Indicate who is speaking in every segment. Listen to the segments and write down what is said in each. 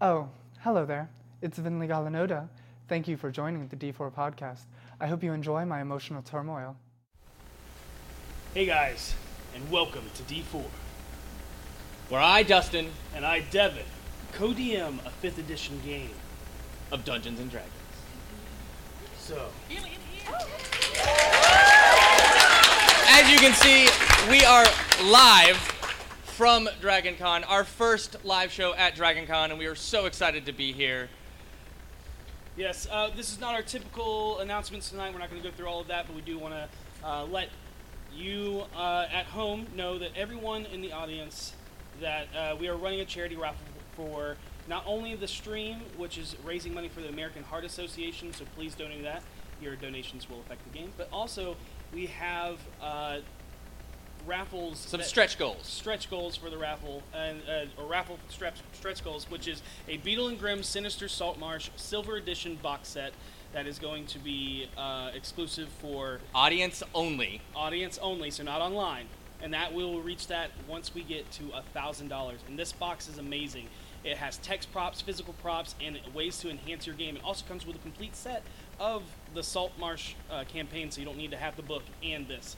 Speaker 1: Oh, hello there. It's Vinley Galanoda. Thank you for joining the D4 podcast. I hope you enjoy my emotional turmoil.
Speaker 2: Hey guys, and welcome to D4.
Speaker 3: Where I, Dustin,
Speaker 2: And I, Devin, co-DM a 5th edition game.
Speaker 3: of Dungeons and Dragons.
Speaker 2: So,
Speaker 3: As you can see, we are live from DragonCon, our first live show at DragonCon, and we are so excited to be here.
Speaker 2: yes, uh, this is not our typical announcements tonight. We're not going to go through all of that, but we do want to uh, let you uh, at home know that everyone in the audience that uh, we are running a charity raffle for not only the stream, which is raising money for the American Heart Association, so please donate to that. Your donations will affect the game, but also we have uh, raffles.
Speaker 3: Some
Speaker 2: that-
Speaker 3: stretch goals.
Speaker 2: stretch goals for the raffle, and uh, or raffle stretch, stretch goals, which is a Beetle and Grimm Sinister Saltmarsh Silver Edition box set that is going to be uh, exclusive for
Speaker 3: Audience only.
Speaker 2: audience only, so not online. And that we will reach that once we get to a thousand dollars. And this box is amazing. It has text props, physical props, and ways to enhance your game. It also comes with a complete set of the Saltmarsh uh, campaign, so you don't need to have the book and this.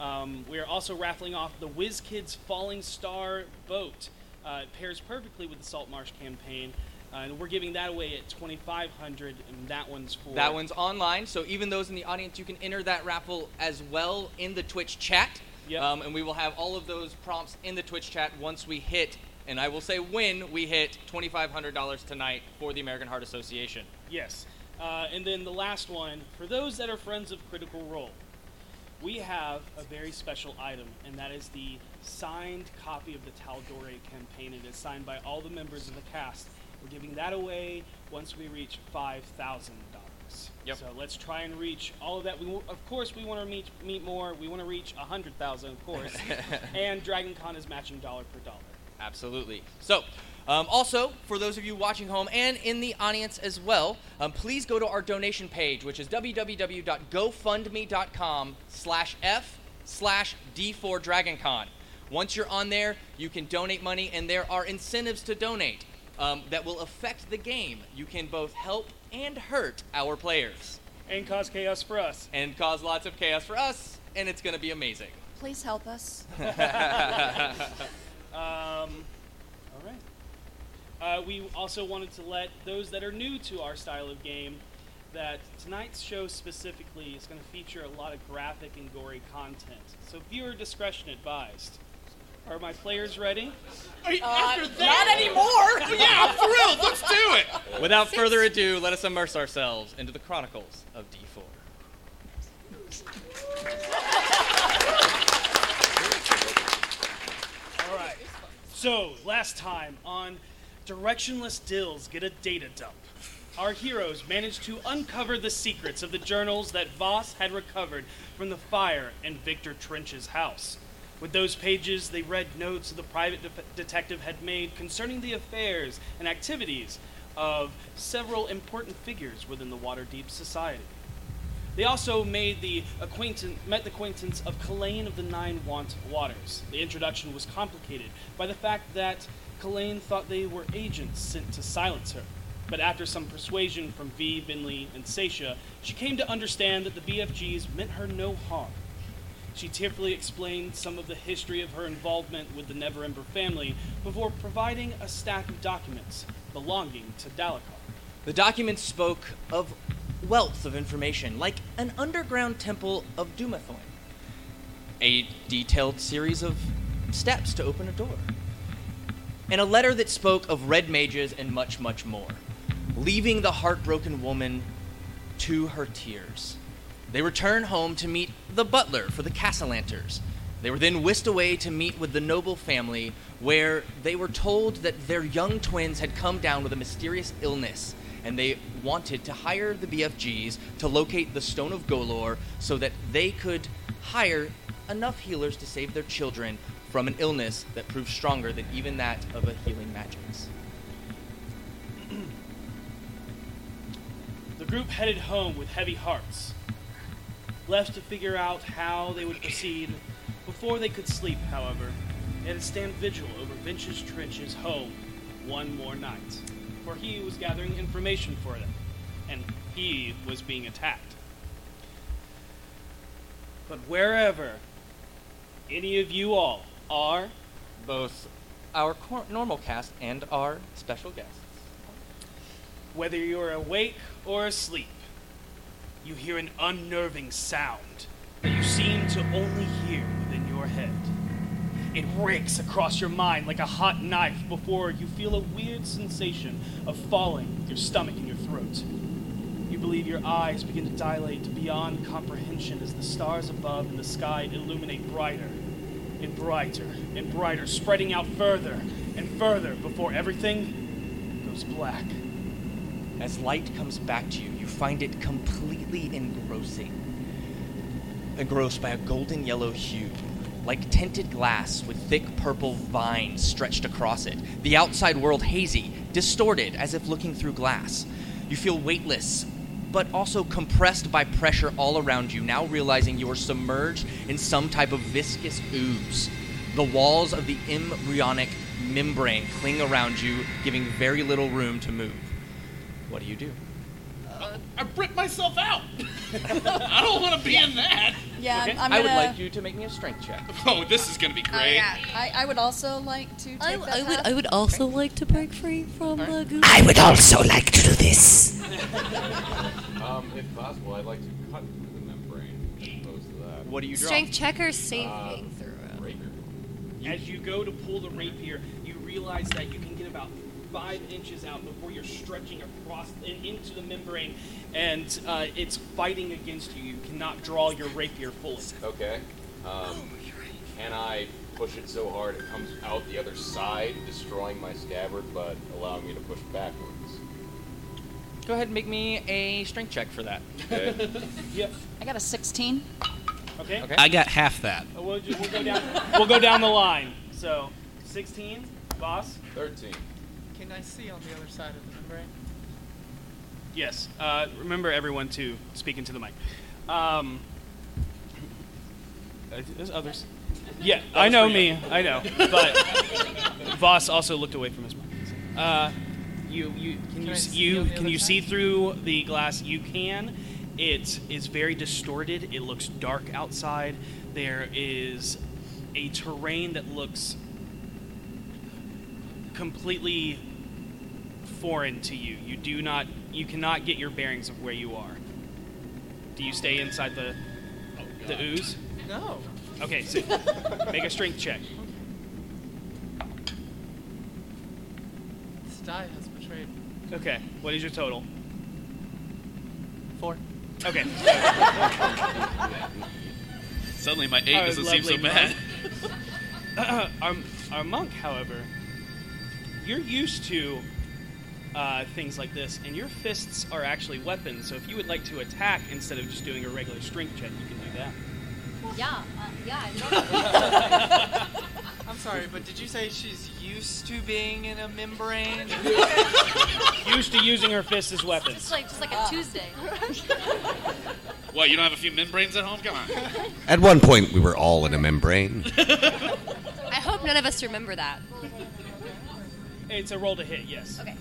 Speaker 2: Um, we are also raffling off the Whiz Kids Falling Star boat. Uh, it pairs perfectly with the Saltmarsh campaign, uh, and we're giving that away at twenty five hundred. And that one's for
Speaker 3: That one's online, so even those in the audience, you can enter that raffle as well in the Twitch chat.
Speaker 2: Yep.
Speaker 3: Um, and we will have all of those prompts in the Twitch chat once we hit, and I will say when we hit $2,500 tonight for the American Heart Association.
Speaker 2: Yes. Uh, and then the last one for those that are friends of Critical Role, we have a very special item, and that is the signed copy of the Taldore campaign. It is signed by all the members of the cast. We're giving that away once we reach five thousand dollars.
Speaker 3: Yep.
Speaker 2: So let's try and reach all of that. We w- of course we want to meet meet more. We want to reach a hundred thousand, of course. and Dragon Con is matching dollar per dollar.
Speaker 3: Absolutely. So, um, also, for those of you watching home and in the audience as well, um, please go to our donation page, which is www.gofundme.com slash F slash D4DragonCon. Once you're on there, you can donate money, and there are incentives to donate um, that will affect the game. You can both help and hurt our players
Speaker 2: And cause chaos for us.
Speaker 3: and cause lots of chaos for us, and it's going to be amazing.
Speaker 4: Please help us.
Speaker 2: Um, all right. Uh, we also wanted to let those that are new to our style of game that tonight's show specifically is going to feature a lot of graphic and gory content. So viewer discretion advised. Are my players ready?
Speaker 3: Uh, Not anymore! yeah, I'm thrilled! Let's do it! Without further ado, let us immerse ourselves into the chronicles of D4.
Speaker 2: All right. So last time on Directionless Dills Get a Data Dump, our heroes managed to uncover the secrets of the journals that Voss had recovered from the fire in Victor Trench's house. With those pages, they read notes the private def- detective had made concerning the affairs and activities of several important figures within the Waterdeep society. They also made the acquaintance, met the acquaintance of Kalain of the Nine Want Waters. The introduction was complicated by the fact that Kalain thought they were agents sent to silence her. But after some persuasion from V, Binley, and Seisha, she came to understand that the BFGs meant her no harm. She tearfully explained some of the history of her involvement with the Never Ember family before providing a stack of documents belonging to Dalakar.
Speaker 3: The document spoke of wealth of information, like an underground temple of Dumathoin, a detailed series of steps to open a door, and a letter that spoke of red mages and much, much more, leaving the heartbroken woman to her tears. They return home to meet the butler for the Castellanters. They were then whisked away to meet with the noble family, where they were told that their young twins had come down with a mysterious illness, and they wanted to hire the BFGs to locate the Stone of Golor so that they could hire enough healers to save their children from an illness that proved stronger than even that of a healing magic's.
Speaker 2: The group headed home with heavy hearts, left to figure out how they would proceed. Before they could sleep, however, they had to stand vigil over Vinch's Trench's home one more night. for he was gathering information for them, and he was being attacked. But wherever any of you all are,
Speaker 3: both our cor- normal cast and our special guests.
Speaker 2: whether you're awake or asleep, you hear an unnerving sound that you seem to only hear within your head. It rakes across your mind like a hot knife before you feel a weird sensation of falling with your stomach and your throat. You believe your eyes begin to dilate beyond comprehension as the stars above and the sky illuminate brighter and brighter and brighter, spreading out further and further before everything goes black.
Speaker 3: As light comes back to you, you find it completely engrossing. Engrossed by a golden yellow hue, like tinted glass with thick purple vines stretched across it. The outside world hazy, distorted, as if looking through glass. You feel weightless, but also compressed by pressure all around you, now realizing you are submerged in some type of viscous ooze. The walls of the embryonic membrane cling around you, giving very little room to move. What do you do?
Speaker 5: Uh, I ripped myself out. I don't want to be in that.
Speaker 4: Yeah,
Speaker 2: Okay.
Speaker 4: I'm, I'm
Speaker 3: I
Speaker 4: gonna.
Speaker 3: would like you to make me a strength check.
Speaker 5: Oh, this is gonna be
Speaker 4: Oh,
Speaker 5: great.
Speaker 4: yeah. I, I would also like to take
Speaker 6: I,
Speaker 4: that
Speaker 6: I would.
Speaker 4: path.
Speaker 6: I would also like to break free from uh, the goo.
Speaker 7: I would also like to do this.
Speaker 8: Um, if possible, I'd like to cut through the membrane as opposed to that.
Speaker 3: What do you draw?
Speaker 6: Strength check or
Speaker 8: Um,
Speaker 3: Ah,
Speaker 6: saving throw?
Speaker 8: Breaker.
Speaker 2: As you go to pull the rapier, you realize that you can get about five inches out before you're stretching across and into the membrane, and uh, it's fighting against you. You cannot draw your rapier fully.
Speaker 8: Okay.
Speaker 9: Oh,
Speaker 8: Um, can I push it so hard it comes out the other side, destroying my scabbard, but allowing me to push backwards?
Speaker 3: Go ahead and make me a strength check for that.
Speaker 8: Okay.
Speaker 2: Yep.
Speaker 4: I got a 16.
Speaker 2: Okay.
Speaker 3: Okay.
Speaker 10: I got half that.
Speaker 2: Uh, We'll, ju- we'll go down. we'll go down the line. So, 16, boss.
Speaker 8: Thirteen.
Speaker 9: Can I see on the other side of the membrane?
Speaker 2: Yes. Uh, remember everyone to speak into the mic. Um, uh, there's others. Yeah, I know me. I know. But Voss also looked away from his mic. Uh, you you can, you
Speaker 9: I
Speaker 2: s-
Speaker 9: see
Speaker 2: you
Speaker 9: on the
Speaker 2: can
Speaker 9: other
Speaker 2: you
Speaker 9: side?
Speaker 2: see through the glass? You can. It is very distorted. It looks dark outside. There is a terrain that looks completely foreign to you. You do not, you cannot get your bearings of where you are. Do you stay inside the the ooze?
Speaker 9: No.
Speaker 2: Okay, so make a strength check.
Speaker 9: This die has betrayed me.
Speaker 2: Okay, what is your total?
Speaker 9: Four.
Speaker 2: Okay,
Speaker 5: Suddenly, my eight
Speaker 2: Our
Speaker 5: doesn't seem so
Speaker 2: lovely
Speaker 5: bad.
Speaker 2: our our monk, however, you're used to uh, things like this, and your fists are actually weapons. So if you would like to attack instead of just doing a regular strength check, you can do that.
Speaker 11: um,
Speaker 6: Yeah. yeah. I
Speaker 1: I'm sorry, but did you say she's used to being in a membrane?
Speaker 2: Used to using her fists as weapons.
Speaker 6: just like just like a Tuesday.
Speaker 5: What? You don't have a few membranes at home? Come on.
Speaker 7: At one point, we were all in a membrane.
Speaker 6: I hope none of us remember that.
Speaker 2: It's a roll to hit, yes.
Speaker 6: Okay.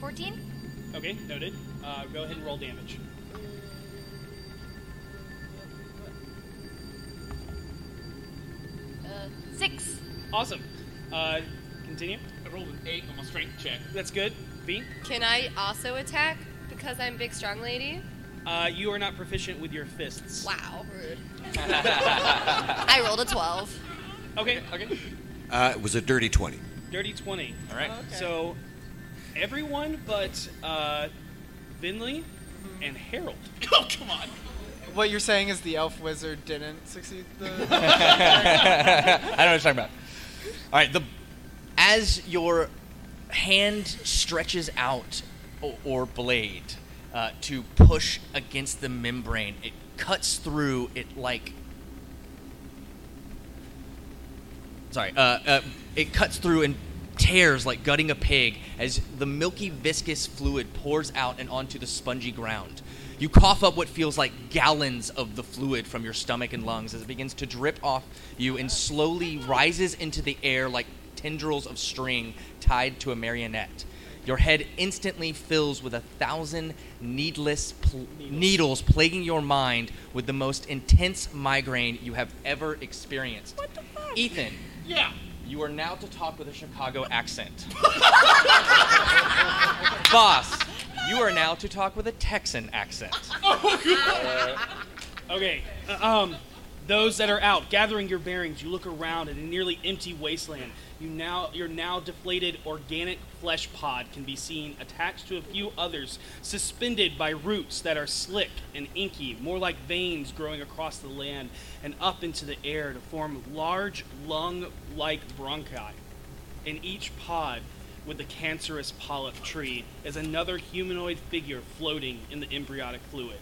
Speaker 6: Fourteen.
Speaker 2: Okay, noted. Uh, go ahead and roll damage.
Speaker 6: Uh, six.
Speaker 2: Awesome. Uh, continue.
Speaker 5: I rolled an eight on my strength check.
Speaker 2: That's good. V.
Speaker 11: Can I also attack because I'm big strong lady?
Speaker 2: Uh, you are not proficient with your fists.
Speaker 11: Wow. Rude.
Speaker 6: I rolled a twelve.
Speaker 2: Okay.
Speaker 3: Okay.
Speaker 7: Uh, it was a dirty 20.
Speaker 2: Dirty twenty.
Speaker 3: All right.
Speaker 2: So everyone but uh, Vinley and Harold.
Speaker 5: Oh, come on.
Speaker 1: what you're saying is the elf wizard didn't succeed the.
Speaker 3: I don't know what you're talking about. All right, the as your hand stretches out or, or blade uh, to push against the membrane, it cuts through it like. Sorry, uh, uh, it cuts through and tears like gutting a pig as the milky viscous fluid pours out and onto the spongy ground. You cough up what feels like gallons of the fluid from your stomach and lungs as it begins to drip off you and slowly rises into the air like tendrils of string tied to a marionette. Your head instantly fills with a thousand needless pl- needles. plaguing your mind with the most intense migraine you have ever experienced. What the fuck? Ethan.
Speaker 12: Yeah.
Speaker 3: You are now to talk with a Chicago accent. Boss, you are now to talk with a Texan accent.
Speaker 2: Okay, uh, um, those that are out, gathering your bearings, you look around at a nearly empty wasteland. You now, your now deflated organic flesh pod can be seen attached to a few others, suspended by roots that are slick and inky, more like veins growing across the land and up into the air to form large lung-like bronchi. In each pod, with the cancerous polyp tree, is another humanoid figure floating in the embryonic fluid.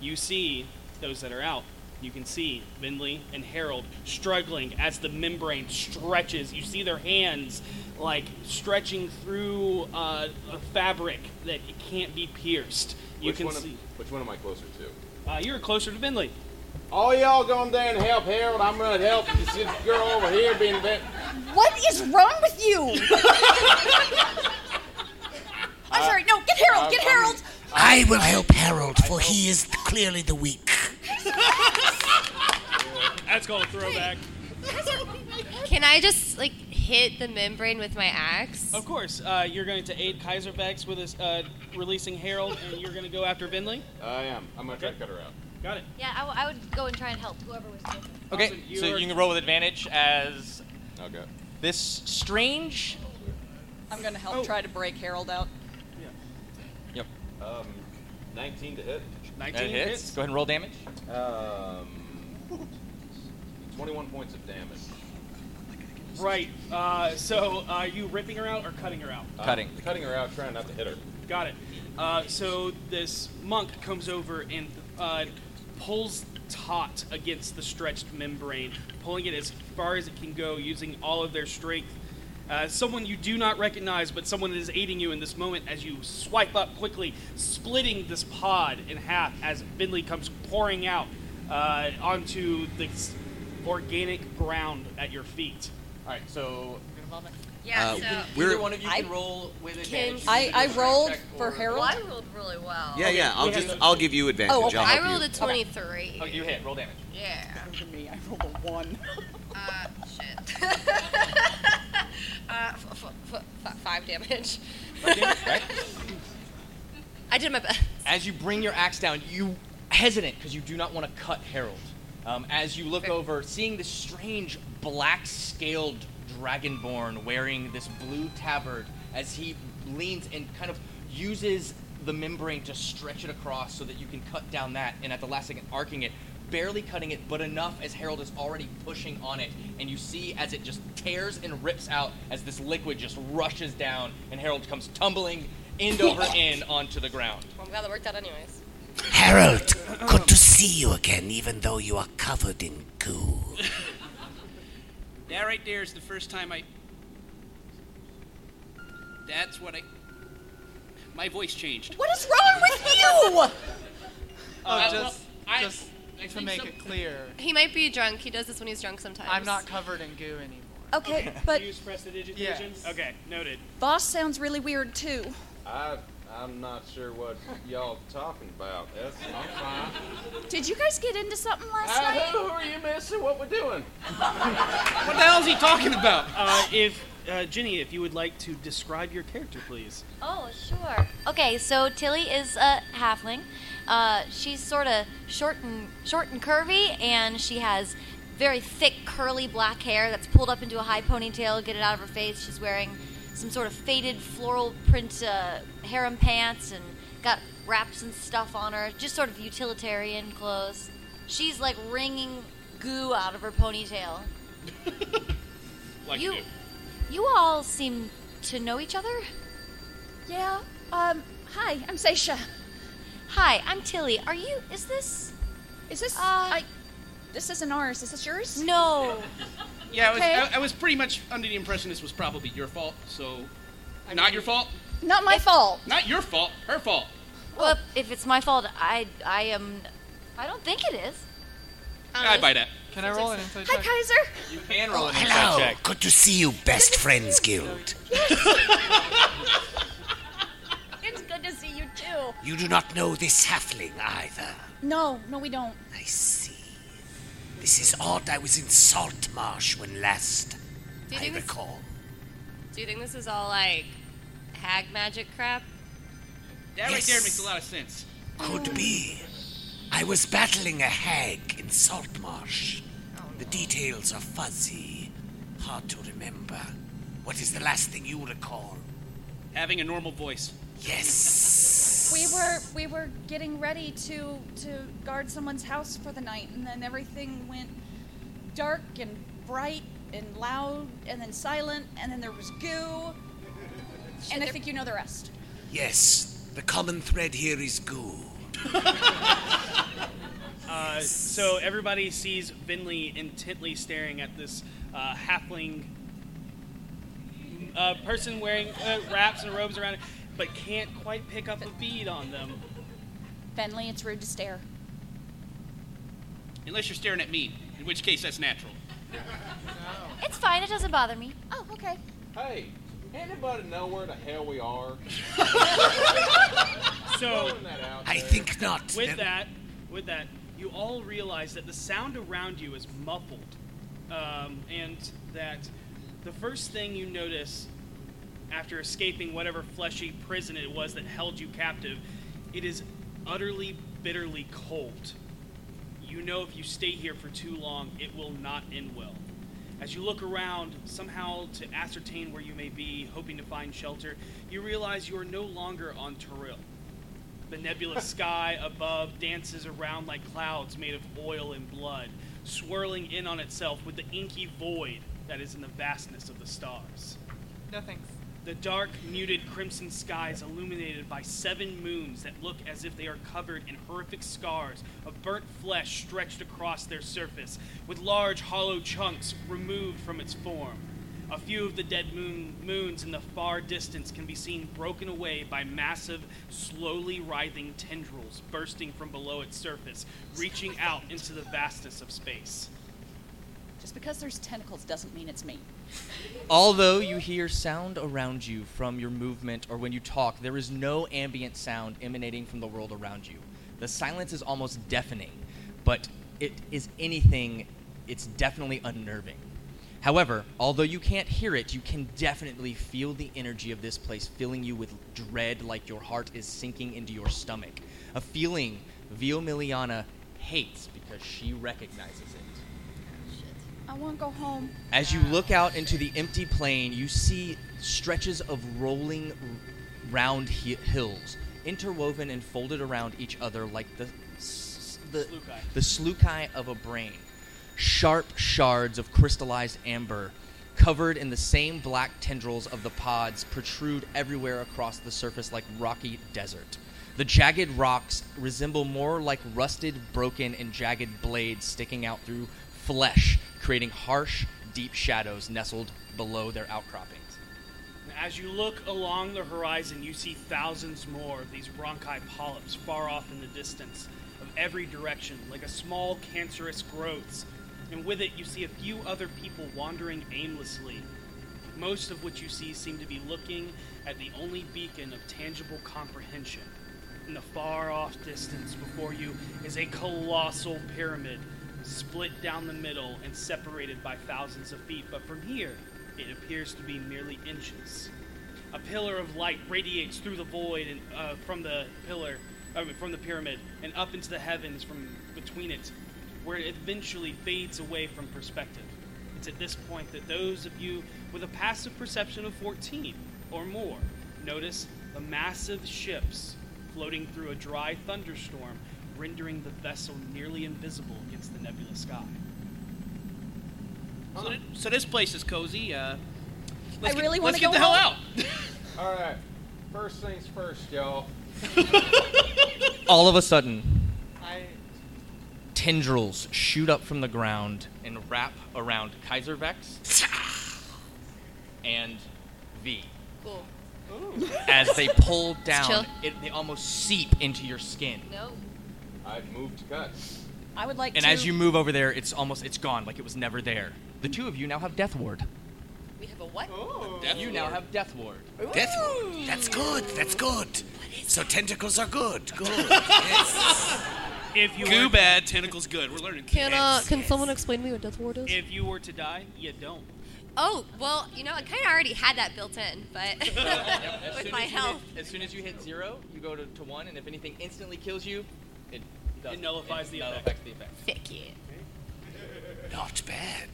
Speaker 2: You see those that are out. You can see Vinley and Harold struggling as the membrane stretches. You see their hands like stretching through uh, a fabric that it can't be pierced. You
Speaker 8: which
Speaker 2: can
Speaker 8: one
Speaker 2: see.
Speaker 8: Am, which one am I closer to?
Speaker 2: Uh, you're closer to Vinley.
Speaker 8: All Oh, y'all going there and help Harold. I'm gonna help this girl over here being bit.
Speaker 4: What is wrong with you?
Speaker 6: Uh,
Speaker 4: I'm sorry. No, get Harold.
Speaker 8: I-
Speaker 4: get
Speaker 8: I'm-
Speaker 6: um,
Speaker 4: Harold.
Speaker 13: I will help Harold, for he is clearly the weak.
Speaker 2: That's called a throwback.
Speaker 14: Can I just like hit the membrane with my axe?
Speaker 2: Of course, uh, you're going to aid Kaiserbex with his, uh, releasing Harold, and you're going to go after Vinley.
Speaker 8: I am. I'm gonna try to cut her out.
Speaker 2: Got it.
Speaker 11: Yeah, I, w- I would go and try and help whoever was closer.
Speaker 3: Okay,
Speaker 11: Awesome,
Speaker 3: so
Speaker 11: you're-
Speaker 3: you can roll with advantage as
Speaker 8: okay.
Speaker 3: this strange.
Speaker 15: I'm gonna help try to break Harold out.
Speaker 3: Yep.
Speaker 8: Um, 19 to hit.
Speaker 3: That hits. Go ahead and roll damage.
Speaker 8: Um, 21 points of damage.
Speaker 2: Right. Uh, so, uh, are you ripping her out or cutting her out?
Speaker 8: Uh, cutting her out, trying not to hit her.
Speaker 2: Got it. Uh, so this monk comes over and uh, pulls taut against the stretched membrane, pulling it as far as it can go, using all of their strength. Uh, someone you do not recognize, but someone that is aiding you in this moment as you swipe up quickly, splitting this pod in half as Finley comes pouring out uh, onto this organic ground at your feet.
Speaker 3: All right, so
Speaker 11: Yeah,
Speaker 3: Uh,
Speaker 11: so
Speaker 3: either one of you can
Speaker 11: I
Speaker 3: roll with
Speaker 11: can-
Speaker 3: advantage.
Speaker 15: I- I rolled
Speaker 11: Or-
Speaker 15: for Harold.
Speaker 11: Well, I rolled really well.
Speaker 7: Yeah, yeah. I'll
Speaker 3: we have
Speaker 7: just
Speaker 3: those
Speaker 7: I'll give you advantage.
Speaker 11: Oh, okay.
Speaker 7: I'll
Speaker 11: I
Speaker 7: help
Speaker 11: rolled
Speaker 7: you.
Speaker 11: a 23.
Speaker 3: Oh, you hit. Roll damage.
Speaker 11: Yeah.
Speaker 15: To me, I rolled a one.
Speaker 11: Uh, shit. uh, f- f- f- f- five damage.
Speaker 3: right?
Speaker 11: I did my best.
Speaker 3: As you bring your axe down, you hesitant because you do not want to cut Harold. Um, as you look over, seeing this strange black-scaled dragonborn wearing this blue tabard, as he leans and kind of uses the membrane to stretch it across so that you can cut down that, and at the last second arcing it, barely cutting it, but enough as Harold is already pushing on it, and you see as it just tears and rips out as this liquid just rushes down, and Harold comes tumbling end over end onto the ground.
Speaker 11: Well, I'm glad that worked out, anyways.
Speaker 13: Harold, good to see you again, even though you are covered in goo.
Speaker 5: That right there is the first time I. That's what I. My voice changed.
Speaker 4: What is wrong with you? Oh,
Speaker 5: Uh,
Speaker 1: Oh, just,
Speaker 5: well, I-
Speaker 1: just
Speaker 5: I
Speaker 1: to
Speaker 5: think
Speaker 1: make
Speaker 5: some-
Speaker 1: it clear,
Speaker 14: He might be drunk. He does this when he's drunk sometimes.
Speaker 1: I'm not covered in goo anymore.
Speaker 4: Okay, but
Speaker 2: you use prestidigitation.
Speaker 1: Yes.
Speaker 2: Okay, noted.
Speaker 4: boss sounds really weird too.
Speaker 8: I, I'm not sure what y'all talking about. That's, I'm fine.
Speaker 4: Did you guys get into something last
Speaker 8: Uh,
Speaker 4: night?
Speaker 8: who are you missing? What we doing?
Speaker 2: What the hell is he talking about? Uh, if uh, Ginny, if you would like to describe your character, please.
Speaker 6: Oh, sure. Okay, so Tilly is a halfling. Uh, she's sort of short and short and curvy, and she has very thick, curly black hair that's pulled up into a high ponytail. Get it out of her face. She's wearing some sort of faded floral print uh, harem pants and got wraps and stuff on her. Just sort of utilitarian clothes. She's like wringing goo out of her ponytail.
Speaker 5: Like
Speaker 6: you, you all seem to know each other.
Speaker 4: Yeah. Um. Hi, I'm Seisha.
Speaker 6: Hi, I'm Tilly. Are you? Is this? uh,
Speaker 4: Is this? I. This isn't ours. Is this yours?
Speaker 6: No.
Speaker 5: Yeah, I was,
Speaker 4: Okay.
Speaker 5: I, I was pretty much under the impression this was probably your fault, so. not your fault?
Speaker 4: Not my fault.
Speaker 5: Not your fault, her fault.
Speaker 6: Well, if it's my fault, I I am. I don't think it is.
Speaker 5: I buy that.
Speaker 16: Can I roll an insight
Speaker 4: Hi,
Speaker 16: check?
Speaker 4: Kaiser.
Speaker 5: You can roll an
Speaker 13: Hello.
Speaker 5: insight check.
Speaker 13: Good to see you, best friends guild.
Speaker 4: It's good to see you too.
Speaker 13: You do not know this halfling either.
Speaker 4: No, no, we don't.
Speaker 13: I see. This is odd. I was in Saltmarsh when last
Speaker 11: Do you
Speaker 13: I
Speaker 11: think this-
Speaker 13: recall.
Speaker 11: Do you think this is all like hag magic crap?
Speaker 3: Oh,
Speaker 5: That right
Speaker 13: Yes.
Speaker 5: there makes a lot of sense.
Speaker 13: Could be. I was battling a hag in Saltmarsh. The details are fuzzy, hard to remember. What is the last thing you recall?
Speaker 5: Having a normal voice.
Speaker 13: Yes.
Speaker 4: We were we were getting ready to to guard someone's house for the night, and then everything went dark and bright and loud, and then silent, and then there was goo. And I think you know the rest.
Speaker 13: Yes, the common thread here is goo.
Speaker 2: Uh, so everybody sees Vinley intently staring at this uh, halfling uh, person wearing uh, wraps and robes around it, but can't quite pick up a bead on them.
Speaker 4: Fenley, it's rude to stare.
Speaker 5: Unless you're staring at me, in which case that's natural.
Speaker 6: It's fine. It doesn't bother me.
Speaker 4: Oh, okay.
Speaker 8: Hey, anybody know where the hell we are?
Speaker 2: So
Speaker 8: Throwing that out
Speaker 13: I
Speaker 8: there.
Speaker 13: think not.
Speaker 2: With that, with that, you all realize that the sound around you is muffled, um, and that the first thing you notice after escaping whatever fleshy prison it was that held you captive, it is utterly bitterly cold. You know if you stay here for too long, it will not end well. As you look around, somehow to ascertain where you may be, hoping to find shelter, you realize you are no longer on Tyrell. The nebulous sky above dances around like clouds made of oil and blood, swirling in on itself with the inky void that is in the vastness of the stars.
Speaker 16: No thanks.
Speaker 2: The dark, muted crimson sky is illuminated by seven moons that look as if they are covered in horrific scars of burnt flesh stretched across their surface, with large hollow chunks removed from its form. A few of the dead moon, moons in the far distance can be seen broken away by massive, slowly writhing tendrils bursting from below its surface, reaching out into the vastness of space.
Speaker 4: Just because there's tentacles doesn't mean it's me.
Speaker 3: Although you hear sound around you from your movement or when you talk, there is no ambient sound emanating from the world around you. The silence is almost deafening, but it is anything, it's definitely unnerving. However, although you can't hear it, you can definitely feel the energy of this place filling you with dread like your heart is sinking into your stomach. A feeling Vio Miliana hates because she recognizes it.
Speaker 4: I want to go home.
Speaker 3: As you look out into the empty plain, you see stretches of rolling r- round hi- hills, interwoven and folded around each other like the s- the the slukai of a brain. Sharp shards of crystallized amber, covered in the same black tendrils of the pods, protrude everywhere across the surface like rocky desert. The jagged rocks resemble more like rusted, broken, and jagged blades sticking out through flesh, creating harsh, deep shadows nestled below their outcroppings.
Speaker 2: As you look along the horizon, you see thousands more of these bronchi polyps far off in the distance, of every direction, like a small cancerous growths. And with it, you see a few other people wandering aimlessly. Most of what you see seem to be looking at the only beacon of tangible comprehension. In the far off distance before you is a colossal pyramid, split down the middle and separated by thousands of feet, but from here, it appears to be merely inches. A pillar of light radiates through the void and uh, from the pillar, I mean, from the pyramid, and up into the heavens from between it, where it eventually fades away from perspective. It's at this point that those of you with a passive perception of 14 or more notice the massive ships floating through a dry thunderstorm, rendering the vessel nearly invisible against the nebulous sky.
Speaker 5: So, th- so this place is cozy. Uh, let's
Speaker 4: I really
Speaker 5: get,
Speaker 4: want
Speaker 5: let's
Speaker 4: to
Speaker 5: get
Speaker 4: go
Speaker 5: the
Speaker 4: home.
Speaker 5: hell out.
Speaker 8: All right. First things first, y'all.
Speaker 3: All of a sudden,
Speaker 16: I
Speaker 3: tendrils shoot up from the ground and wrap around Kaiser Vex and V.
Speaker 17: Cool.
Speaker 3: As they pull
Speaker 17: chill.
Speaker 3: down, it, they almost seep into your skin.
Speaker 17: No.
Speaker 8: I've moved to cut.
Speaker 4: I would like
Speaker 3: and
Speaker 4: to.
Speaker 3: as you move over there, it's almost it's gone, like it was never there. The two of you now have Death Ward.
Speaker 18: We have a what?
Speaker 3: you now have Death Ward.
Speaker 13: Death Ward. That's good. That's good. So tentacles are good. Good.
Speaker 2: If you
Speaker 5: Goo
Speaker 2: were-
Speaker 5: bad, tentacles good. We're learning.
Speaker 11: Can uh, can someone explain to me what Death Ward is?
Speaker 2: If you were to die, you don't.
Speaker 11: Oh,
Speaker 6: Well, you know, I kind of already had that built in, but
Speaker 3: Yep, as
Speaker 6: With
Speaker 3: soon
Speaker 6: my
Speaker 3: as you
Speaker 6: health.
Speaker 3: Hit, as soon as you hit zero, you go to, to one, and if anything instantly kills you, it does
Speaker 2: It nullifies the effect.
Speaker 3: Affects the effect.
Speaker 6: Thick it.
Speaker 13: Not bad.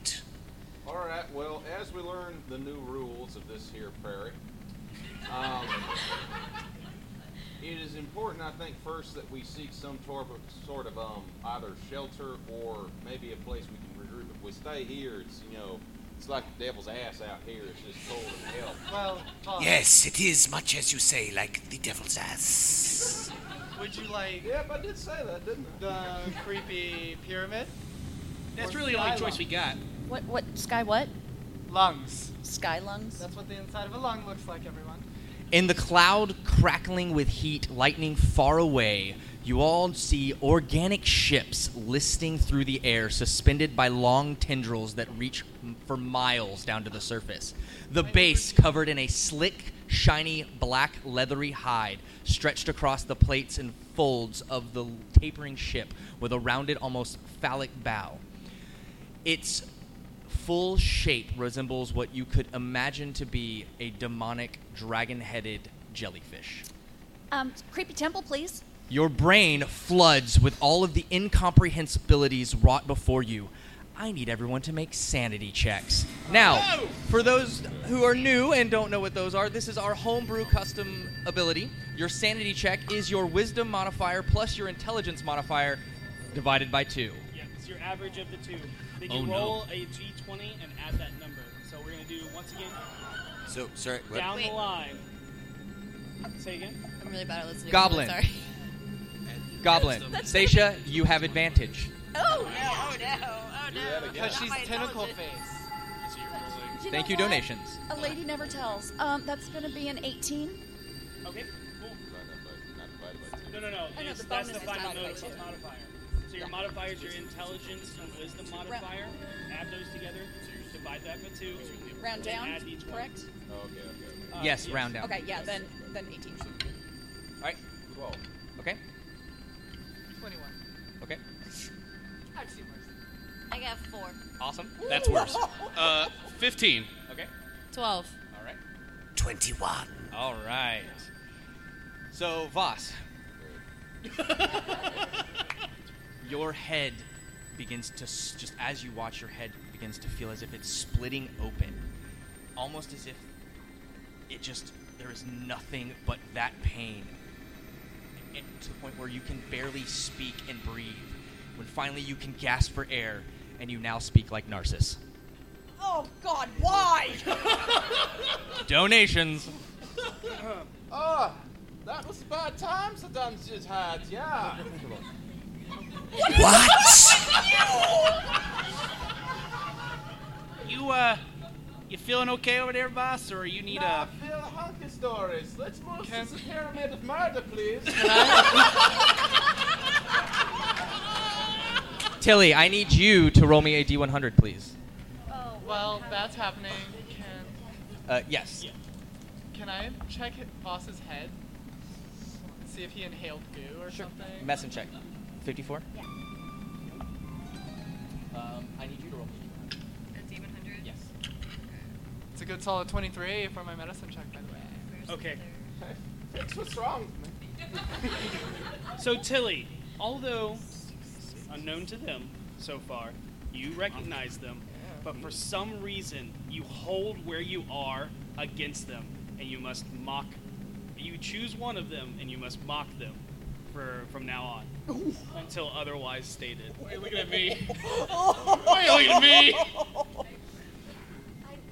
Speaker 8: All right. Well, as we learn the new rules of this here prairie, um, it is important, I think, first that we seek some tor- sort of um, either shelter or maybe a place we can regroup. If we stay here, it's you know, it's like the devil's ass out here. It's just cold as hell.
Speaker 1: Well,
Speaker 13: Yes, it is much as you say, like the devil's ass.
Speaker 1: Would you like?
Speaker 8: Yep, I did say that, didn't
Speaker 1: I? The creepy pyramid.
Speaker 5: That's really the only choice we got.
Speaker 4: What? What? Sky? What?
Speaker 1: Lungs.
Speaker 4: Sky lungs.
Speaker 1: That's what the inside of a lung looks like, everyone.
Speaker 3: In the cloud crackling with heat, lightning far away, you all see organic ships listing through the air, suspended by long tendrils that reach m- for miles down to the surface. The base covered in a slick, shiny, black, leathery hide, stretched across the plates and folds of the tapering ship with a rounded, almost phallic bow. Its full shape resembles what you could imagine to be a demonic dragon headed jellyfish.
Speaker 4: Um, creepy temple, please.
Speaker 3: Your brain floods with all of the incomprehensibilities wrought before you. I need everyone to make sanity checks. Now, for those who are new and don't know what those are, this is our homebrew custom ability. Your sanity check is your wisdom modifier plus your intelligence modifier divided by two.
Speaker 2: Yeah, it's your average of the two. Then you
Speaker 3: Oh, no.
Speaker 2: roll a d20 and add that number. So we're gonna do once again
Speaker 19: So, sorry. What?
Speaker 2: down the line. Say again.
Speaker 18: I'm really bad at listening.
Speaker 3: Goblin.
Speaker 18: Sorry.
Speaker 3: Goblin. Stacia, you have advantage.
Speaker 18: Oh, no. Oh, no.
Speaker 1: Because she's tentacle face.
Speaker 4: You
Speaker 3: Thank
Speaker 4: know
Speaker 3: you,
Speaker 4: what?
Speaker 3: donations.
Speaker 4: A lady never tells. Um, that's gonna be an 18.
Speaker 2: Okay. No, no, no.
Speaker 4: I know,
Speaker 2: It's,
Speaker 4: the
Speaker 2: that's the
Speaker 4: bonus is
Speaker 2: final
Speaker 4: divided by
Speaker 2: note
Speaker 4: two.
Speaker 2: plus modifier. So your modifier is your intelligence and wisdom modifier. Add those together. Divide that by two.
Speaker 4: Round
Speaker 2: then
Speaker 4: down,
Speaker 2: add d20.
Speaker 4: correct?
Speaker 8: Oh, okay, okay.
Speaker 2: Uh,
Speaker 3: Yes, round down.
Speaker 4: Okay, yeah, then then 18.
Speaker 3: All right. Okay.
Speaker 1: 21.
Speaker 3: Okay.
Speaker 1: I've seen worse.
Speaker 6: I got four.
Speaker 3: Awesome.
Speaker 5: That's worse. Uh, 15.
Speaker 3: Okay.
Speaker 11: 12.
Speaker 3: All right.
Speaker 13: 21.
Speaker 3: All right. So, Voss. your head begins to, s- just as you watch, your head begins to feel as if it's splitting open. Almost as if it just, there is nothing but that pain. And to the point where you can barely speak and breathe. When finally you can gasp for air, and you now speak like Narcissus.
Speaker 4: Oh God, why?
Speaker 3: Donations.
Speaker 8: oh, that was bad times I done just had. Yeah.
Speaker 5: You uh, you feeling okay over there, boss, or you need uh, a?
Speaker 8: Nah, Phil, hunky stories. Let's move to the pyramid of murder, please.
Speaker 3: Oh, Tilly, I need you to roll me a D100, please.
Speaker 1: Well, that's happening. Can
Speaker 3: Uh, yes.
Speaker 1: can I check Voss's head? See if he inhaled goo or something.
Speaker 3: Mess and check. 54? Um, I need you to roll
Speaker 18: A D100?
Speaker 3: Yes.
Speaker 1: It's a good solid 23 for my medicine check, by the way.
Speaker 2: Okay. Uh,
Speaker 8: Fix what's wrong.
Speaker 2: So Tilly, although unknown to them so far, you recognize them, but for some reason you hold where you are against them, and you must mock. You choose one of them, and you must mock them for from now on until otherwise stated. Why are you looking at me? Why are you looking at me?
Speaker 6: I,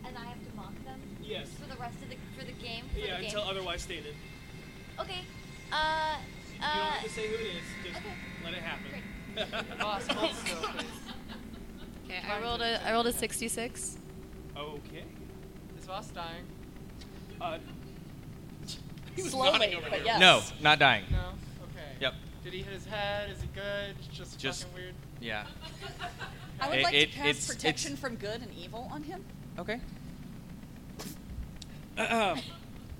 Speaker 6: and I have to mock them.
Speaker 2: Yes.
Speaker 6: For the rest of the for the game. For
Speaker 2: Yeah,
Speaker 6: the game.
Speaker 2: until otherwise stated.
Speaker 6: okay. Uh.
Speaker 2: You don't
Speaker 6: Uh.
Speaker 2: have to say who it is. Just let it happen.
Speaker 1: Boss, hold still, please.
Speaker 11: Okay, I rolled a I rolled a 66.
Speaker 2: Okay.
Speaker 1: Is Voss dying?
Speaker 2: Uh,
Speaker 4: Slowly, but yes.
Speaker 3: No, not dying.
Speaker 1: No. Okay.
Speaker 3: Yep.
Speaker 1: Did he hit his head? Is he good? It's Just,
Speaker 3: Just
Speaker 1: fucking weird.
Speaker 3: yeah.
Speaker 4: I would
Speaker 3: It-
Speaker 4: like
Speaker 3: it-
Speaker 4: to cast
Speaker 3: it's- it's-
Speaker 4: protection from good and evil on him.
Speaker 3: Okay.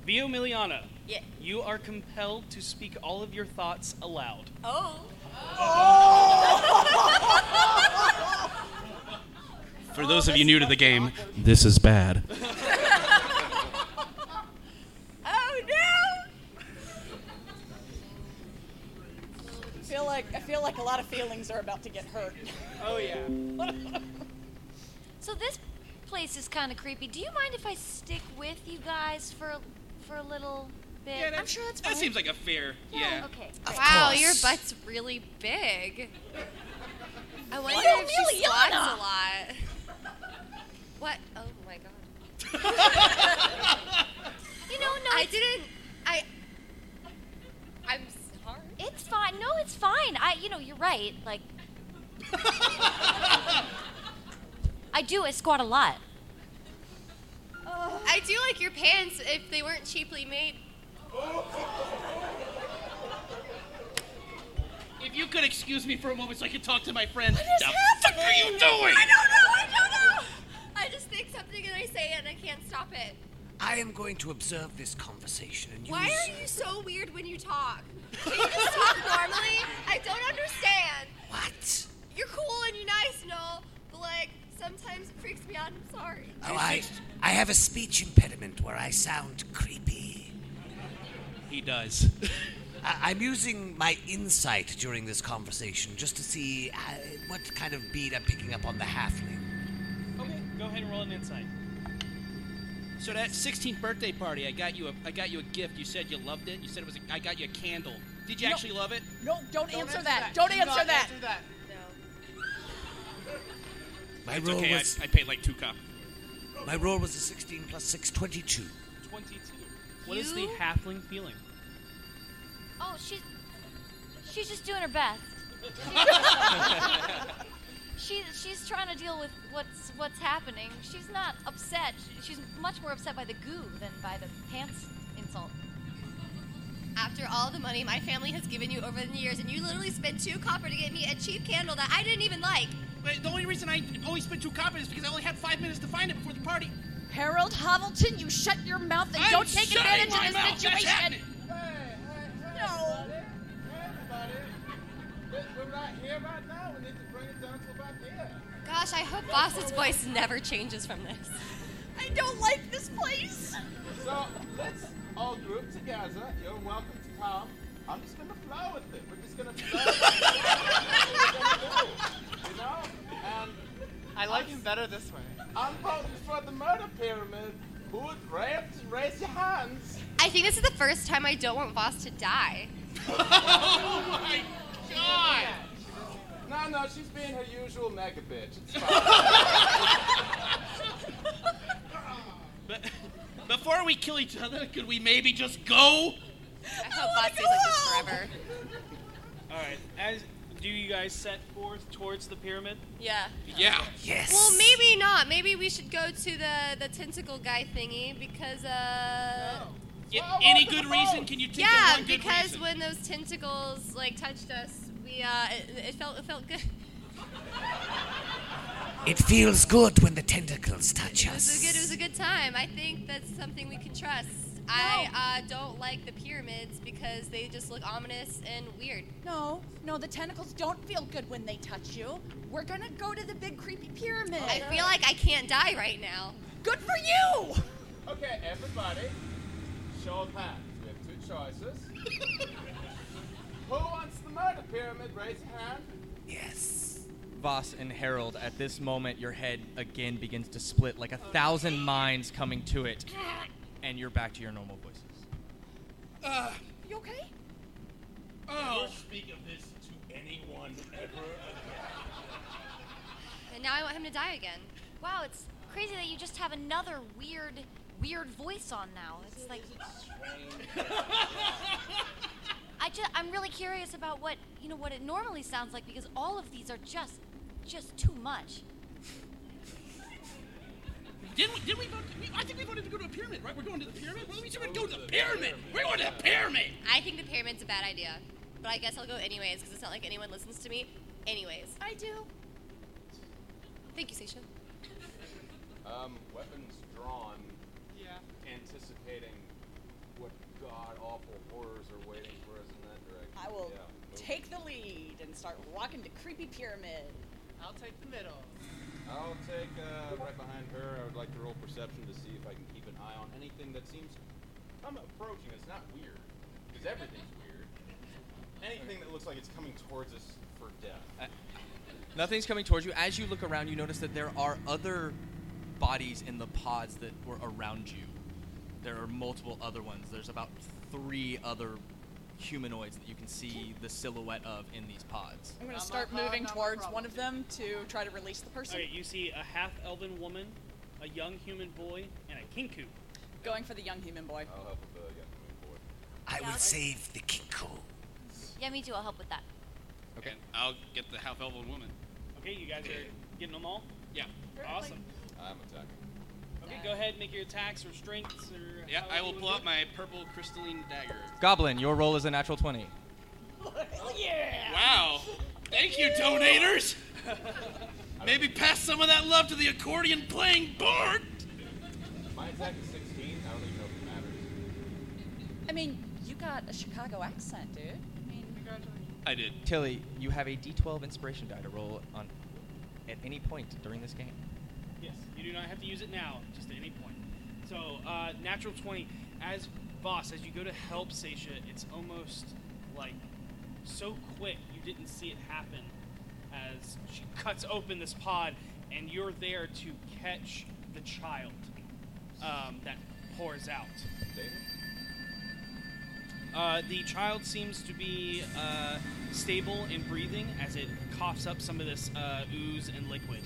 Speaker 2: Vio Miliana,
Speaker 4: Yeah.
Speaker 2: you are compelled to speak all of your thoughts aloud.
Speaker 20: Oh.
Speaker 5: For those of you new to the game, this is bad.
Speaker 4: Oh no! I feel like I feel like a lot of feelings are about to get hurt.
Speaker 1: Oh yeah.
Speaker 6: So this place is kind of creepy. Do you mind if I stick with you guys for a- for a little bit? I'm sure that's fine.
Speaker 5: That seems like a fair. Yeah.
Speaker 6: Oh, Okay.
Speaker 5: Of
Speaker 11: wow,
Speaker 5: course.
Speaker 11: your butt's really big. I wonder
Speaker 6: Why
Speaker 11: if she
Speaker 6: Emiliana?
Speaker 11: squats a lot. What? Oh my god.
Speaker 6: you know, no,
Speaker 11: I
Speaker 6: it's-
Speaker 11: didn't. I. I'm sorry.
Speaker 6: It's fine. No, it's fine. I, you know, you're right. Like, I do. I squat a lot. Oh.
Speaker 11: I do like your pants if they weren't cheaply made.
Speaker 5: If you could excuse me for a moment so I could talk to my friend. What
Speaker 11: is
Speaker 5: fuck are you doing?
Speaker 11: I don't know. I don't know. I just think something and I say it and I can't stop it.
Speaker 13: I am going to observe this conversation and use.
Speaker 11: Why are you so weird when you talk? Can you just talk normally? I don't understand.
Speaker 13: What?
Speaker 11: You're cool and you're nice and all, but like sometimes it freaks me out. I'm sorry.
Speaker 13: Oh, I, I have a speech impediment where I sound creepy.
Speaker 5: He does.
Speaker 13: I, I'm using my insight during this conversation just to see uh, what kind of bead I'm picking up on the halfling.
Speaker 2: Okay, go ahead and roll an insight.
Speaker 5: So that 16th birthday party, I got you a, I got you a gift. You said you loved it. You said it was. A, I got you a candle. Did you
Speaker 21: No.
Speaker 5: actually love it?
Speaker 21: No, don't,
Speaker 1: Don't
Speaker 21: answer,
Speaker 1: answer
Speaker 21: that.
Speaker 1: that.
Speaker 21: Don't
Speaker 1: Do
Speaker 21: answer
Speaker 1: not
Speaker 21: that.
Speaker 1: answer that.
Speaker 13: My
Speaker 5: it's
Speaker 13: roll
Speaker 5: okay.
Speaker 13: was
Speaker 5: I, I paid like two cop.
Speaker 13: my roll was a 16 plus 6, 22.
Speaker 2: 22. What is
Speaker 6: You?
Speaker 2: the halfling feeling?
Speaker 6: Oh, she's she's just doing her best. She, she's trying to deal with what's what's happening. She's not upset. She's much more upset by the goo than by the pants insult.
Speaker 11: After all the money my family has given you over the years, and you literally spent two copper to get me a cheap candle that I didn't even like.
Speaker 5: But the only reason I only spent two copper is because I only had five minutes to find it before the party.
Speaker 4: Harold Hovelton, you shut your mouth and
Speaker 5: I'm
Speaker 4: don't take
Speaker 5: shutting
Speaker 4: advantage
Speaker 5: my
Speaker 4: of this
Speaker 5: mouth. That's
Speaker 4: situation.
Speaker 5: happening.
Speaker 4: No.
Speaker 8: We're right here right now. We need to bring it down to about here.
Speaker 11: Gosh, I hope Boss's voice never changes from this.
Speaker 4: I don't like this place.
Speaker 8: So let's all group together. You're welcome to come. I'm just gonna flow with it. We're just gonna flow. with it. We're gonna do, you know? And
Speaker 1: I like him better this way.
Speaker 8: I'm voting for the murder pyramid. Who would raise, raise your hands?
Speaker 11: I think this is the first time I don't want Boss to die.
Speaker 8: Oh my god! No, no, she's being her usual mega bitch. It's
Speaker 5: But before we kill each other, could we maybe just go?
Speaker 11: I hope Boss stays like this forever.
Speaker 2: All right. As do you guys set forth towards the pyramid?
Speaker 11: Yeah.
Speaker 5: Yeah.
Speaker 11: Well, maybe not. Maybe we should go to the the tentacle guy thingy because uh.
Speaker 5: any good reason? Can you think
Speaker 11: yeah,
Speaker 5: of one good
Speaker 11: because
Speaker 5: reason?
Speaker 11: when those tentacles like touched us, we uh, it, it felt it felt good.
Speaker 13: It feels good when the tentacles touch
Speaker 11: It was a
Speaker 13: us.
Speaker 11: good. It was a good time. I think that's something we can trust. I uh, don't like the pyramids because they just look ominous and weird.
Speaker 4: No, no, the tentacles don't feel good when they touch you. We're gonna go to the big creepy pyramid.
Speaker 11: I feel like I can't die right now.
Speaker 4: Good for you!
Speaker 8: Okay, everybody, show of hands. We have two choices. Who wants the murder pyramid? Raise your hand.
Speaker 13: Yes.
Speaker 3: Voss and Harold, at this moment, your head again begins to split like a thousand minds coming to it, and you're back to your normal voices.
Speaker 8: Uh,
Speaker 4: you okay?
Speaker 5: Oh.
Speaker 8: speak of this to anyone ever
Speaker 11: And now I want him to die again.
Speaker 6: Wow, it's crazy that you just have another weird weird voice on now. It's like I just I'm really curious about what you know what it normally sounds like because all of these are just just too much.
Speaker 5: Did we, did we vote? we- I think we voted to go to a pyramid, right? We're going to the pyramid. Well, we should go to the pyramid. We're going to the pyramid.
Speaker 11: I think the pyramid's a bad idea. but I guess I'll go anyways because it's not like anyone listens to me. Anyways, I do. Thank you, Seisha.
Speaker 8: Um, weapons drawn.
Speaker 4: Yeah.
Speaker 8: Anticipating what god awful horrors are waiting for us in that direction.
Speaker 4: I will
Speaker 8: Yeah, move.
Speaker 4: take the lead and start walking to Creepy Pyramid. I'll take the middle.
Speaker 8: I'll take uh, right behind her. I would like to roll perception to see if I can keep an eye on anything that seems. I'm approaching. It's not weird because everything's weird. Anything that looks like it's coming towards us for death.
Speaker 3: Nothing's coming towards you. As you look around, you notice that there are other bodies in the pods that were around you. There are multiple other ones. There's about three other humanoids that you can see the silhouette of in these pods.
Speaker 4: I'm gonna
Speaker 2: Not my
Speaker 4: start
Speaker 2: problem,
Speaker 4: moving
Speaker 2: not my
Speaker 4: towards
Speaker 2: problem.
Speaker 4: one of them to try to release the person.
Speaker 2: Okay, you see a half elven woman, a young human boy, and a kinku.
Speaker 4: Going for the young human boy.
Speaker 8: I'll help with the young human boy.
Speaker 22: I
Speaker 6: Yeah.
Speaker 22: will save the Kinko.
Speaker 6: Yeah, me too. I'll help with that.
Speaker 5: Okay. I'll get the half elven woman.
Speaker 2: Okay, you guys are getting them all?
Speaker 5: Yeah.
Speaker 2: Awesome.
Speaker 8: I'm attacking.
Speaker 2: Okay, go ahead, make your attacks or strengths or.
Speaker 5: Yeah,
Speaker 2: however
Speaker 5: I
Speaker 2: you
Speaker 5: will
Speaker 2: would
Speaker 5: pull
Speaker 2: do
Speaker 5: out
Speaker 2: it.
Speaker 5: my purple crystalline dagger.
Speaker 3: Goblin, your roll is a natural 20.
Speaker 4: yeah!
Speaker 5: Wow. Thank you, donators. Maybe pass some of that love to the accordion playing bard.
Speaker 8: My attack is 16. I don't even know if it matters.
Speaker 4: I mean, you got a Chicago accent, dude. I mean,
Speaker 5: I did.
Speaker 3: Tilly, you have a D12 inspiration die to roll on at any point during this game.
Speaker 2: Yes, you do not have to use it now, just at any point. So, uh, natural 20. As boss, as you go to help Seisha, it's almost like so quick you didn't see it happen as she cuts open this pod and you're there to catch the child um, that pours out. Uh, the child seems to be uh, stable and breathing as it coughs up some of this uh, ooze and liquid.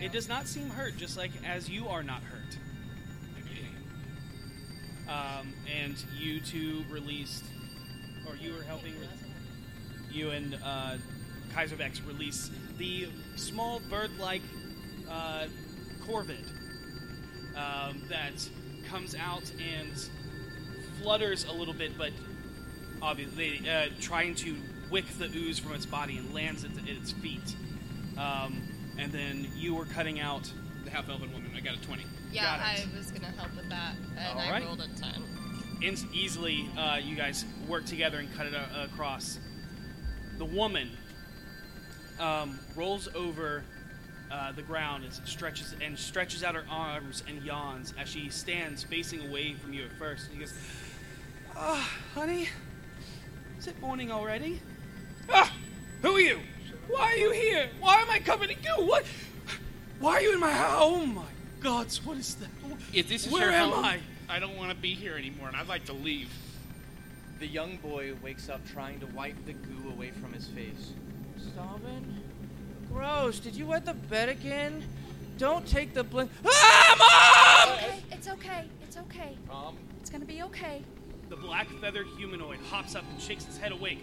Speaker 2: It does not seem hurt, just like as you are not hurt. Um, and you two released, or you were helping, re- you and uh, Kaiser Vex release the small bird like uh, corvid um, that comes out and flutters a little bit, but obviously uh, trying to wick the ooze from its body and lands it at its feet. Um, and then you were cutting out the half elven woman. I got a twenty.
Speaker 23: Yeah, I was gonna help with that, and I
Speaker 2: Alright.
Speaker 23: rolled a ten.
Speaker 2: Ins easily, uh, you guys work together and cut it a- across. The woman um, rolls over uh, the ground and stretches and stretches out her arms and yawns as she stands facing away from you at first. And she goes, "Ah, honey, is it morning already? Ah, who are you? Why are you here? Why am I coming to you? What? Why are you in my house? Oh my gods, what is that?
Speaker 5: If this is
Speaker 2: Where
Speaker 5: your
Speaker 2: am
Speaker 5: home,
Speaker 2: I?
Speaker 5: I don't want to be here anymore, and I'd like to leave.
Speaker 3: The young boy wakes up trying to wipe the goo away from his face. Starving?
Speaker 1: Gross, did you wet the bed again? Don't take the blame. Ah, Mom!
Speaker 24: Okay, it's okay. It's okay. It's gonna be okay.
Speaker 2: The black feathered humanoid hops up and shakes its head awake.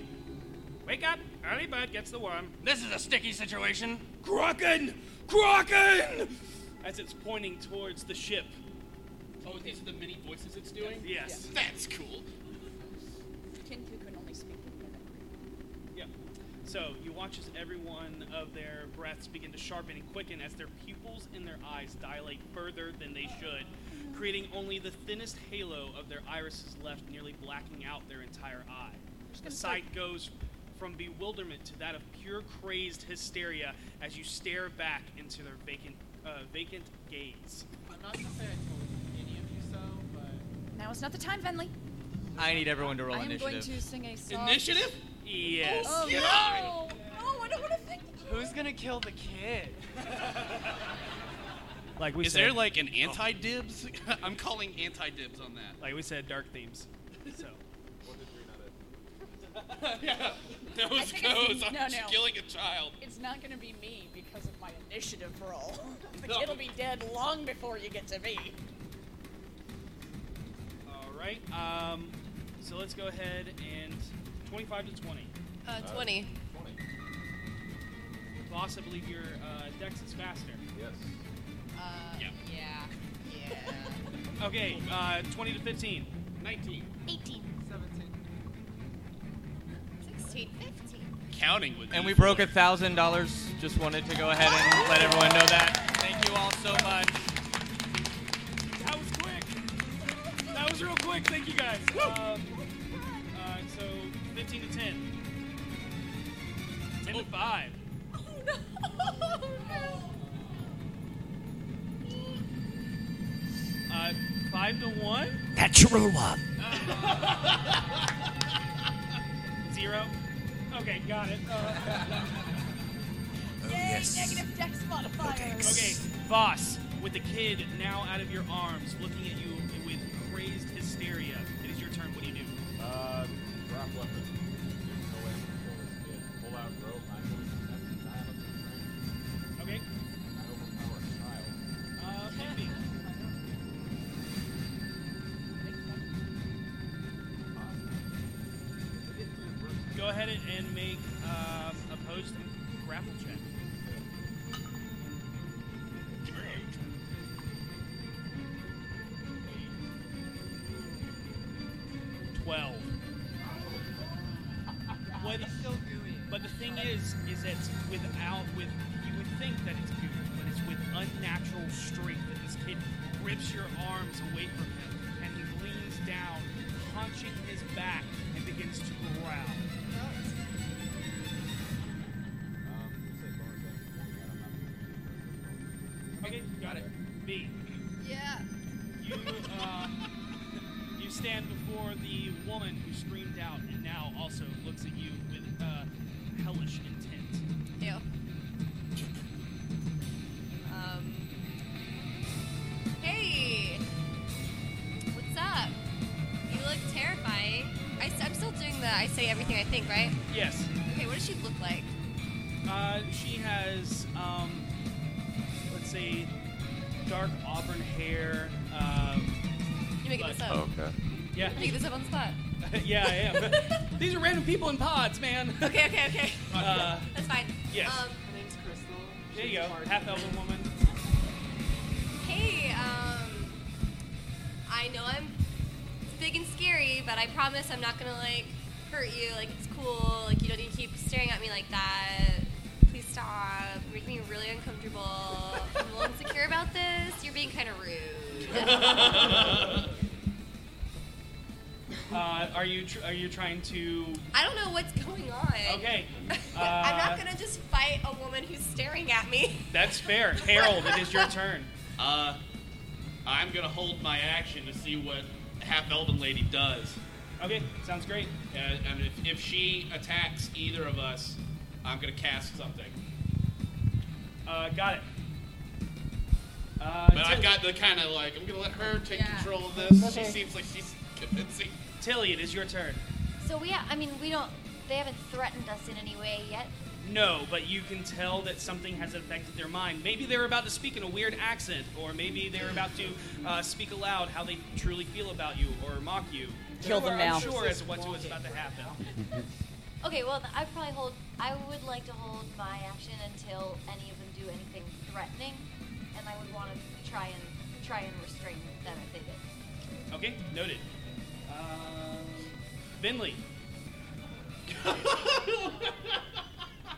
Speaker 2: Wake up! Early bird gets the worm. This is a sticky situation. Kraken! Kraken! As it's pointing towards the ship.
Speaker 5: Oh, these are the mini voices it's doing?
Speaker 2: Yes.
Speaker 5: That's cool.
Speaker 4: Kinku can only speak in mimicry.
Speaker 2: Yep. So you watch as every one of their breaths begin to sharpen and quicken as their pupils in their eyes dilate further than they should, creating only the thinnest halo of their irises left, nearly blacking out their entire eye. The sight goes from bewilderment to that of pure crazed hysteria as you stare back into their vacant, uh, vacant gaze.
Speaker 25: I'm not gonna say I told any of you so, but
Speaker 24: Now is not the time, Venly.
Speaker 3: I need everyone to roll
Speaker 24: I am
Speaker 3: initiative.
Speaker 24: going to sing a song.
Speaker 2: Yes.
Speaker 24: Oh,
Speaker 25: Yeah.
Speaker 24: no. No, I don't want to think.
Speaker 25: who's gonna kill the kid?
Speaker 2: Like we
Speaker 5: is
Speaker 2: said- Oh.
Speaker 5: there like an anti dibs? I'm calling anti dibs on that.
Speaker 2: Like we said, dark themes. So.
Speaker 8: What did we not have?
Speaker 5: yeah.
Speaker 4: I
Speaker 5: Nose
Speaker 4: think it's-
Speaker 5: goes. I'm
Speaker 4: no, no.
Speaker 5: killing a child.
Speaker 4: It's not gonna be me because of my initiative roll. the
Speaker 5: No.
Speaker 4: kid'll be dead long before you get to me.
Speaker 2: All right. Um, so let's go ahead and 25 to 20.
Speaker 11: Uh, 20.
Speaker 2: Boss, I believe your uh, dex is faster.
Speaker 8: Yes.
Speaker 23: Uh,
Speaker 2: Yeah.
Speaker 23: yeah.
Speaker 2: Okay, uh, 20 to 15.
Speaker 5: 19.
Speaker 6: 18.
Speaker 25: 17.
Speaker 11: 14, 15.
Speaker 26: Counting would be
Speaker 3: And we broke a thousand dollars. Just wanted to go ahead and let everyone know that. Thank you all so much.
Speaker 2: That was quick. That was real quick. Thank you guys. Um, uh, so 15 to 10. 10 to 5. Oh, Uh, 5 to 1.
Speaker 13: Natural one.
Speaker 2: Zero. Okay, got it. Uh,
Speaker 4: Oh,
Speaker 27: Yay, negative dex modifier.
Speaker 2: Okay, Voss, with the kid now out of your arms, looking at you with crazed hysteria. It is your turn. What do you do?
Speaker 1: Uh, drop weapon. There's no way I'm gonna kill this kid. Pull out rope. I'm going to have to tie him up in the
Speaker 2: Okay.
Speaker 1: I overpower a child.
Speaker 2: Uh, maybe. Go ahead and- and make uh, opposed and grapple check. Twelve. What, But the thing is, is that without with you would think that it's gooey, but it's with unnatural strength that this kid rips your arms away from him, and he leans down, hunching his back, and begins to growl. Okay, got it. B.
Speaker 28: Yeah.
Speaker 2: You, uh, you stand before the woman who screamed out and now also looks at you with uh, hellish intent.
Speaker 11: Ew. Um. Hey, what's up? You look terrifying. I, am still doing the I say everything I think, right?
Speaker 2: Yes.
Speaker 11: Okay, what does she look like?
Speaker 2: Uh, she has, um, let's say, dark auburn hair. Um,
Speaker 11: You making this
Speaker 2: but-
Speaker 11: up?
Speaker 2: Yeah.
Speaker 11: You making this up on the spot?
Speaker 2: yeah, I am. These are random people in pods, man.
Speaker 11: Okay, okay, okay.
Speaker 2: Uh,
Speaker 11: That's fine.
Speaker 2: yes.
Speaker 11: Um,
Speaker 2: My name's Crystal. There you go. Half elven woman.
Speaker 11: Hey, um, I know I'm big and scary, but I promise I'm not gonna like hurt you. Like it's cool. Like you don't need to keep staring at me like that. Please stop. You're making me really uncomfortable. I'm a little insecure about this. You're being kind of rude.
Speaker 2: Uh, are you tr- are you trying to?
Speaker 11: I don't know what's going on.
Speaker 2: Okay.
Speaker 11: I'm
Speaker 2: Uh,
Speaker 11: not gonna just fight a woman who's staring at me.
Speaker 2: That's fair. Harold, it is your turn.
Speaker 5: Uh, I'm gonna hold my action to see what half elven lady does.
Speaker 2: Okay, sounds great.
Speaker 5: And, and if, if she attacks either of us, I'm gonna cast something.
Speaker 2: Uh, got it. Uh,
Speaker 5: But I've
Speaker 2: Tilly-
Speaker 5: got the kind of like I'm gonna let her take
Speaker 6: Yeah.
Speaker 5: control of this.
Speaker 6: Okay.
Speaker 5: She seems like she's convincing.
Speaker 2: Tilly, it is your turn.
Speaker 6: So we, I mean, we don't. They haven't threatened us in any way yet.
Speaker 2: No, but you can tell that something has affected their mind. Maybe they're about to speak in a weird accent, or maybe they're about to uh, speak aloud how they truly feel about you or mock you.
Speaker 27: Kill
Speaker 2: They're
Speaker 27: them now.
Speaker 2: unsure as to what's, what's about to happen.
Speaker 6: Okay, well, th- I probably hold. I would like to hold my action until any of them do anything threatening, and I would want to try and try and restrain them if they did.
Speaker 2: Okay, noted. Um, Vinley.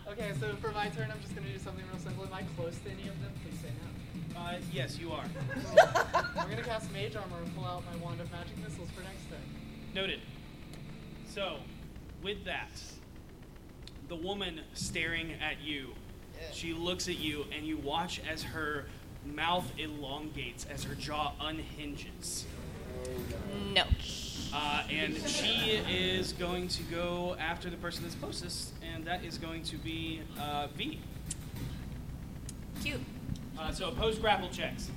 Speaker 29: Okay, so for my turn, I'm just gonna do something real simple. Am I close to any of them? Please say no.
Speaker 2: Uh, yes, you are.
Speaker 29: I'm gonna cast Mage Armor and pull out my Wand of Magic Missiles for next turn.
Speaker 2: Noted. So, with that, the woman staring at you, she looks at you, and you watch as her mouth elongates, as her jaw unhinges.
Speaker 11: No.
Speaker 2: Uh, and she is going to go after the person that's closest, and that is going to be uh, V.
Speaker 11: Cute.
Speaker 2: Uh, so opposed grapple checks.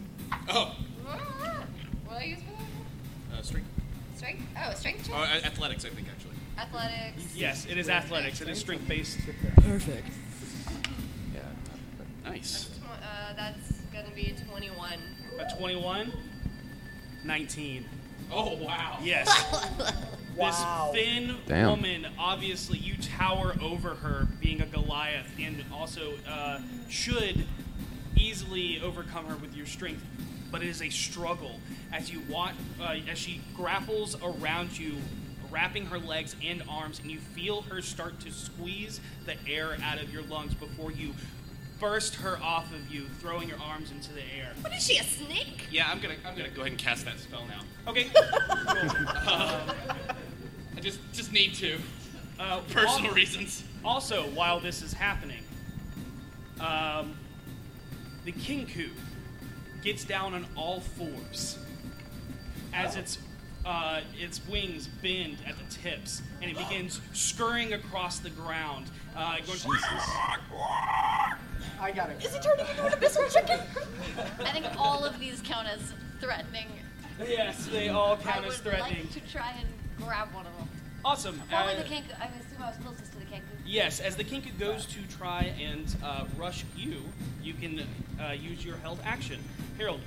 Speaker 5: Oh,
Speaker 11: What do I use for that?
Speaker 5: uh, strength.
Speaker 11: Strength? Oh, strength check.
Speaker 5: Or, uh, athletics, I think actually.
Speaker 11: Athletics.
Speaker 2: Yes, it is athletics. It is strength based.
Speaker 30: Perfect.
Speaker 5: Yeah. Nice.
Speaker 11: Tw- Uh, that's gonna be 21.
Speaker 2: A 21, 19.
Speaker 5: Oh wow.
Speaker 2: Yes.
Speaker 11: Wow.
Speaker 2: This thin
Speaker 5: Damn.
Speaker 2: woman, obviously, you tower over her, being a Goliath, and also uh, should easily overcome her with your strength. But it is a struggle as you want, uh, as she grapples around you, wrapping her legs and arms, and you feel her start to squeeze the air out of your lungs before you burst her off of you, throwing your arms into the air.
Speaker 11: What is she, a snake?
Speaker 5: Yeah, I'm gonna I'm gonna go ahead and cast that spell now.
Speaker 2: Okay.
Speaker 5: Uh, I just just need to.
Speaker 2: Uh,
Speaker 5: Personal
Speaker 2: al-
Speaker 5: reasons.
Speaker 2: Also, while this is happening, um, the kinku gets down on all fours as its uh, its wings bend at the tips, and it begins scurrying across the ground. Uh, going
Speaker 29: I got it.
Speaker 4: Is it turning into an abyssal chicken?
Speaker 6: I think all of these count as threatening.
Speaker 2: Yes, they all
Speaker 6: I
Speaker 2: count
Speaker 6: would
Speaker 2: as threatening.
Speaker 6: like to try and grab one of them.
Speaker 2: Awesome.
Speaker 6: Probably
Speaker 2: Uh,
Speaker 6: the kangaroo. I assume I was closest to the kangaroo.
Speaker 2: Yes, as the kinku goes to try and uh, rush you, you can uh, use your held action. Harold,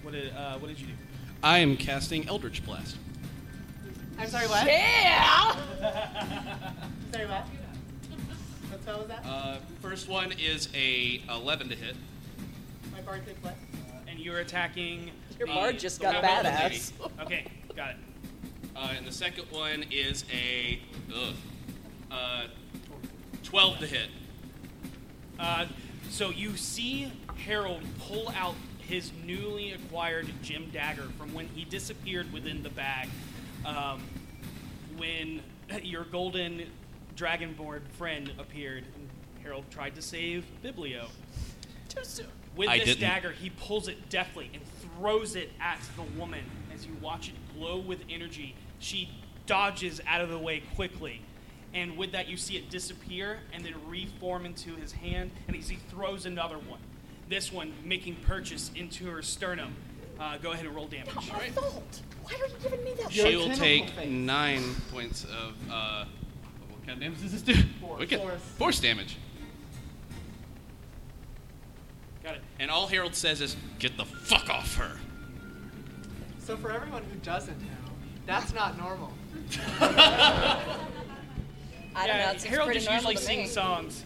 Speaker 2: what did, uh, what did you do?
Speaker 26: I am casting Eldritch Blast.
Speaker 29: I'm sorry, what?
Speaker 2: Yeah!
Speaker 29: sorry, what? What spell was that?
Speaker 5: Uh, first one is a 11 to hit.
Speaker 29: My bardic what?
Speaker 2: And you're attacking.
Speaker 5: Uh, Your
Speaker 2: the-
Speaker 5: bard just
Speaker 2: the
Speaker 5: got
Speaker 2: half-elf
Speaker 5: badass.
Speaker 2: lady. okay, got it.
Speaker 5: Uh, and the second one is a ugh, uh, 12 to hit.
Speaker 2: Uh, so you see Harold pull out his newly acquired gem dagger from when he disappeared within the bag. Um, when your golden dragonborn friend appeared, and Harold tried to save Biblio. Too soon. With
Speaker 26: I
Speaker 2: this
Speaker 26: didn't.
Speaker 2: dagger, he pulls it deftly and throws it at the woman. As you watch it glow with energy, she dodges out of the way quickly. And with that, you see it disappear and then reform into his hand. And as he throws another one, this one making purchase into her sternum. Uh, go ahead and roll damage.
Speaker 4: Not my fault. Why are you giving me that?
Speaker 5: She'll
Speaker 4: shit?
Speaker 5: take nine points of. Uh, what kind of damage does this do? Wicked.
Speaker 29: Force.
Speaker 5: Force damage.
Speaker 2: Got it.
Speaker 5: And all Harold says is, "Get the fuck off her."
Speaker 29: So for everyone who doesn't know, that's not normal.
Speaker 2: I don't know,
Speaker 29: it's
Speaker 2: it Harold just usually sings songs.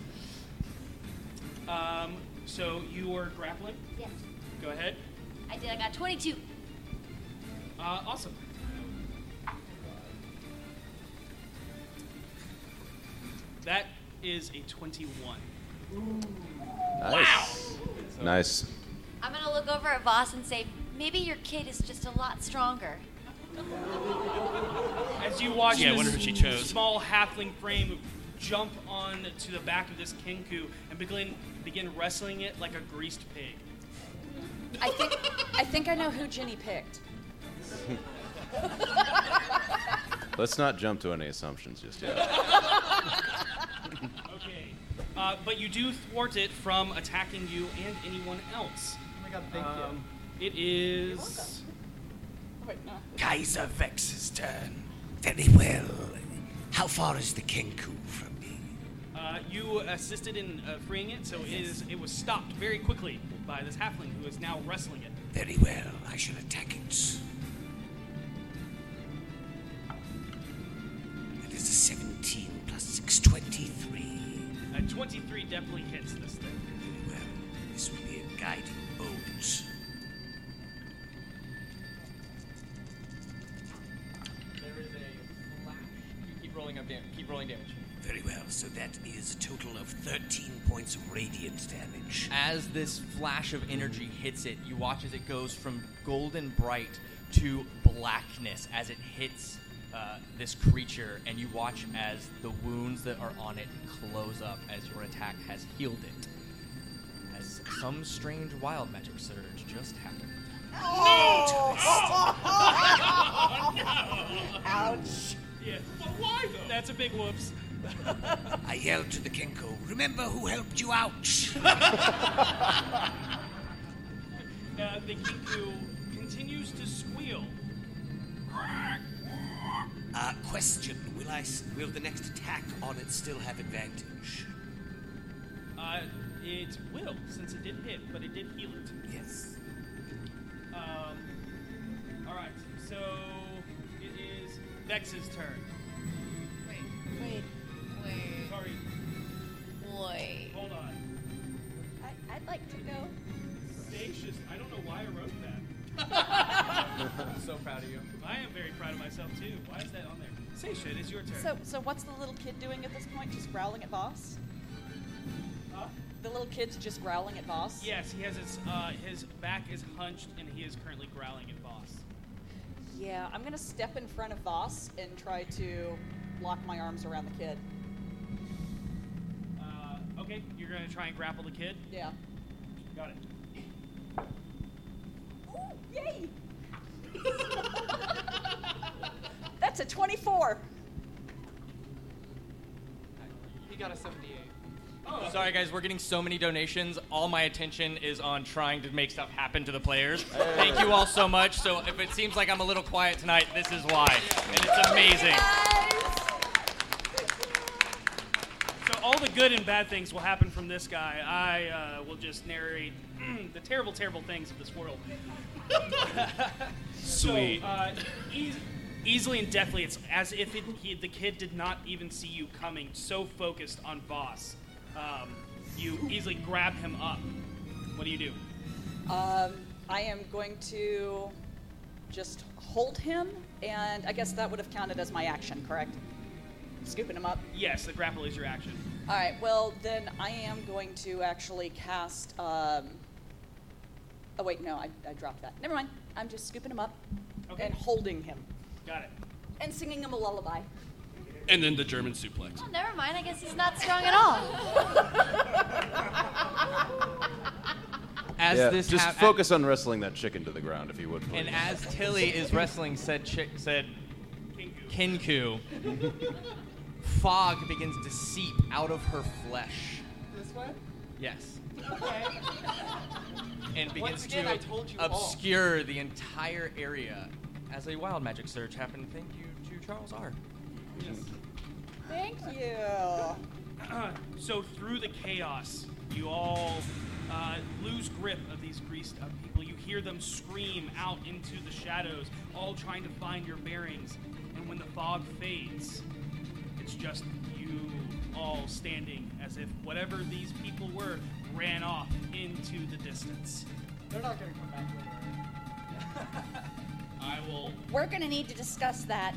Speaker 2: Um, so you were grappling?
Speaker 6: Yes.
Speaker 2: Go ahead.
Speaker 6: I did. I got 22.
Speaker 2: Uh, awesome. That is a 21.
Speaker 31: Nice. Nice.
Speaker 6: I'm gonna look over at Voss and say, maybe your kid is just a lot stronger.
Speaker 2: As you watch
Speaker 26: Yeah, I
Speaker 2: this
Speaker 26: wonder who she chose.
Speaker 2: small halfling frame jump on to the back of this kinku and begin, begin wrestling it like a greased pig.
Speaker 4: I think I think I know who Ginny picked.
Speaker 31: Let's not jump to any assumptions just yet.
Speaker 2: okay. Uh, but you do thwart it from attacking you and anyone else.
Speaker 29: Oh my god, thank
Speaker 2: you. It is.
Speaker 13: Kaiser Vex's turn. Very well. How far is the Kenku from me?
Speaker 2: Uh, you assisted in uh, freeing it, so it is. It was stopped very quickly by this halfling who is now wrestling it.
Speaker 13: Very well. I shall attack it. That is a 17 plus 6, 23.
Speaker 2: A 23 definitely hits this thing.
Speaker 13: Well, this will be a guiding bolt.
Speaker 3: There is a flash. You keep rolling up damage. Keep rolling damage.
Speaker 13: Very well. So that is a total of 13 points of radiant damage.
Speaker 32: As this flash of energy hits it, you watch as it goes from golden bright to blackness as it hits uh, this creature, and you watch as the wounds that are on it close up as your attack has healed it. As some strange wild magic surge just happened.
Speaker 2: Ouch! Yeah. But why though? That's a big whoops.
Speaker 13: I yelled to the Kenko, remember who helped you out?
Speaker 2: Uh, the Kinku continues to squeal.
Speaker 13: uh, question, will I, s- will the next attack on it still have advantage?
Speaker 2: Uh, it will, since it did hit, but it did heal it.
Speaker 13: Yes.
Speaker 2: Um, alright, so it is Vex's turn.
Speaker 28: Wait, wait, wait.
Speaker 2: Sorry.
Speaker 28: Wait.
Speaker 2: Hold on.
Speaker 4: I, I'd like to go.
Speaker 2: Stacious. I don't know why I wrote that. I'm so proud of you. I am very proud of myself too. Why is that on there? Seisha, it is your turn.
Speaker 4: So, so what's the little kid doing at this point? Just growling at boss?
Speaker 2: Huh?
Speaker 4: The little kid's just growling at boss.
Speaker 2: Yes, he has his uh, his back is hunched and he is currently growling at boss.
Speaker 4: Yeah, I'm gonna step in front of boss and try to lock my arms around the kid.
Speaker 2: Uh, okay, you're gonna try and grapple the kid.
Speaker 4: Yeah.
Speaker 2: Got it. Oh,
Speaker 4: Yay! That's a 24.
Speaker 1: He got a 78.
Speaker 29: Oh.
Speaker 3: Sorry, guys, we're getting so many donations. All my attention is on trying to make stuff happen to the players. Thank you all so much. So, if it seems like I'm a little quiet tonight, this is why. And it's amazing.
Speaker 2: So all the good and bad things will happen from this guy. I uh, will just narrate the terrible, terrible things of this world.
Speaker 5: Sweet.
Speaker 2: So, uh, eas- easily and deftly, it's as if it, he, the kid did not even see you coming. So focused on boss, um, you easily grab him up. What do you do?
Speaker 4: Um, I am going to just hold him, and I guess that would have counted as my action, correct? Scooping him up.
Speaker 2: Yes, the grapple is your action.
Speaker 4: All right. Well, then I am going to actually cast. Um, oh wait, no, I, I dropped that. Never mind. I'm just scooping him up and holding him
Speaker 2: Got it.
Speaker 4: and singing him a lullaby.
Speaker 5: And then the German suplex.
Speaker 6: Well, never mind. I guess he's not strong at all.
Speaker 3: As
Speaker 8: Yeah,
Speaker 3: this
Speaker 8: just
Speaker 3: hap-
Speaker 8: focus on wrestling that chicken to the ground, if you would, please.
Speaker 3: And as Tilly is wrestling said chick said Kinku, fog begins to seep out of her flesh.
Speaker 1: This way?
Speaker 3: Yes.
Speaker 1: Okay.
Speaker 3: And begins
Speaker 1: Once again,
Speaker 3: to
Speaker 1: I told you all.
Speaker 3: obscure the entire area as a wild magic surge happened. Thank you to Charles R.
Speaker 4: Thank you.
Speaker 2: so through the chaos, you all uh, lose grip of these greased up people. You hear them scream out into the shadows, all trying to find your bearings. And when the fog fades, it's just you all standing as if whatever these people were ran off into the distance.
Speaker 1: They're not going to come back later.
Speaker 5: I will.
Speaker 4: We're gonna need to discuss that.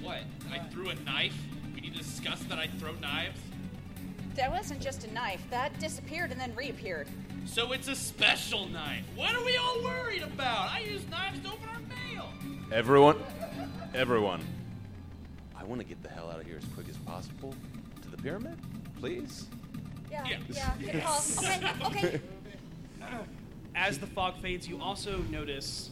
Speaker 5: What? I threw a knife. We need to discuss that I throw knives.
Speaker 4: That wasn't just a knife. That disappeared and then reappeared.
Speaker 5: So it's a special knife. What are we all worried about? I use knives to open our mail.
Speaker 8: Everyone, everyone, I want to get the hell out of here as quick as possible to the pyramid, please.
Speaker 13: Yeah,
Speaker 8: yeah, good call. Okay, okay.
Speaker 2: As the fog fades, you also notice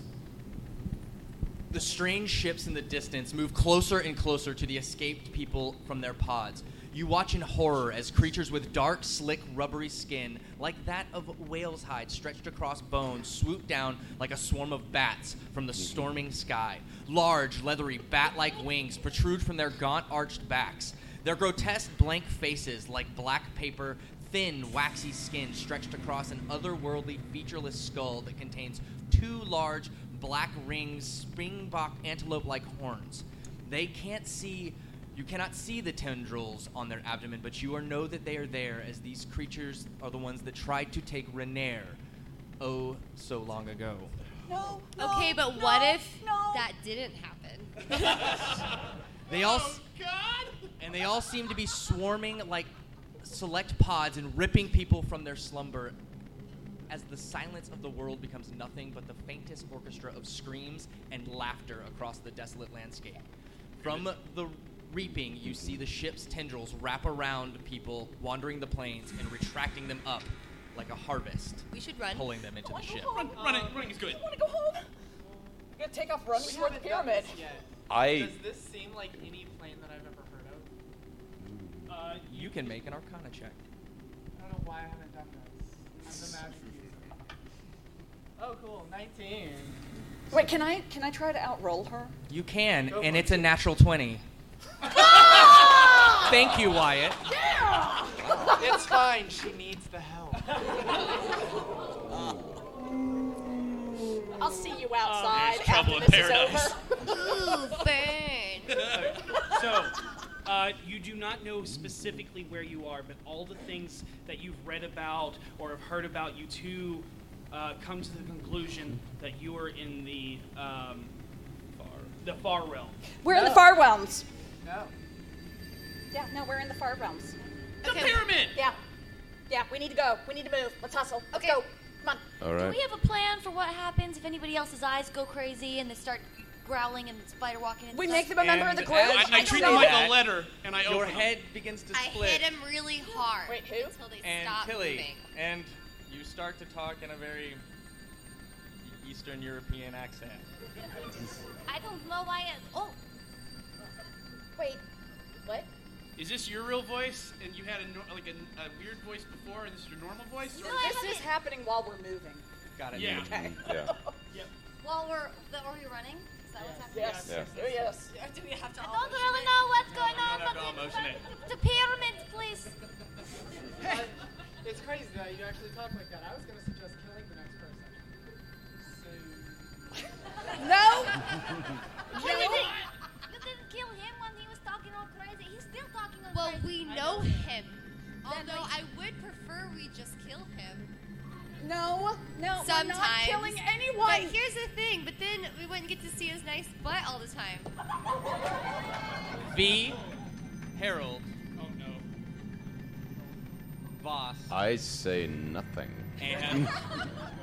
Speaker 3: The strange ships in the distance move closer and closer to the escaped people from their pods. You watch in horror as creatures with dark, slick, rubbery skin, like that of whale's hide stretched across bones, swoop down like a swarm of bats from the storming sky. Large, leathery, bat like wings protrude from their gaunt, arched backs. Their grotesque, blank faces, like black paper, thin, waxy skin stretched across an otherworldly, featureless skull that contains two large, black rings, springbok antelope like horns. They can't see, you cannot see the tendrils on their abdomen, but you are know that they are there as these creatures are the ones that tried to take Renair oh so long ago.
Speaker 4: No.
Speaker 11: okay, but what if that didn't happen?
Speaker 3: They
Speaker 11: Oh,
Speaker 3: all. s- And they all seem to be swarming like select pods and ripping people from their slumber as the silence of the world becomes nothing but the faintest orchestra of screams and laughter across the desolate landscape. From the reaping, you see the ship's tendrils wrap around people wandering the plains and retracting them up like a harvest.
Speaker 11: We should run.
Speaker 3: Pulling them into the ship.
Speaker 5: running, running is good.
Speaker 4: want to go home. You gotta take off, run
Speaker 1: We
Speaker 4: before the
Speaker 1: haven't done
Speaker 4: pyramid.
Speaker 1: this yet.
Speaker 8: I-
Speaker 1: Does this seem like any plane that I've ever heard of?
Speaker 2: uh,
Speaker 3: You can make an arcana check.
Speaker 1: I don't know why I haven't done this. I'm the master user. Oh, cool. 19.
Speaker 4: Wait, can I can I try to outroll her?
Speaker 3: You can, and it's a natural 20. Thank you, Wyatt.
Speaker 1: it's fine. She needs the help.
Speaker 4: I'll see you outside
Speaker 2: there's trouble
Speaker 4: after
Speaker 2: in
Speaker 4: this is over.
Speaker 11: Ooh, burn.
Speaker 2: so, uh, you do not know specifically where you are, but all the things that you've read about or have heard about, you two uh, come to the conclusion that you are in the um, the far realm.
Speaker 4: We're in the far realms.
Speaker 1: No.
Speaker 4: Yeah, no, we're in the far realms.
Speaker 2: The pyramid.
Speaker 4: Yeah. Yeah, we need to go. We need to move. Let's hustle. Let's go. Come on.
Speaker 33: All right.
Speaker 6: Do we have a plan for what happens if anybody else's eyes go crazy and they start growling and spider walking? And
Speaker 4: We
Speaker 6: stuff?
Speaker 4: make them a member of the group.
Speaker 5: I, I, treat them like a letter, and I
Speaker 3: Your
Speaker 5: open 'em.
Speaker 3: head begins to split.
Speaker 34: him really hard Wait, who? until they
Speaker 3: and
Speaker 34: stop
Speaker 3: Tilly,
Speaker 34: moving.
Speaker 3: and you start to talk in a very Eastern European accent.
Speaker 6: I don't know why. I, oh,
Speaker 4: wait. What?
Speaker 5: Is this your real voice, and you had a nor- like a, a weird voice before, and this is your normal voice? or-
Speaker 4: this is happening while we're moving.
Speaker 3: Got it.
Speaker 5: Yeah.
Speaker 8: Yeah.
Speaker 6: while we're the, are we running? Is that what's happening?
Speaker 4: Yes.
Speaker 8: Yes.
Speaker 4: Oh, yes.
Speaker 34: Do we have to?
Speaker 6: I don't really know what's going on.
Speaker 5: No, no, don't motion it.
Speaker 6: but The pyramids, please.
Speaker 1: But it's crazy that you actually talk like that. I was going to suggest killing the next person. So.
Speaker 4: No.
Speaker 6: But you didn't, you didn't kill him when he was talking all crazy. He's still talking all
Speaker 11: Well, we
Speaker 6: crazy.
Speaker 11: know him. Although
Speaker 6: like-
Speaker 11: I would prefer we just kill him.
Speaker 4: No. No.
Speaker 11: Sometimes.
Speaker 4: We're not killing anyone.
Speaker 11: But
Speaker 34: Here's the thing, but then we wouldn't get to see his nice butt all the time.
Speaker 3: V. Harold.
Speaker 5: Oh no.
Speaker 3: Voss.
Speaker 8: I say nothing. uh,
Speaker 3: and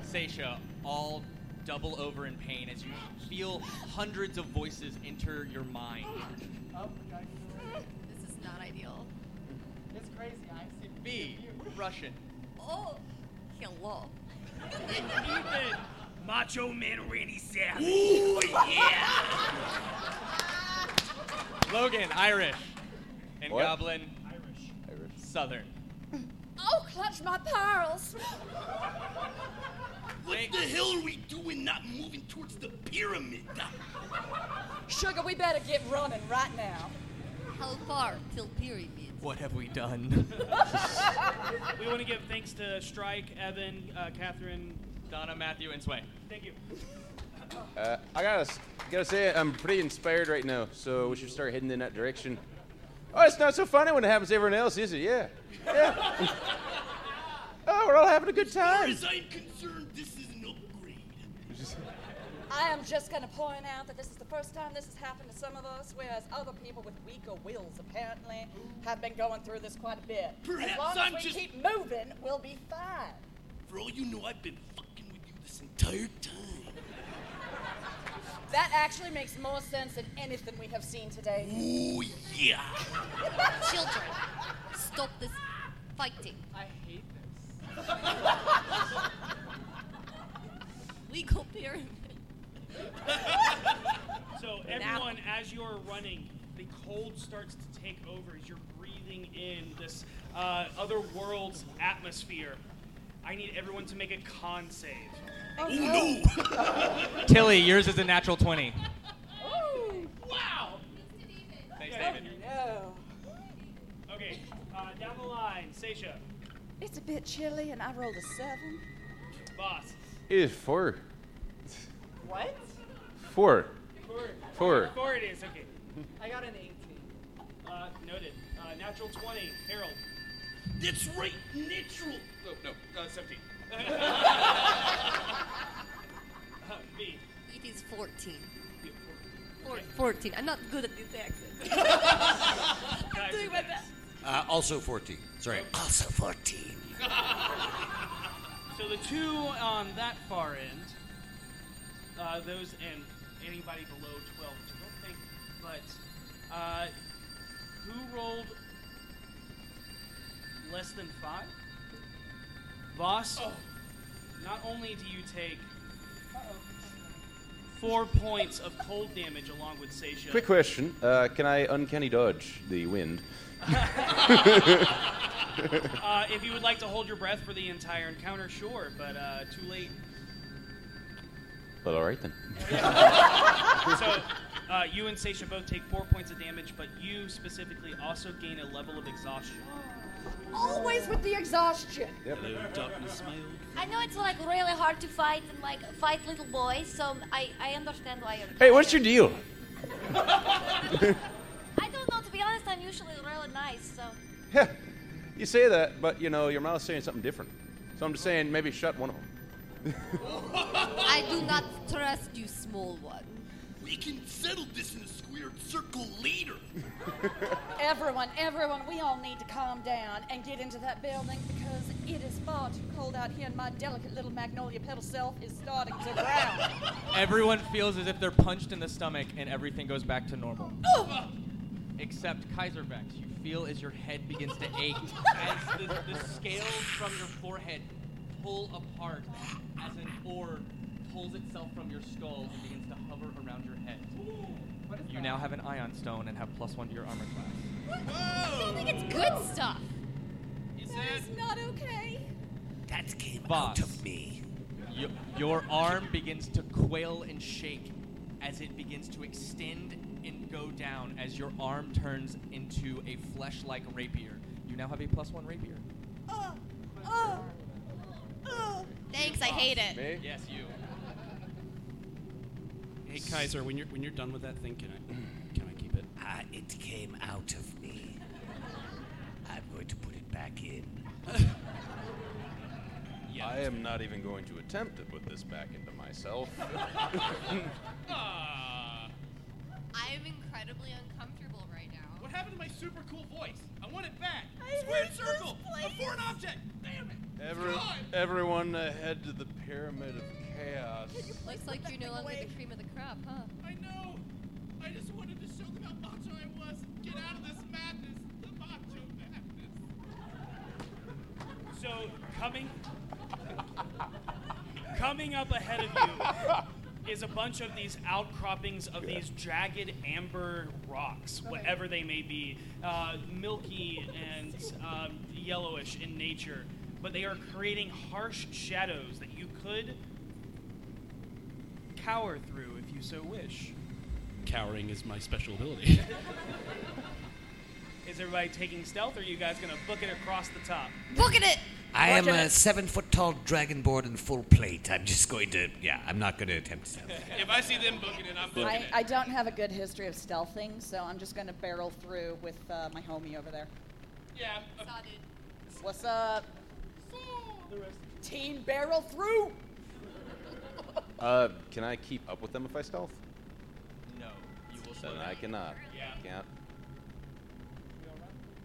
Speaker 3: Seisha all double over in pain as you feel hundreds of voices enter your mind.
Speaker 1: Oh my god.
Speaker 11: This is not ideal.
Speaker 1: It's crazy. I see.
Speaker 3: B, Russian.
Speaker 11: Oh, hello.
Speaker 2: Macho Man Randy Savage.
Speaker 3: Ooh, Logan, Irish. And
Speaker 8: What?
Speaker 3: Goblin, Southern.
Speaker 4: Oh, clutch my pearls.
Speaker 5: What the hell are we doing? Not moving towards the pyramid.
Speaker 4: Sugar, we better get running right now.
Speaker 11: How far till period?
Speaker 3: What have we done?
Speaker 2: we want to give thanks to Strike, Evan, uh, Catherine.
Speaker 3: Donna, Matthew, and Sway.
Speaker 2: Thank you.
Speaker 8: Uh, I gotta, s- gotta say, I'm pretty inspired right now, so we should start heading in that direction. Oh, it's not so funny when it happens to everyone else, is it? Yeah. Yeah. oh, we're all having a good time.
Speaker 5: I'm concerned, this is an upgrade.
Speaker 4: I am just going to point out that this is the first time this has happened to some of us, whereas other people with weaker wills apparently have been going through this quite a bit.
Speaker 5: Perhaps
Speaker 4: as long
Speaker 5: I'm
Speaker 4: as we
Speaker 5: just-
Speaker 4: keep moving, we'll be fine.
Speaker 5: For all you know, I've been fucking with you this entire time.
Speaker 4: That actually makes more sense than anything we have seen today.
Speaker 5: Ooh, yeah.
Speaker 11: Children, stop this fighting.
Speaker 1: I hate this.
Speaker 11: Legal pyramid.
Speaker 2: So everyone, as you're running, the cold starts to take over as you're breathing in this uh, other world's atmosphere. I need everyone to make a con save.
Speaker 4: Oh,
Speaker 3: Tilly, yours is a natural 20.
Speaker 2: Wow!
Speaker 3: Thanks,
Speaker 2: Yeah.
Speaker 3: David.
Speaker 4: No.
Speaker 2: Okay, uh, down the line, Seisha,
Speaker 4: It's a bit chilly, and I rolled a seven.
Speaker 2: boss.
Speaker 8: It is Eh, four.
Speaker 1: What?
Speaker 8: Four.
Speaker 2: Four.
Speaker 8: Four.
Speaker 2: Four it is, okay.
Speaker 1: I got an 18.
Speaker 2: Uh, noted. Uh, natural 20, Harold.
Speaker 5: That's right, natural. Oh, no, uh, 17.
Speaker 2: Uh, B.
Speaker 11: It is 14.
Speaker 2: You-
Speaker 11: 14. I'm not good at this accent.
Speaker 2: Guys,
Speaker 11: Doing my best.
Speaker 7: Uh, also 14. Sorry. Also 14.
Speaker 2: So the two on that far end, uh, those and anybody below 12, which I don't think, but uh, who rolled less than five? Boss,
Speaker 11: Oh.
Speaker 2: not only do you take four points of cold damage along with Seisha.
Speaker 8: Quick question. Uh, can I uncanny dodge the wind?
Speaker 2: Uh, if you would like to hold your breath for the entire encounter, sure, but uh, too late.
Speaker 8: well, all right then.
Speaker 2: so, uh, you and Seisha both take four points of damage, but you specifically also gain a level of exhaustion.
Speaker 4: Always with the exhaustion.
Speaker 5: Hello, darkness, my old
Speaker 6: I know it's like really hard to fight and like fight little boys, so I, I understand why you're.
Speaker 8: Hey, what's your deal?
Speaker 6: I don't know. To be honest, I'm usually really nice, so
Speaker 8: you say that, but you know your mouth's saying something different. So I'm just saying maybe shut one of them.
Speaker 35: I do not trust you, small one.
Speaker 36: We can settle this in a squared circle later.
Speaker 4: Everyone, everyone, we all need to calm down and get into that building because it is far too cold out here and my delicate little magnolia petal self is starting to brown.
Speaker 3: Everyone feels as if they're punched in the stomach and everything goes back to normal.
Speaker 4: Oh!
Speaker 3: Except Kaiservex, you feel as your head begins to ache as the, the scales from your forehead pull apart as an orb pulls itself from your skull and begins to hover around your head. You now have an ion stone and have plus one to your armor class.
Speaker 35: I think it's good stuff.
Speaker 4: Is that is not okay.
Speaker 13: That came
Speaker 3: Voss,
Speaker 13: out of me.
Speaker 3: Your, your arm begins to quail and shake as it begins to extend and go down as your arm turns into a flesh like rapier. You now have a plus one rapier.
Speaker 4: Oh,
Speaker 11: Thanks, I hate it.
Speaker 3: Yes, you.
Speaker 37: Hey Kaiser, when you're when you're done with that thing, can I mm, can I keep it?
Speaker 13: Ah, it came out of me. I'm going to put it back in.
Speaker 8: I am not even going to attempt to put this back into myself.
Speaker 11: I'm incredibly uncomfortable right now.
Speaker 5: What happened to my super cool voice? I want it back.
Speaker 11: I
Speaker 5: Squared
Speaker 11: hate this
Speaker 5: circle. A
Speaker 11: place.
Speaker 5: foreign object. Damn it.
Speaker 8: Every, everyone uh, head to the Pyramid of Chaos.
Speaker 11: Looks like you're no longer the cream of the crop, huh?
Speaker 5: I know. I just wanted to show them how macho I was. Get out of this madness. The macho madness.
Speaker 2: So coming coming up ahead of you is a bunch of these outcroppings of these jagged amber rocks, whatever they may be, uh, milky and um, yellowish in nature, but they are creating harsh shadows that you could cower through if you so wish.
Speaker 37: Cowering is my special ability.
Speaker 2: Is everybody taking stealth, or are you guys gonna book it across the top?
Speaker 35: Booking it.
Speaker 13: I am
Speaker 2: Booking
Speaker 13: a
Speaker 2: it.
Speaker 13: seven foot tall dragonborn in full plate. I'm just going to, yeah, I'm not going to attempt stealth.
Speaker 5: if I see them booking it, I'm booking
Speaker 4: I,
Speaker 5: it.
Speaker 4: I don't have a good history of stealthing, so I'm just gonna barrel through with uh, my homie over there.
Speaker 5: yeah. uh,
Speaker 4: What's up? Team barrel through.
Speaker 8: Uh, can I keep up with them if I stealth?
Speaker 3: No,
Speaker 2: Oh,
Speaker 3: you will
Speaker 8: Then I cannot.
Speaker 2: Yeah.
Speaker 8: Can't.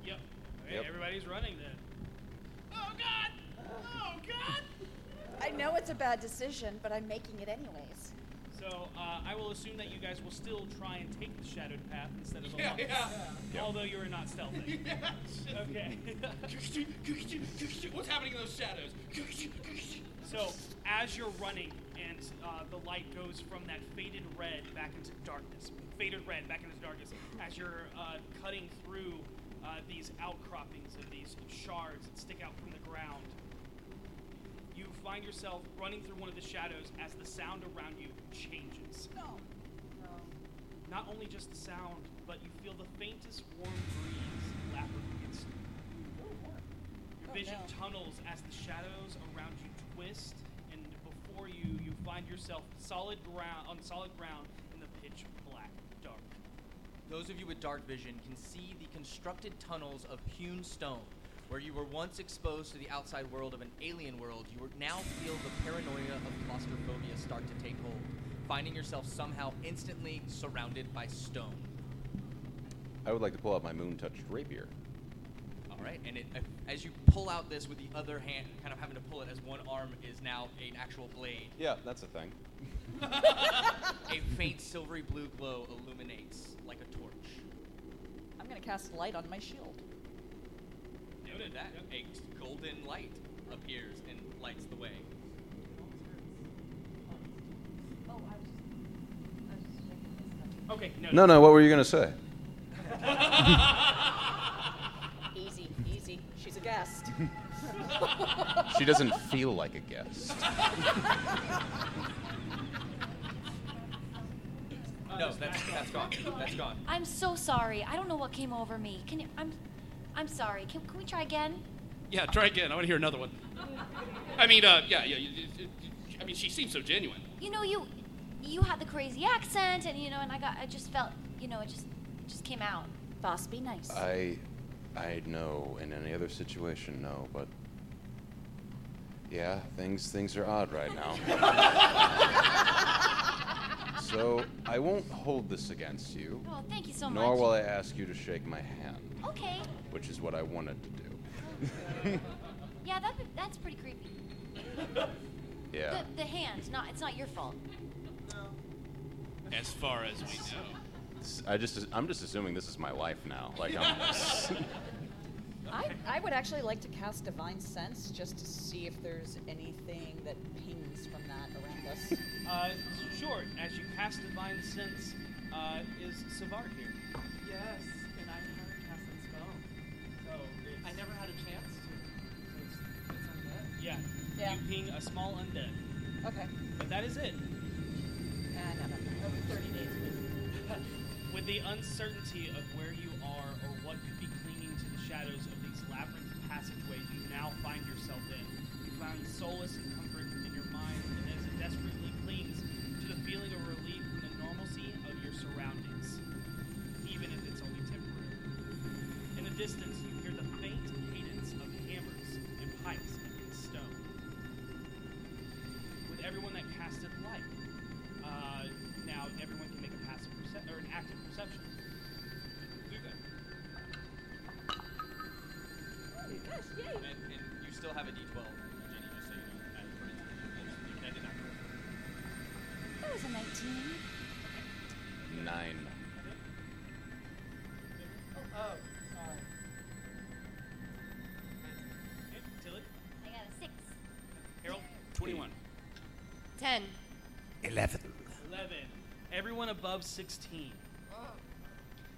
Speaker 2: Yep. Okay,
Speaker 8: Yep.
Speaker 2: Everybody's running then.
Speaker 5: Oh God. Oh God.
Speaker 4: I know it's a bad decision, but I'm making it anyways.
Speaker 2: So uh, I will assume that you guys will still try and take the shadowed path instead of the
Speaker 5: Yeah,
Speaker 2: long
Speaker 5: yeah.
Speaker 8: Yeah.
Speaker 2: although you are not stealthy. Okay.
Speaker 5: What's happening in those shadows?
Speaker 2: so as you're running and uh, the light goes from that faded red back into darkness, faded red back into darkness, as you're uh, cutting through uh, these outcroppings of these shards that stick out from the ground, you find yourself running through one of the shadows as the sound around you changes.
Speaker 4: No.
Speaker 2: Not only just the sound, but you feel the faintest warm breeze lap against you. Your
Speaker 4: Oh,
Speaker 2: vision
Speaker 4: no.
Speaker 2: tunnels as the shadows around you twist, and before you, you find yourself solid ground on solid ground in the pitch black dark.
Speaker 3: Those of you with dark vision can see the constructed tunnels of hewn stone. Where you were once exposed to the outside world of an alien world, you are- now feel the paranoia of claustrophobia start to take hold, finding yourself somehow instantly surrounded by stone.
Speaker 8: I would like to pull out my moon touched rapier.
Speaker 3: All right, and it, uh, as you pull out this with the other hand, kind of having to pull it as one arm is now an actual blade.
Speaker 8: Yeah, that's a thing.
Speaker 3: a faint silvery blue glow illuminates like a torch.
Speaker 4: I'm gonna cast light on my shield.
Speaker 3: Noted that a golden light appears and lights the way.
Speaker 2: Okay, no.
Speaker 8: No, no, what were you going to say?
Speaker 4: Easy, easy. She's a guest.
Speaker 8: She doesn't feel like a guest.
Speaker 38: Oh,
Speaker 3: no, that's that's gone. That's gone.
Speaker 6: I'm so sorry. I don't know what came over me. Can you? I'm. I'm sorry. Can, can we try again?
Speaker 5: Yeah, try again. I want to hear another one. I mean, uh, yeah, yeah. you- you- you- I mean, she seems so genuine.
Speaker 6: You know, you, you had the crazy accent, and you know, and I got. I just felt. You know, it just, it just came out.
Speaker 4: Boss, be nice.
Speaker 8: I I know in any other situation, no, but Yeah, things things are odd right now. so I won't hold this against you.
Speaker 6: Oh, thank you so
Speaker 8: nor
Speaker 6: much.
Speaker 8: will I ask you to shake my hand,
Speaker 6: Okay.
Speaker 8: which is what I wanted to do.
Speaker 6: Yeah, that that's pretty creepy.
Speaker 8: Yeah.
Speaker 6: The, the hand, not it's not your fault.
Speaker 5: As far as we know.
Speaker 8: I just I'm just assuming this is my life now. Like I'm
Speaker 39: I, I would actually like to cast Divine Sense just to see if there's anything that pings from that around us.
Speaker 2: Uh, sure. As you cast divine sense, uh, is Savard here?
Speaker 1: Yes, and I never cast that spell. So I never had a chance to. So it's, it's undead.
Speaker 2: Yeah. You ping a small undead.
Speaker 39: Okay.
Speaker 2: But that is it.
Speaker 39: Uh, no, no, no. Over 30 days.
Speaker 2: With the uncertainty of where you are or what could be clinging to the shadows of these labyrinth passageways you now find yourself in, you find solace and comfort in your mind and as it desperately clings to the feeling of relief from the normalcy of your surroundings, even if it's only temporary. In the distance, you hear the faint cadence of hammers and pipes against stone. With everyone that casted light, uh, now everyone can make a passive perception or an active perception. Do that.
Speaker 39: Gosh, yay!
Speaker 38: And, and you still have a D12. Jenny, just so you know. That, that did not
Speaker 4: That was a 19.
Speaker 8: nine.
Speaker 1: Oh, oh, sorry.
Speaker 2: Okay, Tilly,
Speaker 6: I got a six.
Speaker 2: Harold, 21.
Speaker 6: Ten.
Speaker 40: Eleven.
Speaker 2: 11. Everyone above 16.
Speaker 1: oh,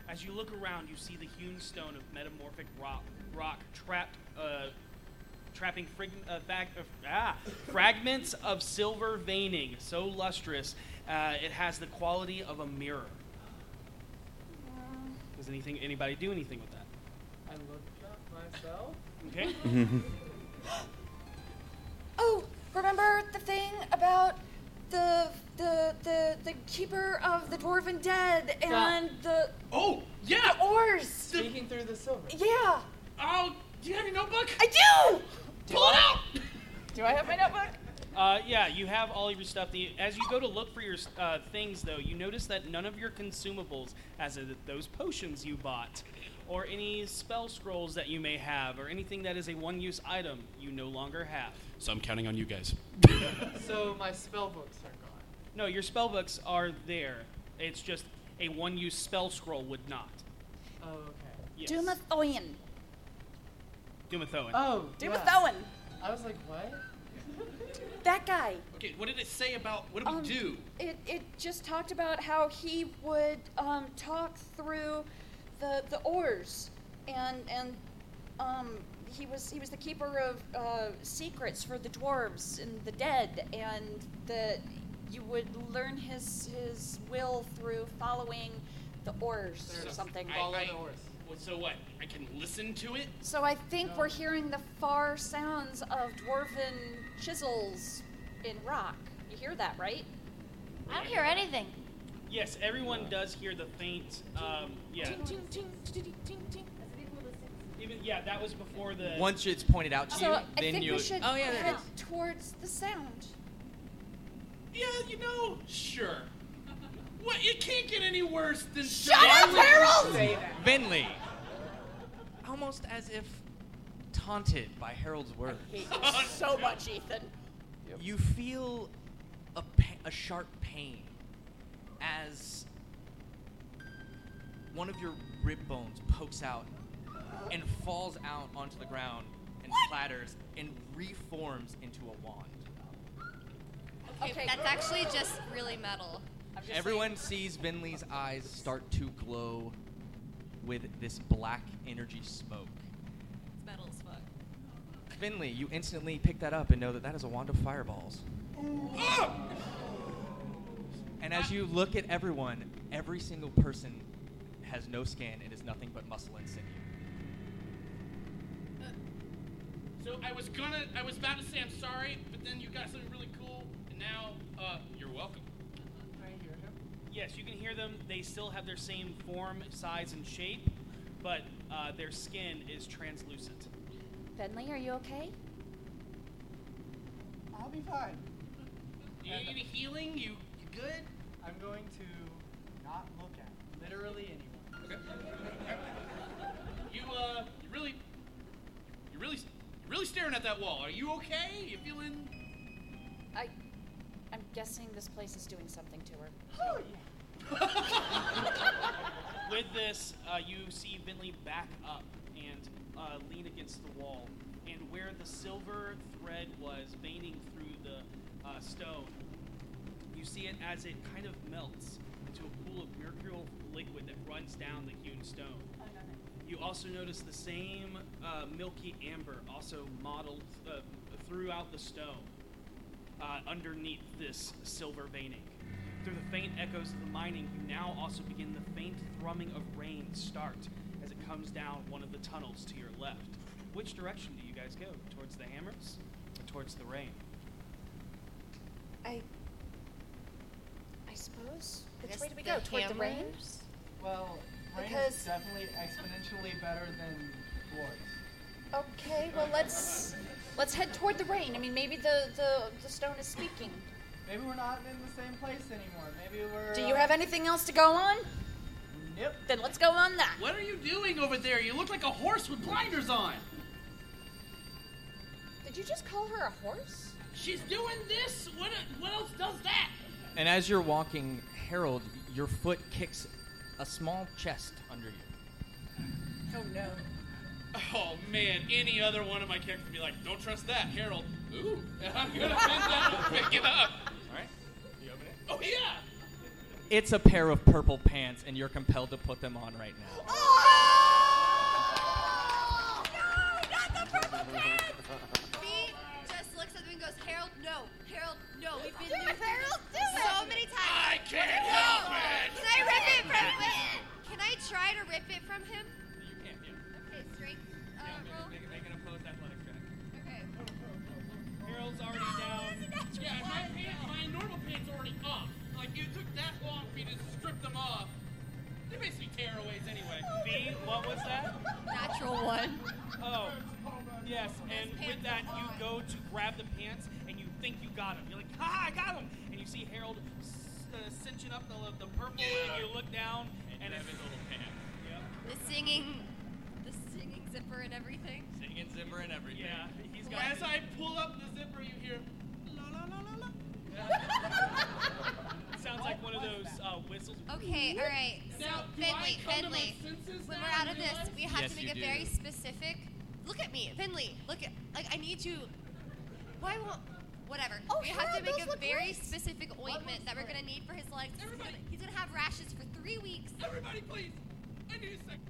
Speaker 2: As you look around, you see the hewn stone of metamorphic rock, rock trapped, uh, trapping frig- uh, fag- uh, ah, fragments of silver veining, so lustrous uh, it has the quality of a mirror. Does anything anybody do anything with that?
Speaker 1: I looked up myself.
Speaker 2: Okay.
Speaker 4: Oh, remember the thing about the the the the keeper of the dwarven dead and the
Speaker 1: Oh,
Speaker 5: yeah.
Speaker 4: the oars.
Speaker 1: Speaking through the silver.
Speaker 4: Yeah.
Speaker 5: Oh, do you have your notebook?
Speaker 4: I do.
Speaker 5: Pull it out.
Speaker 4: Do I have my notebook?
Speaker 2: Uh, yeah, you have all of your stuff. The, as you go to look for your uh, things, though, you notice that none of your consumables, as in those potions you bought, or any spell scrolls that you may have, or anything that is a one use item, you no longer have.
Speaker 5: So I'm counting on you guys.
Speaker 1: So my spell books are gone.
Speaker 2: No, your spell books are there. It's just a one use spell scroll would not.
Speaker 1: Oh, okay.
Speaker 2: Yes.
Speaker 4: Dumathoin.
Speaker 2: Dumathoin.
Speaker 1: Oh,
Speaker 4: Dumathoin.
Speaker 1: I was like, what?
Speaker 4: That guy.
Speaker 5: Okay, what did it say about what do
Speaker 4: Um,
Speaker 5: we do?
Speaker 4: It it just talked about how he would um, talk through the the oars and and um, he was he was the keeper of uh, secrets for the dwarves and the dead and that you would learn his his will through following the oars or something.
Speaker 5: I, I, well, so what? I can listen to it.
Speaker 4: So I think we're hearing the far sounds of dwarven chisels in rock. You hear that, right?
Speaker 6: I don't hear anything.
Speaker 2: Yes, everyone does hear the faint. Um, yeah. Even yeah, that was before the.
Speaker 3: Once it's pointed out to
Speaker 4: So
Speaker 3: you,
Speaker 4: I
Speaker 3: then
Speaker 4: think
Speaker 3: you.
Speaker 4: we should
Speaker 3: oh yeah, there it
Speaker 4: head
Speaker 3: is.
Speaker 4: towards the sound.
Speaker 5: Yeah, you know, sure. What? It can't get any worse than.
Speaker 41: Shut
Speaker 5: Why
Speaker 41: up,
Speaker 5: would you
Speaker 41: Harold!
Speaker 5: say that?
Speaker 3: Vinley. Almost as if taunted by Harold's words.
Speaker 39: so much, Ethan.
Speaker 3: You feel a, pa- a sharp pain as one of your rib bones pokes out and falls out onto the ground and clatters and reforms into a wand.
Speaker 11: Okay,
Speaker 4: Okay.
Speaker 11: that's actually just really metal.
Speaker 3: Everyone sees Vinley's eyes start to glow with this black energy smoke.
Speaker 11: It's metal as fuck.
Speaker 3: Finley, you instantly pick that up and know that that is a wand of fireballs.
Speaker 5: Oh!
Speaker 3: And as you look at everyone, every single person has no skin and is nothing but muscle and sinew.
Speaker 5: So I was gonna, I was about to say I'm sorry, but then you got something really cool, and now, uh, you're welcome.
Speaker 2: Yes, you can hear them. They still have their same form, size, and shape, but uh, their skin is translucent.
Speaker 4: Benley, are you okay?
Speaker 1: I'll be fine.
Speaker 5: You need healing? You, you good?
Speaker 1: I'm going to not look at literally anyone.
Speaker 5: You uh, you really, you really, you're really staring at that wall. Are you okay? You feeling?
Speaker 4: I, I'm guessing this place is doing something to her.
Speaker 1: Oh
Speaker 2: With this, uh, you see Vinley back up and uh, lean against the wall, and where the silver thread was veining through the uh, stone, you see it as it kind of melts into a pool of mercurial liquid that runs down the hewn stone. You also notice the same uh, milky amber also modeled uh, throughout the stone uh, underneath this silver veining. Through the faint echoes of the mining, you now also begin the faint thrumming of rain start as it comes down one of the tunnels to your left. Which direction do you guys go? Towards the hammers or towards the rain?
Speaker 4: I, I suppose. Which
Speaker 11: Guess
Speaker 4: way do we
Speaker 11: the
Speaker 4: go? Toward the rain?
Speaker 11: hammers?
Speaker 1: Well, rain
Speaker 4: Because-
Speaker 1: is definitely exponentially better than dwarves.
Speaker 4: Okay, well let's let's head toward the rain. I mean, maybe the the, the stone is speaking.
Speaker 1: Maybe we're not in the same place anymore. Maybe we're.
Speaker 4: Do you
Speaker 1: uh,
Speaker 4: have anything else to go on?
Speaker 1: Nope.
Speaker 4: Then let's go on that.
Speaker 5: What are you doing over there? You look like a horse with blinders on.
Speaker 4: Did you just call her a horse?
Speaker 5: She's doing this. What? What else does that?
Speaker 3: And as you're walking, Harold, your foot kicks a small chest under you.
Speaker 4: Oh no.
Speaker 42: Oh man, any other one of my characters would be like, don't trust that, Harold. Ooh, I'm gonna bend that up, pick it up. Alright. You open it? Oh yeah!
Speaker 3: It's a pair of purple pants, and you're compelled to put them on right now.
Speaker 11: Pete just looks at them and goes, Harold, no. Harold, no. We've been
Speaker 6: Do it,
Speaker 11: doing
Speaker 6: Harold, do
Speaker 11: this so
Speaker 6: it.
Speaker 11: many times.
Speaker 6: I can't help it.
Speaker 11: Can I rip it from him? Can I try to rip it from him?
Speaker 43: You can't, yeah.
Speaker 11: Okay, strength uh, roll.
Speaker 43: Make, make an opposed athletics check.
Speaker 11: Okay.
Speaker 5: Harold's already down. Yeah, and my pants, my normal pants already off. Like it took that long for me to strip them off. They're basically tearaways anyway.
Speaker 4: Oh,
Speaker 2: V, what was that?
Speaker 11: Natural one.
Speaker 2: Oh, yes. And with that, you go to grab the pants, and you think you got him. You're like, ha, I got him! And you see Harold s- uh, cinching up the, the purple, and you look down, and it's little pants.
Speaker 11: The singing, the singing zipper and everything.
Speaker 43: Singing zipper and everything.
Speaker 5: Yeah, he's
Speaker 11: got-
Speaker 5: As I pull up the zipper, you hear la la la la la.
Speaker 2: It sounds like one of those uh, whistles.
Speaker 11: Okay, all right. So,
Speaker 5: Mm-hmm. Now, do I come
Speaker 11: Finley,
Speaker 5: to my
Speaker 11: Finley,
Speaker 5: senses
Speaker 11: when
Speaker 5: now
Speaker 11: we're out
Speaker 5: and
Speaker 11: of this,
Speaker 5: realize-
Speaker 11: we have
Speaker 5: Yes,
Speaker 11: to make
Speaker 5: you
Speaker 11: it
Speaker 5: do.
Speaker 11: very specific. Look at me, Finley. Look at, like, I need you. Why won't? Whatever.
Speaker 6: Oh,
Speaker 11: we
Speaker 6: Harold,
Speaker 11: have to make
Speaker 6: those
Speaker 11: a
Speaker 6: look
Speaker 11: very
Speaker 6: great.
Speaker 11: specific
Speaker 6: What
Speaker 11: ointment
Speaker 6: looks
Speaker 11: that we're
Speaker 6: great?
Speaker 11: gonna need for his legs. He's gonna, he's gonna have rashes for three weeks.
Speaker 5: Everybody, please. I need a second.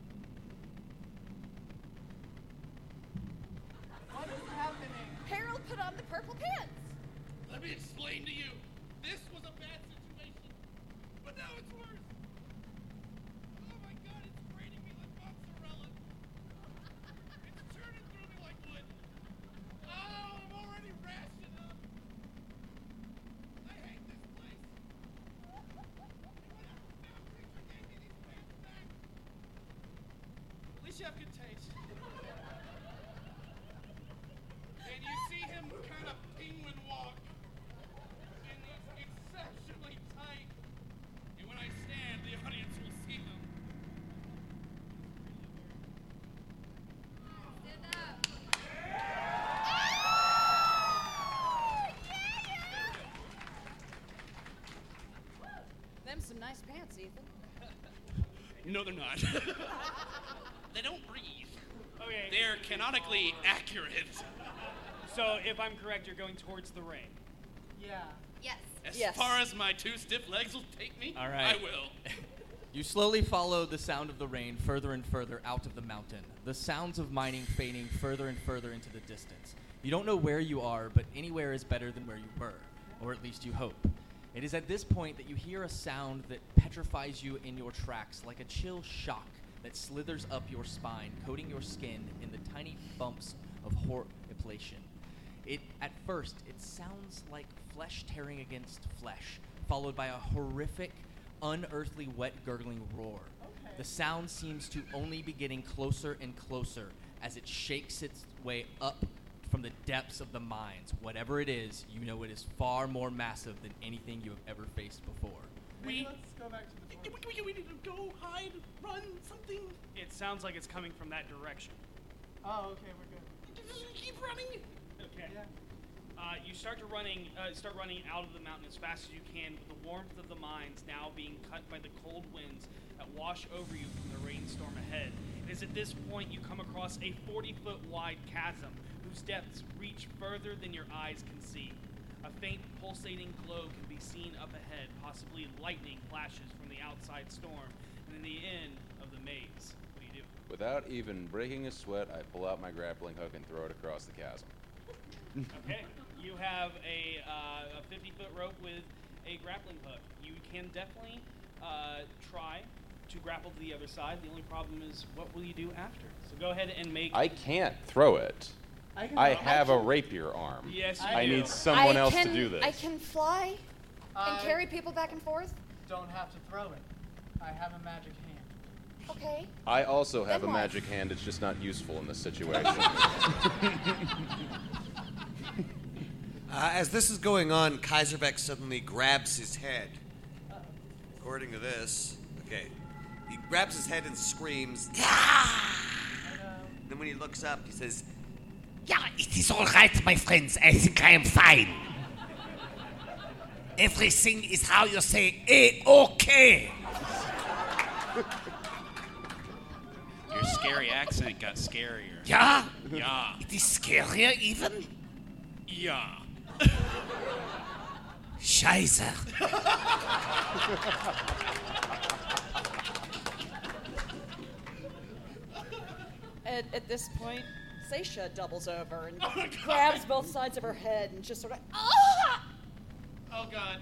Speaker 44: What is happening?
Speaker 4: Harold put on the purple pants.
Speaker 5: Let me explain to you. This was a bad situation, but now it's worse. Oh my God, it's grating me like mozzarella. It's churning through me like wood. Oh, I'm already rationed up. I hate this place. At least you have good taste. and you see him kind of penguin walk, and it's exceptionally tight. And when I stand, the audience will see him.
Speaker 4: Them some nice pants, Ethan.
Speaker 42: No, they're not. they don't breathe.
Speaker 2: Okay.
Speaker 42: They're canonically accurate.
Speaker 2: So, if I'm correct, you're going towards the rain.
Speaker 1: Yeah.
Speaker 11: Yes.
Speaker 42: As
Speaker 2: Yes.
Speaker 42: far as my two stiff legs will take me,
Speaker 3: All right.
Speaker 42: I will.
Speaker 3: You slowly follow the sound of the rain further and further out of the mountain, the sounds of mining fading further and further into the distance. You don't know where you are, but anywhere is better than where you were, or at least you hope. It is at this point that you hear a sound that petrifies you in your tracks like a chill shock that slithers up your spine, coating your skin in the tiny bumps of horripilation. It at first it sounds like flesh tearing against flesh, followed by a horrific, unearthly, wet, gurgling roar. The sound seems to only be getting closer and closer as it shakes its way up from the depths of the mines. Whatever it is, you know it is far more massive than anything you have ever faced before.
Speaker 45: We. Let's go back to the we, we, we need to go, hide, run, something.
Speaker 2: It sounds like it's coming from that direction.
Speaker 1: Oh, okay, we're good.
Speaker 45: Keep running.
Speaker 2: Okay. Uh, you start to running, uh, start running out of the mountain as fast as you can, with the warmth of the mines now being cut by the cold winds that wash over you from the rainstorm ahead. It is at this point you come across a 40-foot wide chasm whose depths reach further than your eyes can see. A faint pulsating glow can be seen up ahead, possibly lightning flashes from the outside storm, and in the end of the maze. What do you do?
Speaker 8: Without even breaking a sweat, I pull out my grappling hook and throw it across the chasm.
Speaker 2: Okay, you have a, uh, a 50 foot rope with a grappling hook. You can definitely uh, try to grapple to the other side. The only problem is, what will you do after? So go ahead and make.
Speaker 8: I can't throw it.
Speaker 2: I
Speaker 8: I,
Speaker 2: can throw-
Speaker 8: have
Speaker 2: I
Speaker 8: a
Speaker 2: can-
Speaker 8: rapier arm.
Speaker 2: Yes, you
Speaker 8: I
Speaker 2: do.
Speaker 8: need someone
Speaker 46: I
Speaker 8: else
Speaker 46: can,
Speaker 8: to do this.
Speaker 46: I can fly
Speaker 1: I
Speaker 46: and carry people back and forth.
Speaker 1: Don't have to throw it. I have a magic hand.
Speaker 46: Okay.
Speaker 8: I also have
Speaker 46: Then
Speaker 8: a
Speaker 46: what?
Speaker 8: magic hand. It's just not useful in this situation.
Speaker 7: Uh, as this is going on, Kaiserbeck suddenly grabs his head. According to this, okay, he grabs his head and screams. Then when he looks up, he says,
Speaker 45: Yeah,
Speaker 7: "It is all right, my friends. I think I am fine. Everything is how you say a okay."
Speaker 5: Your scary accent got scarier.
Speaker 7: Yeah?
Speaker 5: Yeah.
Speaker 7: It is scarier even.
Speaker 5: Yeah.
Speaker 7: Scheiße.
Speaker 4: At, at this point, Seisha doubles over
Speaker 5: Oh,
Speaker 4: and grabs both sides of her head and just sort of, ah!
Speaker 47: Oh god.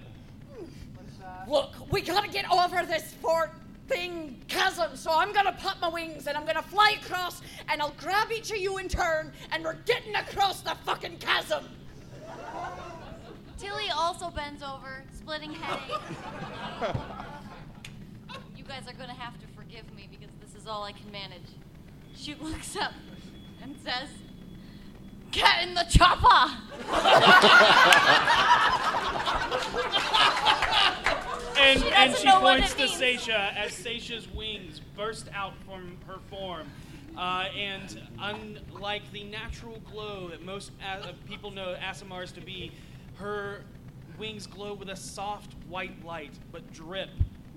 Speaker 4: Look, we gotta get over this fort thing chasm, so I'm gonna pop my wings and I'm gonna fly across and I'll grab each of you in turn and we're getting across the fucking chasm!
Speaker 6: Tilly also bends over, splitting headache. you guys are gonna have to forgive me because this is all I can manage. She looks up and says, "Get in the chopper."
Speaker 2: And
Speaker 6: She
Speaker 2: she,
Speaker 6: doesn't
Speaker 2: and she
Speaker 6: know what
Speaker 2: points
Speaker 6: it
Speaker 2: to
Speaker 6: means.
Speaker 2: Seisha as Seisha's wings burst out from her form. Uh, and unlike the natural glow that most a- uh, people know Asimars to be, her wings glow with a soft white light, but drip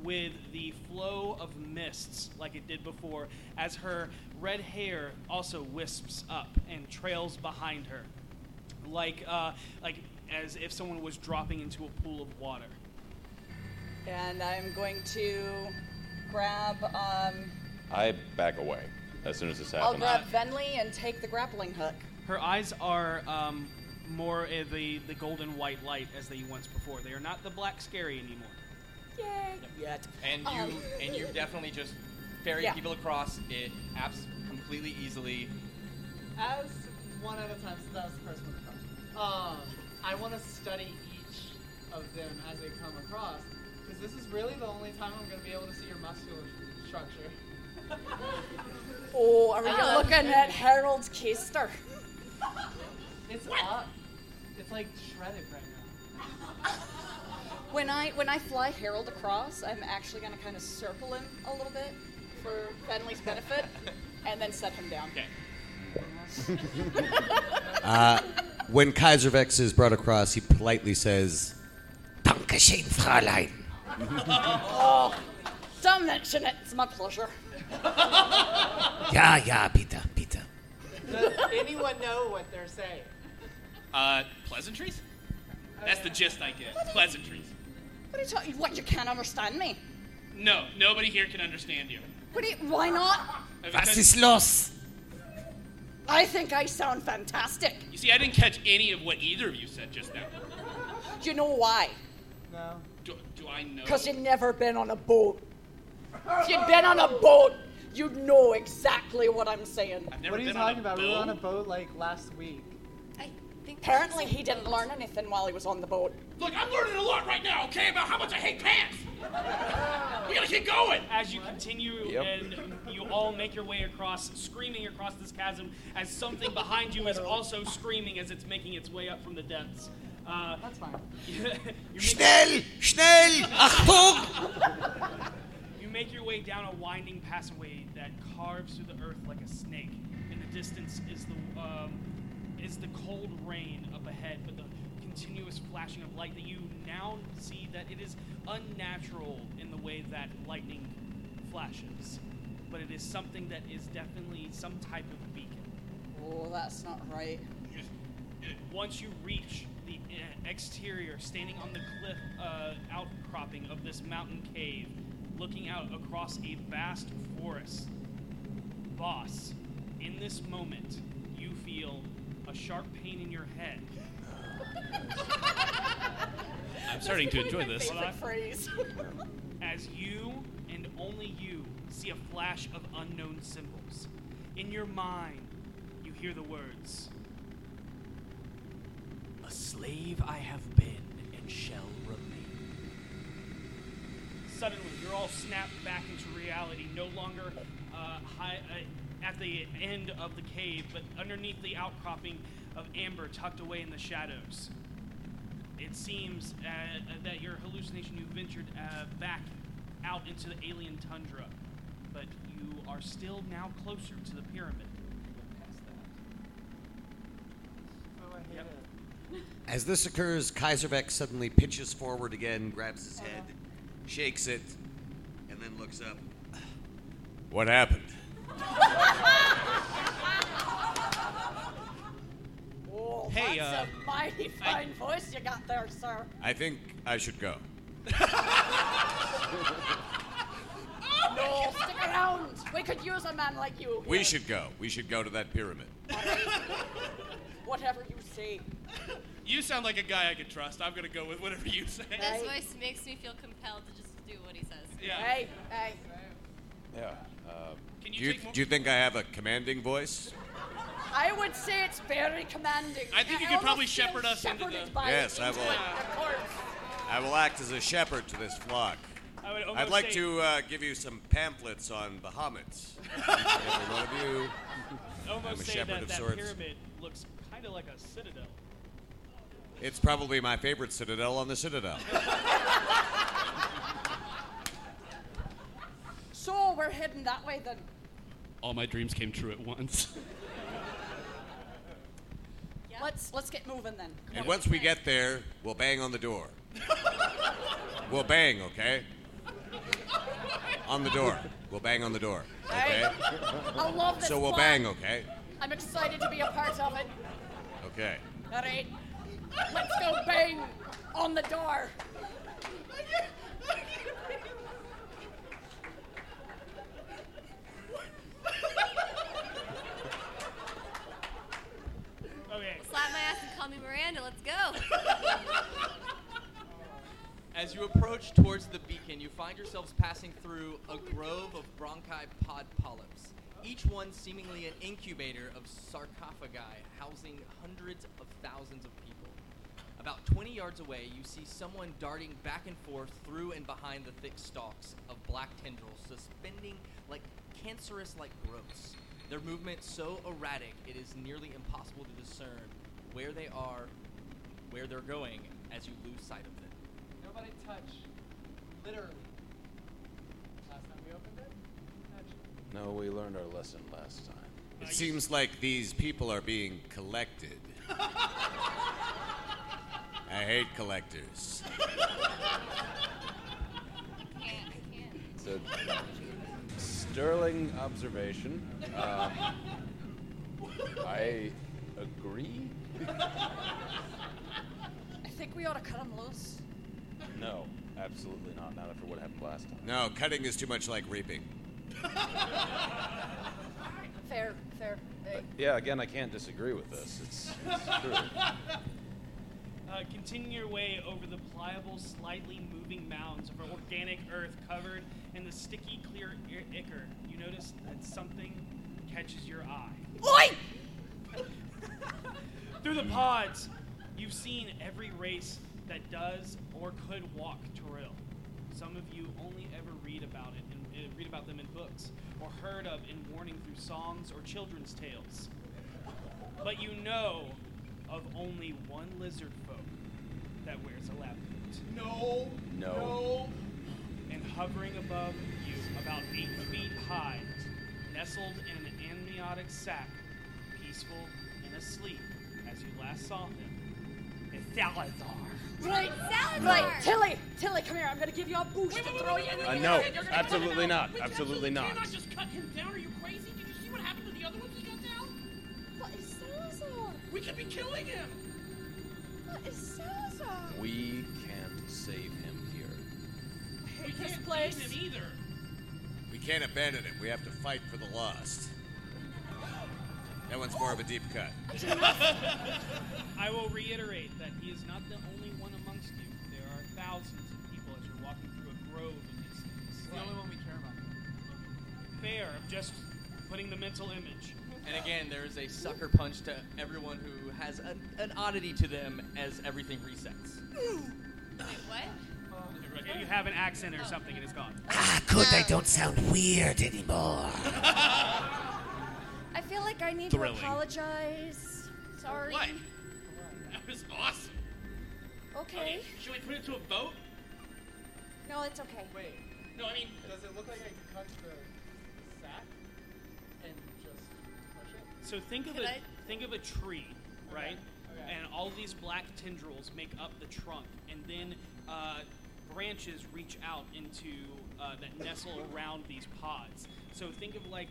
Speaker 2: with the flow of mists like it did before, as her red hair also wisps up and trails behind her, like, uh, like as if someone was dropping into a pool of water.
Speaker 4: And I'm going to grab, um,
Speaker 8: I back away as soon as this
Speaker 4: I'll
Speaker 8: happens.
Speaker 4: grab Venley and take the grappling hook.
Speaker 2: Her eyes are um, more uh, the the golden white light as they once before. They are not the black scary anymore.
Speaker 4: Yay!
Speaker 2: Yet.
Speaker 3: And you
Speaker 4: Um.
Speaker 2: Oh.
Speaker 3: and you definitely just ferry
Speaker 1: Yeah.
Speaker 3: people across it abs- completely easily.
Speaker 1: As one at a time, so that was the first one across. Um, I want to study each of them as they come across, because this is really the only time I'm going to be able to see your muscular structure.
Speaker 4: Oh, are we
Speaker 1: Oh.
Speaker 4: looking at Harold Kester?
Speaker 1: It's up. It's like shredded right now.
Speaker 4: When I when I fly Harold across, I'm actually gonna kind of circle him a little bit for Benley's benefit, and then set him down.
Speaker 7: Uh, when Kaiservex is brought across, he politely says, "Dankeschön, Fräulein."
Speaker 4: oh, don't mention it. It's my pleasure.
Speaker 7: Ja, ja, bitte, bitte.
Speaker 1: Does anyone know what they're saying?
Speaker 5: Uh, pleasantries? That's the gist I get. Pleasantries.
Speaker 4: What are you talking? What you can't understand me?
Speaker 47: No, nobody here can understand you.
Speaker 5: Uh,
Speaker 4: What? Do you, why not?
Speaker 7: Was ist los?
Speaker 4: I think I sound fantastic.
Speaker 47: You see, I didn't catch any of what either of you said just now.
Speaker 4: Do you know why?
Speaker 1: No.
Speaker 47: Do, do I know?
Speaker 4: Because you've never been on a boat. If you'd been on a boat, you'd know exactly what I'm saying.
Speaker 1: what are you talking about? We were on a boat like last week.
Speaker 48: I
Speaker 11: think that
Speaker 4: Apparently,
Speaker 11: was-
Speaker 4: he didn't learn anything while he was on the boat.
Speaker 13: Look, I'm learning a lot right now, okay, about how much I hate pants. We gotta keep going.
Speaker 2: As you continue
Speaker 13: Yep.
Speaker 2: and you all make your way across, screaming across this chasm, as something behind you is also screaming as it's making its way up from the depths. Uh, That's fine.
Speaker 49: Schnell! Schnell! Achtung!
Speaker 2: You make your way down a winding passageway that carves through the earth like a snake. In the distance is the um, is the cold rain up ahead, but the continuous flashing of light that you now see that it is unnatural in the way that lightning flashes, but it is something that is definitely some type of beacon.
Speaker 4: Oh, that's not right.
Speaker 2: Once you reach the uh, exterior, standing on the cliff uh, outcropping of this mountain cave, looking out across a vast forest, boss, in this moment, you feel a sharp pain in your head.
Speaker 5: I'm starting to enjoy this.
Speaker 2: Hold on. As you and only you see a flash of unknown symbols. In your mind, you hear the words A slave I have been and shall remain. Suddenly, you're all snapped back into reality, no longer uh, high, uh, at the end of the cave, but underneath the outcropping of amber tucked away in the shadows it seems uh, that your hallucination you ventured uh, back out into the alien tundra, but you are still now closer to the pyramid.
Speaker 1: Oh,
Speaker 7: As this occurs, Kaiserbeck suddenly pitches forward again, grabs his head, shakes it, and then looks up.
Speaker 49: What happened?
Speaker 4: Oh,
Speaker 49: Hey,
Speaker 4: that's
Speaker 49: uh,
Speaker 4: a mighty fine voice you got there, sir.
Speaker 49: I think I should go.
Speaker 4: no, stick around. We could use a man like you.
Speaker 7: We
Speaker 4: here.
Speaker 7: should go. We should go to that pyramid.
Speaker 4: Whatever you say.
Speaker 5: You sound like a guy I could trust. I'm gonna go with whatever you say.
Speaker 11: This voice makes me feel compelled to just do what he says.
Speaker 5: Yeah.
Speaker 4: Hey, hey.
Speaker 7: Yeah. Uh,
Speaker 5: Can
Speaker 7: do, you, do you think I have a commanding voice?
Speaker 4: I would say it's very commanding.
Speaker 5: I think you could
Speaker 4: almost
Speaker 5: probably
Speaker 4: feel
Speaker 5: shepherd us into
Speaker 4: shepherded
Speaker 5: the-
Speaker 4: by
Speaker 7: Yes,
Speaker 4: it
Speaker 7: I
Speaker 4: into
Speaker 7: will.
Speaker 4: it, of course.
Speaker 7: I will act as a shepherd to this flock.
Speaker 2: I would
Speaker 7: I'd
Speaker 2: almost
Speaker 7: like
Speaker 2: say-
Speaker 7: to uh, give you some pamphlets on Bahamut. Every one of you. I'm
Speaker 2: Almost
Speaker 7: a
Speaker 2: say
Speaker 7: shepherd
Speaker 2: that
Speaker 7: of
Speaker 2: that
Speaker 7: sorts.
Speaker 2: pyramid looks kind of like a citadel.
Speaker 7: It's probably my favorite citadel on the citadel.
Speaker 4: So we're heading that way then.
Speaker 5: All my dreams came true at once.
Speaker 4: Let's let's get moving then. Come
Speaker 7: And
Speaker 4: on.
Speaker 7: once we get there, we'll bang on the door. we'll bang, okay? On the door. We'll bang on the door. Okay?
Speaker 4: Hey, I love this
Speaker 7: So we'll
Speaker 4: plan.
Speaker 7: bang, okay?
Speaker 4: I'm excited to be a part of it.
Speaker 7: Okay.
Speaker 4: All right. Let's go bang on the door.
Speaker 2: Okay.
Speaker 11: Slap my ass and call me Miranda. Let's go.
Speaker 3: As you approach towards the beacon, you find yourselves passing through a grove of bronchi pod polyps, each one seemingly an incubator of sarcophagi housing hundreds of thousands of people. About 20 yards away, you see someone darting back and forth through and behind the thick stalks of black tendrils, suspending like cancerous like growths. Their movement so erratic it is nearly impossible to discern where they are, where they're going, as you lose sight of them.
Speaker 1: Nobody touch. Literally. Last time we opened it, touch.
Speaker 8: No, we learned our lesson last time.
Speaker 7: It seems like these people are being collected. I hate collectors.
Speaker 8: It's a sterling observation. Uh, I agree.
Speaker 4: I think we ought to cut him loose.
Speaker 8: No, absolutely not. Not after what happened last time.
Speaker 7: No, cutting is too much like reaping.
Speaker 4: Fair, fair. Hey.
Speaker 8: Yeah, again, I can't disagree with this. It's, it's true.
Speaker 2: Uh, continue your way over the pliable, slightly moving mounds of organic earth covered in the sticky, clear ir- ichor. You notice that something catches your eye.
Speaker 4: Oi!
Speaker 2: Through the pods, you've seen every race that does or could walk Toril. Some of you only ever read about it and uh, read about them in books, or heard of in warning through songs or children's tales. But you know of only one lizard folk that wears a lab coat.
Speaker 26: No.
Speaker 7: No.
Speaker 26: No.
Speaker 2: And hovering above you, about eight feet high, nestled in an amniotic sac, peaceful and asleep as you last saw him, is Salazar.
Speaker 27: Right,
Speaker 11: Salazar!
Speaker 27: Right, Tilly, Tilly, come here. I'm gonna give you a boost to throw you in the
Speaker 26: wait, wait,
Speaker 27: air. Uh, no,
Speaker 26: wait, you're gonna
Speaker 27: absolutely
Speaker 26: cut him out.
Speaker 27: not,
Speaker 26: We
Speaker 27: absolutely
Speaker 26: absolutely
Speaker 27: not.
Speaker 26: cannot just cut him down. Are you crazy? Did you see what happened to the other ones he got down?
Speaker 27: What is Salazar?
Speaker 26: We could be killing him.
Speaker 27: What is Salazar?
Speaker 3: We can't save him here.
Speaker 26: We can't place him either.
Speaker 7: We can't abandon it. We have to fight for the lost. That one's more of a deep cut.
Speaker 2: I will reiterate that he is not the only one amongst you. There are thousands of people as you're walking through a grove of these things.
Speaker 3: He's the only
Speaker 2: one we care about. Fair, I'm just putting the mental image.
Speaker 3: And
Speaker 2: again,
Speaker 3: there is a sucker punch to everyone who has an, an oddity to them as everything resets.
Speaker 11: Wait, what?
Speaker 2: You have an accent or something and it's gone.
Speaker 13: Ah, good, I don't sound weird anymore.
Speaker 4: I feel like I need
Speaker 13: Thrilling.
Speaker 4: to apologize. Sorry.
Speaker 5: What? That was awesome.
Speaker 4: Okay.
Speaker 5: Should we put it to a vote?
Speaker 4: No, it's okay.
Speaker 29: Wait.
Speaker 5: No, I mean,
Speaker 29: Does it look like I can cut the sack and just push it?
Speaker 2: So think of
Speaker 29: Could
Speaker 2: a
Speaker 29: I-
Speaker 2: think of a tree, right?
Speaker 29: okay.
Speaker 2: And all these black tendrils make up the trunk, and then uh, branches reach out into uh, that nestle around these pods. So think of like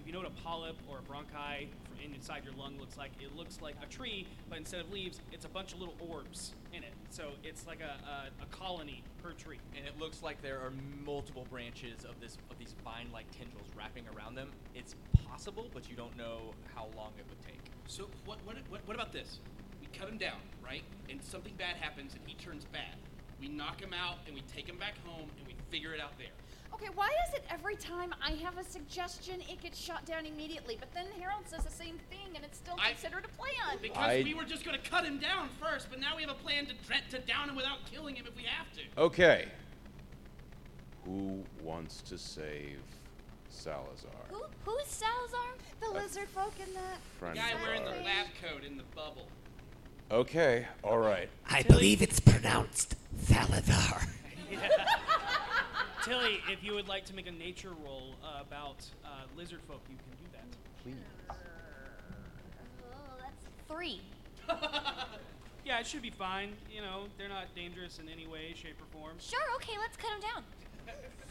Speaker 2: if you know what a polyp or a bronchi from in- inside your lung looks like, it looks like a tree, but instead of leaves, it's a bunch of little orbs in it. So it's like a, a, a colony per tree.
Speaker 3: And it looks like there are multiple branches of this of these vine-like tendrils wrapping around them. It's possible, but you don't know how long it would take.
Speaker 5: So what, what, what, what about this? We cut him down, right? And something bad happens and he turns bad. We knock him out and we take him back home and we figure it out there.
Speaker 4: Okay, why is it every time I have a suggestion, it gets shot down immediately, but then Harold says the same thing and it's still
Speaker 5: I-
Speaker 4: considered a plan?
Speaker 5: Because
Speaker 3: I-
Speaker 5: we were just going to cut him down first, but now we have a plan to, dre- to down him without killing him if we have to.
Speaker 3: Okay.
Speaker 8: Who wants to save Salazar?
Speaker 6: Who, who's Salazar?
Speaker 4: The lizard folk in the.
Speaker 8: Friend
Speaker 5: Guy
Speaker 8: of
Speaker 5: wearing the
Speaker 8: ours.
Speaker 5: lab coat in the bubble.
Speaker 8: Okay, all right.
Speaker 13: I believe it's pronounced Thaladar.
Speaker 2: Tilly, if you would like to make a nature roll uh, about uh, lizard folk, you can do that.
Speaker 6: Oh, that's three.
Speaker 2: Yeah, it should be fine. You know, they're not dangerous in any way, shape, or form.
Speaker 6: Sure, okay, let's cut him down.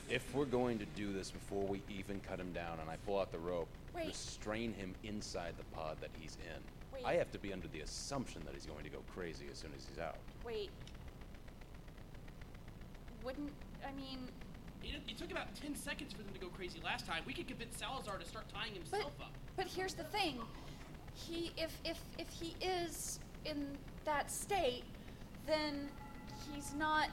Speaker 3: If
Speaker 8: we're going to do this before we even cut him down, and I pull out the rope,
Speaker 6: Wait.
Speaker 8: restrain him inside the pod that he's in.
Speaker 4: Wait.
Speaker 8: I have to be under the assumption that he's going to go crazy as soon as he's out.
Speaker 4: Wait. Wouldn't. I mean.
Speaker 5: It, it took about 10 seconds for them to go crazy last time. We could convince Salazar to start tying himself up.
Speaker 4: But here's the thing. He. If, if, if he is in that state, then he's not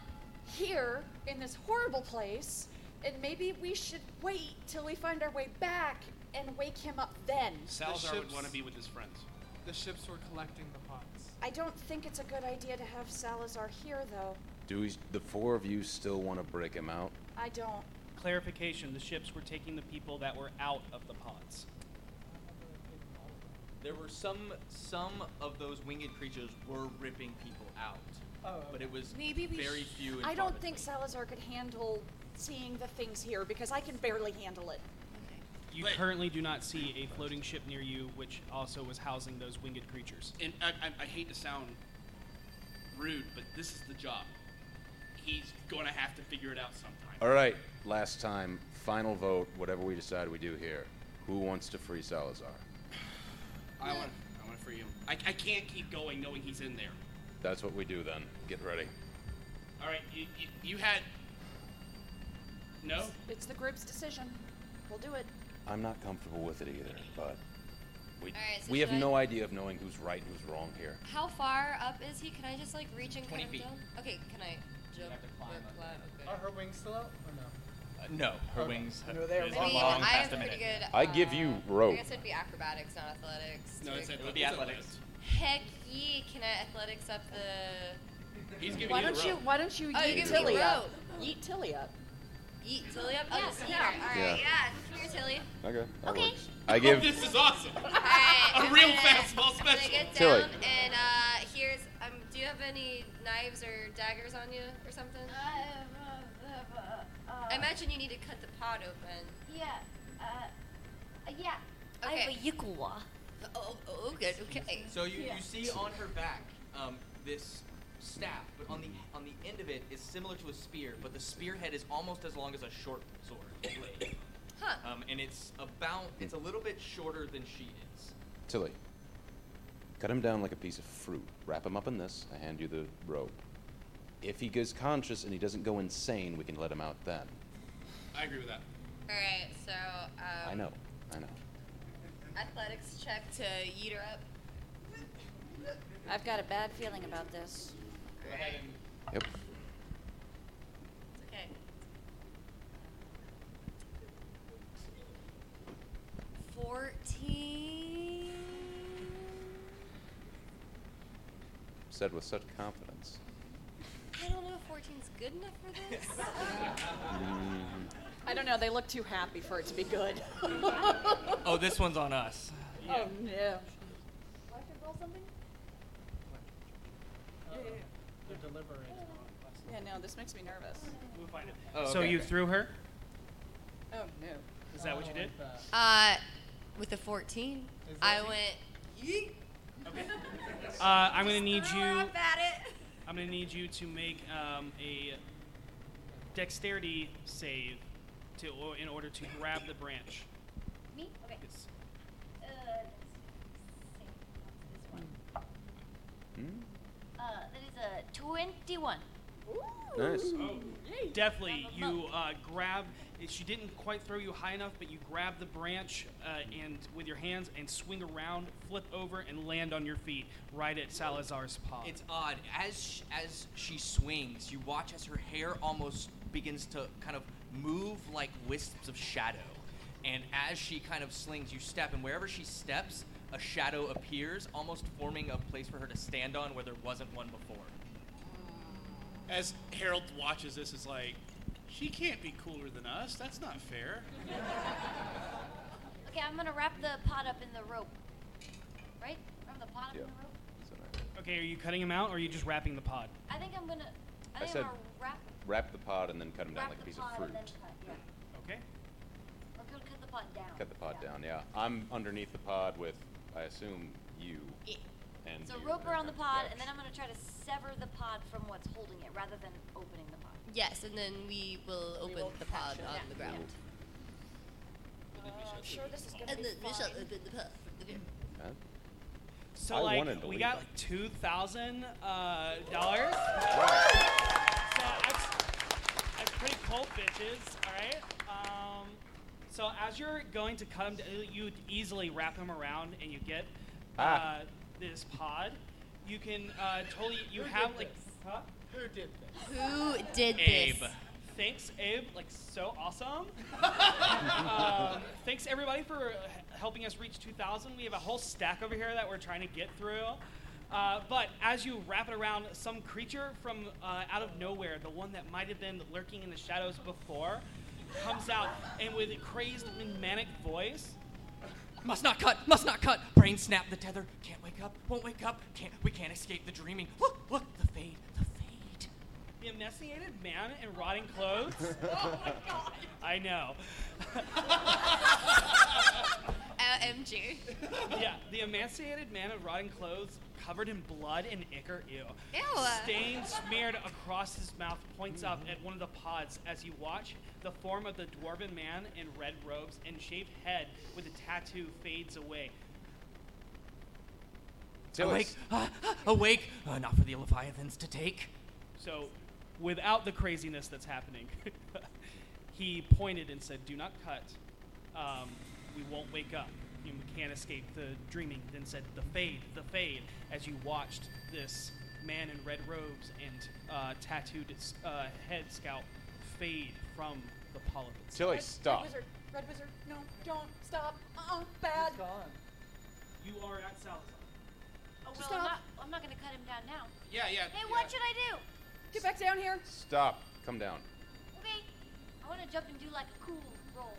Speaker 4: here in this horrible place, and maybe we should wait till we find our way back and wake him up then.
Speaker 2: Salazar would
Speaker 29: ships-
Speaker 2: want to be with his friends.
Speaker 29: The ships were collecting the pods.
Speaker 4: I don't think it's a good idea to have Salazar here, though.
Speaker 8: Do we, the four of you still want to break him out?
Speaker 4: I don't.
Speaker 2: Clarification the ships were taking the people that were out of the pods.
Speaker 3: There were some some of those winged creatures were ripping people out,
Speaker 29: Oh,
Speaker 3: but it was
Speaker 4: Maybe we.
Speaker 3: very
Speaker 4: sh-
Speaker 3: few. and
Speaker 4: I
Speaker 3: far
Speaker 4: don't think Salazar could handle seeing the things here because I can barely handle it.
Speaker 2: You currently do not see a floating ship near you, which also was housing those winged creatures.
Speaker 5: And I, I, I hate to sound rude, but this is the job. He's going to have to figure it out sometime.
Speaker 8: All right, last time, final vote, whatever we decide we do here. Who wants to free Salazar?
Speaker 5: I want I want to free him. I, I can't keep going knowing he's in there.
Speaker 8: That's what we do then. Get ready.
Speaker 5: All right, you, you, you had. No?
Speaker 4: It's the group's decision. We'll do it.
Speaker 8: I'm not comfortable with it either, but we,
Speaker 11: All right, so
Speaker 8: we have
Speaker 11: should I-
Speaker 8: no idea of knowing who's right and who's wrong here.
Speaker 11: How far up is he? Can I just like reach and
Speaker 8: 20
Speaker 11: kind of
Speaker 8: feet.
Speaker 11: jump? Okay, can I jump?
Speaker 3: have to climb
Speaker 11: or
Speaker 3: up.
Speaker 11: climb? Okay.
Speaker 29: Are her wings still out or no?
Speaker 3: Uh, no, her
Speaker 29: Okay.
Speaker 3: wings
Speaker 29: No,
Speaker 3: have
Speaker 29: they're
Speaker 3: is
Speaker 29: long.
Speaker 11: I mean,
Speaker 3: long
Speaker 11: I
Speaker 3: past
Speaker 11: have
Speaker 3: a
Speaker 11: pretty
Speaker 3: minute.
Speaker 11: good.
Speaker 8: I give you
Speaker 11: uh,
Speaker 8: rope.
Speaker 11: I guess it'd be acrobatics, not athletics.
Speaker 3: No,
Speaker 11: Like-
Speaker 3: it's ath- It would be it's athletics.
Speaker 11: Heck yeah! Can I athletics up the?
Speaker 50: He's
Speaker 27: Why don't you? Why don't you
Speaker 11: Oh, you're
Speaker 27: yeet
Speaker 11: giving me
Speaker 27: Tilly up?
Speaker 11: rope.
Speaker 27: Yeet Tilly up.
Speaker 11: Eat Tilly up. Yes.
Speaker 27: Yeah,
Speaker 11: Yeah. All right.
Speaker 8: Yeah.
Speaker 11: Yeah. Come here, Tilly.
Speaker 8: Okay. that
Speaker 11: Okay.
Speaker 8: works. I give
Speaker 50: this is awesome.
Speaker 11: Alright,
Speaker 50: A
Speaker 11: I'm
Speaker 50: real
Speaker 11: gonna-
Speaker 50: fastball
Speaker 11: I'm
Speaker 50: special.
Speaker 11: gonna get
Speaker 8: Tilly.
Speaker 11: down and uh, here's. Um, do you have any knives or daggers on you or something?
Speaker 27: uh,
Speaker 11: I imagine you need to cut the pot open.
Speaker 28: Yeah. Uh, yeah.
Speaker 11: Okay.
Speaker 6: Yikuwa.
Speaker 11: Oh, oh, oh, good. Okay.
Speaker 3: So you, you see on her back um, this staff, but on the on the end of it is similar to a spear, but the spear head is almost as long as a short sword blade.
Speaker 11: Huh.
Speaker 3: Um, and it's about it's a little bit shorter than she is.
Speaker 8: Tilly. Cut him down like a piece of fruit. Wrap him up in this. I hand you the rope. If he gets conscious and he doesn't go insane, we can let him out then.
Speaker 50: I agree with that.
Speaker 11: All right. So. Um,
Speaker 8: I know. I know.
Speaker 11: Athletics check to eat her up.
Speaker 27: I've got a bad feeling about this.
Speaker 8: Yep.
Speaker 11: Okay. Fourteen.
Speaker 8: Said with such confidence.
Speaker 11: I don't know if fourteen's good enough for this.
Speaker 27: I don't know. They look too happy for it to be good.
Speaker 3: Oh, this one's on us.
Speaker 27: Oh no.
Speaker 28: I could roll something?
Speaker 29: They're delivering.
Speaker 4: Yeah, no, this makes me nervous.
Speaker 2: We'll find it.
Speaker 29: Oh,
Speaker 2: So
Speaker 29: okay.
Speaker 2: you threw her?
Speaker 4: Oh no.
Speaker 2: Is that what you did?
Speaker 11: Uh, with a fourteen,
Speaker 2: Is
Speaker 11: I
Speaker 2: that-
Speaker 11: went. Yeet.
Speaker 2: Uh, I'm gonna need you.
Speaker 11: Up at it.
Speaker 2: I'm gonna need you to make um, a dexterity save to or, in order to grab the branch.
Speaker 28: Me? Okay. Uh,
Speaker 3: Hmm?
Speaker 6: Uh, that is a 21.
Speaker 8: Nice.
Speaker 50: Oh.
Speaker 2: Definitely, you uh, grab. She didn't quite throw you high enough, but you grab the branch uh, and with your hands and swing around, flip over, and land on your feet right at Salazar's paw.
Speaker 3: It's odd. As sh- as she swings, you watch as her hair almost begins to kind of move like wisps of shadow. And as she kind of slings, you step, and wherever she steps, a shadow appears, almost forming a place for her to stand on where there wasn't one before.
Speaker 50: As Harold watches this, is like, she can't be cooler than us. That's not fair.
Speaker 6: Okay, I'm gonna wrap the pot up in the rope. Right? Wrap the pot up in the rope?
Speaker 2: Okay, are you cutting him out, or are you just wrapping the pod?
Speaker 6: I think I'm gonna. I
Speaker 8: I
Speaker 6: think I
Speaker 8: said-
Speaker 6: am gonna wrap,
Speaker 8: Wrap the pod and then cut him down
Speaker 6: wrap
Speaker 8: like a
Speaker 6: the
Speaker 8: piece
Speaker 6: pot
Speaker 8: of fruit.
Speaker 6: and then cut. Yeah.
Speaker 2: Okay.
Speaker 6: We're gonna cut the pot down.
Speaker 8: Cut the pod down. Yeah. I'm underneath the pod with, I assume, you.
Speaker 6: Yeah.
Speaker 8: And
Speaker 6: So
Speaker 8: you.
Speaker 6: rope around the pod, and then I'm gonna try to sever the pod from what's holding it, rather than opening the pod.
Speaker 11: Yes, and then we will open the pod on the ground.
Speaker 6: I'm sure this is gonna
Speaker 11: And
Speaker 6: be
Speaker 11: then we shall
Speaker 6: fine.
Speaker 11: open the pod.
Speaker 8: Huh?
Speaker 2: So
Speaker 8: I wanted
Speaker 2: like
Speaker 8: to
Speaker 2: we
Speaker 8: leave.
Speaker 2: got like two thousand uh, dollars. So I'm, s- I'm pretty cold, bitches. All right. Um, so as you're going to cut him, d- you easily wrap him around, and you get uh,
Speaker 26: Ah.
Speaker 2: this pod. You can uh, totally. You have like. Huh?
Speaker 29: Who did
Speaker 2: this?
Speaker 11: Who did
Speaker 2: Abe.
Speaker 11: this?
Speaker 2: Thanks, Abe. Like so awesome. um, thanks everybody for h- helping us reach 2,000. We have a whole stack over here that we're trying to get through. Uh, but as you wrap it around, some creature from uh, out of nowhere, the one that might have been lurking in the shadows before, comes out and with a crazed, manic voice.
Speaker 3: Must not cut. Must not cut. Brain snap the tether. Can't wake up. Won't wake up. Can't. We can't escape the dreaming. Look. Look. The fade. The fade.
Speaker 2: The emaciated man in rotting clothes. god! I know.
Speaker 11: Uh, OMG.
Speaker 2: yeah, the emaciated man of rotting clothes, covered in blood and ichor, ew.
Speaker 11: Ew.
Speaker 2: Stain smeared across his mouth points up at one of the pods as you watch the form of the dwarven man in red robes and shaved head with a tattoo fades away.
Speaker 3: awake. Ah, ah, awake. Uh, not for the leviathans to take.
Speaker 2: So, without the craziness that's happening, he pointed and said, Do not cut. Um, we won't wake up. You can't escape the dreaming. Then said, The fade, the fade, as you watched this man in red robes and uh, tattooed uh, head scout fade from the polyp. itself.
Speaker 8: Tilly, stop.
Speaker 4: was
Speaker 27: Wizard, Red Wizard, no, don't stop. Uh-uh, bad.
Speaker 29: Gone.
Speaker 2: You are at Salazar.
Speaker 27: Oh,
Speaker 6: Well, I'm not, I'm not going to cut him down now.
Speaker 50: Yeah, yeah.
Speaker 6: Hey, what should I do?
Speaker 4: Get back down here.
Speaker 8: Stop. Come down.
Speaker 6: Okay. I want to jump and do like a cool roll.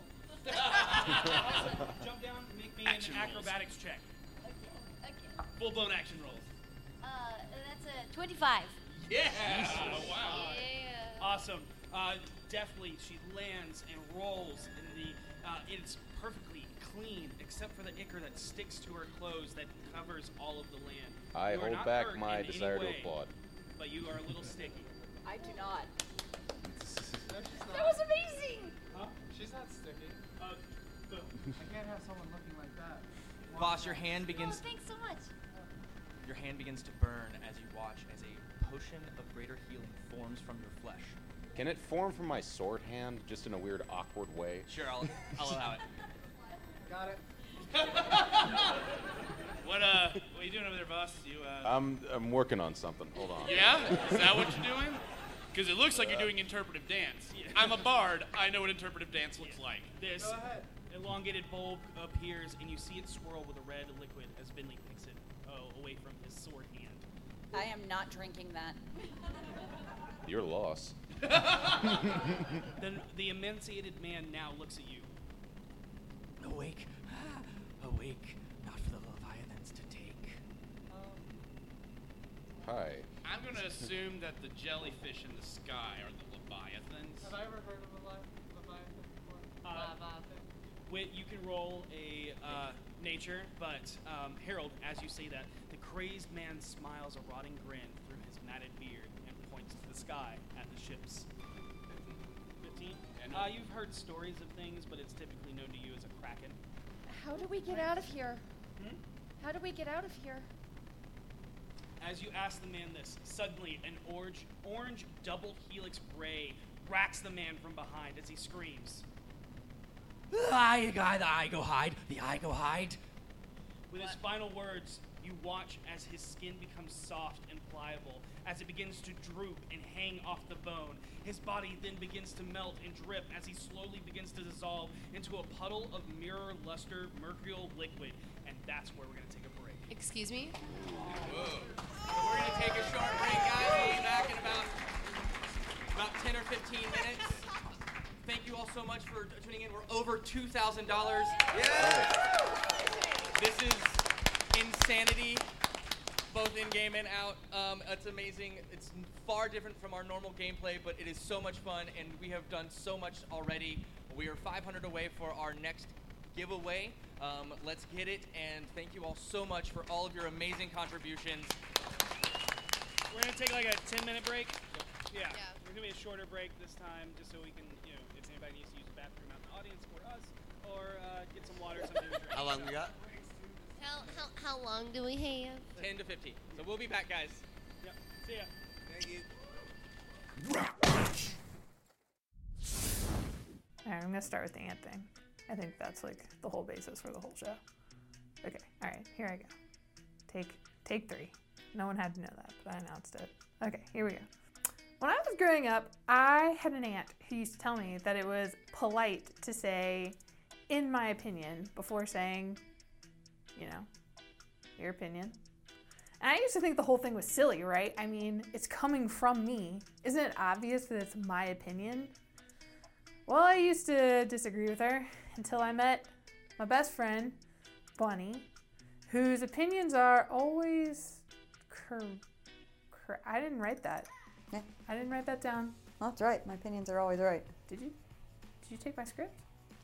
Speaker 2: Jump down, make me
Speaker 50: Action
Speaker 2: an
Speaker 50: rolls.
Speaker 2: acrobatics check.
Speaker 6: Okay.
Speaker 50: Full blown action rolls.
Speaker 6: Uh, that's a 25.
Speaker 50: Yeah.
Speaker 8: Oh,
Speaker 6: Jesus.
Speaker 50: Wow.
Speaker 6: Yeah.
Speaker 2: Awesome. Uh, deftly, she lands and rolls in the. Uh, it's perfectly clean, except for the ichor that sticks to her clothes that covers all of the land.
Speaker 8: I
Speaker 2: You are
Speaker 8: hold
Speaker 2: not
Speaker 8: back
Speaker 2: hurt
Speaker 8: my
Speaker 2: in any
Speaker 8: desire to
Speaker 2: way,
Speaker 8: applaud.
Speaker 2: But you are a little sticky.
Speaker 27: I do not.
Speaker 29: That
Speaker 27: was amazing!
Speaker 29: Huh? She's not sticky.
Speaker 2: Uh,
Speaker 29: I can't have someone looking like that.
Speaker 3: Boss, your hand
Speaker 6: Oh,
Speaker 3: begins.
Speaker 6: thanks so much.
Speaker 3: Your hand begins to burn as you watch as a potion of greater healing forms from your flesh.
Speaker 8: Can it form from my sword hand just in a weird, awkward way?
Speaker 3: Sure, I'll, I'll allow it.
Speaker 29: Got it.
Speaker 50: What uh? What are you doing over there, boss? You uh?
Speaker 8: I'm I'm working on something. Hold on.
Speaker 50: Yeah? Is that what you're doing? Because it looks like you're doing interpretive dance. I'm a bard. I know what interpretive dance looks like.
Speaker 2: This elongated bulb appears, and you see it swirl with a red liquid as Binley picks it oh, away from his sword hand.
Speaker 4: I am not drinking that.
Speaker 8: Your loss.
Speaker 2: then the emaciated man now looks at you.
Speaker 3: Awake. Ah, Awake. Not for the Leviathans to take.
Speaker 8: Hi.
Speaker 50: I'm gonna assume that the jellyfish in the sky are the leviathans.
Speaker 29: Have I ever heard of a li- Leviathan before?
Speaker 2: Uh,
Speaker 29: Leviathan.
Speaker 2: Wait, you can roll a uh, nature, but um, Harold, as you say that, the crazed man smiles a rotting grin through his matted beard and points to the sky at the ships. 15? Uh, you've heard stories of things, but it's typically known to you as a kraken.
Speaker 4: How do we get out of here? How do we get out of here?
Speaker 2: As you ask the man this, suddenly an orange, orange double helix ray racks the man from behind as he screams.
Speaker 3: The eye guy, the eye go hide, the eye go hide.
Speaker 2: With his final words, you watch as his skin becomes soft and pliable, as it begins to droop and hang off the bone. His body then begins to melt and drip as he slowly begins to dissolve into a puddle of mirror luster mercurial liquid. And that's where we're going to take a break.
Speaker 28: Excuse me?
Speaker 3: We're gonna take a short break, guys. We'll be back in about about 10 or 15 minutes. Thank you all so much for tuning in. We're over $2,000. This is insanity, both in game and out. Um, it's amazing. It's far different from our normal gameplay, but it is so much fun, and we have done so much already. We are 500 away for our next giveaway. Um, let's get it, and thank you all so much for all of your amazing contributions.
Speaker 2: We're going to take like a 10 minute break. Yeah. We're going to be a shorter break this time, just so we can, you know, if anybody needs to use the bathroom out in the audience for us, or uh, get some water or something to drink.
Speaker 7: How long we got?
Speaker 11: How, how, how long do we have?
Speaker 3: 10 to 15. So we'll be back, guys.
Speaker 2: Yep. See ya.
Speaker 3: Thank you.
Speaker 51: All right, I'm gonna start with the ant thing. I think that's like the whole basis for the whole show. Okay, all right, here I go. Take take three. No one had to know that, but I announced it. Okay, here we go. When I was growing up, I had an aunt who used to tell me that it was polite to say, in my opinion, before saying, you know, your opinion. And I used to think the whole thing was silly, right? I mean, it's coming from me. Isn't it obvious that it's my opinion? Well, I used to disagree with her until I met my best friend, Bunny, whose opinions are always. Cor- cor- I didn't write that. I didn't write that down.
Speaker 39: That's right. My opinions are always right.
Speaker 51: Did you? Did you take my script?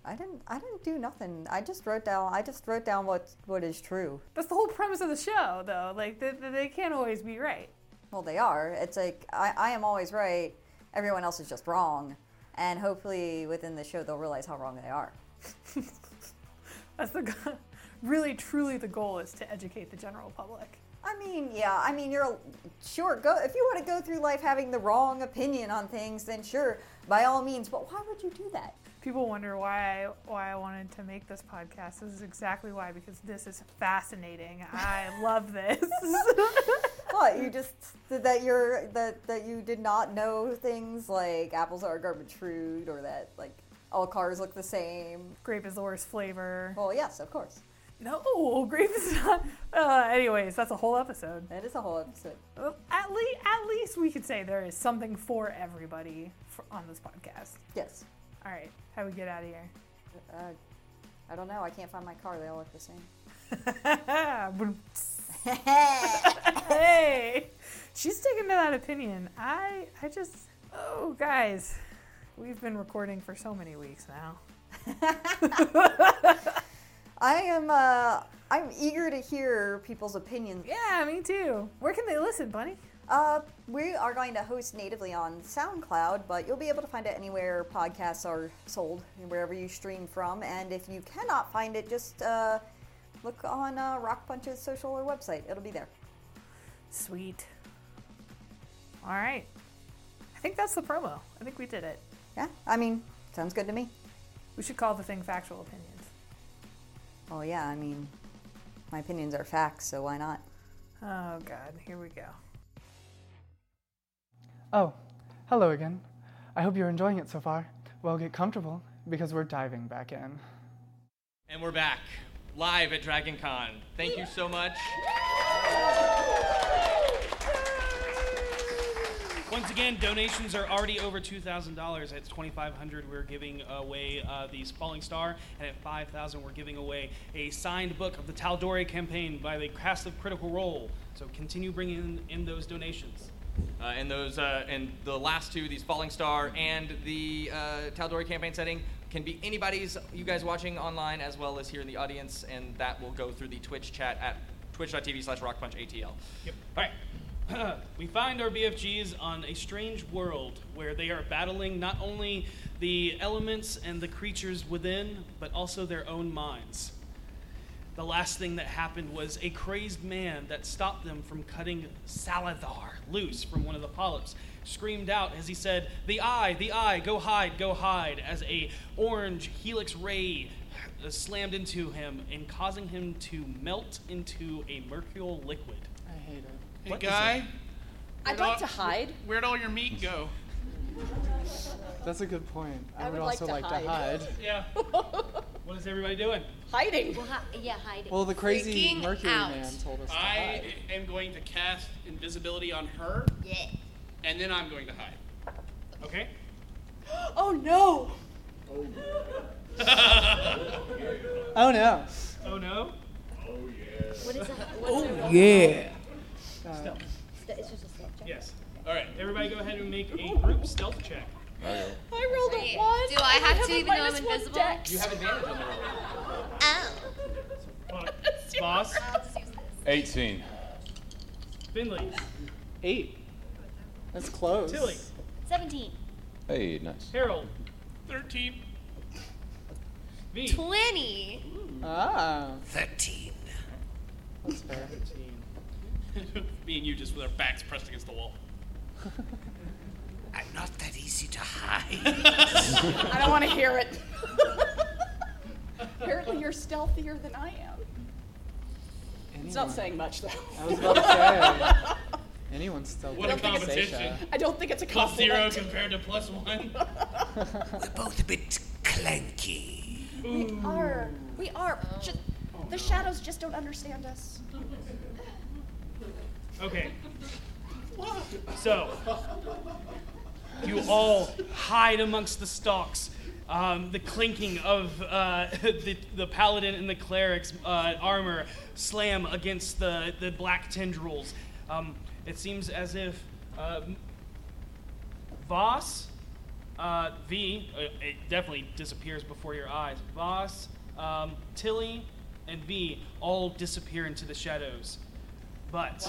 Speaker 39: I didn't. I didn't do nothing. I just wrote down. I just wrote down what what is true.
Speaker 51: That's the whole premise of the show, though. Like, they, they can't always be right.
Speaker 39: Well, they are. It's like I, I am always right. Everyone else is just wrong. And hopefully within the show they'll realize how wrong they are.
Speaker 51: That's the go- really, truly the goal is to educate the general public.
Speaker 39: I mean, yeah. I mean, you're sure go if you want to go through life having the wrong opinion on things, then sure, by all means. But why would you do that?
Speaker 51: People wonder why I, why I wanted to make this podcast. This is exactly why because this is fascinating. I love this.
Speaker 39: What you just that you're that that you did not know things like apples are garbage fruit or that like all cars look the same.
Speaker 51: Grape is the worst flavor.
Speaker 39: Well, yes, of course.
Speaker 51: No, grief is not. Uh, anyways, that's a whole episode.
Speaker 39: That is a whole episode.
Speaker 51: At least, at least we could say there is something for everybody for, on this podcast.
Speaker 39: Yes.
Speaker 51: All right, how do we get out of here?
Speaker 39: Uh, I don't know. I can't find my car. They all look the same.
Speaker 51: hey, she's sticking to that opinion. I, I just, oh guys, we've been recording for so many weeks now.
Speaker 39: I am. Uh, I'm eager to hear people's opinions.
Speaker 51: Yeah, me too. Where can they listen, Bunny?
Speaker 39: Uh, we are going to host natively on SoundCloud, but you'll be able to find it anywhere podcasts are sold, wherever you stream from. And if you cannot find it, just uh, look on uh, Rock Punch's social or website. It'll be there.
Speaker 51: Sweet. All right. I think that's the promo. I think we did it.
Speaker 39: Yeah, I mean, sounds good to me.
Speaker 51: We should call the thing factual opinions.
Speaker 39: Oh yeah, I mean, my opinions are facts, so why not?
Speaker 51: Oh God, here we go.
Speaker 52: Oh, hello again. I hope you're enjoying it so far. Well, get comfortable because we're diving back in.
Speaker 3: And we're back live at Dragon Con. Thank you so much.
Speaker 2: Once again, donations are already over two thousand dollars. At twenty five hundred, we're giving away uh, the Falling Star, and at five thousand, we're giving away a signed book of the Taldori campaign by the cast of Critical Role. So continue bringing in, in those donations.
Speaker 3: Uh, and those uh, and the last two, these Falling Star and the uh, Taldori campaign setting, can be anybody's. You guys watching online as well as here in the audience, and that will go through the Twitch chat at twitch.tv/slash rockpunchatl.
Speaker 2: Yep. All right. we find our BFGs on a strange world where they are battling not only the elements and the creatures within, but also their own minds. The last thing that happened was a crazed man that stopped them from cutting Salazar loose from one of the polyps screamed out as he said, "The eye, the eye, go hide, go hide!" as a orange helix ray slammed into him and causing him to melt into a mercurial liquid.
Speaker 50: I hate it. Hey,
Speaker 2: What is
Speaker 50: guy.
Speaker 2: it?
Speaker 50: where'd
Speaker 2: I'd like
Speaker 50: all-
Speaker 2: to hide.
Speaker 50: wh- Where'd all your meat go?
Speaker 52: That's a good point. I,
Speaker 50: I
Speaker 52: would,
Speaker 50: would like
Speaker 52: also
Speaker 50: to
Speaker 52: like to hide.
Speaker 50: hide.
Speaker 2: Yeah. what is everybody doing?
Speaker 11: Hiding. Well, hi- yeah, hiding.
Speaker 52: Well, the crazy
Speaker 11: Freaking
Speaker 52: Mercury
Speaker 11: out.
Speaker 52: man told us to
Speaker 50: I
Speaker 52: hide.
Speaker 50: am going to cast invisibility on her.
Speaker 11: Yeah.
Speaker 50: And then I'm going to hide.
Speaker 2: Okay.
Speaker 27: Oh no!
Speaker 52: Oh no.
Speaker 2: Oh no.
Speaker 26: Oh yeah.
Speaker 11: What is that?
Speaker 26: Oh
Speaker 52: yeah.
Speaker 2: Stealth.
Speaker 11: It's just a step check.
Speaker 2: Yes.
Speaker 50: All right.
Speaker 2: Everybody, go ahead and make a group stealth check.
Speaker 27: I rolled
Speaker 11: Wait,
Speaker 27: a one.
Speaker 11: do I
Speaker 27: and
Speaker 11: have to
Speaker 27: a
Speaker 11: even though I'm
Speaker 27: minus one
Speaker 11: invisible? Oh.
Speaker 27: dex.
Speaker 11: You have
Speaker 3: advantage on the roll.
Speaker 2: Boss.
Speaker 8: 18.
Speaker 2: Finley.
Speaker 52: Eight. That's close.
Speaker 2: Tilly.
Speaker 11: 17.
Speaker 8: Hey, nice.
Speaker 2: Harold.
Speaker 50: 13.
Speaker 2: V.
Speaker 11: 20.
Speaker 52: Ah.
Speaker 13: 13.
Speaker 52: That's fair.
Speaker 50: Me and you just with our backs pressed against the wall.
Speaker 13: I'm not that easy to hide.
Speaker 4: I don't want to hear it. Apparently, you're stealthier than I am.
Speaker 27: It's not saying much though.
Speaker 52: I was about to say. Anyone's still
Speaker 50: What a competition.
Speaker 27: I don't think it's a
Speaker 50: Plus zero
Speaker 27: compliment.
Speaker 50: compared to plus one.
Speaker 13: We're both a bit clanky.
Speaker 4: We are. We are.
Speaker 11: Oh.
Speaker 4: Ju- the shadows just don't understand us.
Speaker 2: Okay. So, you all hide amongst the stalks. Um, the clinking of uh, the, the paladin and the cleric's uh, armor slam against the, the black tendrils. Um, it seems as if uh, Voss, uh, V, uh, it definitely disappears before your eyes. Voss, um, Tilly, and V all disappear into the shadows. But.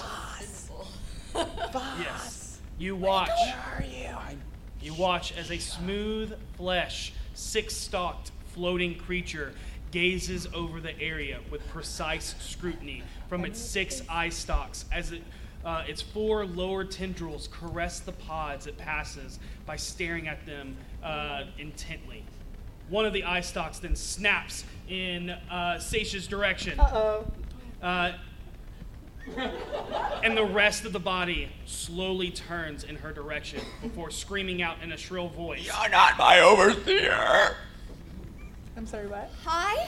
Speaker 2: Yes. You watch. Where are you? You watch as a smooth flesh, six stalked, floating creature gazes over the area with precise scrutiny from its six eye stalks as it. Uh, its four lower tendrils caress the pods it passes by staring at them uh, intently. One of the eye stalks then snaps in uh, Seisha's direction. Uh-oh. and the rest of the body slowly turns in her direction before screaming out in a shrill voice. You're
Speaker 13: not my overseer!
Speaker 52: I'm sorry, what?
Speaker 11: Hi.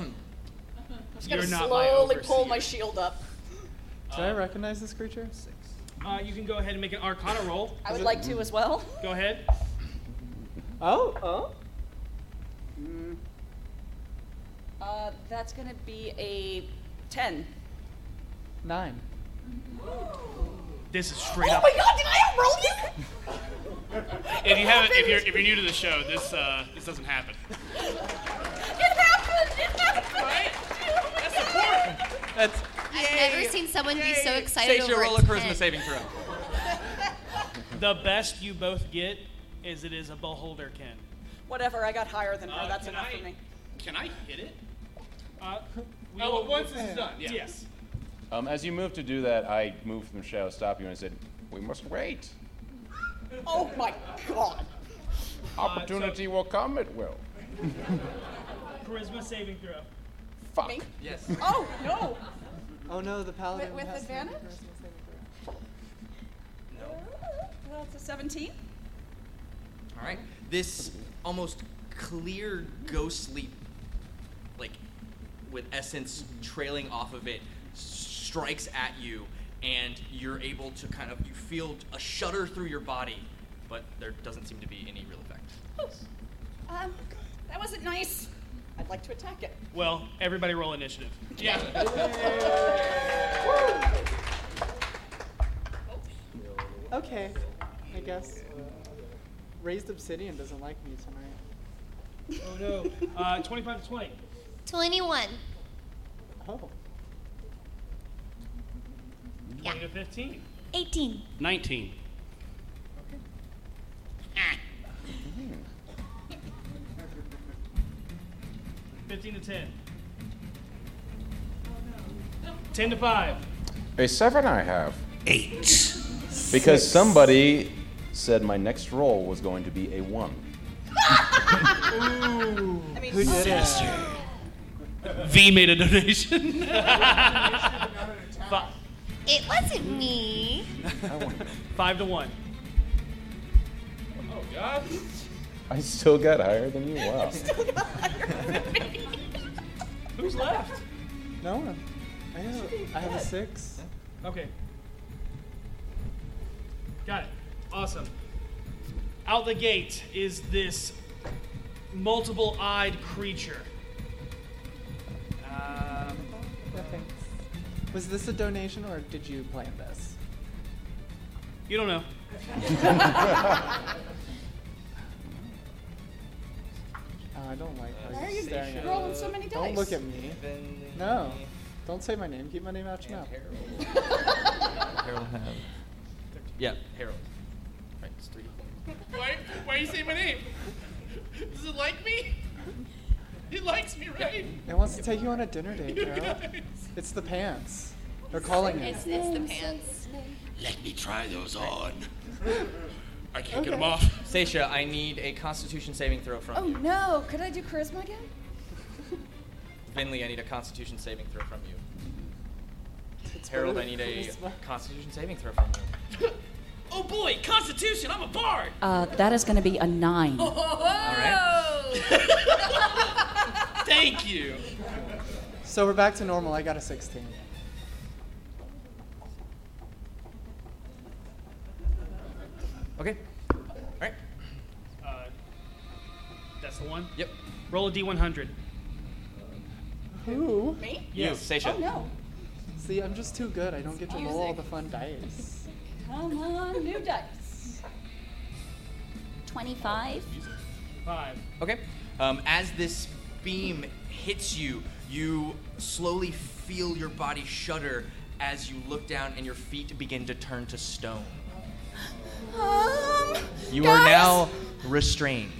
Speaker 4: I'm just gonna
Speaker 2: You're not my
Speaker 4: slowly pull
Speaker 2: overseer.
Speaker 4: my shield up.
Speaker 1: Did I recognize this creature? Six.
Speaker 2: Uh, you can go ahead and make an Arcana roll.
Speaker 4: I would like to as well.
Speaker 2: Go ahead.
Speaker 1: Oh, oh.
Speaker 4: Uh, that's gonna be a ten.
Speaker 1: Nine.
Speaker 2: This is straight
Speaker 4: oh
Speaker 2: up.
Speaker 4: my god, did I roll you?
Speaker 5: If you haven't, if you're if you're new to the show, this uh, this doesn't happen.
Speaker 4: It happened! It happened!
Speaker 3: That's
Speaker 11: I've never seen someone be so excited
Speaker 3: Stacia,
Speaker 11: over
Speaker 3: roll
Speaker 11: a
Speaker 3: a
Speaker 11: 10.
Speaker 3: charisma saving throw.
Speaker 2: The best you both get is it is a beholder kin.
Speaker 4: Whatever, I got higher than her.
Speaker 2: Uh,
Speaker 4: that's
Speaker 2: can
Speaker 4: enough
Speaker 2: I-
Speaker 4: for me.
Speaker 5: Can I hit it?
Speaker 2: Uh, we
Speaker 5: oh,
Speaker 2: will-
Speaker 5: once this is done, yeah.
Speaker 2: Yes.
Speaker 8: Um, as you move to do that, I moved from the shadow, stopped you, and I said, "We must wait.
Speaker 4: Oh my god.
Speaker 29: Uh,
Speaker 8: Opportunity will come. It will."
Speaker 2: Charisma saving throw.
Speaker 8: Fuck.
Speaker 4: Me?
Speaker 1: Yes.
Speaker 4: Oh no.
Speaker 1: Oh no, the paladin.
Speaker 53: With- with
Speaker 1: has to make
Speaker 53: advantage?
Speaker 1: a charisma saving throw.
Speaker 53: Well, it's a 17.
Speaker 3: All right. This almost clear, ghostly, like, with essence trailing off of it, strikes at you, and you're able to kind of you feel a shudder through your body, but there doesn't seem to be any real effect.
Speaker 53: Um,
Speaker 4: that wasn't nice. I'd like to attack it.
Speaker 2: Well, everybody roll initiative. Yeah.
Speaker 1: Okay, I guess. Raised Obsidian doesn't like me tonight.
Speaker 2: Oh no. Uh, 25 to 20.
Speaker 11: 21.
Speaker 1: Oh.
Speaker 2: 20 to 15.
Speaker 11: 18.
Speaker 2: 19. Fifteen to ten. Ten to five.
Speaker 8: A seven I have.
Speaker 54: Eight.
Speaker 8: Because somebody said my next roll was going to be a one.
Speaker 4: Ooh. I mean,
Speaker 8: Who did it?
Speaker 2: V made a donation.
Speaker 11: It wasn't me.
Speaker 2: Five to one.
Speaker 5: Oh God.
Speaker 8: I still got higher than you. Wow.
Speaker 2: Who's left?
Speaker 1: No one. I have, I have a six.
Speaker 2: Okay. Got it. Awesome. Out the gate is this multiple eyed creature. Um,
Speaker 1: Thanks. Was this a donation or did you plan this?
Speaker 2: you don't know.
Speaker 1: Oh, I don't like how
Speaker 53: Why are
Speaker 1: you're
Speaker 53: you
Speaker 1: staring at
Speaker 53: rolling
Speaker 1: me.
Speaker 53: so many
Speaker 1: Don't look
Speaker 53: dice?
Speaker 1: at me. No. Don't say my name. Keep my name out your mouth.
Speaker 3: Harold have. Yeah, Harold. Right, it's three.
Speaker 5: Why, why are you saying my name? Does it like me? It likes me, right?
Speaker 1: It wants to take you on a dinner date, girl. It's the pants. They're calling it.
Speaker 11: It's, it's the pants.
Speaker 3: Let me try those on.
Speaker 5: I
Speaker 3: can't
Speaker 53: get 'em Okay.
Speaker 3: off. Stacia, I need a Constitution saving throw from
Speaker 53: Oh
Speaker 3: you.
Speaker 53: no, could I do charisma again?
Speaker 3: Finley, I need a Constitution saving throw from you.
Speaker 1: It's
Speaker 3: Harold, I
Speaker 1: better
Speaker 3: need
Speaker 1: than
Speaker 3: a
Speaker 1: charisma.
Speaker 3: Constitution saving throw from you.
Speaker 2: Oh boy, Constitution, I'm a bard!
Speaker 4: Uh, that is going to be a nine.
Speaker 53: Oh,
Speaker 5: Thank you.
Speaker 1: So we're back to normal. I got a 16.
Speaker 3: Okay. Alright.
Speaker 2: Uh, that's the one?
Speaker 3: Yep.
Speaker 2: Roll a d100.
Speaker 1: Who?
Speaker 4: Me?
Speaker 2: Yes. Stacia.
Speaker 1: Oh, no. See, I'm just too good. I don't get to roll all the fun dice.
Speaker 53: Come on, new dice. 25.
Speaker 2: Five.
Speaker 3: Okay. Um, as this beam hits you, you slowly feel your body shudder as you look down and your feet begin to turn to stone.
Speaker 4: Um.
Speaker 3: You are now restrained.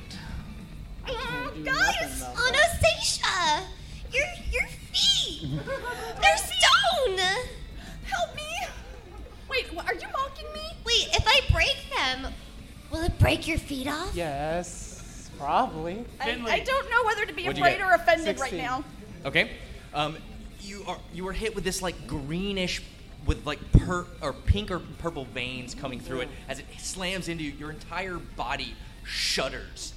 Speaker 11: Mm, Guys, Anastasia! Your, your feet! They're stone! Help me! Wait, wh- are you mocking me? Wait, if I break them, will it break your feet off?
Speaker 1: Yes, probably.
Speaker 53: I, I don't know whether to be
Speaker 3: What'd you
Speaker 53: afraid
Speaker 3: get?
Speaker 53: or offended right
Speaker 3: 16.
Speaker 53: now.
Speaker 3: Okay. Um, you are you are hit with this like greenish, with like per or pink or purple veins coming through it as it slams into you. Your entire body shudders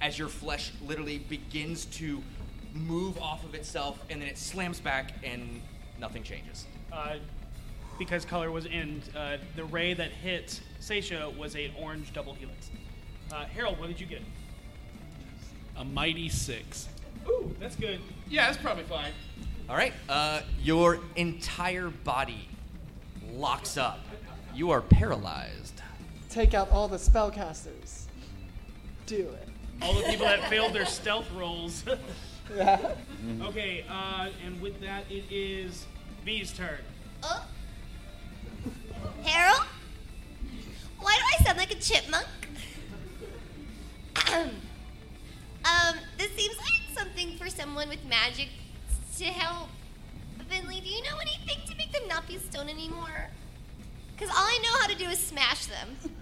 Speaker 3: as your flesh literally begins to move off of itself, and then it slams back, and nothing changes.
Speaker 2: Uh, because color was in, uh, the ray that hit Seisha was a orange double helix. Uh, Harold, what did you get?
Speaker 50: A mighty six.
Speaker 2: Ooh, that's good.
Speaker 50: Yeah, that's probably fine.
Speaker 3: All right, uh, your entire body locks up. You are paralyzed.
Speaker 1: Take out all the spellcasters. Do it.
Speaker 2: All the people that failed their stealth rolls.
Speaker 1: Yeah.
Speaker 2: Okay, uh, and with that, it is V's turn.
Speaker 11: Oh. Harold? Why do I sound like a chipmunk? um, this seems like something for someone with magic to help. Finley, do you know anything to make them not be stone anymore? Because all I know how to do is smash them.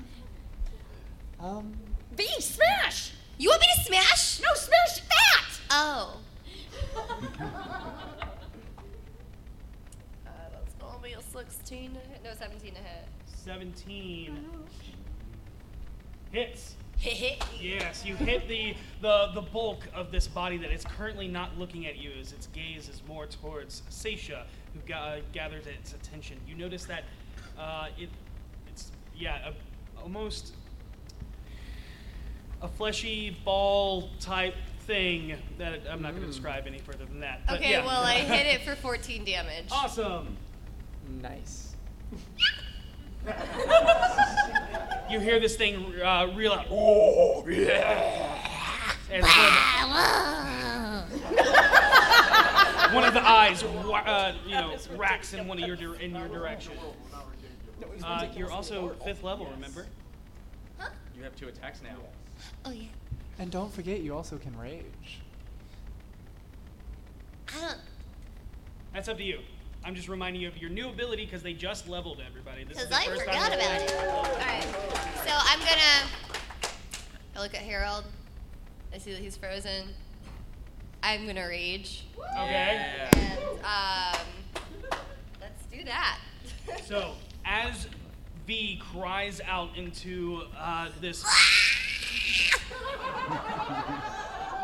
Speaker 1: Um,
Speaker 11: V, smash! You want me to smash? No, smash that! Oh. uh, that's normally a 16 to hit. No, 17 to hit.
Speaker 2: 17 hits.
Speaker 11: Hit.
Speaker 2: Yes, you hit the, the the bulk of this body that is currently not looking at you as its gaze is more towards Seisha, who ga- uh, gathers its attention. You notice that uh, it it's yeah a, almost a fleshy ball type thing that I'm not going to describe any further than that. but
Speaker 11: Okay,
Speaker 2: yeah.
Speaker 11: well, I hit it for 14 damage.
Speaker 2: Awesome.
Speaker 1: Nice.
Speaker 2: You hear this thing uh, reel out. Oh yeah. And one, one of the eyes, wa- uh, you know, racks in one of your dir- in your direction. Uh, you're also fifth level, remember?
Speaker 3: You have two attacks now.
Speaker 11: Oh, yeah.
Speaker 52: And don't forget, you also can rage.
Speaker 2: That's up to you. I'm just reminding you of your new ability because they just leveled everybody. This is
Speaker 11: 'Cause
Speaker 2: the
Speaker 11: I
Speaker 2: first
Speaker 11: forgot
Speaker 2: time
Speaker 11: about
Speaker 2: it.
Speaker 11: Alright. So I'm gonna I look at Harold. I see that he's frozen. I'm gonna rage.
Speaker 2: Okay.
Speaker 11: And um let's do that.
Speaker 2: So as V cries out into uh, this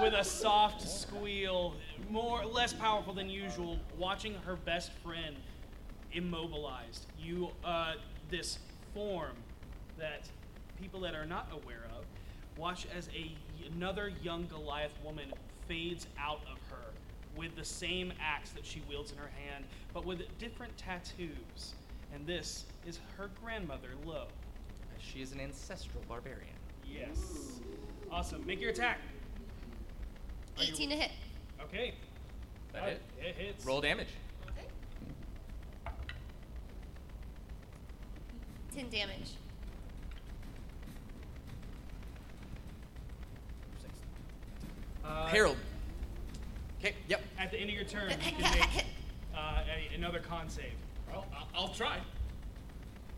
Speaker 2: with a soft squeal, more less powerful than usual, watching her best friend immobilized. You uh, this form that people that are not aware of watch as a another young Goliath woman fades out of her with the same axe that she wields in her hand, but with different tattoos. And this is her grandmother, Lo.
Speaker 3: She is an ancestral barbarian.
Speaker 2: Yes. Awesome. Make your attack.
Speaker 11: 18 to hit.
Speaker 2: Okay.
Speaker 3: That
Speaker 2: Uh,
Speaker 3: hit.
Speaker 2: It hits.
Speaker 3: Roll damage.
Speaker 11: Ten damage.
Speaker 2: Uh,
Speaker 3: Harold. Okay. Yep.
Speaker 2: At the end of your turn, you can make uh, a, another con save.
Speaker 50: Well, I'll, I'll try.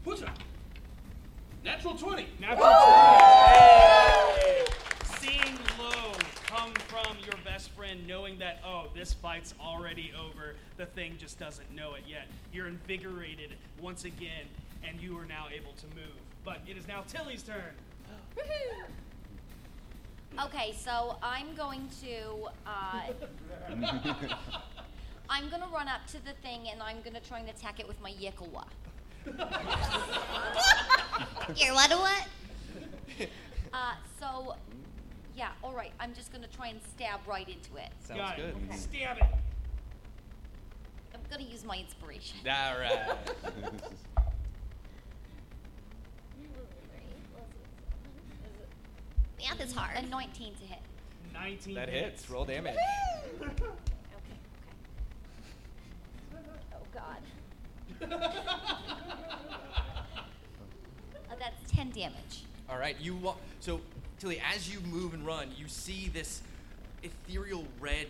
Speaker 50: Who's up? Natural 20.
Speaker 2: Natural
Speaker 50: Hey!
Speaker 2: Seeing Lo come from your best friend, knowing that, oh, this fight's already over, the thing just doesn't know it yet. You're invigorated once again, and you are now able to move. But it is now Tilly's turn.
Speaker 6: Okay, so I'm going to uh, I'm gonna run up to the thing and I'm gonna try and attack it with my Yikawa.
Speaker 11: Your what what?
Speaker 6: Uh, so yeah, all right. I'm just gonna try and stab right into it.
Speaker 3: Sounds Got it. good. Mm-hmm.
Speaker 2: Stab it.
Speaker 6: I'm gonna use my inspiration.
Speaker 3: All right.
Speaker 6: Math is hard. A 19 to hit.
Speaker 2: 19
Speaker 3: that hits. Roll damage.
Speaker 6: Oh God. Uh, that's 10 damage.
Speaker 3: All right, you wa- so Tilly, as you move and run, you see this ethereal red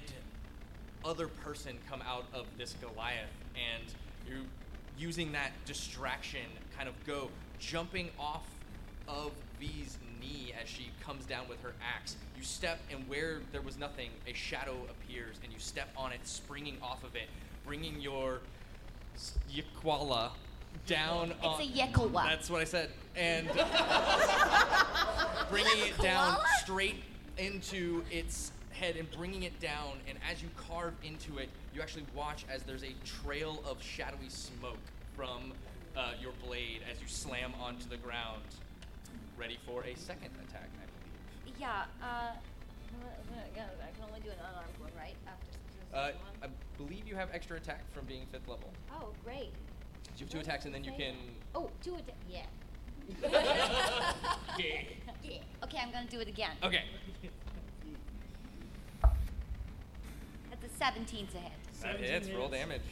Speaker 3: other person come out of this Goliath, and you, using that distraction, kind of go jumping off of V's knee as she comes down with her axe. You step, and where there was nothing, a shadow appears, and you step on it, springing off of it, bringing your s- Yakwala down
Speaker 6: It's
Speaker 3: on.
Speaker 6: a Yekawa.
Speaker 3: That's what I said, and bringing it down straight into its head and bringing it down, and as you carve into it, you actually watch as there's a trail of shadowy smoke from uh, your blade as you slam onto the ground. Ready for a second attack, I believe.
Speaker 11: Yeah, uh, I can only do an unarmed one, right? After
Speaker 3: Uh, I believe you have extra attack from being fifth level.
Speaker 11: Oh, great.
Speaker 3: So you have two attacks, and then you can.
Speaker 11: Oh, two attack. Yeah. Yeah. Okay, I'm gonna do it again.
Speaker 3: Okay.
Speaker 11: That's a 17 to hit.
Speaker 3: That hits. Roll damage.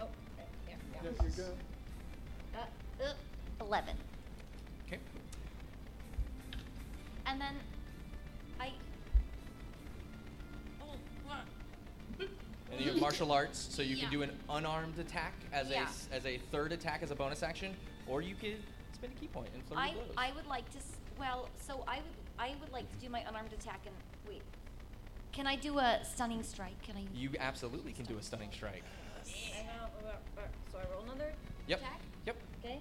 Speaker 11: Oh, there, there, there.
Speaker 29: There you go.
Speaker 11: Uh, uh, 11.
Speaker 3: Okay.
Speaker 11: And then I. Oh, what?
Speaker 3: And you have martial arts, so you
Speaker 11: Yeah.
Speaker 3: can do an unarmed attack as a
Speaker 11: Yeah.
Speaker 3: s- as a third attack as a bonus action, or you could spend a key point and flurry
Speaker 11: I,
Speaker 3: of blows.
Speaker 11: I would like to. s- Well, so I would I would like to do my unarmed attack and wait. Can I do a stunning strike? Can I?
Speaker 3: you absolutely can do a stunning strike.
Speaker 11: I know, uh, uh, so I roll another
Speaker 3: Yep.
Speaker 11: attack.
Speaker 3: Yep.
Speaker 11: Okay.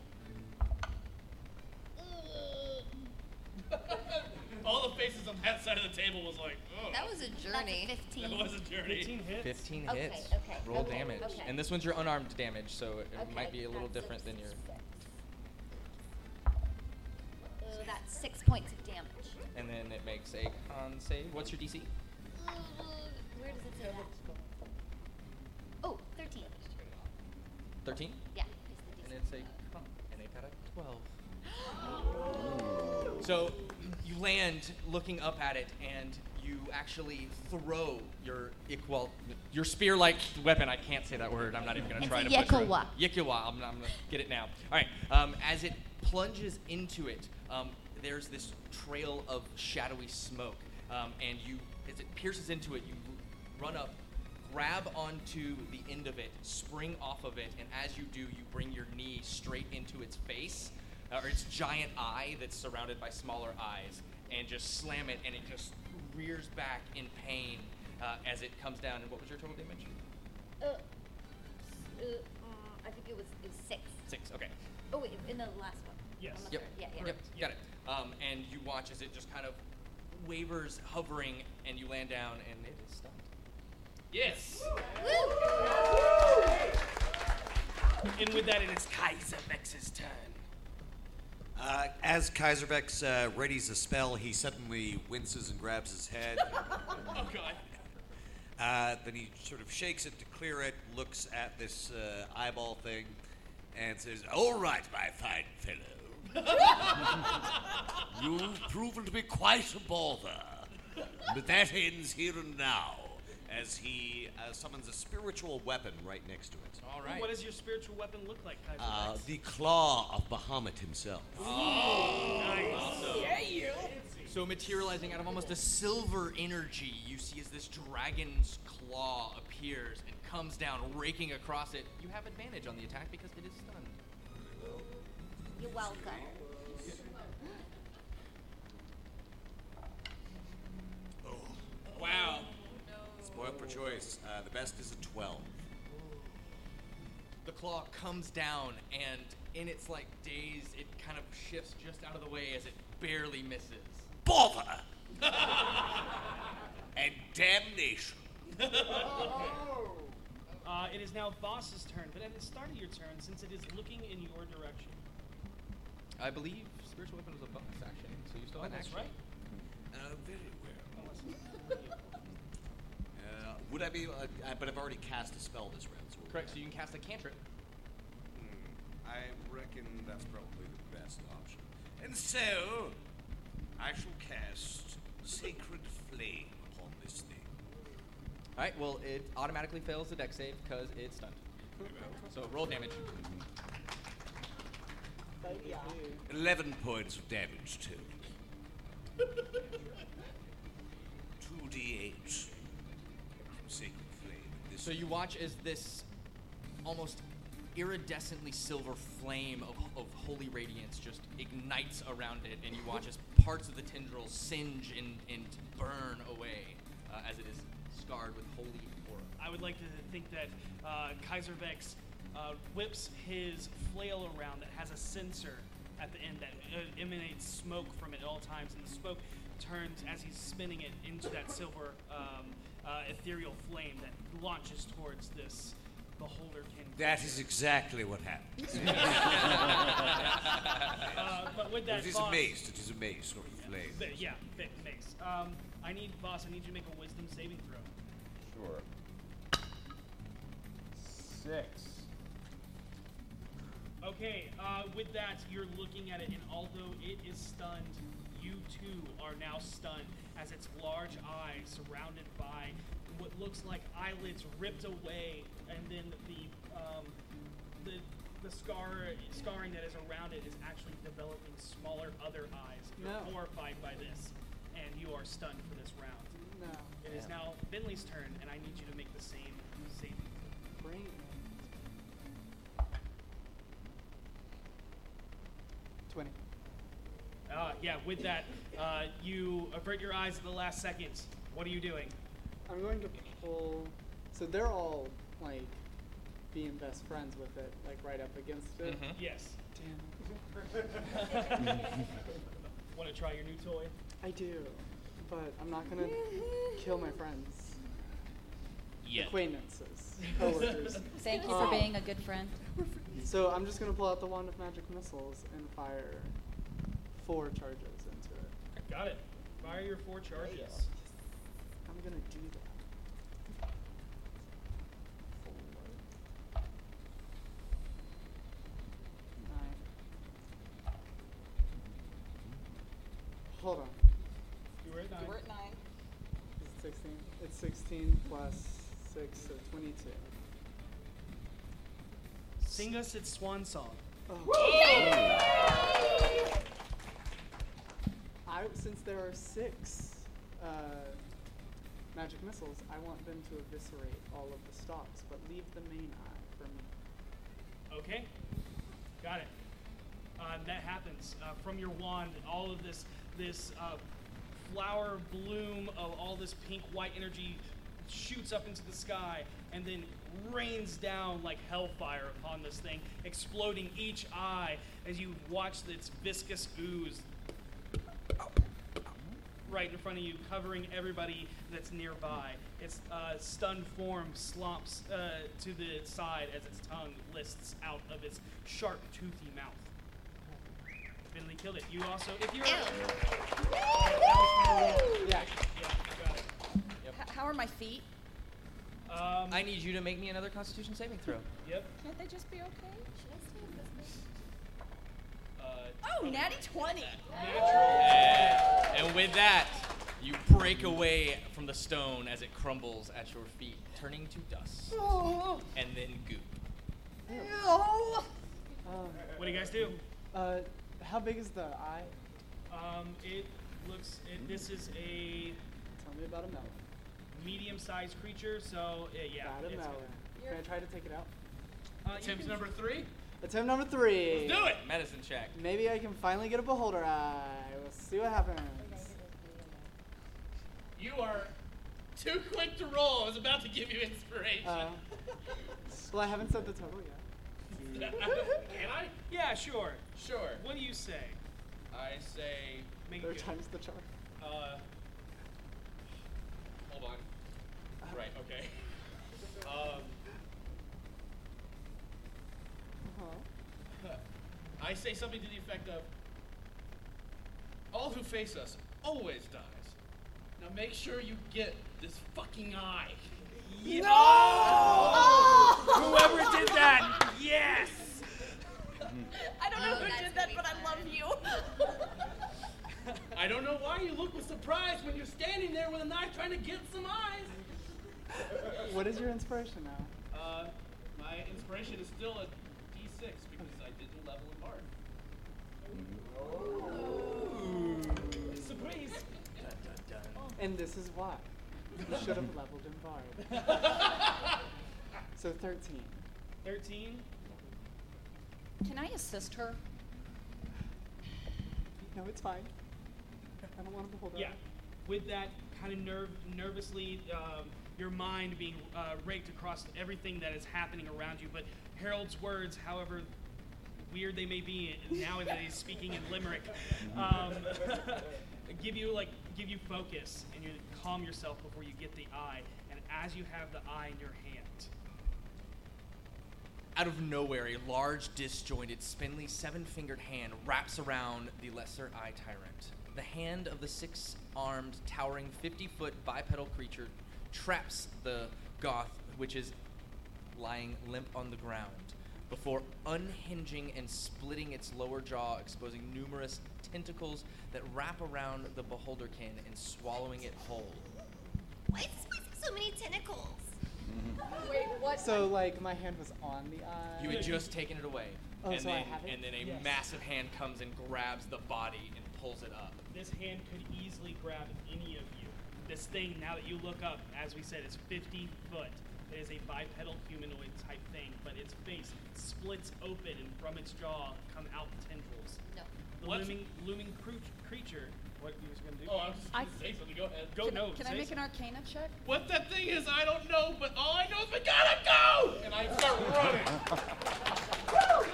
Speaker 5: All the faces on that side of the table was like, oh.
Speaker 11: That was a journey. That's a 15.
Speaker 5: That was a journey.
Speaker 11: 15 hits.
Speaker 3: 15
Speaker 11: Okay,
Speaker 3: hits.
Speaker 11: okay,
Speaker 3: Roll
Speaker 11: okay,
Speaker 3: damage.
Speaker 11: okay.
Speaker 3: And this one's your unarmed damage, so it
Speaker 11: Okay,
Speaker 3: might be a little
Speaker 11: that's
Speaker 3: different than your.
Speaker 11: So that's six points of damage.
Speaker 3: And then it makes a con save. What's your DC?
Speaker 11: Where does it say that? Oh, 13.
Speaker 3: 13?
Speaker 11: Yeah.
Speaker 3: And it's a con. And it got a 12. So you land looking up at it, and you actually throw your ikwal, your spear-like weapon. I can't say that word. I'm not even gonna
Speaker 55: It's
Speaker 3: try
Speaker 55: a
Speaker 3: to butcher it.
Speaker 55: yekawa.
Speaker 3: Yekawa. I'm, I'm gonna get it now. All right. Um, as it plunges into it, um, there's this trail of shadowy smoke, um, and you, as it pierces into it, you run up, grab onto the end of it, spring off of it, and as you do, you bring your knee straight into its face, uh, or its giant eye that's surrounded by smaller eyes, and just slam it, and it just rears back in pain uh, as it comes down. And what was your total damage?
Speaker 11: Uh, s- uh, mm, I think it was, it was six.
Speaker 3: Six. Okay.
Speaker 11: Oh, wait, in the last one.
Speaker 3: Yes.
Speaker 11: On the
Speaker 3: Yep.
Speaker 11: third. Yeah, yeah.
Speaker 3: Yep. Got it. Um, and you watch as it just kind of wavers, hovering, and you land down, and it is stunned.
Speaker 5: Yes.
Speaker 2: And with that, it is Kaiser Vex's turn.
Speaker 7: Uh, as Kaiserbex uh, readies a spell, he suddenly winces and grabs his head.
Speaker 5: Oh god.
Speaker 7: Uh, then he sort of shakes it to clear it, looks at this uh, eyeball thing, and says, All right, my fine fellow. You've proven to be quite a bother. But that ends here and now as he uh, summons a spiritual weapon right next to it.
Speaker 3: All
Speaker 2: What does your spiritual weapon look like, Kaiser
Speaker 7: Uh,
Speaker 2: Vex?
Speaker 7: the claw of Bahamut himself.
Speaker 3: Awesome. So materializing out of almost a silver energy, you see as this dragon's claw appears and comes down, raking across it. You have advantage on the attack because it is stunned.
Speaker 11: You're welcome.
Speaker 7: Wow. Spoiled for choice. Uh, the best is a 12.
Speaker 3: The claw comes down, and in its like daze, it kind of shifts just out of the way as it barely misses.
Speaker 7: Bother! and damnation.
Speaker 2: Uh, it is now Boss's turn, but at the start of your turn, since it is looking in your direction.
Speaker 3: I believe spiritual weapon was a bonus action, so you still
Speaker 2: Oh,
Speaker 3: have an
Speaker 2: that's
Speaker 3: action.
Speaker 2: right. Oh,
Speaker 7: Uh, very well. Uh, would I be? Uh, I- but I've already cast a spell this round. So
Speaker 3: Correct. So you can cast a cantrip.
Speaker 7: Hmm, I reckon that's probably the best option. And so, I shall cast Sacred Flame upon this thing.
Speaker 3: All right. Well, it automatically fails the deck save because it's stunned. So roll damage.
Speaker 7: Eleven points of damage total. Two D eight from Sacred Flame. This
Speaker 3: So you watch as this almost iridescently silver flame of, of holy radiance just ignites around it, and you watch as parts of the tendrils singe and, and burn away uh, as it is scarred with holy aura.
Speaker 2: I would like to think that uh, Kaiser Vex uh, whips his flail around that has a sensor at the end that uh, emanates smoke from it at all times, and the smoke turns as he's spinning it into that silver um, uh, ethereal flame that launches towards this beholder kin.
Speaker 7: That is exactly what happened.
Speaker 2: Uh, but with that
Speaker 7: it is
Speaker 2: boss-
Speaker 7: a mace. It is a mace, not a flame.
Speaker 2: Th- yeah, th- thanks. Um, I need boss. I need you to make a wisdom saving throw.
Speaker 51: Sure. Six.
Speaker 2: Okay, uh, with that, you're looking at it, and although it is stunned, you too are now stunned as its large eyes surrounded by what looks like eyelids ripped away, and then the um, the the scar scarring that is around it is actually developing smaller other eyes. You're
Speaker 1: No.
Speaker 2: horrified by this, and you are stunned for this round.
Speaker 1: No.
Speaker 2: It is now Finley's turn, and I need you to make the same saving.
Speaker 1: Brain. Twenty.
Speaker 2: Uh, yeah, with that, uh, you avert your eyes at the last second. What are you doing?
Speaker 1: I'm going to pull. So they're all like being best friends with it, like right up against it.
Speaker 2: Mhm. Yes.
Speaker 1: Damn.
Speaker 2: Want to try your new toy?
Speaker 1: I do, but I'm not gonna kill my friends,
Speaker 2: Yeah.
Speaker 1: acquaintances, coworkers.
Speaker 4: Thank you for
Speaker 2: Oh.
Speaker 1: Um,
Speaker 4: being a good friend.
Speaker 1: So I'm just gonna pull out the wand of magic missiles and fire four charges into it.
Speaker 2: Got it. Fire your four charges.
Speaker 1: I'm gonna do that. Nine. Hold on.
Speaker 2: You were at nine.
Speaker 1: You were at nine. It's sixteen. It's sixteen plus six, so twenty-two.
Speaker 2: Sing us its swan song.
Speaker 1: Oh. I, since there are six uh, magic missiles, I want them to eviscerate all of the stalks, but leave the main eye for me.
Speaker 2: Okay. Got it. Uh, that happens uh, from your wand. All of this, this uh, flower bloom of all this pink white energy shoots up into the sky and then rains down like hellfire upon this thing, exploding each eye as you watch its viscous ooze right in front of you, covering everybody that's nearby. Its uh, stunned form slumps uh, to the side as its tongue lists out of its sharp, toothy mouth. Finley killed it. You also, if you're.
Speaker 1: Yeah.
Speaker 4: H- how are my feet?
Speaker 3: I need you to make me another Constitution saving throw.
Speaker 2: Yep.
Speaker 4: Can't they just be okay?
Speaker 2: Uh,
Speaker 4: Oh, natty 20.
Speaker 3: And with that, you break away from the stone as it crumbles at your feet, turning to dust
Speaker 4: Oh.
Speaker 3: and then goop.
Speaker 2: What do you guys do?
Speaker 1: Uh, how big is the eye?
Speaker 2: Um, it looks. It, this is a.
Speaker 1: Tell me about a melon.
Speaker 2: Medium-sized creature, so uh, yeah.
Speaker 1: About a
Speaker 2: it's-
Speaker 1: melon. Can I try to take it out?
Speaker 2: Uh, you can-
Speaker 1: three. Attempt number 3
Speaker 3: Let's do it! Medicine check.
Speaker 1: Maybe I can finally get a beholder eye. We'll see what happens.
Speaker 5: You are too quick to roll. I was about to give you inspiration.
Speaker 1: Uh, well, I haven't said the total yet.
Speaker 5: Can I?
Speaker 2: Yeah, sure.
Speaker 5: Sure.
Speaker 2: What do you say?
Speaker 5: I say.
Speaker 2: Make
Speaker 1: Third
Speaker 2: good.
Speaker 1: time's the charm.
Speaker 5: Uh, hold on.
Speaker 1: Uh-huh.
Speaker 5: Right. Okay. Um,
Speaker 1: Uh-huh.
Speaker 5: I say something to the effect of, "All who face us always dies. Now make sure you get this fucking eye."
Speaker 2: Yeah.
Speaker 5: Oh!
Speaker 2: Whoever did that, yes.
Speaker 4: I don't know
Speaker 56: Oh, that's
Speaker 4: who did that, but I love you.
Speaker 5: I don't know why you look with surprise when you're standing there with a knife trying to get some eyes.
Speaker 1: What is your inspiration now?
Speaker 5: Uh, my inspiration is still a D6 because I didn't level it hard. Surprise!
Speaker 1: And this is why. You should have leveled in Bard. so 13.
Speaker 2: 13?
Speaker 4: Can I assist her?
Speaker 1: No, it's fine. I don't want to behold
Speaker 2: Yeah. With that kind of nerve, nervously, um, your mind being uh, raked across everything that is happening around you. But Harold's words, however weird they may be, now that he's speaking in Limerick, um, give you like give you focus, and you calm yourself before you get the eye, and as you have the eye in your hand.
Speaker 3: Out of nowhere, a large, disjointed, spindly, seven fingered hand wraps around the lesser eye tyrant. The hand of the six armed, towering, 50 foot bipedal creature traps the goth, which is lying limp on the ground, before unhinging and splitting its lower jaw, exposing numerous tentacles that wrap around the beholderkin and swallowing it whole.
Speaker 11: Why does this place have so many tentacles?
Speaker 1: Wait, what?
Speaker 29: So like my hand was on the eye.
Speaker 3: You had just taken it away.
Speaker 29: Oh,
Speaker 3: and
Speaker 29: so I
Speaker 3: then,
Speaker 29: have it?
Speaker 3: And then a
Speaker 29: Yes.
Speaker 3: massive hand comes and grabs the body and pulls it up.
Speaker 2: This hand could easily grab any of you. This thing, now that you look up, as we said, is 50 foot. It is a bipedal humanoid type thing, but its face splits open, and from its jaw come out tendrils.
Speaker 11: No.
Speaker 2: The
Speaker 5: What?
Speaker 2: looming, looming cru- creature. What you was gonna do?
Speaker 5: Oh, I was just
Speaker 4: I-
Speaker 5: gonna say something. Go ahead.
Speaker 2: Go
Speaker 4: can
Speaker 2: no.
Speaker 4: can
Speaker 2: say
Speaker 4: I make
Speaker 2: something.
Speaker 4: an arcana check?
Speaker 5: What that thing is, I don't know, but all I know is we gotta go! And I start running.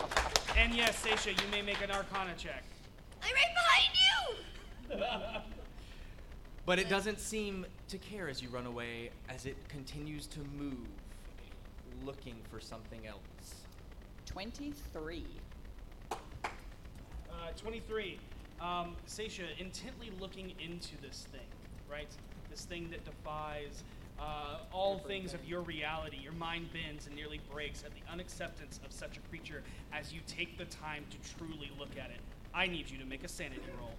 Speaker 2: And yes, Seisha, you may make an Arcana check.
Speaker 11: I'm right behind you!
Speaker 3: But it doesn't seem to care as you run away, as it continues to move, looking for something else.
Speaker 4: 23.
Speaker 2: Uh, 23. Um, Seisha, intently looking into this thing, right? This thing that defies uh, all things of your reality. Your mind bends and nearly breaks at the unacceptance of such a creature as you take the time to truly look at it. I need you to make a sanity roll.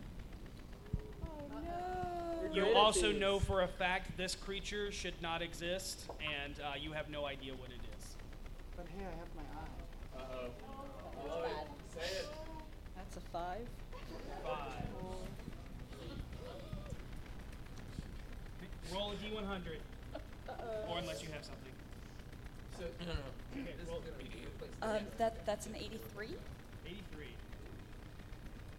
Speaker 4: Oh,
Speaker 2: You also know for a fact this creature should not exist, and uh, you have no idea what it is.
Speaker 29: But hey, I have my eye.
Speaker 5: Uh-oh.
Speaker 29: Say it.
Speaker 4: That's a five.
Speaker 2: Five. Roll a d100. Or unless you have something.
Speaker 29: So,
Speaker 2: Okay, roll
Speaker 4: Um, that that's an 83.
Speaker 2: 83.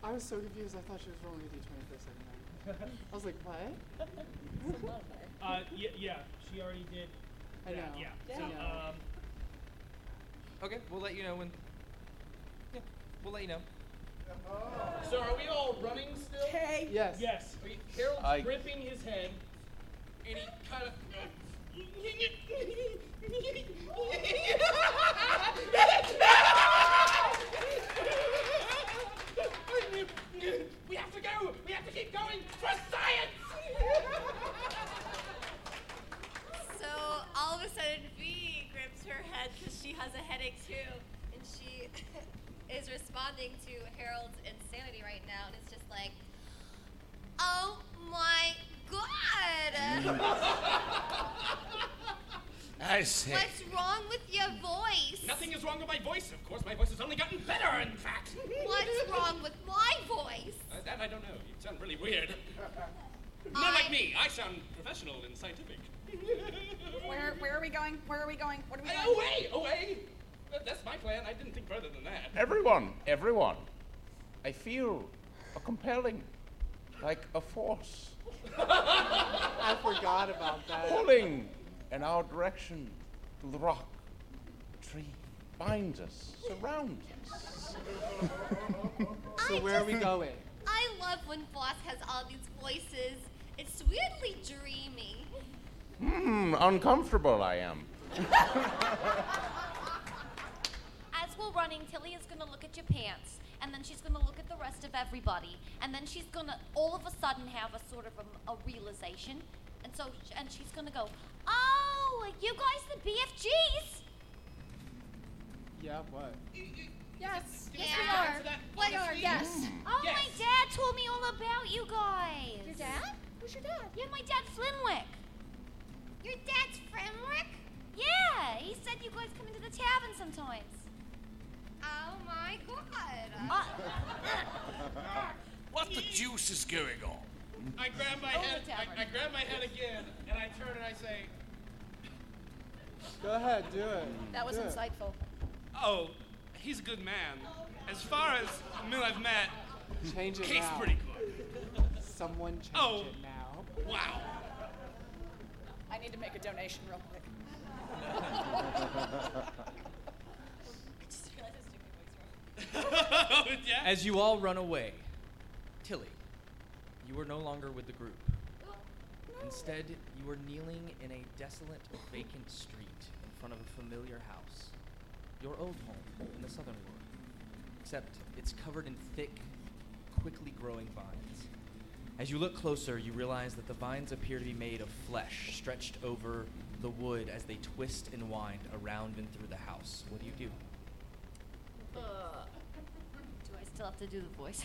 Speaker 29: I was so confused. I thought she was rolling a d20 for a second there. I was like, what?
Speaker 2: Uh, yeah, yeah, she already did.
Speaker 29: I
Speaker 2: that,
Speaker 29: know.
Speaker 2: Yeah. So,
Speaker 29: Yeah.
Speaker 2: um,
Speaker 3: Okay, we'll let you know when. Yeah, we'll let you know.
Speaker 5: So are we all running still?
Speaker 4: Okay.
Speaker 29: Yes.
Speaker 2: Yes.
Speaker 5: Are you, Harold's
Speaker 8: I-
Speaker 5: gripping his hand, and he kind of. we have to go. We have to keep going for science.
Speaker 11: So all of a sudden, V grips her head because she has a headache too, and she is responding to Harold's insanity right now, and it's just like, oh my god!
Speaker 13: I say.
Speaker 11: What's wrong with your voice?
Speaker 5: Nothing is wrong with my voice. Of course, my voice has only gotten better. In fact.
Speaker 11: What's wrong with my voice?
Speaker 5: Uh, that I don't know. You sound really weird. Not like me. I sound professional and scientific.
Speaker 4: Where where are we going? Where are we going? What are we going?
Speaker 5: Away, away. That- Uh, That's my plan. I didn't think further than that.
Speaker 32: Everyone, everyone, I feel a compelling, like a force,
Speaker 29: I forgot about that.
Speaker 32: pulling in our direction to the rock, the tree, binds us, surrounds us.
Speaker 29: So where are we going?
Speaker 11: I love when Voss has all these voices. It's weirdly dreamy.
Speaker 32: Hmm, uncomfortable I am.
Speaker 6: As we're running, Tilly is gonna look at your pants, and then she's gonna look at the rest of everybody, and then she's gonna all of a sudden have a sort of a, a realization, and so and she's gonna go, "Oh, you guys the BFGs?
Speaker 29: Yeah, what?
Speaker 6: Yes,
Speaker 11: Yes, we are.
Speaker 6: What
Speaker 11: We are, yes.
Speaker 6: Oh, my
Speaker 11: Yes.
Speaker 6: dad told me all about you guys.
Speaker 11: Your dad?
Speaker 6: Who's your dad? Yeah, my dad Flinwick.
Speaker 11: Your dad's framework?
Speaker 6: Yeah, he said you guys come into the tavern sometimes.
Speaker 11: Oh my god.
Speaker 6: Uh,
Speaker 13: What the deuce is going on?
Speaker 5: I grab my
Speaker 11: Roll the
Speaker 5: head.
Speaker 11: tavern.
Speaker 5: I, I grab my head again, and I turn and I say,
Speaker 29: Go ahead, do it.
Speaker 4: That was
Speaker 29: do
Speaker 4: insightful.
Speaker 5: "Oh, he's a good man. As far as men I've met,
Speaker 29: It. Change it
Speaker 5: he's
Speaker 29: now.
Speaker 5: pretty good."
Speaker 29: Someone change
Speaker 5: Oh.
Speaker 29: it now.
Speaker 5: Wow.
Speaker 4: I need to make a donation real quick.
Speaker 3: As you all run away, Tilly, you are no longer with the group. Instead, you are kneeling in a desolate, vacant street in front of a familiar house. Your old home in the southern world. Except it's covered in thick, quickly growing vines. As you look closer, you realize that the vines appear to be made of flesh stretched over the wood as they twist and wind around and through the house. What do you do?
Speaker 6: Uh, do I still have to do the voice?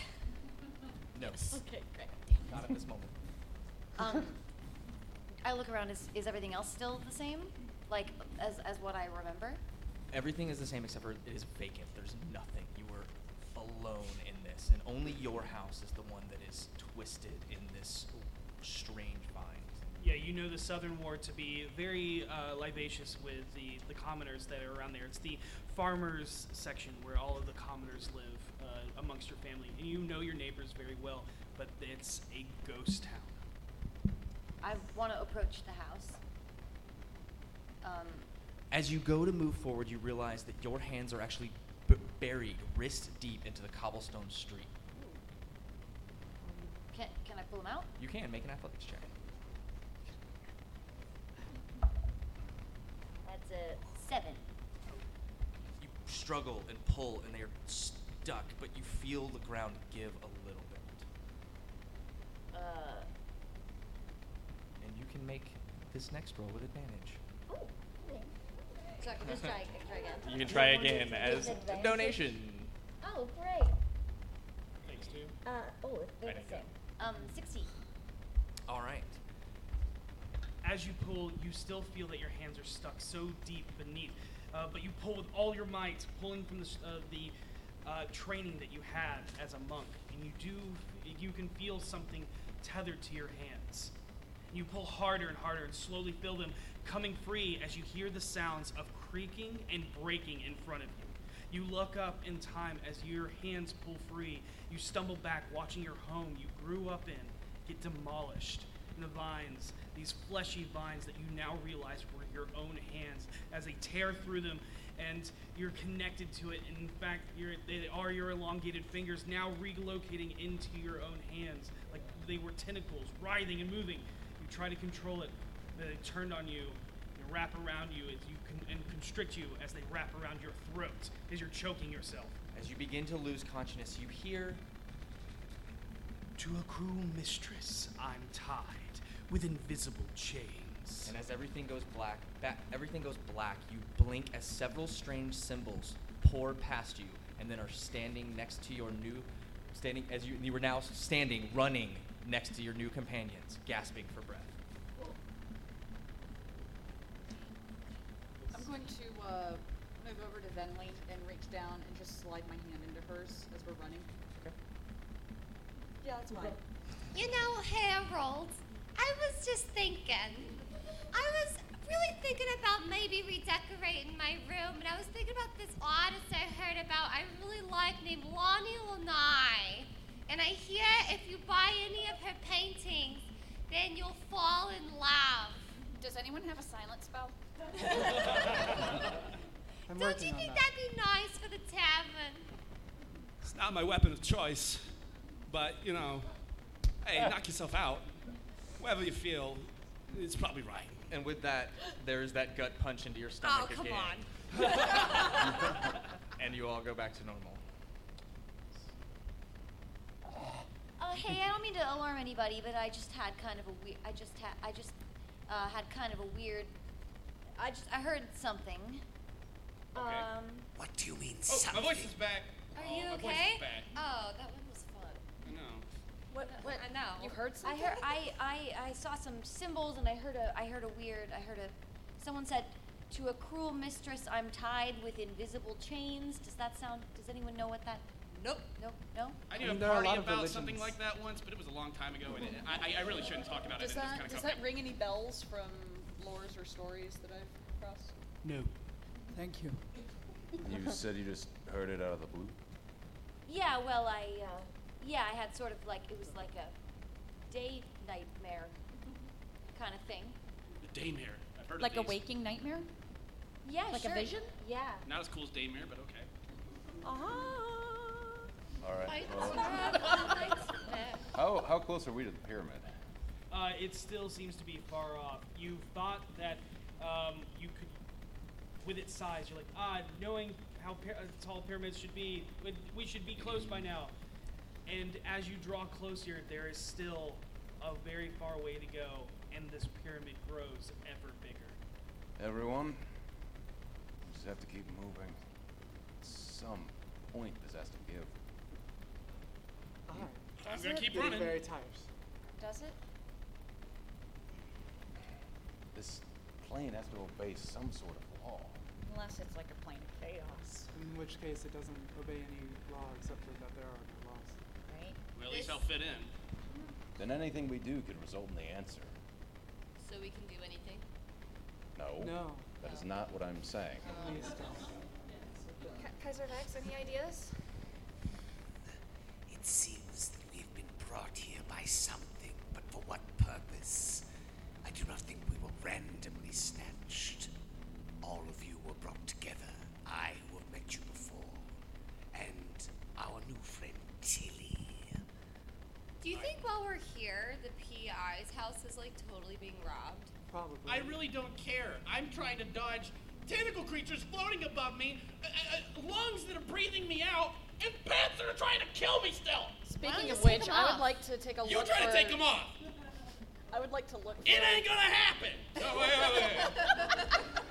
Speaker 3: No.
Speaker 6: okay, great.
Speaker 3: Not at this moment.
Speaker 6: Um, I look around. Is, is everything else still the same? Like as as what I remember?
Speaker 3: Everything is the same except for it is vacant. There's nothing. You are alone in this, and only your house is the one that is twisted in this strange vine.
Speaker 2: Yeah, you know the Southern War to be very uh, libacious with the, the commoners that are around there. It's the farmers section where all of the commoners live uh, amongst your family, and you know your neighbors very well. But it's a ghost town.
Speaker 6: I want to approach the house. Um,
Speaker 3: As you go to move forward, you realize that your hands are actually b- buried wrist deep into the cobblestone street.
Speaker 6: can can I pull him out?
Speaker 3: You can make an athletics check.
Speaker 6: That's a seven.
Speaker 3: You struggle and pull, and they are stuck, but you feel the ground give a little bit.
Speaker 6: Uh,
Speaker 3: And you can make this next roll with advantage.
Speaker 6: so I can just try, I can try again.
Speaker 28: You can try again as
Speaker 11: Disadvantage.
Speaker 28: a donation.
Speaker 6: Oh, great.
Speaker 2: Thanks, too.
Speaker 6: Uh, oh,
Speaker 28: Way to go.
Speaker 6: Um, 60.
Speaker 3: All right.
Speaker 2: As you pull, you still feel that your hands are stuck so deep beneath, uh, but you pull with all your might, pulling from the, s- uh, the uh, training that you had as a monk, and you do you can feel something tethered to your hands. You pull harder and harder and slowly feel them coming free as you hear the sounds of creaking and breaking in front of you. You look up in time as your hands pull free. You stumble back, watching your home you grew up in get demolished. And the vines, these fleshy vines that you now realize were your own hands, as they tear through them, and you're connected to it. And in fact, you're, they are your elongated fingers now relocating into your own hands, like they were tentacles, writhing and moving. You try to control it, but they turn on you and wrap around you as you con- and constrict you as they wrap around your throat as you're choking yourself.
Speaker 3: As you begin to lose consciousness, you hear
Speaker 2: To a cruel mistress, I'm tied with invisible chains.
Speaker 3: And as everything goes black, ba- everything goes black. You blink as several strange symbols pour past you, and then are standing next to your new, standing as you you were now standing, running next to your new companions, gasping for breath.
Speaker 30: I'm going to uh, move over to Venley and reach down and just slide my hand into hers as we're running.
Speaker 3: Okay.
Speaker 30: Yeah, that's fine.
Speaker 11: You know, Harold, I was just thinking. I was really thinking about maybe redecorating my room, and I was thinking about this artist I heard about. I really like named Lonnie Lanai, and I hear if you buy any of her paintings, then you'll fall in love.
Speaker 30: Does anyone have a silent spell?
Speaker 52: I'm
Speaker 11: Don't
Speaker 52: working
Speaker 11: you
Speaker 52: on
Speaker 11: think
Speaker 52: that.
Speaker 11: that'd be nice for the tavern?
Speaker 28: It's not my weapon of choice, but you know, hey, knock yourself out. Whatever you feel, it's probably right.
Speaker 3: And with that, there's that gut punch into your stomach
Speaker 11: come
Speaker 3: again.
Speaker 11: on.
Speaker 3: and you all go back to normal.
Speaker 6: Oh, hey, I don't mean to alarm anybody, but I just had kind of a weird. I just had. I just uh, had kind of a weird. I just. I heard something.
Speaker 5: Okay.
Speaker 6: Um,
Speaker 13: What do you mean
Speaker 5: Oh, my
Speaker 13: something?
Speaker 5: voice is back.
Speaker 11: Are
Speaker 5: oh,
Speaker 11: you
Speaker 5: my Voice
Speaker 11: okay?
Speaker 5: is back.
Speaker 11: Oh, that one was fun.
Speaker 5: No.
Speaker 11: What? what I know. You heard
Speaker 6: I heard. I, I. I saw some symbols, and I heard a. I heard a weird. I heard a. Someone said, "To a cruel mistress, I'm tied with invisible chains." Does that sound? Does anyone know what that?
Speaker 3: Nope.
Speaker 6: Nope. No.
Speaker 5: I
Speaker 52: I
Speaker 5: knew
Speaker 52: mean,
Speaker 5: a
Speaker 52: there are a
Speaker 5: party
Speaker 52: lot of
Speaker 5: about something
Speaker 52: religions.
Speaker 5: like that once, but it was a long time ago, and it, I, I- I really shouldn't talk about
Speaker 30: Mm-hmm. does
Speaker 5: it.
Speaker 30: that
Speaker 5: it
Speaker 30: does
Speaker 5: just
Speaker 30: that
Speaker 5: kind of
Speaker 30: ring any bells from lores or stories that I've crossed?
Speaker 52: No. Thank you.
Speaker 8: You said you just heard it out of the blue.
Speaker 6: Yeah. Well, I. Uh, yeah, I had sort of like it was like a day nightmare kind of thing.
Speaker 5: the Daymare. I've heard
Speaker 30: Like a
Speaker 5: of these.
Speaker 30: waking nightmare?
Speaker 6: Yeah.
Speaker 30: Like a
Speaker 6: sure.
Speaker 30: vision?
Speaker 6: Yeah.
Speaker 5: Not as cool as Daymare, but okay.
Speaker 8: All right.
Speaker 11: Fight
Speaker 8: well-
Speaker 11: for our lives.
Speaker 8: how how close are we to the pyramid?
Speaker 2: uh, it still seems to be far off. You thought that um, you could, with its size, you're like, ah, knowing how pyra- uh, tall pyramids should be, but we should be close by now. And as you draw closer, there is still a very far way to go, and this pyramid grows ever bigger.
Speaker 8: Everyone, just have to keep moving. At some point, this has to give.
Speaker 29: Ah.
Speaker 5: I'm
Speaker 29: Does
Speaker 5: gonna
Speaker 29: it?
Speaker 5: keep
Speaker 29: Getting
Speaker 5: running.
Speaker 29: Very tired.
Speaker 4: Does it?
Speaker 8: This plane has to obey some sort of law.
Speaker 4: Unless it's like a plane of chaos.
Speaker 29: In which case, it doesn't obey any law except for that there are no laws.
Speaker 4: Right.
Speaker 5: Well, at least I'll fit in.
Speaker 8: Then anything we do could result in the answer.
Speaker 11: So we can do anything.
Speaker 8: No.
Speaker 29: No.
Speaker 8: That is not what I'm saying.
Speaker 11: K- Kaiser Vex, any ideas?
Speaker 13: It seems that we have been brought here by something, but for what purpose? I do not think we were randomly snatched. All of you were brought together. I, who have met you before, and our new friend Tilly.
Speaker 11: Do you think while we're here, the PI's house is like totally being robbed?
Speaker 29: Probably.
Speaker 5: I really don't care. I'm trying to dodge tentacle creatures floating above me, uh, uh, lungs that are breathing me out, and bats that are
Speaker 13: Uh,
Speaker 5: trying to kill me still.
Speaker 30: Speaking of which, I would like to take a
Speaker 5: You
Speaker 30: look.
Speaker 5: try to
Speaker 30: for-
Speaker 5: take 'em off.
Speaker 30: I would like to look.
Speaker 5: It
Speaker 30: for-
Speaker 5: ain't gonna happen. No, wait, wait, wait.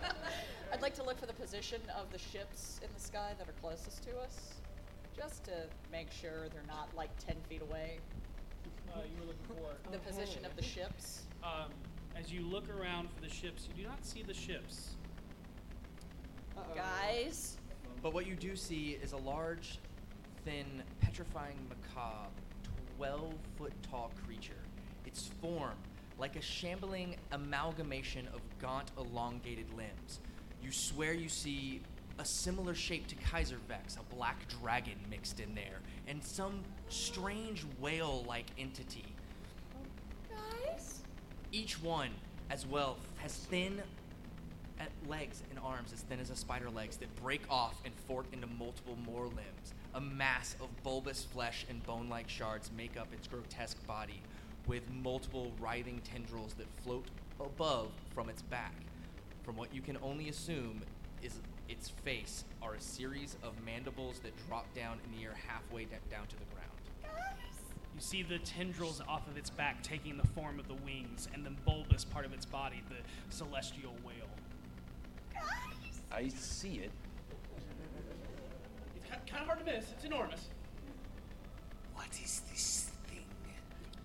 Speaker 30: I'd like to look for the position of the ships in the sky that are closest to us, just to make sure they're not like ten feet away.
Speaker 2: Uh, you were looking for
Speaker 30: the position of the ships.
Speaker 2: Um, as you look around for the ships, you do not see the ships.
Speaker 30: Guys,
Speaker 3: But what you do see is a large, thin, petrifying macabre, 12 foot tall creature. Its form, like a shambling amalgamation of gaunt, elongated limbs. You swear you see a similar shape to Kaiser Vex, a black dragon mixed in there, and some strange whale like entity.
Speaker 11: Guys?
Speaker 3: Each one, as well, has thin at legs and arms as thin as a spider legs that break off and fork into multiple more limbs. A mass of bulbous flesh and bone like shards make up its grotesque body, with multiple writhing tendrils that float above from its back. From what you can only assume is its face are a series of mandibles that drop down near halfway de- down to the ground.
Speaker 2: You see the tendrils off of its back taking the form of the wings and the bulbous part of its body, the celestial whale.
Speaker 8: I see it.
Speaker 5: It's kind of hard to miss. It's enormous.
Speaker 13: What is this thing?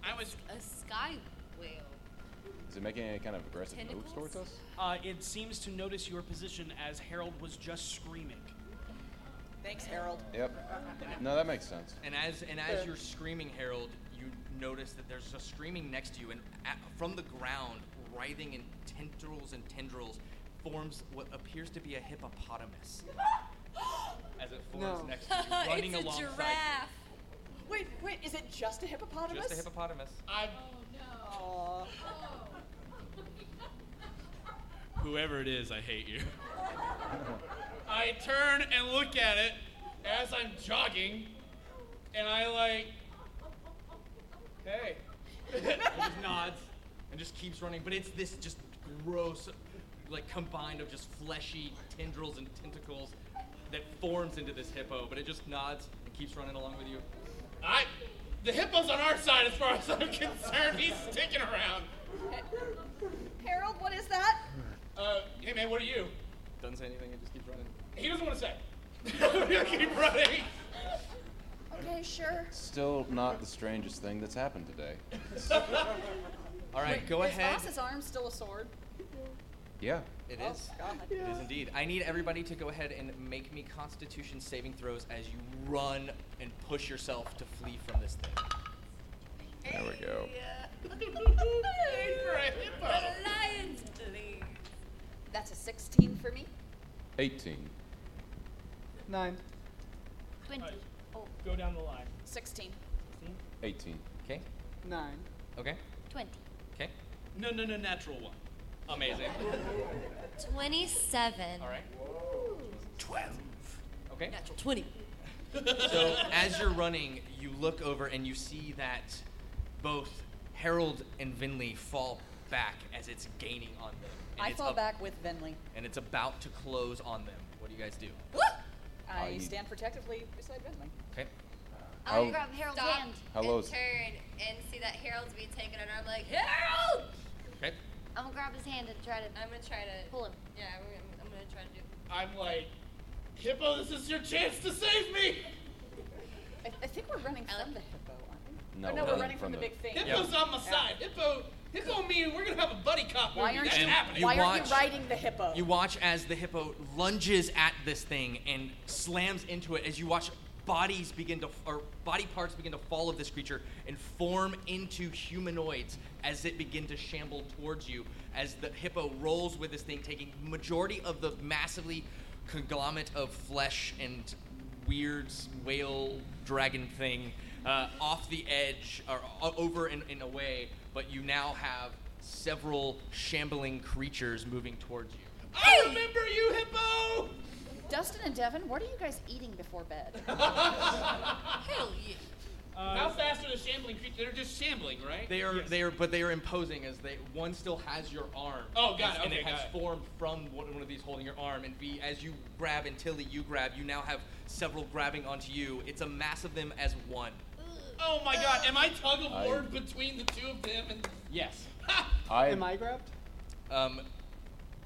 Speaker 5: I was
Speaker 11: a sky whale.
Speaker 8: Is it making any kind of aggressive moves
Speaker 11: Tentacles?
Speaker 8: towards us?
Speaker 2: Uh, it seems to notice your position as Harold was just screaming.
Speaker 30: Thanks, Harold.
Speaker 8: Yep. No, that makes sense.
Speaker 3: And as and as you're screaming, Harold, you notice that there's a screaming next to you, and at, from the ground, writhing in tendrils and tendrils, forms what appears to be a hippopotamus. as it forms
Speaker 30: No.
Speaker 3: next to you, running
Speaker 30: It's a
Speaker 3: alongside.
Speaker 30: giraffe. Wait, wait, is it just a
Speaker 3: you.
Speaker 30: hippopotamus?
Speaker 3: Just a hippopotamus.
Speaker 5: I
Speaker 30: Aw.
Speaker 5: Whoever it is, I hate you. I turn and look at it as I'm jogging, and I like, hey.
Speaker 3: it just nods and just keeps running, but it's this just gross, like combined of just fleshy tendrils and tentacles that forms into this hippo. But it just nods and keeps running along with you.
Speaker 5: I, the hippo's on our side as far as I'm concerned. He's sticking around.
Speaker 4: Harold, what is that?
Speaker 5: Uh, hey man, what are you?
Speaker 3: Doesn't say anything. It just keeps running.
Speaker 5: He doesn't want to say. I'm gonna keep running.
Speaker 4: Okay, sure.
Speaker 8: Still not the strangest thing that's happened today.
Speaker 3: All right, go
Speaker 30: Is
Speaker 3: ahead.
Speaker 30: Voss's arm still a sword?
Speaker 8: Yeah.
Speaker 3: It
Speaker 30: Oh,
Speaker 3: is.
Speaker 30: God.
Speaker 3: It is indeed. I need everybody to go ahead and make me Constitution saving throws as you run and push yourself to flee from this thing.
Speaker 8: There we go.
Speaker 30: That's a 16 for me.
Speaker 8: 18.
Speaker 52: Nine.
Speaker 6: Twenty.
Speaker 30: Oh.
Speaker 2: Go down the line.
Speaker 30: 16.
Speaker 8: 18.
Speaker 3: Okay.
Speaker 29: Nine.
Speaker 3: Okay.
Speaker 6: Twenty.
Speaker 3: Okay.
Speaker 5: No, no, no, natural one.
Speaker 3: Amazing.
Speaker 6: Twenty-seven.
Speaker 3: All right.
Speaker 13: Twelve.
Speaker 3: Okay.
Speaker 6: Twenty.
Speaker 3: so as you're running, you look over and you see that both Harold and Vinley fall back as it's gaining on them. and
Speaker 30: I
Speaker 3: it's
Speaker 30: fall
Speaker 3: ab-
Speaker 30: back with Venley.
Speaker 3: And it's about to close on them. What do you guys do?
Speaker 30: I
Speaker 3: you-
Speaker 30: stand protectively beside Venley.
Speaker 3: Okay.
Speaker 11: I
Speaker 8: How-
Speaker 11: would grab Harold's
Speaker 8: Stop
Speaker 11: hand
Speaker 8: How
Speaker 11: and
Speaker 8: low is-
Speaker 11: turn and see that Harold's being taken, and I'm like, Harold!
Speaker 3: Okay.
Speaker 11: I'm gonna grab his hand and try to. I'm gonna try to pull him. Yeah, I'm gonna, I'm gonna try to do.
Speaker 5: I'm like, Hippo, this is your chance to save me!
Speaker 30: I, I think we're running from the hippo, aren't we?
Speaker 5: No,
Speaker 30: oh, no,
Speaker 5: we're
Speaker 30: we're
Speaker 5: running
Speaker 30: running from,
Speaker 5: from
Speaker 30: the,
Speaker 5: the-
Speaker 30: big thing.
Speaker 5: Hippo's on my side. Hippo, Hippo, me, and we're gonna have a buddy cop
Speaker 30: Why
Speaker 5: movie.
Speaker 30: aren't
Speaker 5: That's
Speaker 30: you-
Speaker 5: happening.
Speaker 30: Why
Speaker 3: You
Speaker 30: aren't
Speaker 3: watch-
Speaker 30: you riding the hippo?
Speaker 3: You watch as the hippo lunges at this thing and slams into it as you watch bodies begin to or body parts begin to fall of this creature and form into humanoids as it begin to shamble towards you as the hippo rolls with this thing taking majority of the massively conglomerate of flesh and weird whale dragon thing uh, off the edge or o- over and, and away but you now have several shambling creatures moving towards you
Speaker 5: I remember you, Hippo!
Speaker 30: Dustin and Devin, what are you guys eating before bed?
Speaker 11: Hell yeah.
Speaker 5: How fast are the shambling creatures? They're just shambling, right?
Speaker 3: They are they are but they are imposing as they one still has your arm.
Speaker 5: Oh,
Speaker 3: as-
Speaker 5: got it,
Speaker 3: And
Speaker 5: okay,
Speaker 3: it has
Speaker 5: got it.
Speaker 3: formed from one, one of these holding your arm, and B as you grab and Tilly you grab, you now have several grabbing onto you. It's a mass of them as one.
Speaker 5: Oh my god, am I tug of
Speaker 3: I-
Speaker 5: war between the two of them? And
Speaker 3: Yes.
Speaker 8: I- Am
Speaker 3: I grabbed? Um,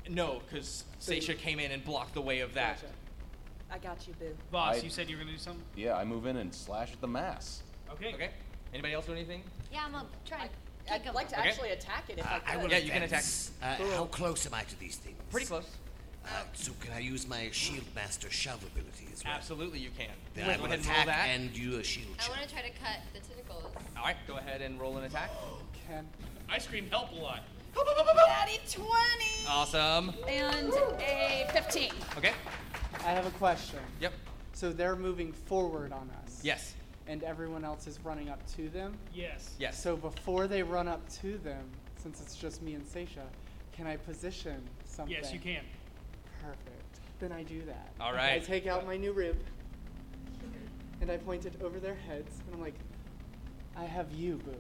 Speaker 3: no, because Seisha came in and blocked the way of that.
Speaker 30: I got you, boo.
Speaker 2: Boss,
Speaker 8: I-
Speaker 2: you said you were gonna do something.
Speaker 8: Yeah, I move in and slash at the mass.
Speaker 2: Okay.
Speaker 3: Okay. Anybody else do anything?
Speaker 11: Yeah, I'm gonna try.
Speaker 30: I'd like to
Speaker 3: Okay.
Speaker 30: actually attack it if I
Speaker 3: Uh,
Speaker 30: could.
Speaker 3: I
Speaker 13: I will
Speaker 3: Yeah, you can
Speaker 13: advance.
Speaker 3: attack.
Speaker 13: Uh,
Speaker 3: Cool.
Speaker 13: How close am I to these things?
Speaker 3: Pretty close.
Speaker 13: Uh, so can I use my shield master shove ability as well?
Speaker 3: Absolutely, you can.
Speaker 13: Then
Speaker 3: Go
Speaker 13: I
Speaker 3: ahead
Speaker 13: will
Speaker 3: and roll
Speaker 13: attack
Speaker 3: that.
Speaker 13: and do a shield.
Speaker 11: I wanna try to cut the tentacles.
Speaker 3: All right, go ahead and roll an attack.
Speaker 5: Can. I scream help a lot.
Speaker 4: Daddy 20!
Speaker 3: Awesome.
Speaker 4: And a 15.
Speaker 3: Okay.
Speaker 1: I have a question.
Speaker 3: Yep.
Speaker 1: So they're moving forward on us.
Speaker 3: Yes.
Speaker 1: And everyone else is running up to them?
Speaker 2: Yes.
Speaker 3: Yes.
Speaker 1: So before they run up to them, since it's just me and Seisha, can I position something?
Speaker 2: Yes, you can.
Speaker 1: Perfect. Then I do that.
Speaker 3: All
Speaker 1: I
Speaker 3: right.
Speaker 1: take out my new rib and I point it over their heads and I'm like, I have you, boo.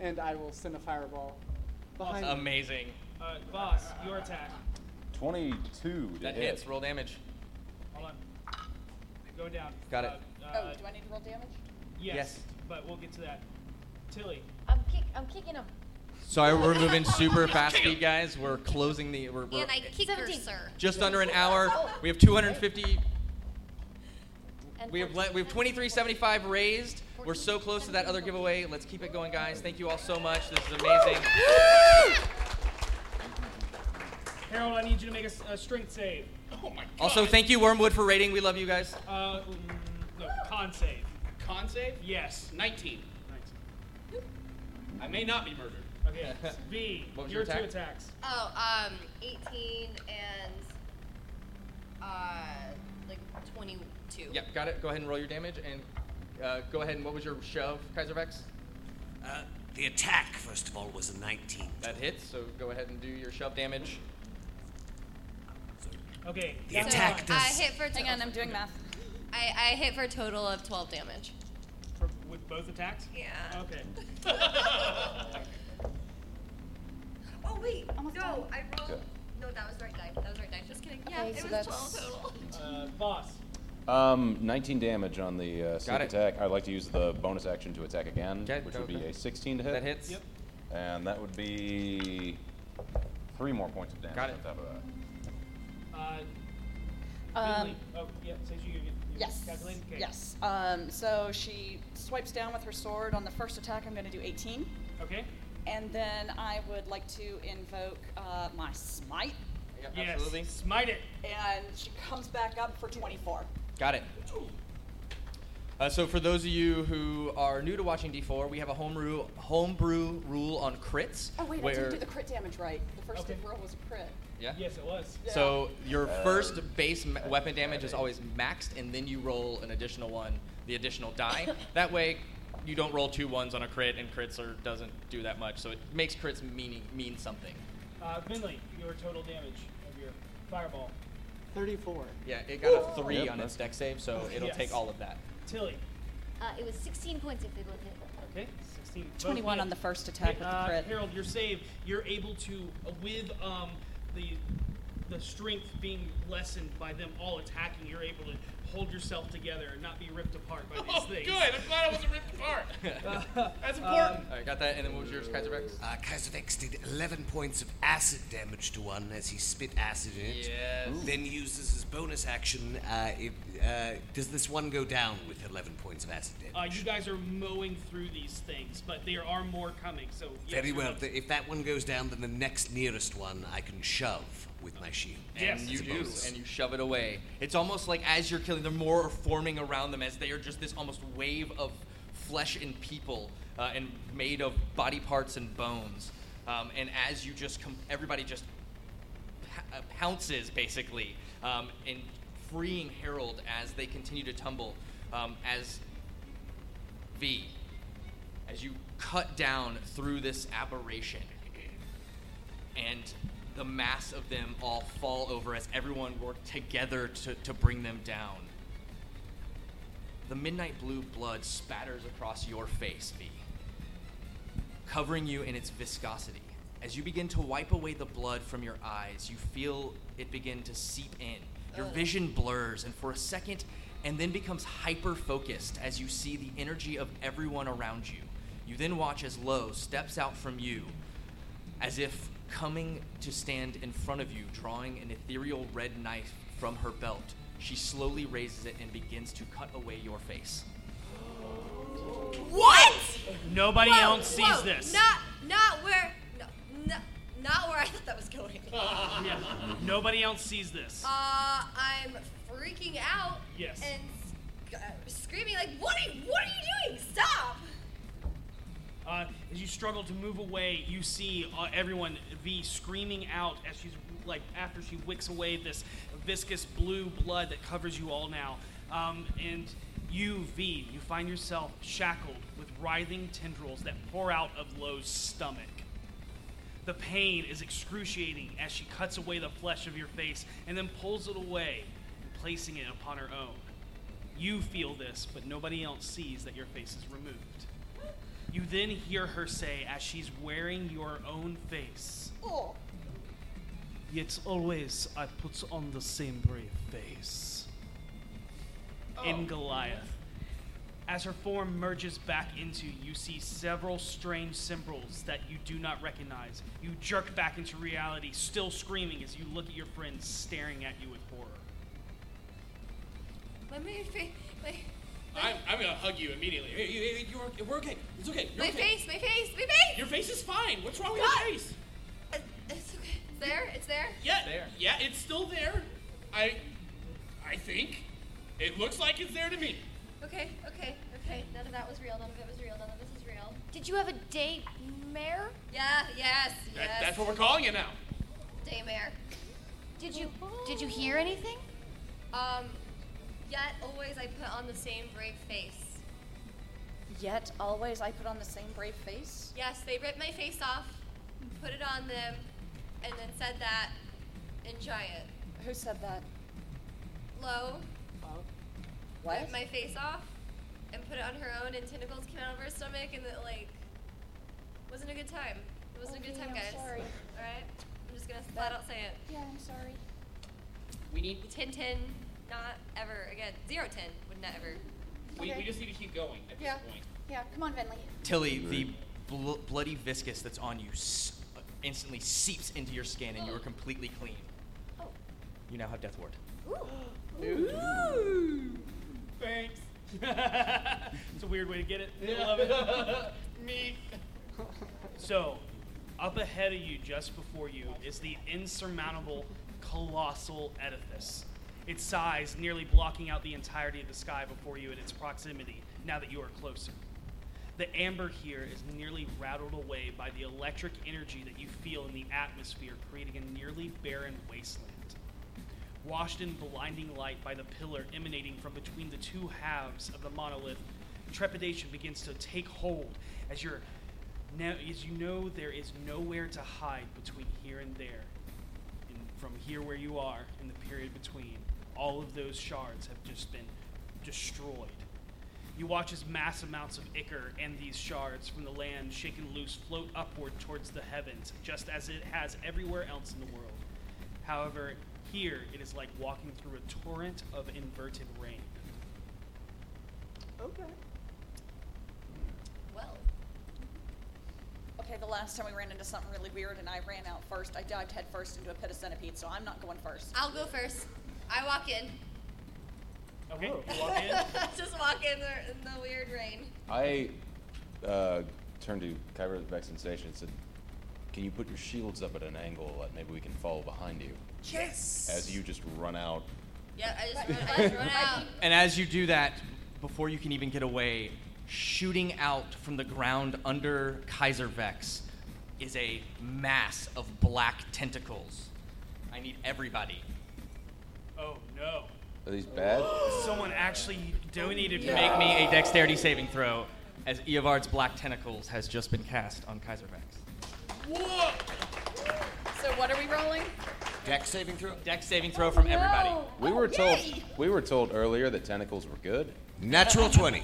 Speaker 1: And I will send a fireball behind them.
Speaker 3: Amazing.
Speaker 2: Uh, boss, your attack.
Speaker 8: 22 to
Speaker 3: That
Speaker 8: hit.
Speaker 3: hits. Roll damage.
Speaker 2: Hold on. Go down.
Speaker 3: Got it.
Speaker 2: Uh,
Speaker 30: Oh,
Speaker 2: uh,
Speaker 30: do I need to roll damage?
Speaker 2: yes,
Speaker 3: Yes.
Speaker 2: But we'll get to that. Tilly.
Speaker 11: I'm kick. I'm kicking him.
Speaker 3: Sorry, we're moving super fast speed, guys. We're closing the. We're, we're
Speaker 11: And I kick her, Oh. sir.
Speaker 3: just under an hour. We have 250. We have le- we have 2375 raised. We're so close to that other giveaway. Let's keep it going, guys. Thank you all so much. This is amazing.
Speaker 2: Harold, I need you to make a s- a, strength save. Oh my
Speaker 3: Also, thank you Wormwood for rating. We love you guys.
Speaker 2: Uh, mm, no, con save.
Speaker 5: Con save?
Speaker 2: Yes.
Speaker 5: 19. I may not be murdered.
Speaker 2: Okay. B.
Speaker 5: What was
Speaker 2: your
Speaker 5: your
Speaker 2: two
Speaker 5: attack?
Speaker 2: attacks.
Speaker 11: Oh, um, 18 and uh, like 22.
Speaker 3: Yep, got it. Go ahead and roll your damage and uh, go ahead and what was your shove, Kaiser Vex?
Speaker 13: Uh, the attack, first of all, was a 19.
Speaker 3: That hits. So go ahead and do your shove damage.
Speaker 2: Okay.
Speaker 13: The attack
Speaker 11: I
Speaker 13: does.
Speaker 11: uh, hit for.
Speaker 4: Hang on, I'm doing math.
Speaker 11: I, I hit for a total of 12 damage.
Speaker 2: For, with both attacks?
Speaker 11: Yeah.
Speaker 2: Okay. Uh,
Speaker 11: Oh, wait. no, I rolled.
Speaker 8: Okay.
Speaker 11: No, that was the right die. That was the right die. Just kidding. Yeah,
Speaker 4: Okay,
Speaker 11: it
Speaker 4: so
Speaker 11: was
Speaker 4: that's-
Speaker 11: 12 total.
Speaker 2: Uh, boss.
Speaker 8: Um, 19 damage on the uh, sneak
Speaker 3: Got it.
Speaker 8: attack. I'd like to use the bonus action to attack again, which
Speaker 3: go
Speaker 8: would be
Speaker 3: for it.
Speaker 8: a 16 to hit.
Speaker 3: That hits. Yep.
Speaker 8: And that would be three more points of damage
Speaker 3: Got
Speaker 8: on
Speaker 3: it.
Speaker 8: top of that.
Speaker 2: Uh,
Speaker 30: Um,
Speaker 2: Finley. Oh, yeah. Since you, you, you
Speaker 30: Yes.
Speaker 2: calculating? Okay.
Speaker 30: Yes. Um, so she swipes down with her sword. On the first attack, I'm going to do 18.
Speaker 2: Okay.
Speaker 30: And then I would like to invoke uh, my smite.
Speaker 2: Yes. Smite it.
Speaker 30: And she comes back up for 24.
Speaker 3: Got it. Uh, so for those of you who are new to watching D4, we have a homebrew homebrew rule on crits.
Speaker 30: Oh, wait, I
Speaker 3: where,
Speaker 30: didn't do the crit damage right. The first roll was a crit.
Speaker 3: yeah.
Speaker 2: Yes, it was.
Speaker 3: So your
Speaker 2: Uh,
Speaker 3: first base me- weapon damage is always maxed, and then you roll an additional one, the additional die. that way, you don't roll two ones on a crit, and crits are doesn't do that much. So it makes crits meaning mean something.
Speaker 2: Uh, Finley, your total damage of your fireball.
Speaker 1: 34.
Speaker 3: Yeah, it got a three
Speaker 1: Yep,
Speaker 3: on its deck save, so it'll
Speaker 2: Yes.
Speaker 3: take all of that.
Speaker 2: Tilly.
Speaker 51: Uh, it was 16 points if they both hit.
Speaker 2: Okay, 16. both
Speaker 4: 21
Speaker 2: hit.
Speaker 4: on the first attack with the
Speaker 2: Uh,
Speaker 4: crit.
Speaker 2: Harold, your save, you're able to, uh, with um, the the strength being lessened by them all attacking, you're able to hold yourself together and not be ripped apart by these
Speaker 5: Oh,
Speaker 2: things. Uh,
Speaker 5: good. I'm glad I wasn't ripped apart. That's important.
Speaker 3: All right, got that. And then what was yours, Kaiser Vex?
Speaker 13: Uh, Kaiservex did 11 points of acid damage to one as he spit acid in it.
Speaker 3: Yes. Ooh.
Speaker 13: Then uses his bonus action. Uh, it, uh, does this one go down with 11 points of acid damage?
Speaker 2: Uh, you guys are mowing through these things, but there are more coming. So yes,
Speaker 13: Very
Speaker 2: you're
Speaker 13: well.
Speaker 2: up.
Speaker 13: Th- if that one goes down, then the next nearest one I can shove with my shield.
Speaker 3: And you do, and you shove it away. It's almost like as you're killing them, more are forming around them as they are just this almost wave of flesh and people uh, and made of body parts and bones. Um, and as you just, com- everybody just p- uh, pounces basically, um, and freeing Harold as they continue to tumble. Um, as V, as you cut down through this aberration, and the mass of them all fall over as everyone worked together to, to bring them down. The midnight blue blood spatters across your face, V, covering you in its viscosity. As you begin to wipe away the blood from your eyes, you feel it begin to seep in. Your
Speaker 55: Ugh.
Speaker 3: vision blurs, and for a second, and then becomes hyper focused as you see the energy of everyone around you. You then watch as Lo steps out from you as if coming to stand in front of you, drawing an ethereal red knife from her belt. She slowly raises it and begins to cut away your face.
Speaker 11: What?
Speaker 2: Nobody
Speaker 11: Whoa,
Speaker 2: else sees
Speaker 11: whoa,
Speaker 2: this.
Speaker 11: Not, not where, no, no, not where I thought that was going.
Speaker 2: Yeah, Nobody else sees this.
Speaker 11: Uh, I'm freaking out.
Speaker 2: Yes.
Speaker 11: And sc- uh, screaming like, what are you, what are you doing? Stop!
Speaker 2: Uh, as you struggle to move away, you see uh, everyone V screaming out as she's like after she wicks away this viscous blue blood that covers you all now. Um, and you V, you find yourself shackled with writhing tendrils that pour out of Lo's stomach. The pain is excruciating as she cuts away the flesh of your face and then pulls it away, placing it upon her own. You feel this, but nobody else sees that your face is removed. You then hear her say, as she's wearing your own face,
Speaker 30: Oh.
Speaker 2: Yet always I put on the same brave face. In Goliath. As her form merges back into you, you see several strange symbols that you do not recognize. You jerk back into reality, still screaming as you look at your friends staring at you with horror.
Speaker 11: Let me, fa- my,
Speaker 5: I'm, I'm gonna hug you immediately. Hey, hey, hey, you're, we're okay. It's okay. You're
Speaker 11: my
Speaker 5: okay.
Speaker 11: face, my face, my face!
Speaker 5: Your face is fine. What's wrong with
Speaker 11: God.
Speaker 5: your face?
Speaker 11: It's okay. It's there, it's there.
Speaker 5: Yeah, yeah, it's still there. I, I think it looks like it's there to me.
Speaker 11: Okay, okay, okay. None of that was real, none of it was real, none of this is real.
Speaker 6: Did you have a daymare?
Speaker 11: Yeah, yes, yes.
Speaker 5: That, That's what we're calling it now.
Speaker 11: Daymare.
Speaker 6: Did you did you hear anything?
Speaker 11: Um, yet always I put on the same brave face.
Speaker 4: Yet always I put on the same brave face.
Speaker 11: Yes, they ripped my face off, put it on them, and then said that. Enjoy it.
Speaker 4: Who said that?
Speaker 11: Lo
Speaker 4: What?
Speaker 11: ripped my face off and put it on her own, and tentacles came out of her stomach, and it like wasn't a good time. It wasn't a good
Speaker 4: Okay,
Speaker 11: time,
Speaker 4: I'm
Speaker 11: guys.
Speaker 4: sorry.
Speaker 11: All right, I'm just gonna flat out say it.
Speaker 4: Yeah, I'm sorry.
Speaker 11: We need ten ten, not ever again. Zero ten would not ever.
Speaker 5: We, we just need to keep going at
Speaker 4: Yeah.
Speaker 5: this point.
Speaker 4: Yeah, come on, Venley.
Speaker 3: Tilly, the bl- bloody viscous that's on you s- instantly seeps into your skin, and you are completely clean. You now have Death Ward.
Speaker 2: Thanks. it's a weird way to get it. I love it. Me. So, up ahead of you, just before you, is the insurmountable, colossal edifice. Its size nearly blocking out the entirety of the sky before you in its proximity, now that you are closer. The amber here is nearly rattled away by the electric energy that you feel in the atmosphere, creating a nearly barren wasteland washed in blinding light by the pillar emanating from between the two halves of the monolith, trepidation begins to take hold as you're now as you know there is nowhere to hide between here and there. And from here where you are in the period between, all of those shards have just been destroyed. You watch as mass amounts of ichor and these shards from the land shaken loose float upward towards the heavens, just as it has everywhere else in the world. However, here it is like walking through a torrent of inverted rain.
Speaker 30: Okay.
Speaker 4: Well.
Speaker 30: Okay, the last time we ran into something really weird and I ran out first, I dived headfirst into a pit of centipedes, so I'm not going first.
Speaker 11: I'll go first. I walk in.
Speaker 2: Okay.
Speaker 11: Just walk in the, in the weird rain.
Speaker 8: I uh, turned to Kyra Vex Sensation and said, Can you put your shields up at an angle that maybe we can follow behind you?
Speaker 11: Yes.
Speaker 8: As you just run out.
Speaker 11: Yeah, I just run, I just run out.
Speaker 3: And as you do that, before you can even get away, shooting out from the ground under Kaiser Vex is a mass of black tentacles. I need everybody.
Speaker 2: Oh no.
Speaker 8: Are these bad?
Speaker 2: Someone actually donated
Speaker 3: To make me a dexterity saving throw, as Eovard's black tentacles has just been cast on Kaiser Vex.
Speaker 30: Whoa! So what are we rolling?
Speaker 3: Dex saving throw? Dex saving throw from everybody.
Speaker 8: We were told we were told earlier that tentacles were good. Natural twenty.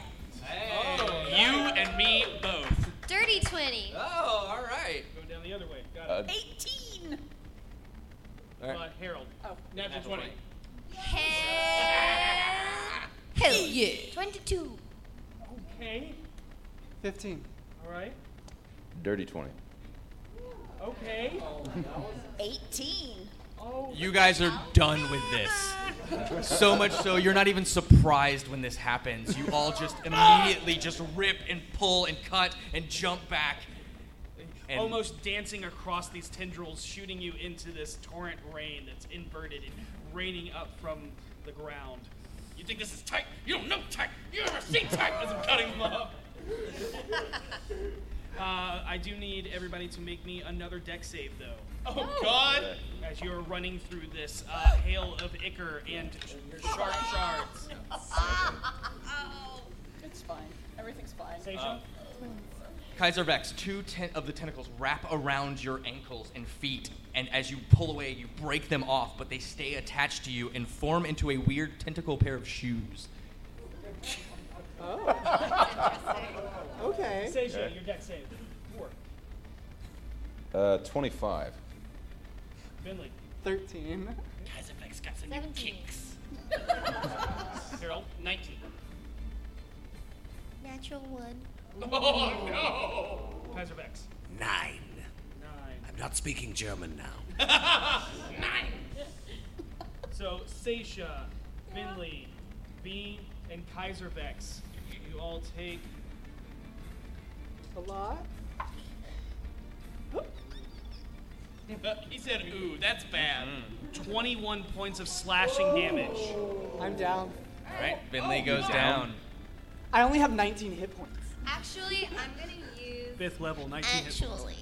Speaker 5: Oh,
Speaker 50: You and me both.
Speaker 11: Dirty 20.
Speaker 3: Oh, all right.
Speaker 2: Go down the other way. Got
Speaker 8: Uh,
Speaker 2: it.
Speaker 30: 18!
Speaker 2: Uh, Harold.
Speaker 30: Oh.
Speaker 2: Natural 20.
Speaker 6: Hell yeah. 22.
Speaker 2: Okay.
Speaker 52: 15.
Speaker 2: All right.
Speaker 8: Dirty twenty.
Speaker 2: Okay.
Speaker 30: 18.
Speaker 2: Oh.
Speaker 3: You guys are done with this. So much so, you're not even surprised when this happens. You all just immediately just rip and pull and cut and jump back. And
Speaker 2: Almost dancing across these tendrils, shooting you into this torrent rain that's inverted and raining up from the ground.
Speaker 5: You think this is tight? You don't know tight. You never seen tight as I'm cutting them up.
Speaker 2: Uh, I do need everybody to make me another deck save, though.
Speaker 5: Oh, God.
Speaker 2: As you are running through this uh, hail of ichor and sharp shards.
Speaker 11: Oh.
Speaker 30: It's fine. Everything's fine.
Speaker 3: Station? Kaiser Vex, two ten- of the tentacles wrap around your ankles and feet, and as you pull away, you break them off, but they stay attached to you and form into a weird tentacle pair of shoes.
Speaker 30: Oh.
Speaker 1: Okay.
Speaker 2: Seisha,
Speaker 8: Okay.
Speaker 2: your deck save. Four.
Speaker 8: Uh, twenty-five.
Speaker 2: Finley.
Speaker 52: 13.
Speaker 5: Kaiser Black's got some new kicks.
Speaker 2: Harold, 19.
Speaker 6: Natural one.
Speaker 5: Oh, no.
Speaker 2: Kaiser Vex.
Speaker 13: Nine.
Speaker 2: Nine.
Speaker 13: I'm not speaking German now.
Speaker 2: Nine. So Seisha, Finley, Bean, and Kaiser Vex, you all take
Speaker 1: A lot?
Speaker 5: he said, ooh, that's bad.
Speaker 3: Mm-hmm.
Speaker 2: 21 points of slashing damage.
Speaker 1: I'm down.
Speaker 3: All right, Finley
Speaker 2: Oh,
Speaker 3: goes
Speaker 2: no.
Speaker 3: down.
Speaker 1: I only have 19 hit points.
Speaker 11: Actually, I'm going to use.
Speaker 2: Fifth level, 19 hit points.
Speaker 11: Actually,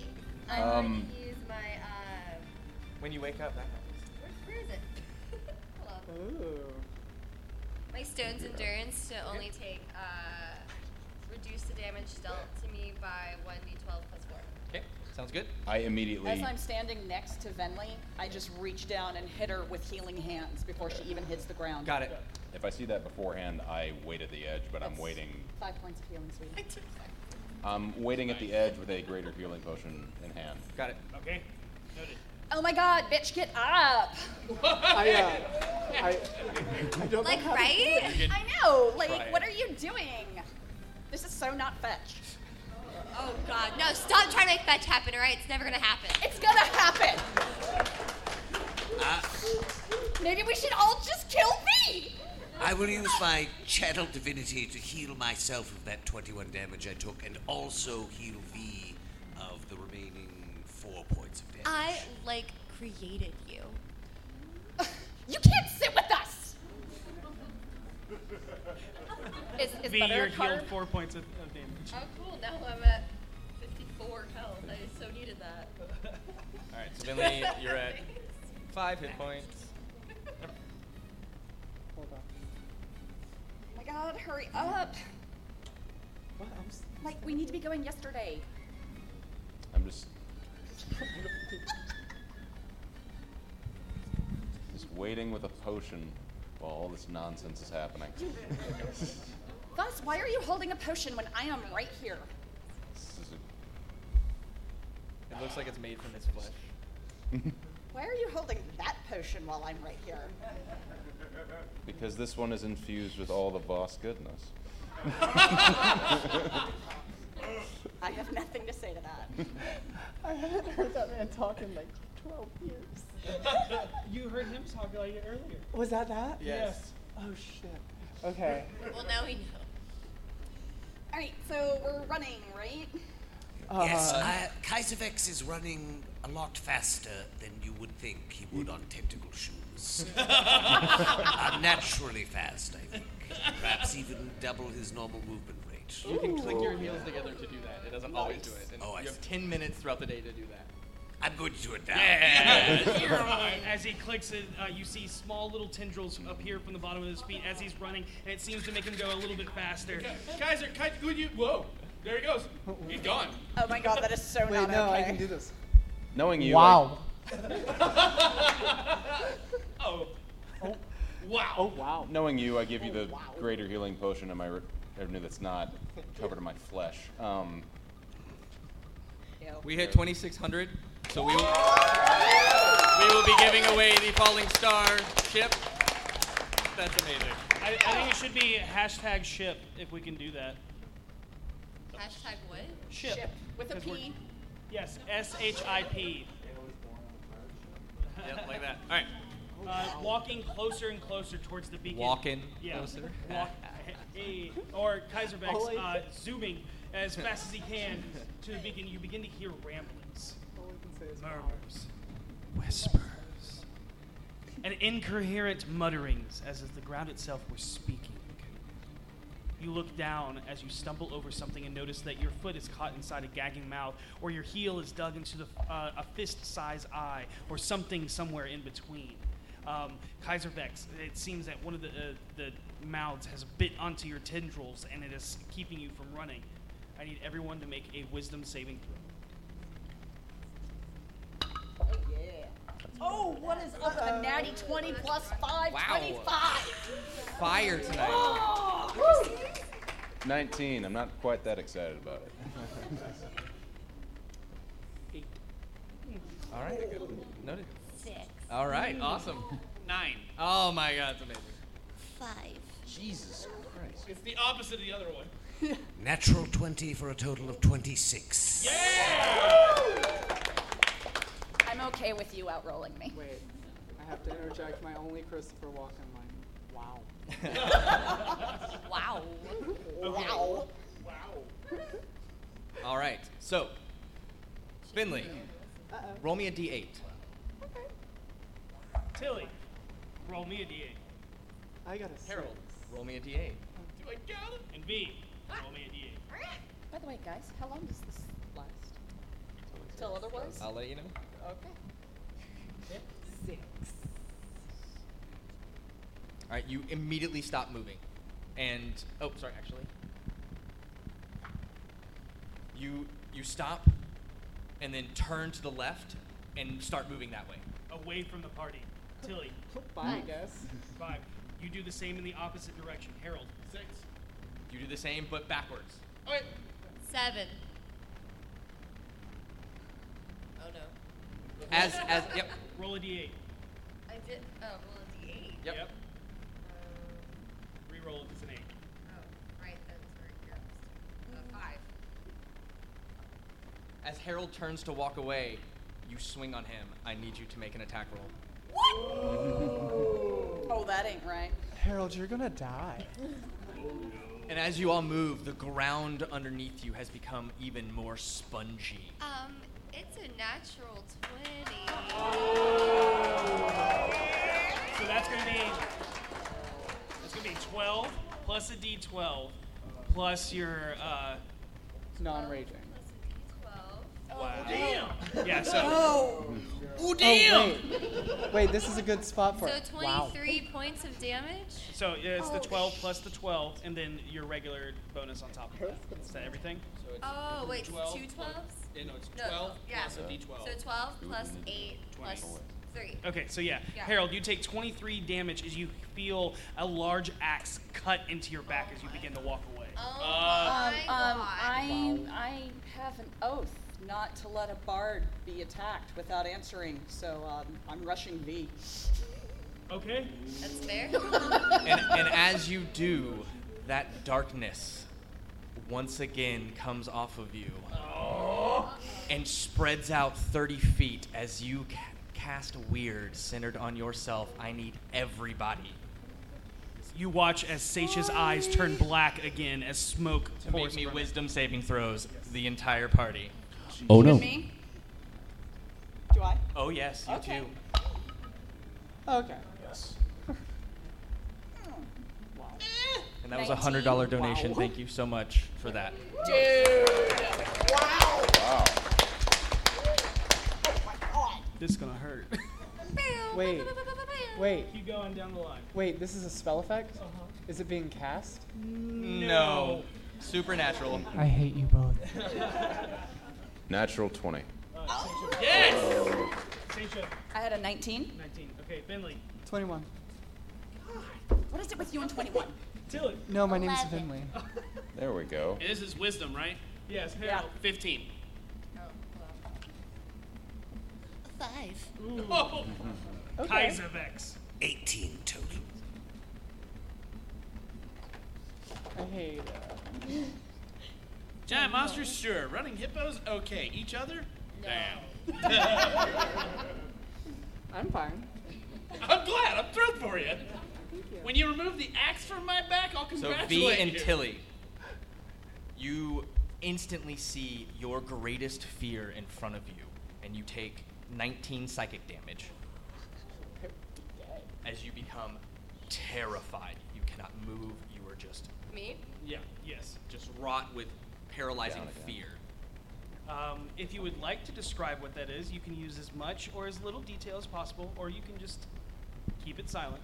Speaker 11: I'm
Speaker 8: Um,
Speaker 11: going to use my. Uh,
Speaker 3: When you wake up, that happens.
Speaker 11: where, where is it? Hold on.
Speaker 1: Ooh.
Speaker 11: My stone's endurance to only take. Uh, reduce the damage dealt to me by 1d12 plus 4.
Speaker 3: Okay, sounds good.
Speaker 8: I immediately.
Speaker 30: As I'm standing next to Venley, I just reach down and hit her with healing hands before she even hits the ground.
Speaker 8: If I see that beforehand, I wait at the edge, but I'm
Speaker 30: That's
Speaker 8: waiting.
Speaker 30: Five points of healing, sweetie. I took
Speaker 8: I'm waiting at the edge with a greater healing potion in hand.
Speaker 3: Got it.
Speaker 2: Okay. Noted.
Speaker 30: Oh my god, bitch, get up!
Speaker 1: I, uh, I, I don't
Speaker 30: like,
Speaker 1: know how to do
Speaker 30: right?
Speaker 1: it.
Speaker 30: I know. Like,
Speaker 1: Right.
Speaker 30: what are you doing? This is so not fetch.
Speaker 11: Oh god, no, stop trying to make fetch happen, alright? It's never gonna happen.
Speaker 30: It's gonna happen!
Speaker 3: Uh,
Speaker 30: Maybe we should all just kill me! Oh
Speaker 13: I will use my channel divinity to heal myself of that 21 damage I took and also heal V of the remaining four points of damage.
Speaker 6: I like created you.
Speaker 30: you can't sit with us! Is, is
Speaker 2: V,
Speaker 30: butter
Speaker 2: you're
Speaker 30: a carb?
Speaker 2: healed four points of, of damage.
Speaker 11: Oh cool, now I'm at 54 health. I so needed that.
Speaker 3: All right, so Finley, you're at five hit points.
Speaker 30: Oh my god, hurry up!
Speaker 1: What? I'm s-
Speaker 30: Like, we need to be going yesterday.
Speaker 8: I'm just just waiting with a potion while all this nonsense is happening.
Speaker 4: Gus, why are you holding a potion when I am right here?
Speaker 3: It looks like it's made from his flesh.
Speaker 4: Why are you holding that potion while I'm right here?
Speaker 8: Because this one is infused with all the Voss goodness.
Speaker 4: I have nothing to say to that.
Speaker 1: I haven't heard that man talk in like 12 years.
Speaker 29: you heard him talk about it earlier.
Speaker 1: Was that that?
Speaker 29: Yes.
Speaker 1: Oh shit. Okay.
Speaker 11: Well, now we know.
Speaker 4: All right, so we're running, right?
Speaker 13: yes,
Speaker 1: Uh,
Speaker 13: I, Kaiservex is running a lot faster than you would think he would on tentacle shoes. Unnaturally fast, I think. Perhaps even double his normal movement rate.
Speaker 3: You can click your heels together to do that. It doesn't always do it. And
Speaker 13: Oh, I
Speaker 3: you have 10 minutes throughout the day to do that.
Speaker 13: I'm going to do it now.
Speaker 2: Yeah. as he clicks it, uh, you see small little tendrils appear from the bottom of his feet as he's running, and it seems to make him go a little bit faster.
Speaker 5: Kaiser, Kaiser, would you? Whoa, there he goes. He's gone.
Speaker 4: Oh my god, that is so
Speaker 1: Wait,
Speaker 4: not
Speaker 1: no, I
Speaker 4: okay.
Speaker 1: can do this.
Speaker 8: Knowing you.
Speaker 1: Wow.
Speaker 5: oh. Wow.
Speaker 8: Oh wow. Knowing you, I give
Speaker 4: Oh,
Speaker 8: you the greater healing potion in my re- revenue that's not covered in my flesh. Um,
Speaker 3: We hit 2,600, so we will, we will be giving away the Falling Star ship. That's amazing.
Speaker 2: I, I think it should be hashtag ship if we can do that.
Speaker 11: Hashtag what?
Speaker 2: Ship.
Speaker 4: With a
Speaker 2: 'Cause we're-
Speaker 4: P.
Speaker 2: Yes, S H I P.
Speaker 3: Yep, like that. All right.
Speaker 2: Uh, walking closer and closer towards the beacon.
Speaker 3: Walking
Speaker 2: yeah.
Speaker 3: closer.
Speaker 2: Walk, eh, or Kaiserbeck's
Speaker 3: Always.
Speaker 2: uh, zooming as fast as he can to the beacon. You begin to hear ramblings, murmurs, whispers, and incoherent mutterings as if the ground itself were speaking. You look down as you stumble over something and notice that your foot is caught inside a gagging mouth, or your heel is dug into the, uh, a fist sized eye, or something somewhere in between. Um, Kaiser Vex, it seems that one of the, uh, the mouths has bit onto your tendrils and it is keeping you from running. I need everyone to make a wisdom saving throw.
Speaker 4: Oh, what is up? A natty 20 plus 5,
Speaker 3: Wow.
Speaker 4: 25.
Speaker 3: Fire tonight.
Speaker 4: Oh, woo.
Speaker 8: 19. I'm not quite that excited about it.
Speaker 3: All right. Noted.
Speaker 6: Six.
Speaker 3: All right. Awesome.
Speaker 5: Nine.
Speaker 3: Oh my God, it's amazing.
Speaker 6: Five.
Speaker 8: Jesus Christ.
Speaker 5: It's the opposite of the other one.
Speaker 13: Natural 20 for a total of 26.
Speaker 4: I'm okay with you outrolling me.
Speaker 1: Wait, I have to interject my only Christopher Walken line. Wow.
Speaker 6: wow.
Speaker 4: Wow.
Speaker 3: All right. So, Finley, roll me a d8.
Speaker 2: Tilly, roll me a d8.
Speaker 1: I got a
Speaker 3: Harold, roll me a d8.
Speaker 5: Do I got him?
Speaker 2: And B, roll me a d8.
Speaker 4: By the way, guys, how long does this last? Till otherwise?
Speaker 3: I'll let you know.
Speaker 4: Okay. Six.
Speaker 3: All right. You immediately stop moving, and oh, sorry. Actually, you you stop, and then turn to the left and start moving that way.
Speaker 2: Away from the party. Tilly.
Speaker 1: Bye, I guess.
Speaker 2: Five. You do the same in the opposite direction. Harold. Six.
Speaker 3: You do the same, but backwards.
Speaker 5: Wait.
Speaker 11: Seven. Oh no.
Speaker 3: As as yep.
Speaker 2: Roll a d8.
Speaker 11: I did. Oh, roll a d8.
Speaker 3: Yep.
Speaker 2: Reroll if it's an eight.
Speaker 11: Oh, right. That's where you're up to. Uh, five.
Speaker 3: As Harold turns to walk away, you swing on him. I need you to make an attack roll.
Speaker 4: Oh, that ain't right.
Speaker 1: Harold, you're gonna die.
Speaker 3: And as you all move, the ground underneath you has become even more spongy.
Speaker 11: Um, it's a natural twenty.
Speaker 5: Oh.
Speaker 2: So that's gonna be that's gonna be twelve plus a D twelve plus your uh
Speaker 1: Non-raging.
Speaker 11: Twelve.
Speaker 2: Wow. Damn. Yeah, so
Speaker 1: Oh.
Speaker 11: Oh,
Speaker 1: wait. wait, this is a good spot for
Speaker 11: So
Speaker 1: it. Wow.
Speaker 11: twenty-three points of damage.
Speaker 2: so it's the
Speaker 11: Oh,
Speaker 2: twelve plus the twelve and then your regular bonus on top of that. Is that everything?
Speaker 5: So it's
Speaker 11: Oh wait, it's
Speaker 5: 12
Speaker 11: two
Speaker 5: plus-
Speaker 11: twelves.
Speaker 5: Yeah, no, it's
Speaker 11: No,
Speaker 5: 12
Speaker 11: yeah.
Speaker 5: plus a d12. Oh,
Speaker 11: So twelve plus eight plus. So Three.
Speaker 2: Okay, so yeah.
Speaker 11: Yeah.
Speaker 2: Harold, you take 23 damage as you feel a large axe cut into your back as you begin to walk away.
Speaker 11: Oh
Speaker 2: Uh,
Speaker 4: um, um, I, I have an oath
Speaker 30: Not to let a bard be attacked without answering, so um, I'm rushing V.
Speaker 2: Okay.
Speaker 11: That's fair.
Speaker 3: and, and as you do, that darkness once again comes off of you and spreads out 30 feet as you ca- cast Weird centered on yourself. I need everybody.
Speaker 2: You watch as Satia's eyes turn black again as smoke
Speaker 3: to make
Speaker 2: pours
Speaker 3: me
Speaker 2: from it.
Speaker 3: wisdom saving throws, the entire party.
Speaker 8: Oh, no.
Speaker 30: Me? Do I?
Speaker 3: Oh, yes, you
Speaker 30: Okay.
Speaker 3: too.
Speaker 30: Okay.
Speaker 8: Yes.
Speaker 3: And that was a $100 donation. Thank you so much for that.
Speaker 30: Dude. Wow.
Speaker 3: Wow.
Speaker 2: This is gonna hurt.
Speaker 1: Wait. Wait.
Speaker 2: Keep going down the line. Uh-huh.
Speaker 1: Wait, this is a spell effect? Is it being cast?
Speaker 3: No. Supernatural.
Speaker 1: I hate you both.
Speaker 8: Natural 20.
Speaker 2: Yes! Satia,
Speaker 4: I had a 19.
Speaker 2: 19. Okay, Finley.
Speaker 1: 21.
Speaker 4: What is it with you and 21?
Speaker 2: Tilly.
Speaker 1: No, my name's Finley.
Speaker 8: There we go.
Speaker 5: This is wisdom, right?
Speaker 2: Yes,
Speaker 5: Harold. 15.
Speaker 6: Five.
Speaker 5: Oh.
Speaker 6: Okay.
Speaker 5: Kaiser Vex.
Speaker 13: 18 total.
Speaker 1: I hate uh,
Speaker 5: Giant monsters, sure. Running hippos, okay. Each other? Damn.
Speaker 1: I'm fine.
Speaker 5: I'm glad. I'm thrilled for you. When you remove the axe from my back, I'll
Speaker 3: So
Speaker 5: congratulate
Speaker 3: V and
Speaker 5: you.
Speaker 3: Tilly, you instantly see your greatest fear in front of you, and you take 19 psychic damage as you become terrified. You cannot move. You are just
Speaker 11: Me?
Speaker 2: Yeah. Yes.
Speaker 3: just rot with paralyzing
Speaker 2: Down again.
Speaker 3: fear.
Speaker 2: Um, if you would like to describe what that is, you can use as much or as little detail as possible, or you can just keep it silent.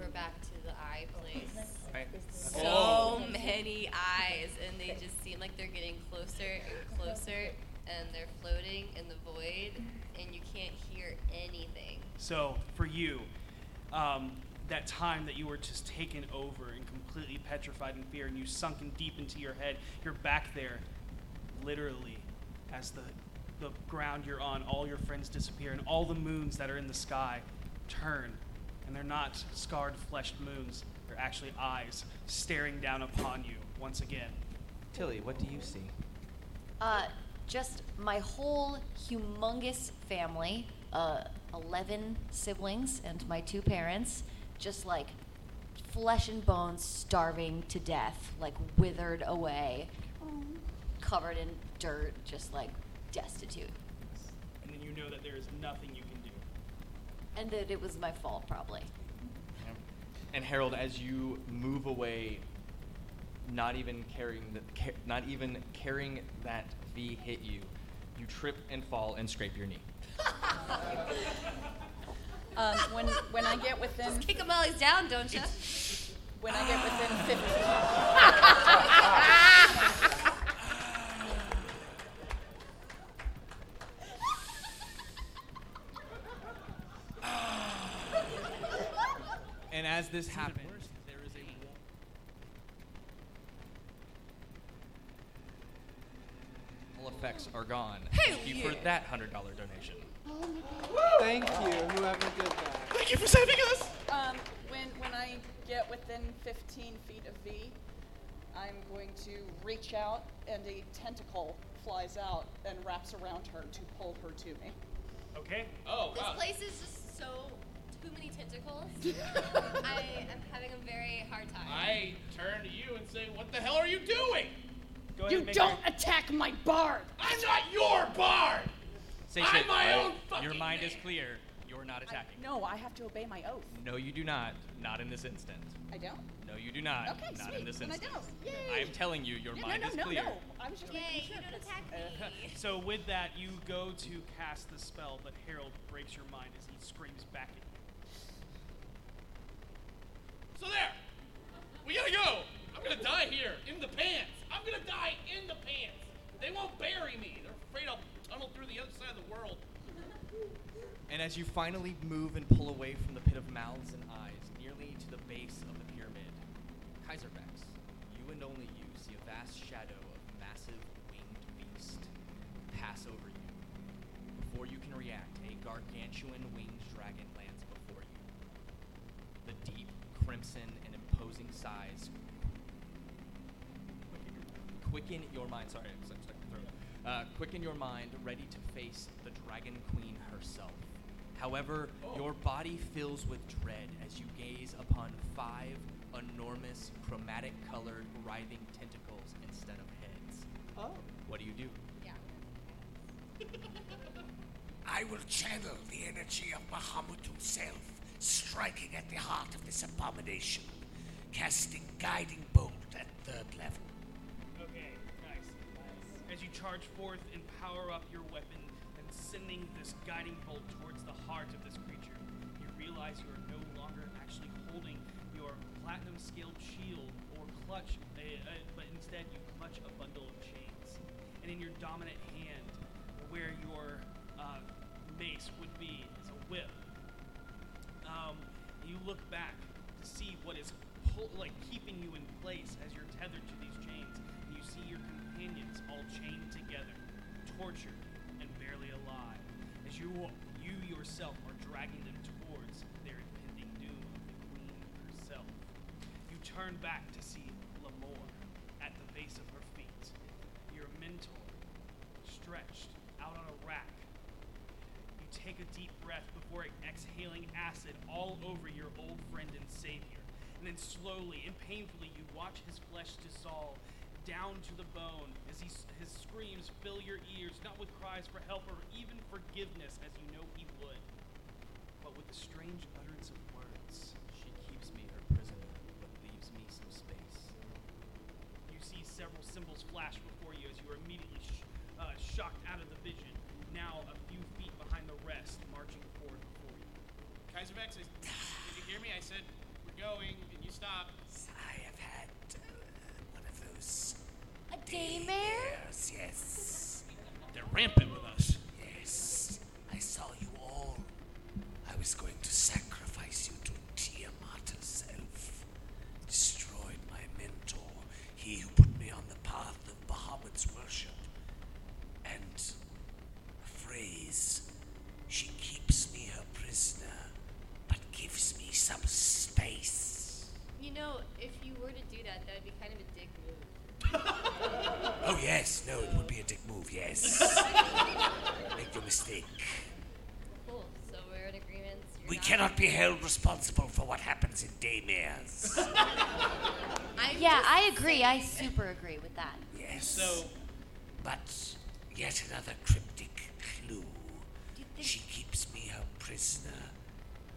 Speaker 11: We're back to the eye place.
Speaker 3: Right.
Speaker 11: So
Speaker 3: Oh.
Speaker 11: many eyes, and they just seem like they're getting closer and closer, and they're floating in the void, and you can't hear anything.
Speaker 2: So for you, um, that time that you were just taken over and completely petrified in fear, and you sunken deep into your head, you're back there, literally, as the the ground you're on, all your friends disappear, and all the moons that are in the sky turn, and they're not scarred, fleshed moons. They're actually eyes staring down upon you once again.
Speaker 3: Tilly, what do you see?
Speaker 6: Uh, just my whole humongous family, uh, 11 siblings and my two parents, just like flesh and bones starving to death, like withered away, covered in dirt, just like destitute.
Speaker 2: And then you know that there is nothing you can do.
Speaker 6: And that it was my fault, probably.
Speaker 3: And Harold, as you move away, not even carrying the, ca- not even carrying that V hit you, you trip and fall and scrape your knee.
Speaker 4: Um, when, when I get within.
Speaker 11: Just kick them while he's down, don't you?
Speaker 4: When I get within 50.
Speaker 11: Ah!
Speaker 3: And as this happens, there is a all effects are gone.
Speaker 1: Hell
Speaker 3: Thank you
Speaker 1: yeah.
Speaker 3: for that hundred dollar donation.
Speaker 1: Thank you, whoever did that.
Speaker 3: Thank you for saving us.
Speaker 4: Um, when, when I get within 15 feet of V, I'm going to reach out
Speaker 30: And a tentacle flies out and wraps around her to pull her to me.
Speaker 2: Okay.
Speaker 5: Oh,
Speaker 11: This place is just so too many tentacles. I am having a very hard time.
Speaker 5: I turn to you and say, What the hell are you doing?
Speaker 2: Go
Speaker 27: You don't attack my bard!
Speaker 5: I'm not your bard!
Speaker 3: Sasha,
Speaker 5: I'm my own
Speaker 3: Oh, Your mind is clear. You're not attacking.
Speaker 4: No, I have to obey my oath.
Speaker 3: No, you do not. Not in this instant.
Speaker 4: I don't?
Speaker 3: No, you do not.
Speaker 4: Okay,
Speaker 3: not
Speaker 4: sweet.
Speaker 3: in this
Speaker 4: Then I
Speaker 3: instance.
Speaker 4: don't.
Speaker 3: I am telling you, your
Speaker 4: Yeah,
Speaker 3: mind
Speaker 4: no,
Speaker 3: is
Speaker 4: no, no,
Speaker 3: clear.
Speaker 4: no. I was just making
Speaker 11: Yay,
Speaker 4: sure.
Speaker 11: you don't attack me.
Speaker 2: So with that, you go to cast the spell, but Harold breaks your mind as he screams back at you.
Speaker 5: So there! We gotta go! I'm gonna die here, in the pants! I'm gonna die in the pants! They won't bury me! They're afraid I'll tunnel through the other side of the world.
Speaker 3: And as you finally move and pull away from the pit of mouths and eyes, nearly to the base of the pyramid, Kaiserbex, you and only you see a vast shadow of massive winged beast pass over you. Before you can react, a gargantuan winged dragon lands before you. The deep, crimson, and imposing size quicken your mind. Sorry, I'm stuck in my throat. Uh, quicken your mind, ready to face the Dragon Queen herself. However, your body fills with dread as you gaze upon five enormous, chromatic-colored, writhing tentacles instead of heads.
Speaker 29: Oh.
Speaker 3: What do you do?
Speaker 13: I will channel the energy of Bahamut himself, striking at the heart of this abomination, casting Guiding Bolt at third level.
Speaker 2: Okay, nice. As you charge forth and power up your weapon and sending this guiding bolt towards the heart of this creature, you realize you are no longer actually holding your platinum scaled shield or clutch, uh, uh, but instead you clutch a bundle of chains. And in your dominant hand, where your uh, mace would be, is a whip. Um, you look back to see what is pull, like keeping you in place as you're tethered to these chains, and you see your companions all chained together, tortured and barely alive, as you you yourself are dragging them towards their impending doom of the queen herself. You turn back to see Lamore at the base of her feet, your mentor stretched out on a rack you take a deep breath before exhaling acid all over your old friend and savior. And then slowly and painfully, you watch his flesh dissolve down to the bone as he, s- his screams fill your ears, not with cries for help or even forgiveness as you know he would, but with the strange utterance of words. She keeps me her prisoner, but leaves me some space. You see several symbols flash before you as you are immediately sh- uh, shocked out of the vision. Now a few feet behind the rest, marching forward before you.
Speaker 50: Kaiserbex, I, did you hear me? I said we're going, and you stopped.
Speaker 13: I have had uh, one of those.
Speaker 6: A daymare?
Speaker 13: Yes, yes.
Speaker 50: They're rampant with us.
Speaker 13: Yes, I saw you all. I was going to sacrifice you to Tiamat herself. Destroyed my mentor, he who put me on the path of Bahamut's worship. And a phrase she keeps me her prisoner, but gives me some space.
Speaker 11: You know, if you were to do that, that would be kind of a dick move.
Speaker 13: Oh, yes, no, it would be a dick move, yes. Make no mistake.
Speaker 11: Cool. So we're in agreement. You're
Speaker 13: We
Speaker 11: not-
Speaker 13: cannot be held responsible for what happens in daymares.
Speaker 11: I'm
Speaker 6: yeah,
Speaker 11: just
Speaker 6: I agree. I
Speaker 11: saying.
Speaker 6: super agree with that.
Speaker 13: Yes. So. But yet another cryptic clue. She keeps me her prisoner,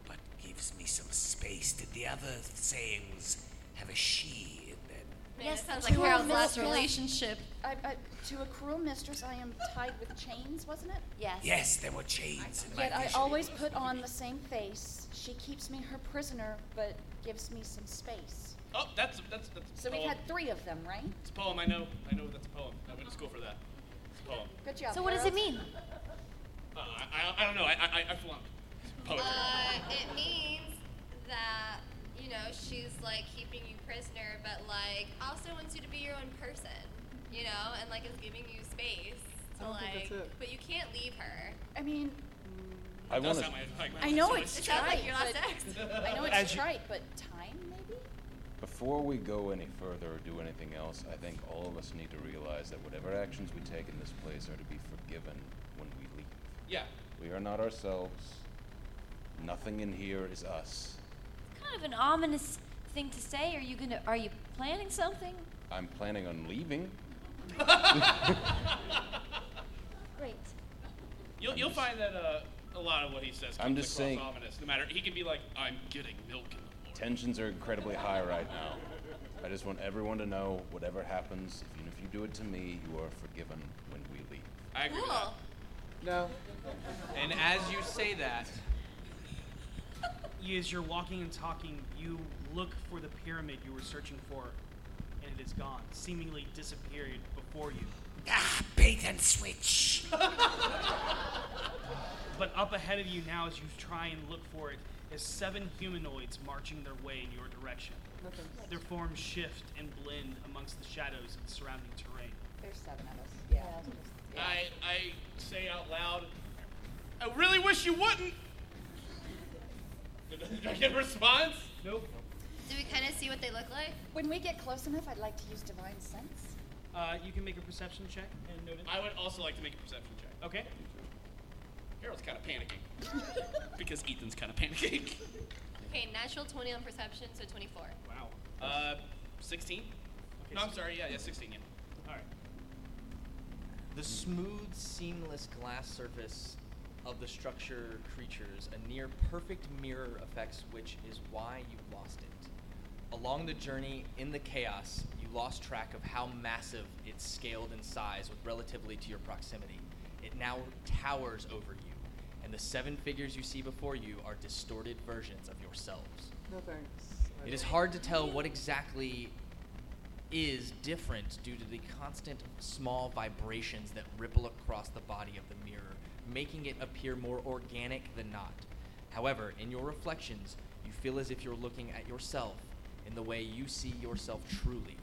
Speaker 13: but gives me some space. Did the other sayings have a she in them?
Speaker 4: Man,
Speaker 11: Yes, sounds
Speaker 4: that sounds
Speaker 11: like
Speaker 4: cruel
Speaker 11: Harold's last
Speaker 4: mistress.
Speaker 6: relationship.
Speaker 4: I, I, to a cruel mistress, I am tied with chains, wasn't it?
Speaker 6: Yes.
Speaker 13: Yes, there were chains in my
Speaker 4: Yet I
Speaker 13: vision.
Speaker 4: always put on the same face. She keeps me her prisoner, but gives me some space.
Speaker 50: Oh, that's that's that's. a
Speaker 4: So we've
Speaker 50: poem.
Speaker 4: had three of them, right?
Speaker 50: It's a poem. I know. I know that's a poem. I went to school for that. It's a poem.
Speaker 4: Good job.
Speaker 6: So what does it
Speaker 4: Harold.
Speaker 6: mean?
Speaker 50: Uh, I, I, I don't know. I I, I flunked poetry.
Speaker 11: Uh, it means that you know she's like keeping you prisoner, but like also wants you to be your own person, you know, and like is giving you space
Speaker 1: I
Speaker 11: to
Speaker 1: don't
Speaker 11: like,
Speaker 1: think that's it.
Speaker 11: but you can't leave her.
Speaker 4: I mean,
Speaker 8: I want
Speaker 50: sound like
Speaker 4: I know it's
Speaker 11: It sounds like
Speaker 4: trite,
Speaker 11: your last
Speaker 4: but-
Speaker 11: ex.
Speaker 4: I know
Speaker 8: As
Speaker 4: it's
Speaker 8: you-
Speaker 4: trite, but time maybe?
Speaker 8: Before we go any further or do anything else, I think all of us need to realize that whatever actions we take in this place are to be forgiven when we leave.
Speaker 50: Yeah.
Speaker 8: We are not ourselves. Nothing in here is us.
Speaker 6: Kind of an ominous thing to say. Are you gonna? Are you planning something?
Speaker 8: I'm planning on leaving.
Speaker 6: Great.
Speaker 50: You'll, you'll find that uh, a lot of what he says.
Speaker 8: I'm
Speaker 50: comes
Speaker 8: just
Speaker 50: across
Speaker 8: saying-
Speaker 50: Ominous, no matter he can be like, I'm getting milk. in the-"
Speaker 8: Tensions are incredibly high right now. I just want everyone to know whatever happens, even if you do it to me, you are forgiven when we leave.
Speaker 3: I agree with that.
Speaker 1: No.
Speaker 3: And as you say that,
Speaker 2: You- As you're walking and talking, you look for the pyramid you were searching for, and it is gone, seemingly disappeared before you.
Speaker 13: Ah, bait and switch.
Speaker 2: But up ahead of you now, as you try and look for it, is seven humanoids marching their way in your direction.
Speaker 30: Okay.
Speaker 2: Their forms shift and blend amongst the shadows of the surrounding terrain.
Speaker 30: There's seven of us. Yeah.
Speaker 5: I, I say out loud, I really wish you wouldn't. Did I get a response? Nope.
Speaker 11: Do we kind of see what they look like?
Speaker 4: When we get close enough, I'd like to use divine sense.
Speaker 2: Uh, you can make a perception check and notice.
Speaker 5: I would also like to make a perception check.
Speaker 2: Okay.
Speaker 5: Harold's kind of panicking because Ethan's kind of panicking.
Speaker 11: Okay, natural 20 on perception, so 24.
Speaker 5: Wow. Uh, 16? no, I'm sorry. Yeah, yeah, 16. Yeah.
Speaker 2: All right.
Speaker 3: The smooth, seamless glass surface of the structure creatures, a near perfect mirror effects, which is why you lost it. Along the journey in the chaos, you lost track of how massive it scaled in size with relatively to your proximity. It now towers over you, and the seven figures you see before you are distorted versions of yourselves.
Speaker 1: No thanks.
Speaker 3: It is hard to tell what exactly is different due to the constant small vibrations that ripple across the body of the mirror, making it appear more organic than not. However, in your reflections, you feel as if you're looking at yourself in the way you see yourself truly.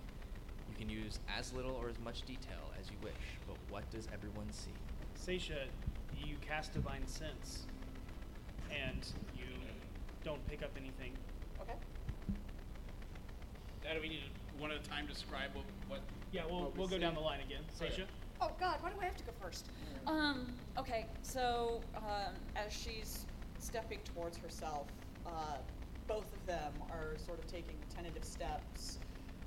Speaker 3: You can use as little or as much detail as you wish, but what does everyone see?
Speaker 2: Seisha, you cast Divine Sense, and you don't pick up anything.
Speaker 30: Okay.
Speaker 5: Now, do we need to one at a time describe what? what
Speaker 2: Yeah, we'll,
Speaker 5: what we
Speaker 2: we'll go
Speaker 5: see?
Speaker 2: down the line again.
Speaker 5: Okay.
Speaker 2: Seisha?
Speaker 4: Oh God, why do I have to go first? Um.
Speaker 30: Okay, so um, as she's stepping towards herself, uh, both of them are sort of taking tentative steps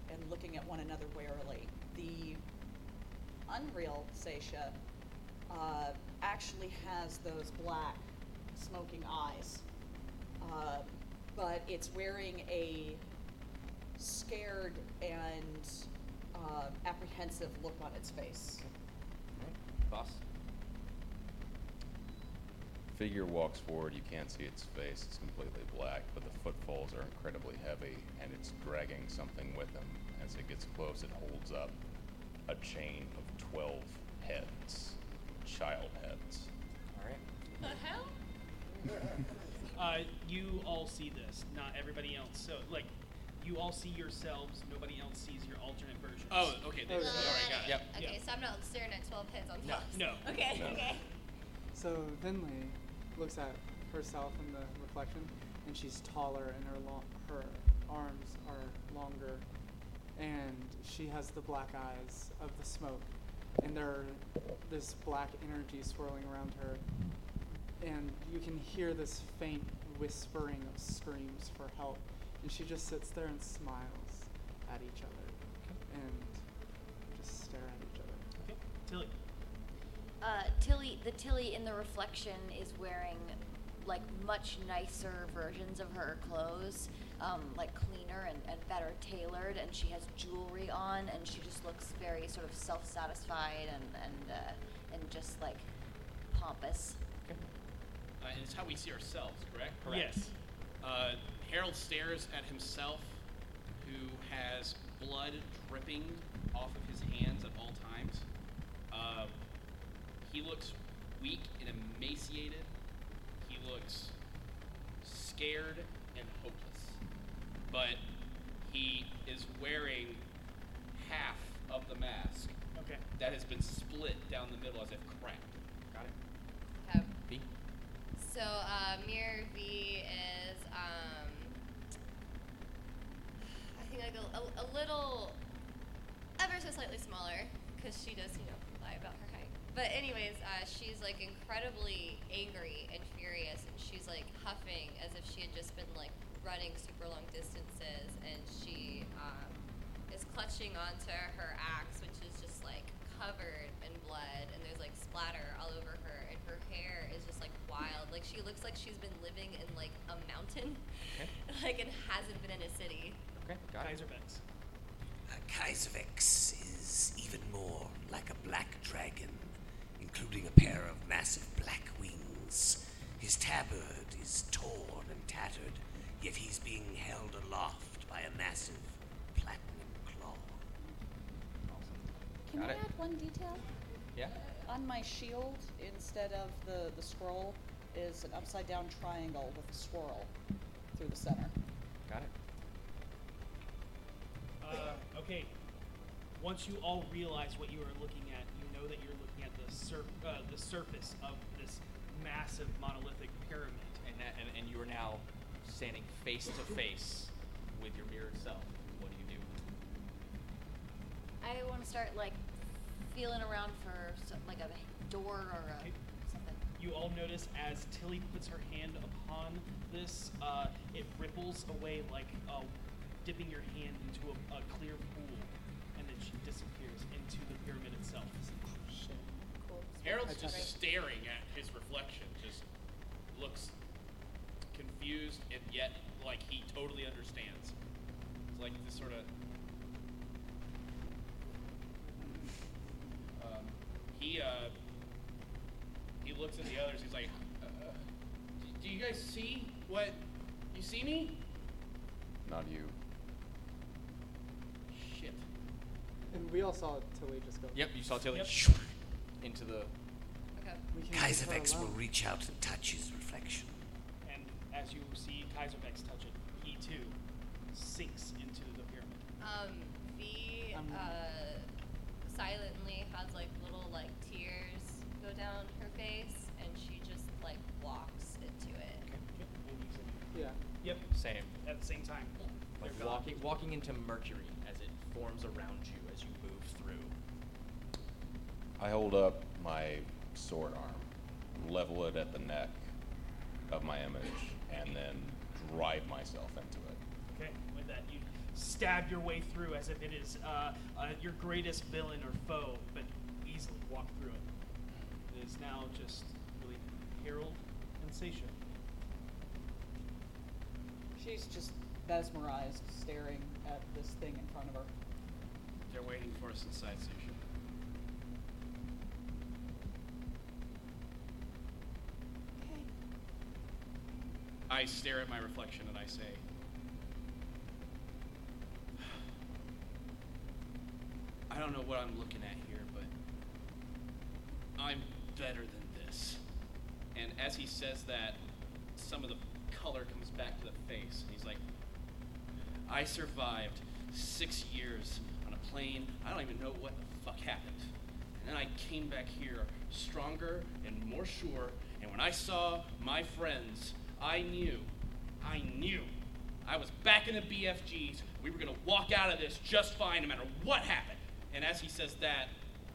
Speaker 30: and looking at one another warily. The unreal Seisha uh, actually has those black, smoking eyes, uh, but it's wearing a scared and uh, apprehensive look on its face.
Speaker 3: Boss?
Speaker 8: Figure walks forward. You can't see its face. It's completely black, but the footfalls are incredibly heavy, and it's dragging something with them. As it gets close, it holds up a chain of 12 heads, child heads.
Speaker 3: All right.
Speaker 11: The hell?
Speaker 2: Uh, you all see this, not everybody else. So, like, you all see yourselves. Nobody else sees your alternate versions.
Speaker 5: Oh, okay, they-
Speaker 2: All
Speaker 5: Oh,
Speaker 2: right,
Speaker 5: yeah. alright, got it. Yep.
Speaker 11: Okay, so I'm not staring at 12 heads on
Speaker 2: No.
Speaker 11: top.
Speaker 2: No.
Speaker 11: Okay,
Speaker 2: No.
Speaker 11: okay.
Speaker 1: So Vinley looks at herself in the reflection, and she's taller, and her long, her arms are longer, and she has the black eyes of the smoke, and there are this black energy swirling around her, and you can hear this faint whispering of screams for help, and she just sits there and smiles at each other, and just stare at each other.
Speaker 2: Tilly.
Speaker 6: Uh, Tilly, the Tilly in the reflection is wearing like much nicer versions of her clothes, um, like cleaner and, and better tailored, and she has jewelry on, and she just looks very sort of self-satisfied and and uh, and just like pompous.
Speaker 5: Uh, and it's how we see ourselves, correct?
Speaker 2: Correct. Yes.
Speaker 5: Uh, Harold stares at himself, who has blood dripping off of his hands at all times. Uh, he looks weak and emaciated. He looks scared and hopeless. But he is wearing half of the mask
Speaker 2: Okay.
Speaker 5: that has been split down the middle as if cracked. Got it?
Speaker 11: Um,
Speaker 3: B.
Speaker 11: so, uh, mirror V is, um, I think like a, a, a little, ever so slightly smaller, because she does, you know, lie about her height. But anyways, uh, she's like incredibly angry and furious, and she's like huffing as if she had just been like running super long distances, and she um, is clutching onto her axe, which is just like covered in blood, and there's like splatter all over her, and her hair is just like wild. Like she looks like she's been living in like a mountain, like and hasn't been in a city.
Speaker 3: Okay, got
Speaker 2: Kaiser Bex.
Speaker 13: Uh, Kaiservex is even more like a black dragon, including a pair of massive black wings. His tabard is torn and tattered, yet he's being held aloft by a massive platinum claw.
Speaker 4: Can
Speaker 3: Got
Speaker 4: I
Speaker 3: it.
Speaker 4: add one detail?
Speaker 3: Yeah.
Speaker 4: On my shield, instead of the, the scroll, is an upside down triangle with a swirl through the center.
Speaker 3: Got it.
Speaker 2: Uh, okay. Once you all realize what you are looking at, you know that you're looking at the sur- uh, the surface of this massive monolithic pyramid.
Speaker 5: And, that, and, and you are now standing face to face with your mirror self. What do you do?
Speaker 6: I want to start like feeling around for some, like a door or a, something.
Speaker 2: You all notice as Tilly puts her hand upon this, uh, it ripples away like uh, dipping your hand into a, a clear pool, and then she disappears into the pyramid itself.
Speaker 5: Harold's just staring at his reflection, just looks confused and yet like he totally understands. It's like this sort of. Um, he uh, he looks at the others. He's like, uh, "Do- "Do you guys see what? You see me?
Speaker 8: Not you.
Speaker 5: Shit."
Speaker 1: And we all saw Tilly just go.
Speaker 3: Yep, you saw Tilly into the.
Speaker 1: We can't
Speaker 13: Kaiser
Speaker 1: leave her
Speaker 13: Vex will
Speaker 1: alone.
Speaker 13: reach out and touch his reflection.
Speaker 2: And as you see Kaiser Vex touch it, he too sinks into the pyramid.
Speaker 11: Um, V uh, silently has like little like tears go down her face, and she just like walks into it.
Speaker 1: Yeah.
Speaker 2: Yep.
Speaker 3: Same.
Speaker 2: At the same time.
Speaker 3: Like
Speaker 2: They're gone.
Speaker 3: walking, walking into Mercury as it forms around you as you move through.
Speaker 8: I hold up my sword arm, level it at the neck of my image, and then drive myself into it.
Speaker 2: Okay, with that, you stab your way through as if it is uh, uh, your greatest villain or foe, but easily walk through it. It is now just really Harold and Seisha.
Speaker 30: She's just mesmerized, staring at this thing in front of her.
Speaker 5: They're waiting for us inside Susha. I stare at my reflection and I say, I don't know what I'm looking at here, but I'm better than this. And as he says that, some of the color comes back to the face, and he's like, I survived six years on a plane. I don't even know what the fuck happened. And then I came back here stronger and more sure. And when I saw my friends, I knew, I knew I was back in the BFGs. We were gonna walk out of this just fine no matter what happened. And as he says that,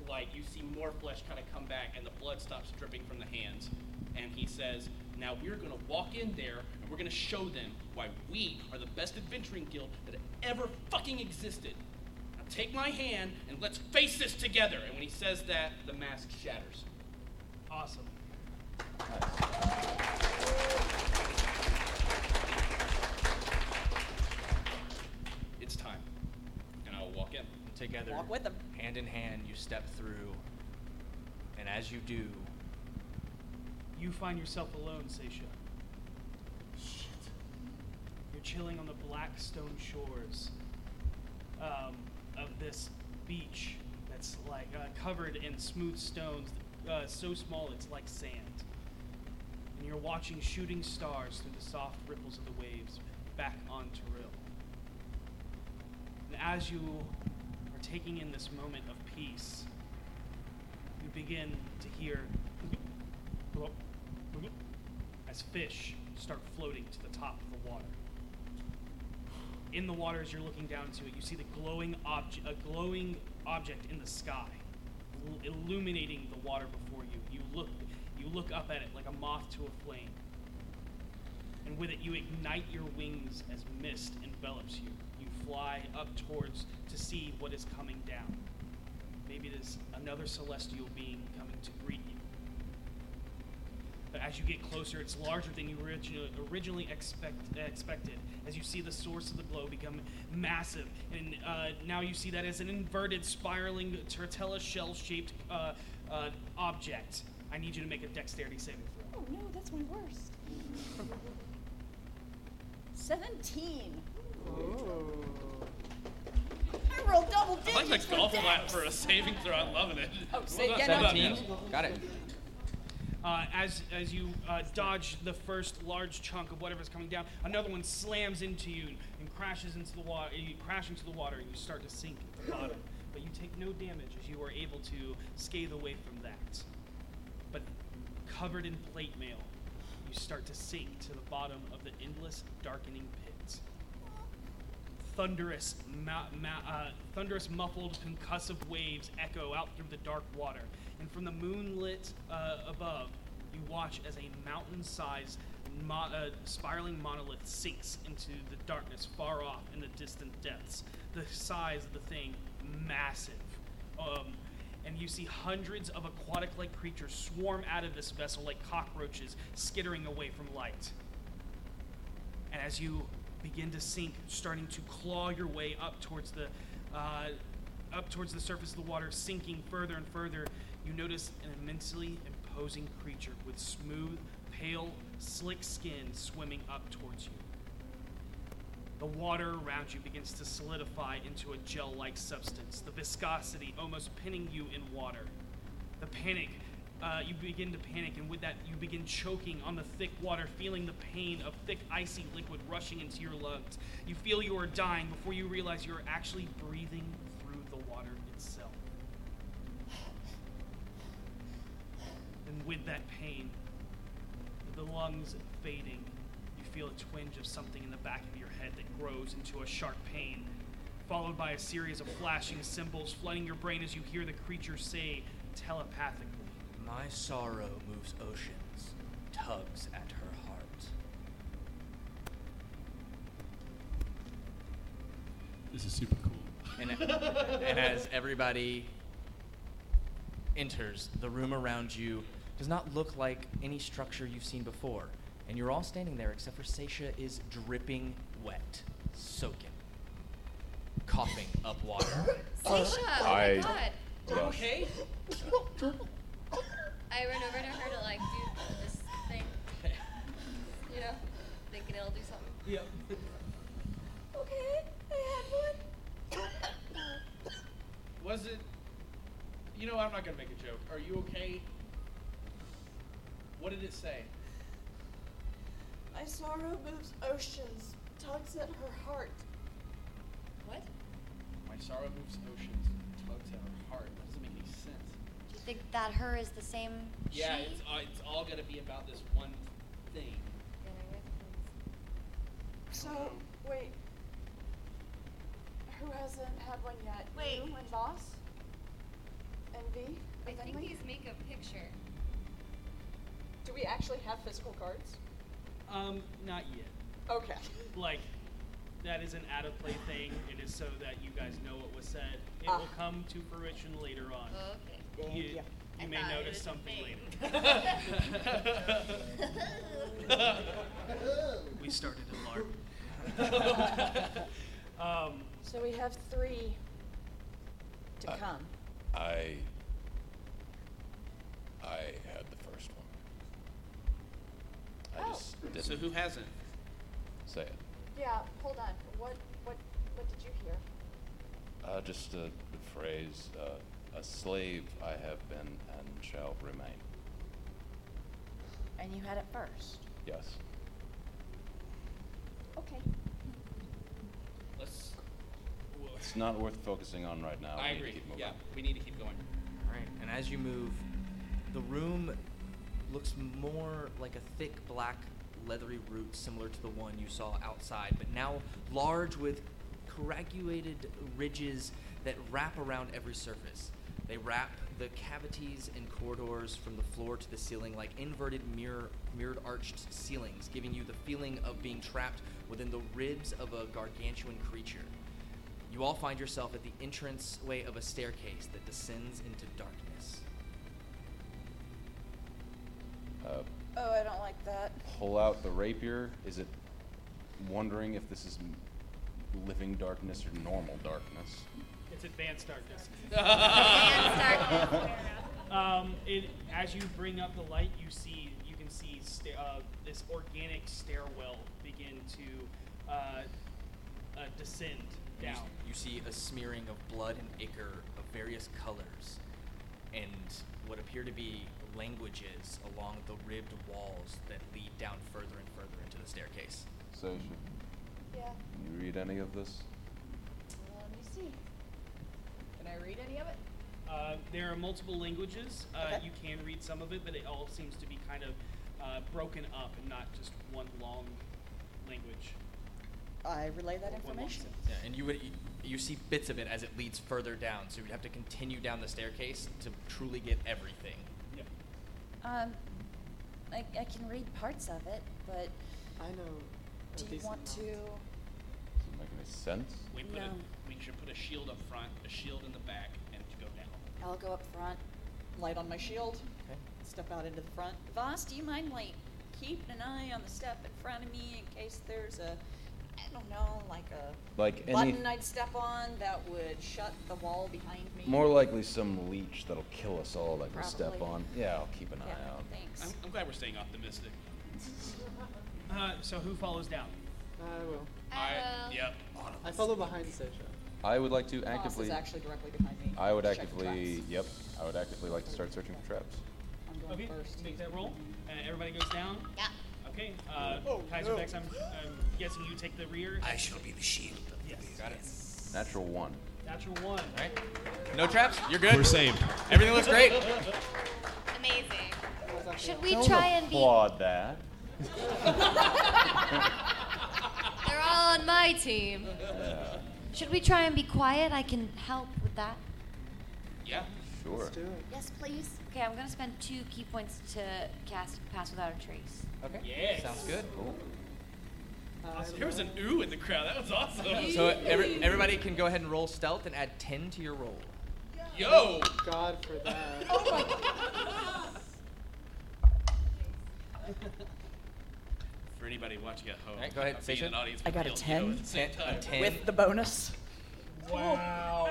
Speaker 5: like you see more flesh kind of come back and the blood stops dripping from the hands. And he says, Now we're gonna walk in there and we're gonna show them why we are the best adventuring guild that ever fucking existed. Now take my hand and let's face this together. And when he says that, the mask shatters.
Speaker 2: Awesome.
Speaker 5: It's time. And I'll walk in.
Speaker 3: Together,
Speaker 5: Walk
Speaker 3: with them. hand in hand, you step through. And as you do,
Speaker 2: You find yourself alone, Seisha. Shit. You're chilling on the black stone shores um, of this beach that's like uh, covered in smooth stones, uh, so small it's like sand. And you're watching shooting stars through the soft ripples of the waves back on Teril. And as you are taking in this moment of peace, you begin to hear as fish start floating to the top of the water. In the water, as you're looking down to it, you see the glowing object, a glowing object in the sky, l- illuminating the water before you. You look, you look up at it like a moth to a flame, and with it, you ignite your wings as mist envelops you. You fly up towards to see what is coming down. Maybe it is another celestial being coming to greet you. But as you get closer, it's larger than you originally, originally expect, uh, expected. As you see the source of the glow become massive, and uh, now you see that as an inverted, spiraling, tortella shell-shaped uh, uh, object. I need you to make a dexterity saving throw.
Speaker 4: Oh no, that's my worst. 17.
Speaker 1: Oh.
Speaker 4: I
Speaker 27: several double
Speaker 50: I
Speaker 27: digits.
Speaker 50: like the
Speaker 27: with
Speaker 50: golf
Speaker 27: that.
Speaker 50: clap for a saving throw. I'm loving it.
Speaker 27: Oh,
Speaker 50: Well
Speaker 27: say
Speaker 50: done,
Speaker 27: again,
Speaker 50: well done,
Speaker 27: Martin.
Speaker 50: guys.
Speaker 3: Got it.
Speaker 2: Uh, as as you uh, dodge the first large chunk of whatever's coming down, another one slams into you and crashes into the water. You crash into the water and you start to sink at the bottom. But you take no damage as you are able to scathe away from that. But covered in plate mail, you start to sink to the bottom of the endless darkening pit. Thunderous, ma- ma- uh, thunderous, muffled, concussive waves echo out through the dark water, and from the moonlit uh, above, you watch as a mountain-sized, mo- uh, spiraling monolith sinks into the darkness far off in the distant depths. The size of the thing, massive, um, and you see hundreds of aquatic-like creatures swarm out of this vessel like cockroaches, skittering away from light. And as you begin to sink, starting to claw your way up towards the uh, up towards the surface of the water, sinking further and further, you notice an immensely imposing creature with smooth, pale, slick skin swimming up towards you. The water around you begins to solidify into a gel like substance, the viscosity almost pinning you in water. The panic, uh, you begin to panic, and with that, you begin choking on the thick water, feeling the pain of thick, icy liquid rushing into your lungs. You feel you are dying before you realize you are actually breathing through the water itself. And with that pain, with the lungs fading, you feel a twinge of something in the back of your head that grows into a sharp pain, followed by a series of flashing symbols flooding your brain as you hear the creature say telepathically.
Speaker 3: My sorrow moves oceans, tugs at her heart.
Speaker 28: This is super cool.
Speaker 3: And, and as everybody enters, the room around you does not look like any structure you've seen before. And you're all standing there except for Seisha is dripping wet, soaking, coughing up water.
Speaker 11: Seisha, oh my
Speaker 8: I-
Speaker 11: god.
Speaker 8: You
Speaker 3: okay?
Speaker 11: I run over to her to like do this thing. You know, thinking it'll do something.
Speaker 3: Yep.
Speaker 11: Okay, I had one.
Speaker 5: Was it? You know, I'm not gonna make a joke. Are you okay? What did it say?
Speaker 30: My sorrow moves oceans, tugs at her heart.
Speaker 11: What?
Speaker 5: My sorrow moves oceans, tugs at her heart. That doesn't make any sense.
Speaker 6: Do you think that her is the same
Speaker 5: Yeah,
Speaker 6: she?
Speaker 5: it's, uh, it's all gonna be about this one thing.
Speaker 30: So, wait. Who hasn't had one yet? Wait. You and Boss? And V?
Speaker 11: I
Speaker 30: And
Speaker 11: think
Speaker 30: Bentley?
Speaker 11: these make a picture.
Speaker 30: Do we actually have physical cards?
Speaker 2: Um, not yet.
Speaker 30: Okay.
Speaker 2: Like, that is an out of play thing. It is so that you guys know what was said. It will come to fruition later on.
Speaker 11: Okay.
Speaker 2: You,
Speaker 11: Yeah. I
Speaker 2: you may
Speaker 11: thought it
Speaker 2: notice
Speaker 11: was a
Speaker 2: something
Speaker 11: thing.
Speaker 2: later. we started alarm. um,
Speaker 30: So we have three to
Speaker 8: Uh,
Speaker 30: come.
Speaker 8: I. I had the first one. I just didn't
Speaker 5: So who hasn't?
Speaker 8: say it.
Speaker 30: Yeah, hold on. What what what did you hear?
Speaker 8: Uh, just a, a phrase uh, a slave I have been and shall remain.
Speaker 4: And you had it first.
Speaker 8: Yes.
Speaker 30: Okay.
Speaker 5: Let's. whoa.
Speaker 8: It's not worth focusing on right now. Oh,
Speaker 5: I
Speaker 8: We need to
Speaker 5: agree.
Speaker 8: keep moving.
Speaker 5: Yeah, we need to keep going.
Speaker 3: All right, and as you move, the room looks more like a thick black leathery root similar to the one you saw outside, but now large with corrugated ridges that wrap around every surface. They wrap the cavities and corridors from the floor to the ceiling like inverted mirror mirrored arched ceilings, giving you the feeling of being trapped within the ribs of a gargantuan creature. You all find yourself at the entranceway of a staircase that descends into darkness.
Speaker 8: Uh,
Speaker 4: Oh, I don't like that.
Speaker 8: pull out the rapier. Is it wondering if this is m- living darkness or normal darkness?
Speaker 2: It's advanced darkness.
Speaker 8: Advanced darkness.
Speaker 2: um, it, as you bring up the light, you see you can see sta- uh, this organic stairwell begin to uh, uh, uh, descend
Speaker 3: You-
Speaker 2: down.
Speaker 3: You see a smearing of blood and ichor of various colors, and what appear to be languages along the ribbed walls that lead down further and further into the staircase.
Speaker 8: Sasha,
Speaker 30: Yeah.
Speaker 8: you read any of this?
Speaker 30: Let me see. Can I read any of it?
Speaker 2: Uh, there are multiple languages. Uh,
Speaker 30: Okay.
Speaker 2: You can read some of it, but it all seems to be kind of uh, broken up and not just one long language.
Speaker 30: I relay that
Speaker 2: Or one long
Speaker 30: information.
Speaker 2: sentence.
Speaker 3: Yeah, and you would you, you see bits of it as it leads further down, so you'd have to continue down the staircase to truly get everything.
Speaker 2: Yeah.
Speaker 4: Um, I, I can read parts of it, but
Speaker 1: I know.
Speaker 2: a
Speaker 4: Do you
Speaker 2: decent
Speaker 4: want to?
Speaker 8: Doesn't make any sense.
Speaker 5: We put
Speaker 4: No.
Speaker 5: a, we should put a shield up front, a shield in the back, and go down.
Speaker 4: I'll go up front.
Speaker 30: Light on my shield. Step out into the front.
Speaker 4: Voss, do you mind like keeping an eye on the step in front of me in case there's a, I don't know, like a
Speaker 8: Like any-
Speaker 4: button I'd step on that would shut the wall behind me?
Speaker 8: More likely some leech that'll kill us all that we step
Speaker 4: Probably.
Speaker 8: on. Yeah, I'll keep an eye out.
Speaker 4: Thanks.
Speaker 5: I'm, I'm glad we're staying optimistic.
Speaker 8: Mm-hmm.
Speaker 2: Uh, so who follows down?
Speaker 1: I will.
Speaker 5: I will. Yep.
Speaker 1: I follow behind Sasha.
Speaker 8: I would like to
Speaker 1: Boss is
Speaker 8: actively.
Speaker 1: actually directly behind me.
Speaker 8: I would
Speaker 1: Check for
Speaker 8: actively. Yep. I would actively like to start searching for traps.
Speaker 2: okay, make that roll. Uh, everybody goes down. Yeah. Okay. Uh,
Speaker 26: Oh,
Speaker 2: Kaiser
Speaker 26: no.
Speaker 2: Bex, I'm, I'm guessing you take the rear. I shall be the shield. Yes. Got it.
Speaker 8: Natural one.
Speaker 2: Natural one.
Speaker 3: All right. No traps. You're good.
Speaker 8: We're saved.
Speaker 3: Everything looks great.
Speaker 11: Amazing.
Speaker 6: Should we
Speaker 8: Don't
Speaker 6: try and be?
Speaker 8: applaud that.
Speaker 6: They're all on my team.
Speaker 8: Yeah.
Speaker 6: Should we try and be quiet? I can help with that.
Speaker 5: Yeah.
Speaker 8: Sure. Let's do
Speaker 6: it. Yes, please. Okay, I'm gonna spend two key points to cast Pass Without a Trace.
Speaker 3: Okay.
Speaker 5: Yes.
Speaker 3: Sounds good.
Speaker 5: Awesome. There was an ooh in the crowd. That was awesome.
Speaker 3: So every, everybody can go ahead and roll stealth and add ten to your roll.
Speaker 5: Yo.
Speaker 1: God for that.
Speaker 5: For anybody watching at home,
Speaker 3: Alright, go ahead,
Speaker 5: I'm being
Speaker 3: Sasha.
Speaker 5: an audience
Speaker 3: I got a
Speaker 5: reveal, you
Speaker 3: 10.
Speaker 5: know, at the same
Speaker 3: Ten-
Speaker 5: time.
Speaker 3: a 10.
Speaker 30: With the bonus.
Speaker 2: Wow.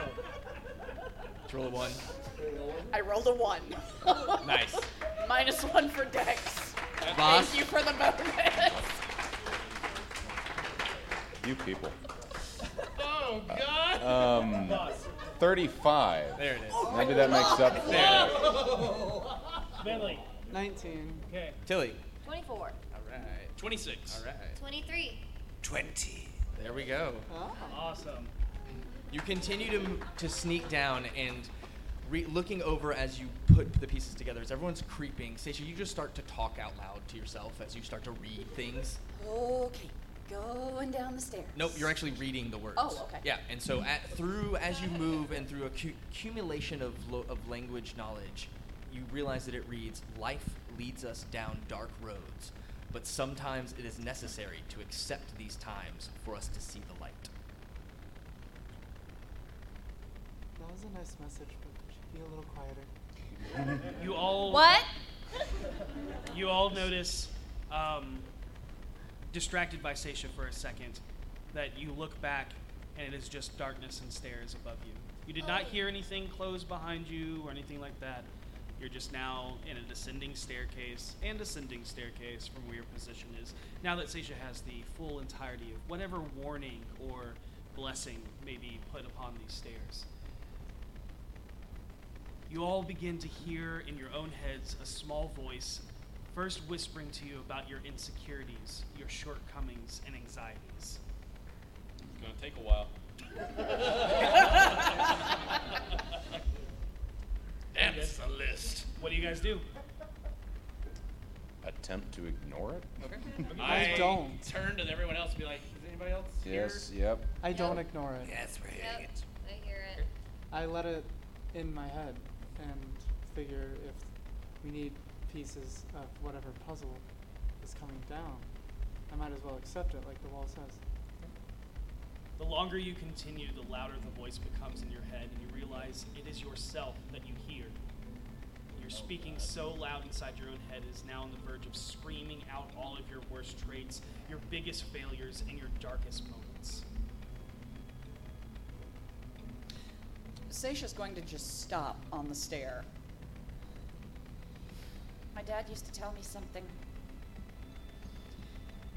Speaker 3: Let's roll a one.
Speaker 30: I rolled a one.
Speaker 3: Nice.
Speaker 30: Minus one for Dex.
Speaker 3: Voss?
Speaker 30: Thank you for the bonus.
Speaker 8: You people.
Speaker 5: Oh God.
Speaker 8: Um, 35.
Speaker 3: There it is.
Speaker 8: Maybe that makes up for it.
Speaker 2: Bentley.
Speaker 1: 19.
Speaker 2: Okay.
Speaker 3: Tilly.
Speaker 6: 24.
Speaker 3: All right.
Speaker 5: 26.
Speaker 3: All right.
Speaker 6: 23.
Speaker 3: 20. There we go.
Speaker 2: Awesome.
Speaker 3: You continue to, m- to sneak down and re- looking over as you put the pieces together. As everyone's creeping, Stacia, you just start to talk out loud to yourself as you start to read things.
Speaker 4: Okay, going down the stairs.
Speaker 3: Nope, you're actually reading the words.
Speaker 4: Oh, okay.
Speaker 3: Yeah, and so at, through as you move and through accu- accumulation of, lo- of language knowledge, you realize that it reads Life leads us down dark roads, but sometimes it is necessary to accept these times for us to see the light.
Speaker 1: That was a nice message, but it should be a little quieter.
Speaker 2: You all.
Speaker 6: What?
Speaker 2: You all notice, um, distracted by Sasha for a second, that you look back and it is just darkness and stairs above you. You did not hear anything close behind you or anything like that. You're just now in a descending staircase and ascending staircase from where your position is. Now that Sasha has the full entirety of whatever warning or blessing may be put upon these stairs. You all begin to hear in your own heads a small voice first whispering to you about your insecurities, your shortcomings, and anxieties.
Speaker 5: It's gonna take a while.
Speaker 2: That's the list. What do you guys do?
Speaker 8: Attempt to ignore it?
Speaker 1: I don't.
Speaker 5: Turn to everyone else and be like, is anybody else here?
Speaker 8: Yes, yep.
Speaker 1: I don't ignore it.
Speaker 13: Yes, we're
Speaker 11: Yep, I hear it.
Speaker 1: I let it in my head and figure if we need pieces of whatever puzzle is coming down, I might as well accept it like the wall says.
Speaker 2: The longer you continue, the louder the voice becomes in your head, and you realize it is yourself that you hear. You're speaking so loud inside your own head it is now on the verge of screaming out all of your worst traits, your biggest failures, and your darkest moments.
Speaker 30: Sasha's going to just stop on the stair.
Speaker 4: My dad used to tell me something.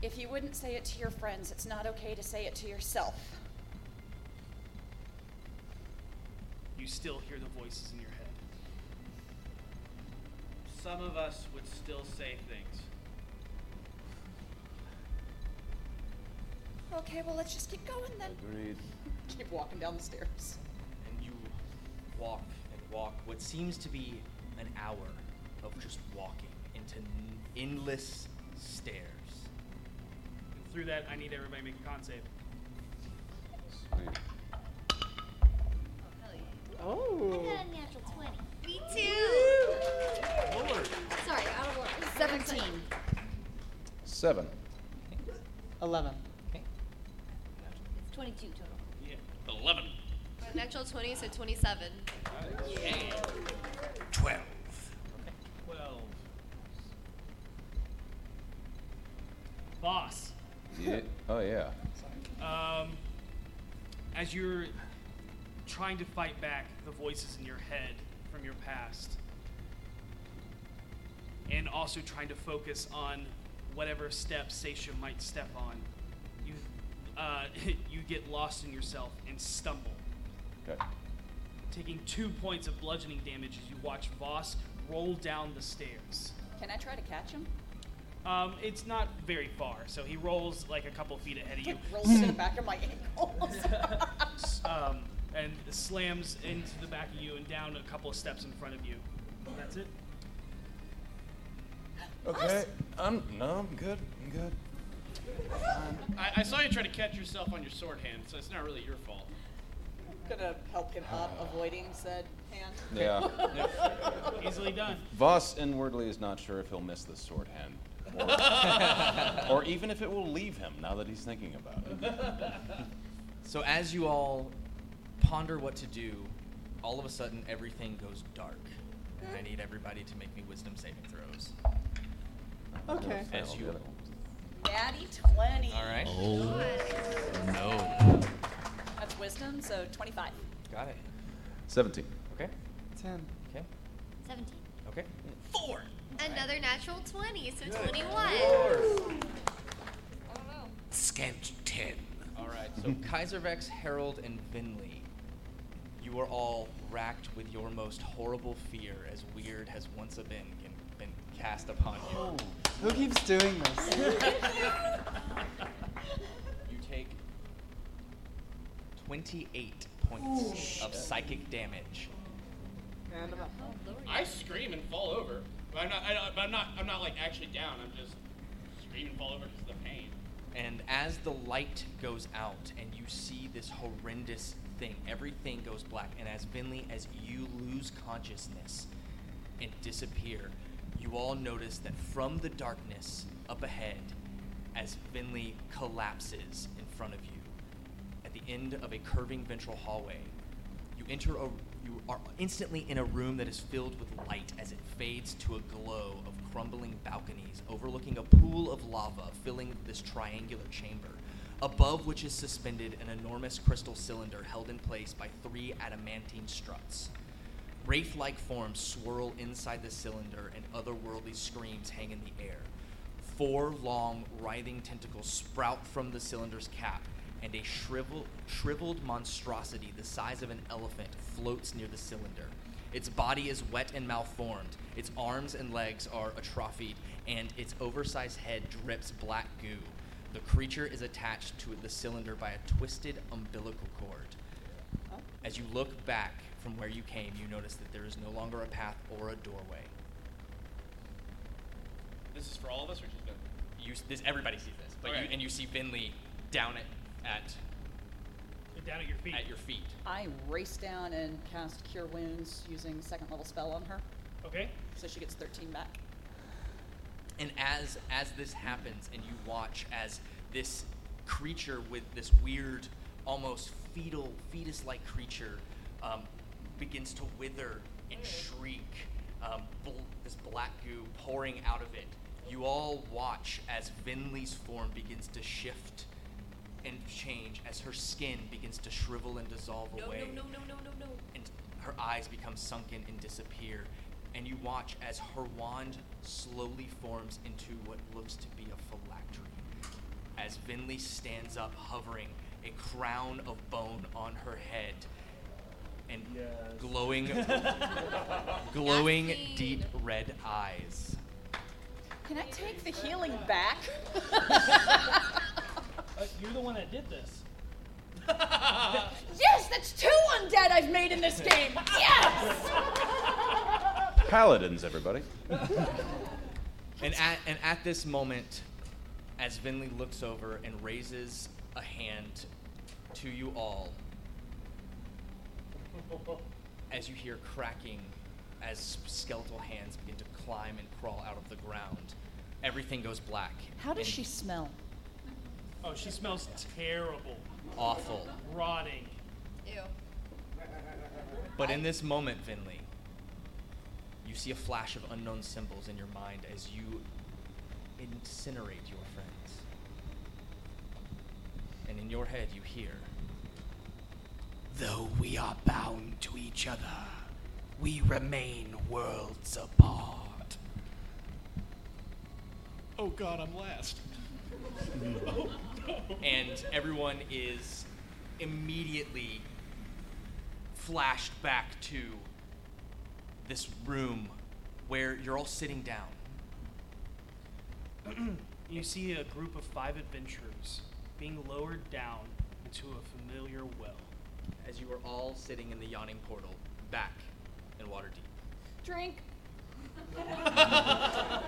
Speaker 57: If you wouldn't say it to your friends, it's not okay to say it to yourself.
Speaker 2: You still hear the voices in your head.
Speaker 58: Some of us would still say things.
Speaker 57: Okay, well, let's just keep going then.
Speaker 58: Agreed.
Speaker 4: Keep walking down the stairs.
Speaker 58: And you walk and walk what seems to be an hour of just walking into n- endless stairs.
Speaker 2: And through that, I need everybody to make a con save.
Speaker 1: Oh.
Speaker 6: I got a natural 20.
Speaker 11: Me too.
Speaker 58: Lord.
Speaker 6: Sorry, out of order.
Speaker 57: 17.
Speaker 8: Seven.
Speaker 1: 11.
Speaker 11: It's 22 total.
Speaker 2: Yeah. Eleven.
Speaker 11: But an actual 20, so 27.
Speaker 13: Twelve.
Speaker 2: Twelve. Boss.
Speaker 8: Yeah. Oh yeah.
Speaker 2: Um, as you're trying to fight back the voices in your head from your past, and also trying to focus on whatever step Sasha might step on, you uh, you get lost in yourself and stumble,
Speaker 8: Okay.
Speaker 2: taking two points of bludgeoning damage as you watch Voss roll down the stairs.
Speaker 4: Can I try to catch him?
Speaker 2: Um, it's not very far, so he rolls like a couple feet ahead of you.
Speaker 4: Rolls to the back of my ankles.
Speaker 2: S- um, and slams into the back of you and down a couple of steps in front of you. That's it.
Speaker 8: Okay. I'm no, I'm good. I'm good.
Speaker 5: I, I saw you try to catch yourself on your sword hand, so it's not really your fault.
Speaker 4: Gonna help him up, avoiding said hand.
Speaker 8: Yeah.
Speaker 2: Easily done.
Speaker 8: Voss inwardly is not sure if he'll miss this sword hand. Or, or even if it will leave him now that he's thinking about it.
Speaker 3: So as you all ponder what to do, all of a sudden everything goes dark. And I need everybody to make me wisdom saving throws.
Speaker 1: Okay.
Speaker 3: As you,
Speaker 57: Natty 20.
Speaker 3: all right.
Speaker 2: Oh.
Speaker 8: no.
Speaker 57: That's wisdom, so 25.
Speaker 3: Got it.
Speaker 8: Seventeen.
Speaker 3: Okay.
Speaker 1: 10.
Speaker 3: Okay.
Speaker 6: 17.
Speaker 3: Okay.
Speaker 11: Four. Another natural 20, so 21.
Speaker 3: Scant 10. All right, so Kaiservex, Harold, and Vinley, you are all racked with your most horrible fear as weird has once been, been cast upon you.
Speaker 1: Oh, Who keeps doing this?
Speaker 3: You take 28 points of psychic damage.
Speaker 1: And I'm up.
Speaker 5: I scream and fall over, but I'm not. I, don't- but I'm not. I'm not like actually down. I'm just scream and fall over because of the pain.
Speaker 3: And as the light goes out and you see this horrendous thing, everything goes black. And as Vinley, as you lose consciousness and disappear, you all notice that from the darkness up ahead, as Vinley collapses in front of you, at the end of a curving ventral hallway, you enter a you are instantly in a room that is filled with light as it fades to a glow of crumbling balconies overlooking a pool of lava filling this triangular chamber, above which is suspended an enormous crystal cylinder held in place by three adamantine struts. Wraith like forms swirl inside the cylinder and otherworldly screams hang in the air. Four long, writhing tentacles sprout from the cylinder's cap, and a shrivel, shriveled monstrosity the size of an elephant floats near the cylinder. Its body is wet and malformed, its arms and legs are atrophied, and its oversized head drips black goo. The creature is attached to the cylinder by a twisted umbilical cord. As you look back from where you came, you notice that there is no longer a path or a doorway.
Speaker 5: This is for all of us, or just them?
Speaker 3: You, s- this, everybody sees this, but you,
Speaker 5: Okay.
Speaker 3: and you see Finley down at, at
Speaker 2: down at your feet.
Speaker 3: At your feet.
Speaker 4: I race down and cast Cure Wounds using second level spell on her.
Speaker 2: Okay.
Speaker 4: So she gets 13 back.
Speaker 3: And as as this happens, and you watch as this creature with this weird, almost fetal, fetus-like creature um, begins to wither and shriek, um, bl- this black goo pouring out of it. You all watch as Vinley's form begins to shift and change, as her skin begins to shrivel and dissolve
Speaker 11: No, no,
Speaker 3: away
Speaker 11: no, no, no, no, no.
Speaker 3: and her eyes become sunken and disappear. And you watch as her wand slowly forms into what looks to be a phylactery. as Vinley stands up, hovering a crown of bone on her head and glowing, glowing deep red eyes.
Speaker 4: Can I take the healing back?
Speaker 2: Uh, you're the one that did this.
Speaker 27: Yes, that's two undead I've made in this game. Yes.
Speaker 8: Paladins, everybody.
Speaker 3: And at, and at this moment, as Vinley looks over and raises a hand to you all, as you hear cracking as skeletal hands begin to climb and crawl out of the ground, everything goes black.
Speaker 4: How does
Speaker 3: and
Speaker 4: she smell?
Speaker 5: Oh, she smells terrible.
Speaker 3: Awful.
Speaker 5: Rotting.
Speaker 11: Ew.
Speaker 3: But in this moment, Vinley, you see a flash of unknown symbols in your mind as you incinerate your friends. And in your head, you hear
Speaker 13: Though we are bound to each other, we remain worlds apart.
Speaker 50: Oh God, I'm last. oh no.
Speaker 3: and everyone is immediately flashed back to this room where you're all sitting down.
Speaker 2: you see a group of five adventurers being lowered down into a familiar well.
Speaker 3: As you are all sitting in the yawning portal, back in water deep.
Speaker 4: Drink.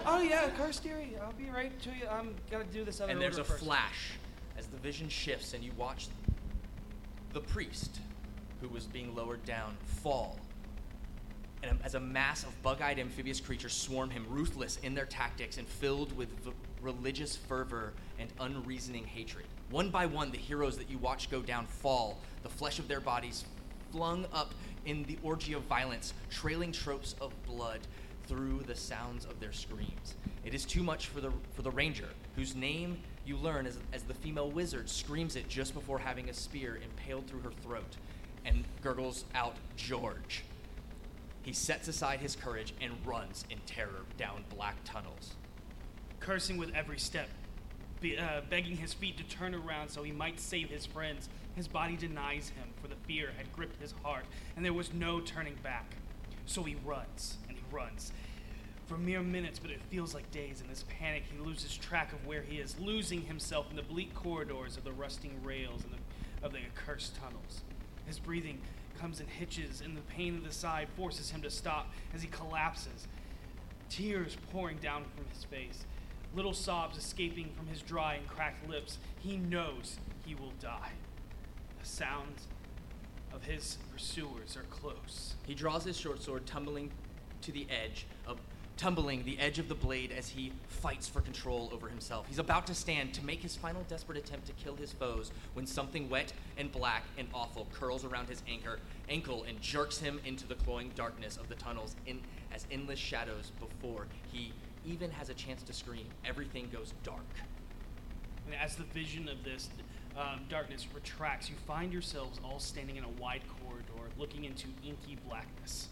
Speaker 2: Oh yeah, Carstery, I'll be right to you. I'm gonna do this other
Speaker 3: And there's
Speaker 2: order
Speaker 3: a
Speaker 2: first.
Speaker 3: flash as the vision shifts, and you watch the priest who was being lowered down fall. And as a mass of bug eyed amphibious creatures swarm him, ruthless in their tactics and filled with v- religious fervor and unreasoning hatred. One by one, the heroes that you watch go down fall, the flesh of their bodies flung up in the orgy of violence, trailing tropes of blood through the sounds of their screams. It is too much for the for the ranger, whose name you learn as, as the female wizard screams it just before having a spear impaled through her throat, and gurgles out George. He sets aside his courage and runs in terror down black tunnels.
Speaker 2: cursing with every step, be, uh, begging his feet to turn around so he might save his friends. His body denies him, for the fear had gripped his heart, and there was no turning back. So he runs and he runs. For mere minutes, but it feels like days. In this panic, he loses track of where he is, losing himself in the bleak corridors of the rusting rails and the, of the accursed tunnels. His breathing comes in hitches, and the pain of the side forces him to stop as he collapses tears pouring down from his face, little sobs escaping from his dry and cracked lips. He knows he will die. The sounds of his pursuers are close.
Speaker 3: He draws his short sword, tumbling to the edge of tumbling the edge of the blade as he fights for control over himself. He's about to stand to make his final desperate attempt to kill his foes when something wet and black and awful curls around his anchor ankle and jerks him into the cloying darkness of the tunnels in as endless shadows before he even has a chance to scream. Everything goes dark.
Speaker 2: And as the vision of this um, darkness retracts, you find yourselves all standing in a wide corridor looking into inky blackness.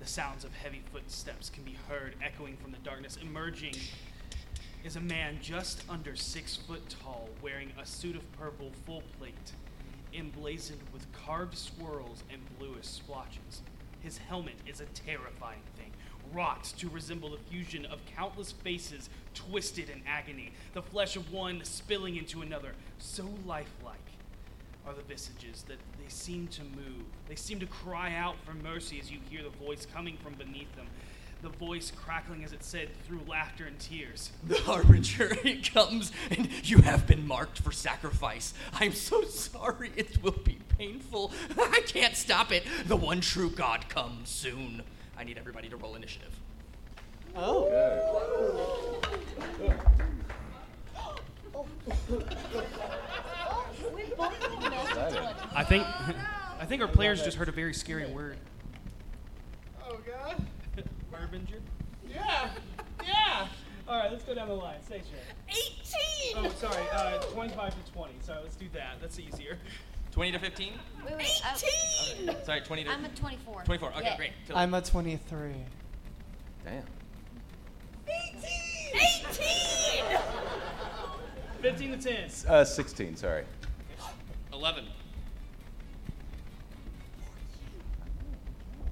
Speaker 2: The sounds of heavy footsteps can be heard echoing from the darkness. Emerging is a man just under six foot tall, wearing a suit of purple full plate, emblazoned with carved swirls and bluish splotches. His helmet is a terrifying thing, wrought to resemble the fusion of countless faces twisted in agony, the flesh of one spilling into another, so lifelike are the visages that they seem to move. They seem to cry out for mercy as you hear the voice coming from beneath them, the voice crackling as it said through laughter and tears.
Speaker 3: The Harbinger it comes, and you have been marked for sacrifice. I'm so sorry. It will be painful. I can't stop it. The one true God comes soon. I need everybody to roll initiative.
Speaker 26: Oh.
Speaker 2: I think I think our players just heard a very scary word.
Speaker 29: Oh god.
Speaker 2: Harbinger?
Speaker 29: Yeah. Yeah.
Speaker 2: All right, let's go down the line. Say sure.
Speaker 4: 18!
Speaker 2: Oh, sorry. Uh, 25 to 20. Sorry, let's do that. That's easier.
Speaker 3: 20 to 15?
Speaker 6: Wait, wait, uh,
Speaker 3: Sorry, 20 to.
Speaker 6: I'm at 24.
Speaker 3: 24, okay,
Speaker 6: Yeah.
Speaker 3: great. Till-
Speaker 1: I'm a 23.
Speaker 8: Damn.
Speaker 27: 18.
Speaker 2: 15 to 10.
Speaker 8: Uh, 16, sorry.
Speaker 5: 11.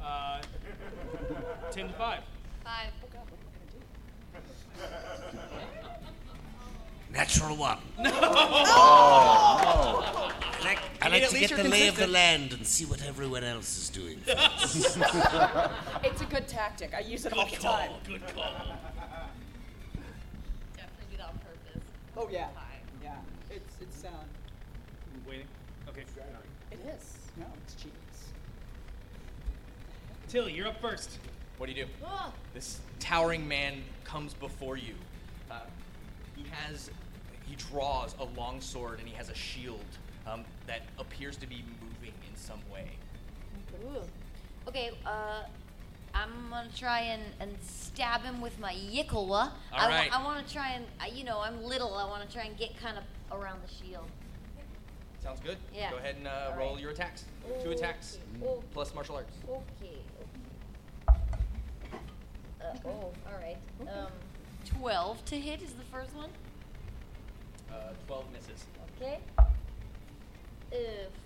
Speaker 2: Uh, 10 to 5.
Speaker 11: Five.
Speaker 13: Natural one.
Speaker 11: No!
Speaker 13: Oh, no. I like, I
Speaker 11: I mean,
Speaker 13: like
Speaker 11: at
Speaker 13: to
Speaker 11: least
Speaker 13: get the
Speaker 11: you're
Speaker 13: lay of the
Speaker 11: consistent.
Speaker 13: land and see what everyone else is doing. first.
Speaker 30: it's a good tactic. I use it all the time.
Speaker 5: Good call.
Speaker 11: Definitely do that on purpose.
Speaker 30: Oh yeah. Yeah. It's it's sound.
Speaker 2: Waiting. Okay.
Speaker 30: It is. No, it's genius.
Speaker 2: Tilly, you're up first.
Speaker 3: What do you do?
Speaker 11: Ah.
Speaker 3: This towering man comes before you. Uh, he has, he draws a long sword and he has a shield um, that appears to be moving in some way.
Speaker 6: Ooh. Okay, uh, I'm gonna try and, and stab him with my yikawa. I, wa-
Speaker 3: right.
Speaker 6: I want to try and, I, you know, I'm little. I want to try and get kind of around the shield.
Speaker 3: Sounds good?
Speaker 6: Yeah.
Speaker 3: Go ahead and uh, roll your attacks. Two attacks
Speaker 6: Okay.
Speaker 3: plus martial arts.
Speaker 6: Okay. Uh, oh, all right. Um, 12 to hit is the first one.
Speaker 3: Uh, 12 misses.
Speaker 6: Okay. Uh,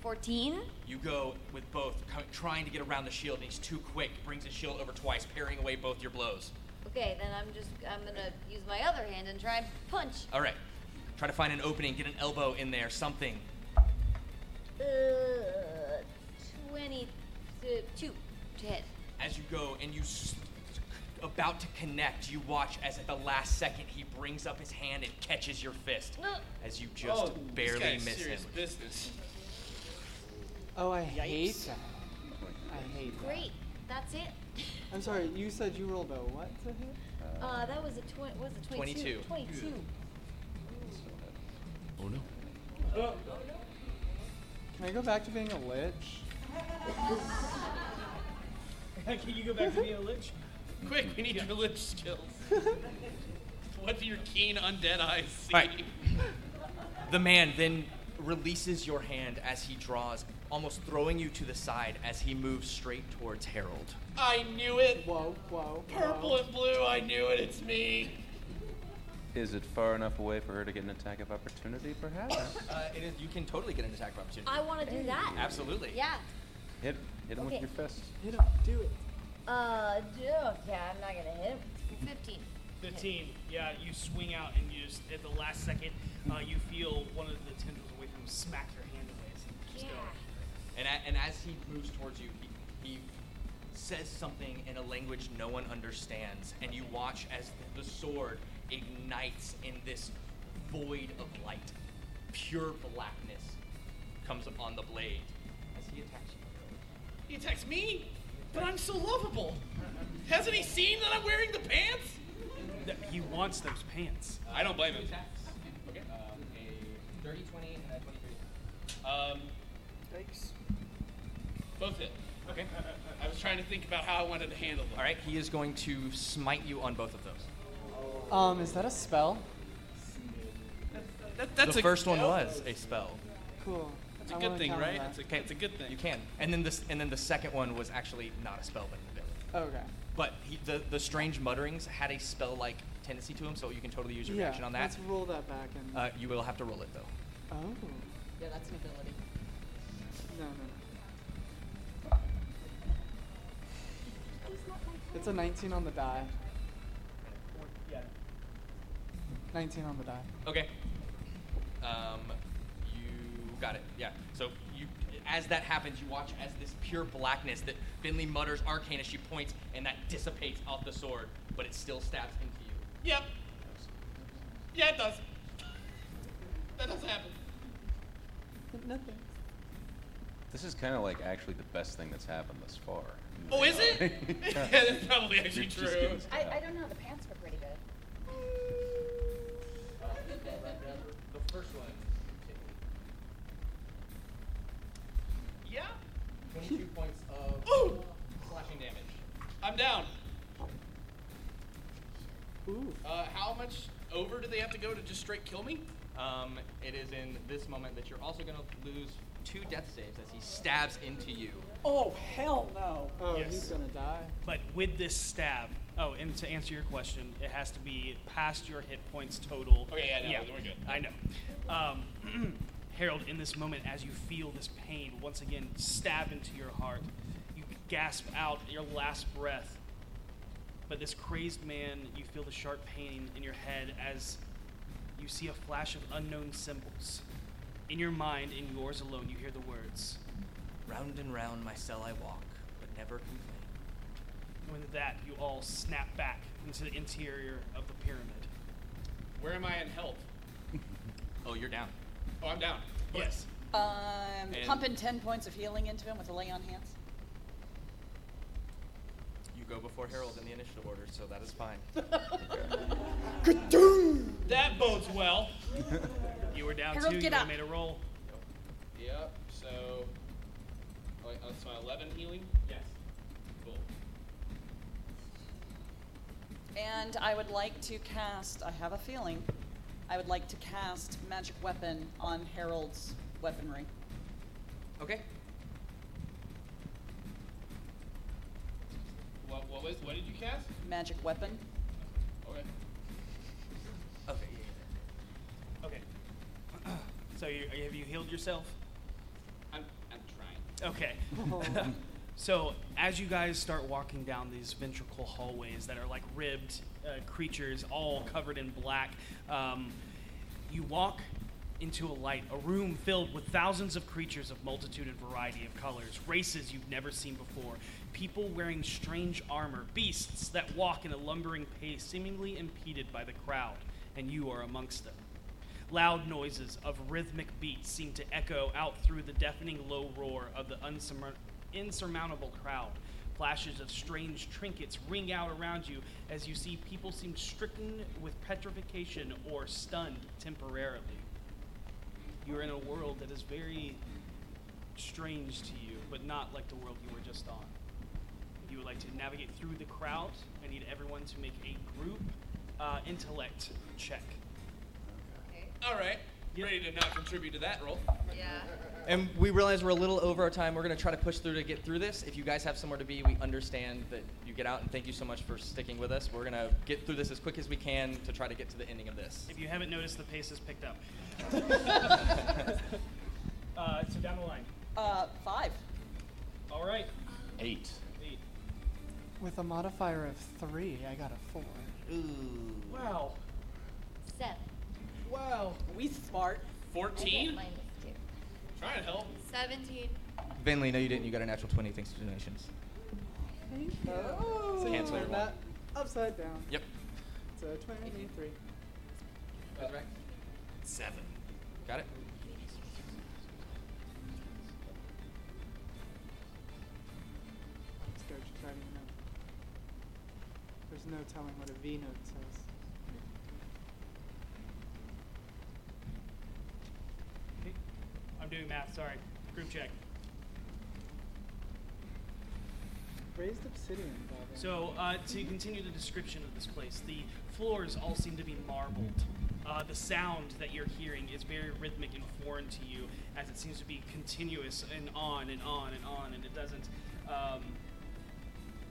Speaker 6: 14.
Speaker 3: You go with both, co- trying to get around the shield, and he's too quick. Brings his shield over twice, parrying away both your blows.
Speaker 6: Okay, then I'm just, I'm gonna use my other hand and try and punch.
Speaker 3: All right. Try to find an opening, get an elbow in there, something.
Speaker 6: Uh, 22 uh, to hit.
Speaker 3: As you go and you s- about to connect, you watch as at the last second he brings up his hand and catches your fist.
Speaker 6: No.
Speaker 3: As you just
Speaker 5: Oh,
Speaker 3: barely
Speaker 5: this guy's
Speaker 3: miss
Speaker 5: serious
Speaker 3: him.
Speaker 5: business.
Speaker 1: Oh, I hate that. I hate that.
Speaker 6: Great, that's it.
Speaker 1: I'm sorry, you said you rolled a what to hit?
Speaker 6: Uh, that was a twen- what was it 22?
Speaker 3: 22.
Speaker 6: 22.
Speaker 1: Oh no. Can I go back to being a lich?
Speaker 2: Can you go back to being a lich?
Speaker 5: Quick, we need your lich skills. what do your keen undead eyes see?
Speaker 3: All right. The man then releases your hand as he draws, almost throwing you to the side as he moves straight towards Harold.
Speaker 5: I knew it.
Speaker 1: Whoa, whoa.
Speaker 5: Purple and blue, I knew it. It's me.
Speaker 8: Is it far enough away for her to get an attack of opportunity, perhaps?
Speaker 3: Uh, it is, you can totally get an attack of opportunity.
Speaker 6: I wanna do that.
Speaker 3: Absolutely.
Speaker 6: Yeah.
Speaker 8: Hit, hit him
Speaker 6: Okay.
Speaker 8: with your fist.
Speaker 1: Hit him, do it.
Speaker 6: Uh, d- oh, yeah, I'm not gonna hit him. 15.
Speaker 2: 15. Yeah, you swing out and you just, at the last second, uh, you feel one of the tendrils away from him smack your hand away as he keeps going.
Speaker 3: And, a, and as he moves towards you, he, he says something in a language no one understands, and you watch as the, the sword ignites in this void of light. Pure blackness comes upon the blade as he attacks you.
Speaker 5: He attacks me, but I'm so lovable. Hasn't he seen that I'm wearing the pants?
Speaker 2: He wants those pants.
Speaker 5: I don't blame him.
Speaker 3: Okay. Um, a 30, 20, and a 23.
Speaker 5: Um, Thanks. Both hit. Okay. I was trying to think about how I wanted to handle them.
Speaker 3: All right, he is going to smite you on both of those.
Speaker 1: Um, is that a spell?
Speaker 3: the first one was a spell.
Speaker 1: Cool.
Speaker 5: That's
Speaker 1: I
Speaker 5: a good
Speaker 1: wanna
Speaker 5: thing,
Speaker 1: count
Speaker 5: right?
Speaker 1: that.
Speaker 5: That's a, that's a good thing.
Speaker 3: You can. And then this, and then the second one was actually not a spell, but an ability.
Speaker 1: Okay.
Speaker 3: But he, the the strange mutterings had a spell like tendency to him, so you can totally use your
Speaker 1: yeah,
Speaker 3: reaction on that.
Speaker 1: Let's roll that back and.
Speaker 3: Uh, you will have to roll it though.
Speaker 1: oh.
Speaker 30: Yeah, that's an ability.
Speaker 1: No, no, no. It's a 19 on the die.
Speaker 2: Yeah.
Speaker 1: 19 on the die.
Speaker 3: Okay. Um, you got it. Yeah. So you, as that happens, you watch as this pure blackness that Finley mutters arcane as she points, and that dissipates off the sword, but it still stabs into you.
Speaker 5: Yep. Yeah, it does. That does happen.
Speaker 1: Nothing.
Speaker 8: This is kind of like actually the best thing that's happened thus far.
Speaker 5: Oh, is it? Yeah, that's probably
Speaker 8: You're
Speaker 5: actually
Speaker 8: just
Speaker 5: true.
Speaker 8: getting
Speaker 27: I,
Speaker 8: stabbed.
Speaker 27: I don't know. The pants were pretty good.
Speaker 3: The first one.
Speaker 5: Yeah.
Speaker 3: 22 points of
Speaker 5: Ooh!
Speaker 3: slashing damage.
Speaker 5: I'm down.
Speaker 1: Ooh.
Speaker 5: Uh, how much over do they have to go to just straight kill me?
Speaker 3: Um, it is in this moment that you're also going to lose two death saves as he stabs into you.
Speaker 30: Oh, hell no.
Speaker 3: Oh,
Speaker 30: yes.
Speaker 3: he's
Speaker 30: gonna die.
Speaker 2: But with this stab, oh, and to answer your question, it has to be past your hit points total.
Speaker 5: Okay, yeah, no, we're good.
Speaker 2: I know. Um, Harold, in this moment, as you feel this pain once again stab into your heart, you gasp out your last breath. But this crazed man, you feel the sharp pain in your head as you see a flash of unknown symbols. In your mind, in yours alone, you hear the words.
Speaker 3: Round and round my cell I walk, but never complain.
Speaker 2: And with that, you all snap back into the interior of the pyramid.
Speaker 5: Where am I in health?
Speaker 3: Oh, you're down.
Speaker 5: Oh, I'm down. Yes.
Speaker 30: Um,
Speaker 3: And-
Speaker 30: pumping 10 points of healing into him with a lay on hands.
Speaker 3: You go before Harold in the initiative order, so that is fine.
Speaker 5: That bodes well.
Speaker 2: you were down
Speaker 5: Harold,
Speaker 2: two.
Speaker 5: get
Speaker 2: you
Speaker 5: up.
Speaker 2: made a roll.
Speaker 5: Yep. So, oh, wait, that's my 11 healing. Yes. Cool.
Speaker 30: And I would like to cast, I have a feeling, I would like to cast Magic Weapon on Harold's weaponry.
Speaker 3: Okay.
Speaker 5: What, what was? What did you cast?
Speaker 30: Magic Weapon.
Speaker 5: Okay.
Speaker 3: Okay.
Speaker 2: Okay. So you, have you healed yourself?
Speaker 5: I'm, I'm trying.
Speaker 2: Okay.
Speaker 5: Oh.
Speaker 3: Oh.
Speaker 2: so as you guys start walking down these ventricle hallways that are like ribbed uh, creatures, all covered in black, um, you walk into a light, a room filled with thousands of creatures of multitude and variety of colors, races you've never seen before, people wearing strange armor, beasts that walk in a lumbering pace, seemingly impeded by the crowd, and you are amongst them. Loud noises of rhythmic beats seem to echo out through the deafening low roar of the unsur- insurmountable crowd. Flashes of strange trinkets ring out around you as you see people seem stricken with petrification or stunned temporarily. You're in a world that is very strange to you, but not like the world you were just on. If you would like to navigate through the crowd, I need everyone to make a group uh, intellect check.
Speaker 5: All right. Ready to not contribute to that roll.
Speaker 11: Yeah.
Speaker 3: And we realize we're a little over our time. We're going to try to push through to get through this. If you guys have somewhere to be, we understand that you get out, and thank you so much for sticking with us. We're going to get through this as quick as we can to try to get to the ending of this.
Speaker 2: If you haven't noticed, the pace has picked up. uh, so down the line.
Speaker 30: Uh, five.
Speaker 2: All right.
Speaker 8: Eight.
Speaker 2: Eight.
Speaker 1: With a modifier of three, I got a four.
Speaker 8: Ooh.
Speaker 2: Wow.
Speaker 6: Seven.
Speaker 30: Wow. We smart.
Speaker 5: 14?
Speaker 6: Minus two.
Speaker 5: Trying to help.
Speaker 11: 17.
Speaker 3: Vinley, no, you didn't. You got a natural 20 thanks to donations.
Speaker 1: Thank you.
Speaker 30: Oh.
Speaker 3: So you Cancel your roll.
Speaker 1: that upside down.
Speaker 3: Yep.
Speaker 1: So 23.
Speaker 3: That's right.
Speaker 13: Seven.
Speaker 3: Got it?
Speaker 1: Let's go try to know. There's no telling what a V note says.
Speaker 2: I'm doing math, sorry. Group check.
Speaker 1: Raised obsidian, Bobby.
Speaker 2: So, uh, to continue the description of this place, the floors all seem to be marbled. Uh, the sound that you're hearing is very rhythmic and foreign to you, as it seems to be continuous and on and on and on, and it doesn't um,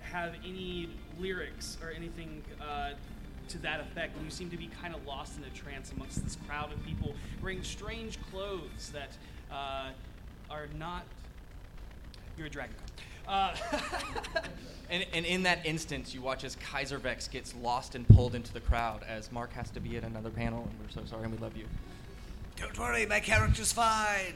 Speaker 2: have any lyrics or anything uh, to that effect. And you seem to be kind of lost in a trance amongst this crowd of people wearing strange clothes that uh, are not. You're a dragon. Uh,
Speaker 3: And, and in that instance, you watch as Kaiser Vex gets lost and pulled into the crowd as Mark has to be at another panel, and we're so sorry and we love you.
Speaker 13: Don't worry, my character's fine.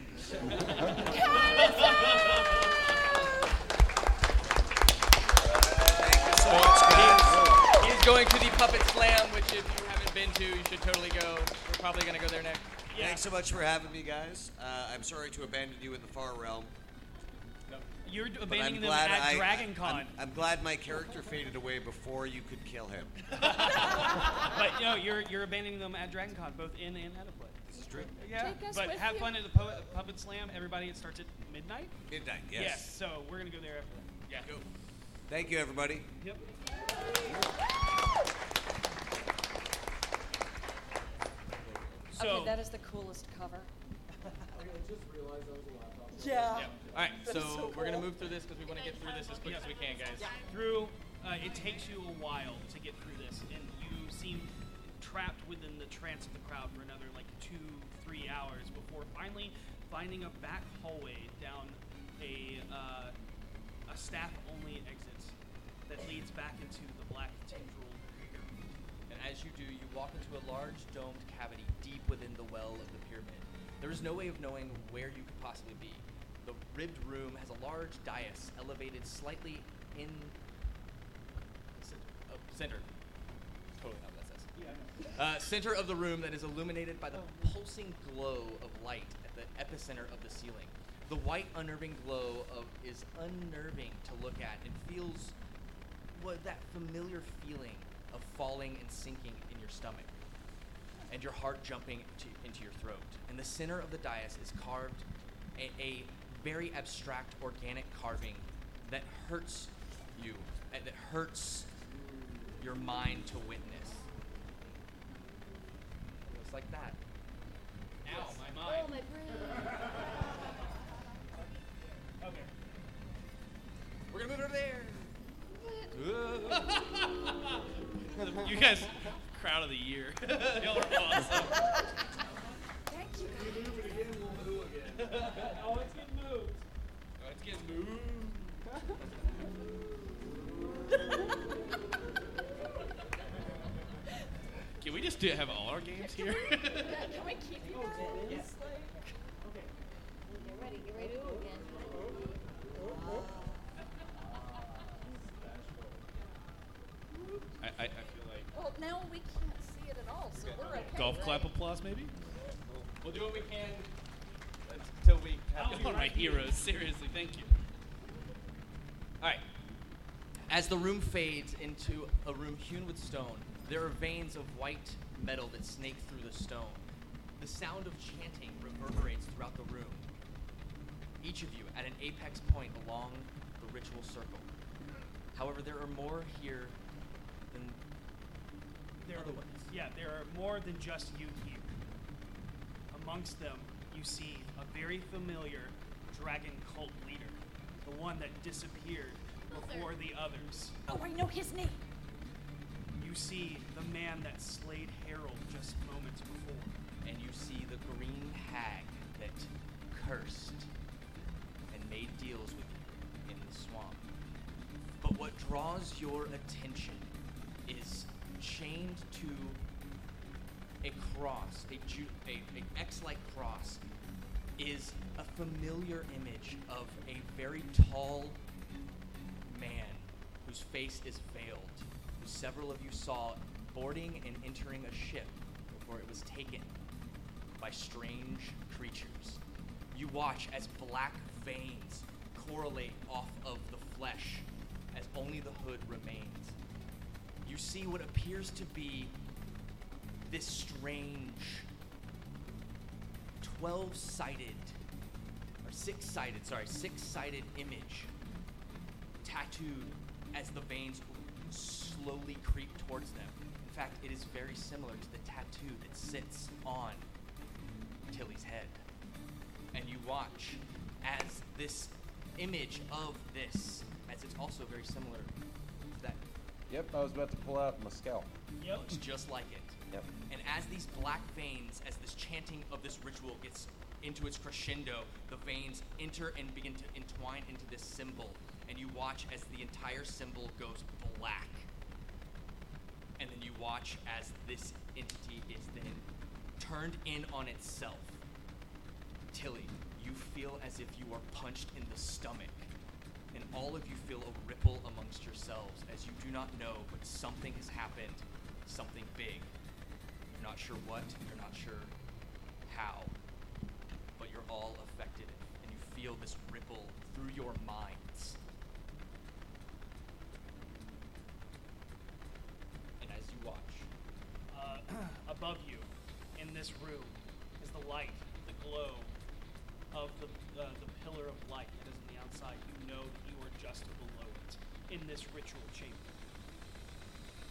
Speaker 3: He's going to the Puppet Slam, which if you haven't been to, you should totally go. We're probably going to go there next.
Speaker 7: Thanks so much for having me, guys. Uh, I'm sorry to abandon you in the far realm.
Speaker 2: You're
Speaker 7: but
Speaker 2: abandoning
Speaker 7: I'm
Speaker 2: them
Speaker 7: glad
Speaker 2: at
Speaker 7: I-
Speaker 2: Dragon Con.
Speaker 7: I'm, I'm glad my character faded away before you could kill him.
Speaker 2: but no, you're you're abandoning them at Dragon Con, both in and out of play. This
Speaker 7: is true.
Speaker 2: Yeah.
Speaker 3: Take us
Speaker 2: but
Speaker 3: with
Speaker 2: have
Speaker 3: you.
Speaker 2: fun at the po- Puppet Slam. Everybody, it starts at midnight.
Speaker 7: Midnight, yes.
Speaker 2: Yes. So we're gonna go there after that. Yeah. Go.
Speaker 7: Thank you, everybody.
Speaker 2: Yep.
Speaker 4: okay,
Speaker 5: So-
Speaker 4: that is the coolest cover.
Speaker 29: just realized that was a laptop.
Speaker 4: Yeah.
Speaker 3: All right,
Speaker 4: That
Speaker 3: so,
Speaker 4: is so
Speaker 3: we're gonna
Speaker 4: cool.
Speaker 3: move through this because we want to get through this as quick as we can, guys.
Speaker 2: Through, uh, it takes you a while to get through this, and you seem trapped within the trance of the crowd for another like two, three hours before finally finding a back hallway down a uh, a staff-only exit that leads back into the black tendril.
Speaker 3: And as you do, you walk into a large domed cavity deep within the well of the pyramid. There is no way of knowing where you could possibly be. The ribbed room has a large dais elevated slightly in center. Oh, center. Totally not what that says. Uh, center of the room that is illuminated by the pulsing glow of light at the epicenter of the ceiling. The white, unnerving glow of is unnerving to look at and feels what that familiar feeling of falling and sinking in your stomach, and your heart jumping to, into your throat. In the center of the dais is carved a, a very abstract organic carving that hurts you, and that hurts your mind to witness. It's like that.
Speaker 5: Ow, my mind.
Speaker 11: Oh, my
Speaker 5: Okay.
Speaker 3: We're gonna move over there.
Speaker 2: Oh,
Speaker 50: you guys, crowd of the year. Y'all are awesome.
Speaker 4: Thank you.
Speaker 29: move it again, we'll move again.
Speaker 5: oh, it's getting moved.
Speaker 50: Oh, it's getting moved. Can we just do have all our games here?
Speaker 4: Can we keep you guys?
Speaker 11: Okay. Get ready. Get ready to go again.
Speaker 50: I, I, I feel like
Speaker 4: Well, now we can't see it at all, so we're okay.
Speaker 50: golf
Speaker 4: right?
Speaker 50: clap applause maybe.
Speaker 3: We'll do what we can until we have
Speaker 50: Y'all are my heroes. Seriously, thank you.
Speaker 3: All right. As the room fades into a room hewn with stone, there are veins of white metal that snake through the stone. The sound of chanting reverberates throughout the room. Each of you at an apex point along the ritual circle. However, there are more here than
Speaker 2: There
Speaker 3: other
Speaker 2: are,
Speaker 3: ones.
Speaker 2: yeah, there are more than just you here. Amongst them, you see a very familiar dragon cult leader, the one that disappeared before the others.
Speaker 27: Oh, I know his name.
Speaker 2: You see the man that slayed Harold just moments before.
Speaker 3: And you see the green hag that cursed and made deals with you in the swamp. But what draws your attention is chained to a cross, a, Ju- a, a X-like cross, is a familiar image of a very tall man whose face is veiled, who several of you saw boarding and entering a ship before it was taken by strange creatures. You watch as black veins correlate off of the flesh as only the hood remains. You see what appears to be this strange 12 sided, or six sided, sorry, six sided image tattooed as the veins slowly creep towards them. In fact, it is very similar to the tattoo that sits on Tilly's head. And you watch as this image of this, as it's also very similar to that
Speaker 32: Yep, I was about to pull out my scalp.
Speaker 3: it looks just like it.
Speaker 32: Yep.
Speaker 3: And as these black veins, as this chanting of this ritual gets into its crescendo, the veins enter and begin to entwine into this symbol. And you watch as the entire symbol goes black. And then you watch as this entity is then turned in on itself. Tilly, you feel as if you are punched in the stomach, and all of you feel a ripple amongst yourselves as you do not know, but something has happened, something big. You're not sure what, you're not sure how, but you're all affected, and you feel this ripple through your minds. And as you watch,
Speaker 2: Uh, above you, in this room, is the light, the glow of the, uh, the pillar of light that is on the outside. You know that you are just below it in this ritual chamber.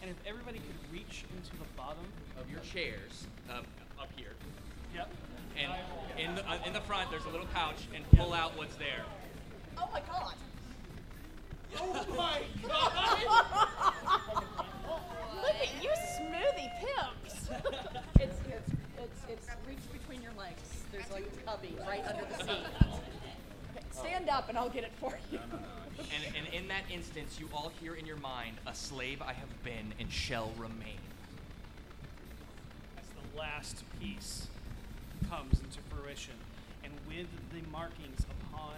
Speaker 2: And if everybody could reach into the bottom
Speaker 3: of your chairs, um,
Speaker 55: up here.
Speaker 2: Yep.
Speaker 55: And in the, uh, in the front, there's a little pouch, and pull out what's there.
Speaker 30: Oh my god.
Speaker 26: Oh my
Speaker 30: Look at you smoothie pimps. it's, it's, it's, it's reached between your legs. There's like a cubby right under the seat. Okay, stand up and I'll get it for you.
Speaker 3: And, and in that instance, you all hear in your mind, a slave I have been and shall remain.
Speaker 2: As the last piece comes into fruition, and with the markings upon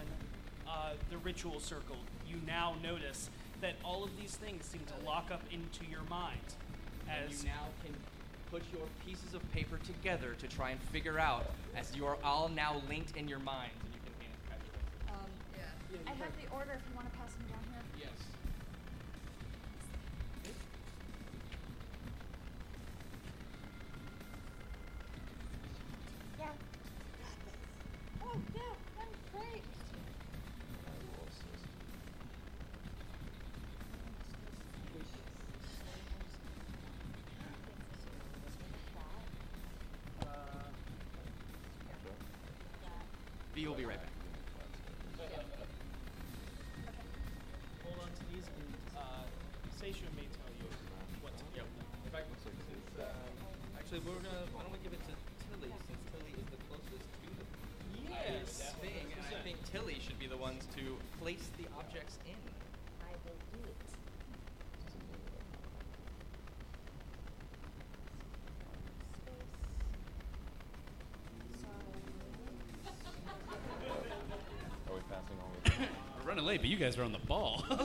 Speaker 2: uh, the ritual circle, you now notice that all of these things seem to lock up into your mind.
Speaker 3: And
Speaker 2: As
Speaker 3: you now can put your pieces of paper together to try and figure out, as you are all now linked in your minds, and you can hand it back.
Speaker 4: Um, I have the order if you want to pass them down here.
Speaker 3: Yes.
Speaker 4: Yeah. Oh, yeah, that's great.
Speaker 3: V will be right back.
Speaker 2: Hold on to these, and uh, Seisha may tell you what to do.
Speaker 55: In fact, since, um, actually, we're gonna. Why don't we give it to Tilly since Tilly is the closest to the
Speaker 3: Yes, thing, and I think Tilly should be the ones to place the objects in. I will do it.
Speaker 8: Are we passing all of them?
Speaker 50: We're running late, but you guys are on the ball. I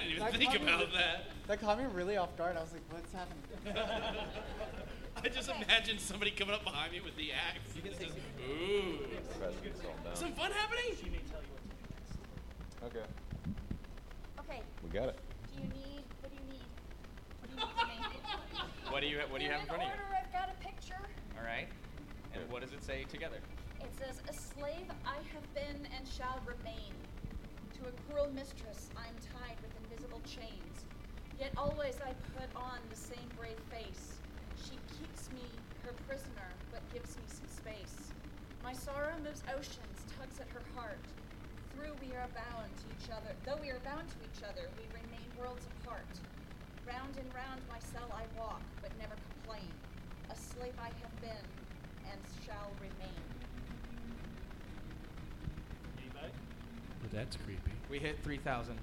Speaker 50: didn't even think
Speaker 1: caught me
Speaker 50: about
Speaker 1: re-
Speaker 50: that.
Speaker 1: That caught me really off guard. I was like, what's happening?
Speaker 50: I just imagine somebody coming up behind me with the axe. and just, ooh.
Speaker 8: Presents all down.
Speaker 50: Some fun happening?
Speaker 2: She may tell you what to do.
Speaker 8: Okay.
Speaker 4: Okay,
Speaker 8: We got it.
Speaker 4: do you need, what do you need? What do you need from me?
Speaker 3: What do you ha- what do you have in front of you?
Speaker 4: order, I've got a picture.
Speaker 3: All right. And what does it say together?
Speaker 4: It says, "A slave I have been and shall remain. To a cruel mistress I am tied with invisible chains. Yet always I put on the same brave face. She keeps me her prisoner, but gives me some space. My sorrow moves oceans, tugs at her heart. Through we are bound to each other. Though we are bound to each other, we remain worlds apart. Round and round my cell I walk, but never complain. A slave I have been and shall remain.
Speaker 2: Anybody?
Speaker 3: that's creepy. We hit 3,000.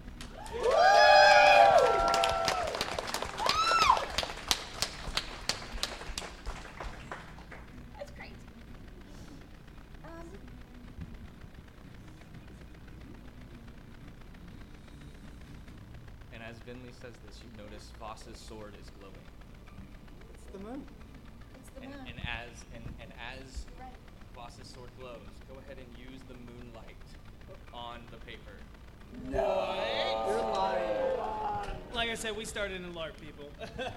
Speaker 4: That's great. Um,
Speaker 3: And as Vinley says this, you notice Voss's sword is glowing.
Speaker 1: It's the moon.
Speaker 4: It's the
Speaker 3: and,
Speaker 4: moon.
Speaker 3: and as and, and as
Speaker 4: Right.
Speaker 3: Voss's sword glows, go ahead and use the moonlight on the paper.
Speaker 2: You're lying. Like I said, we started in LARP, people.
Speaker 4: so there's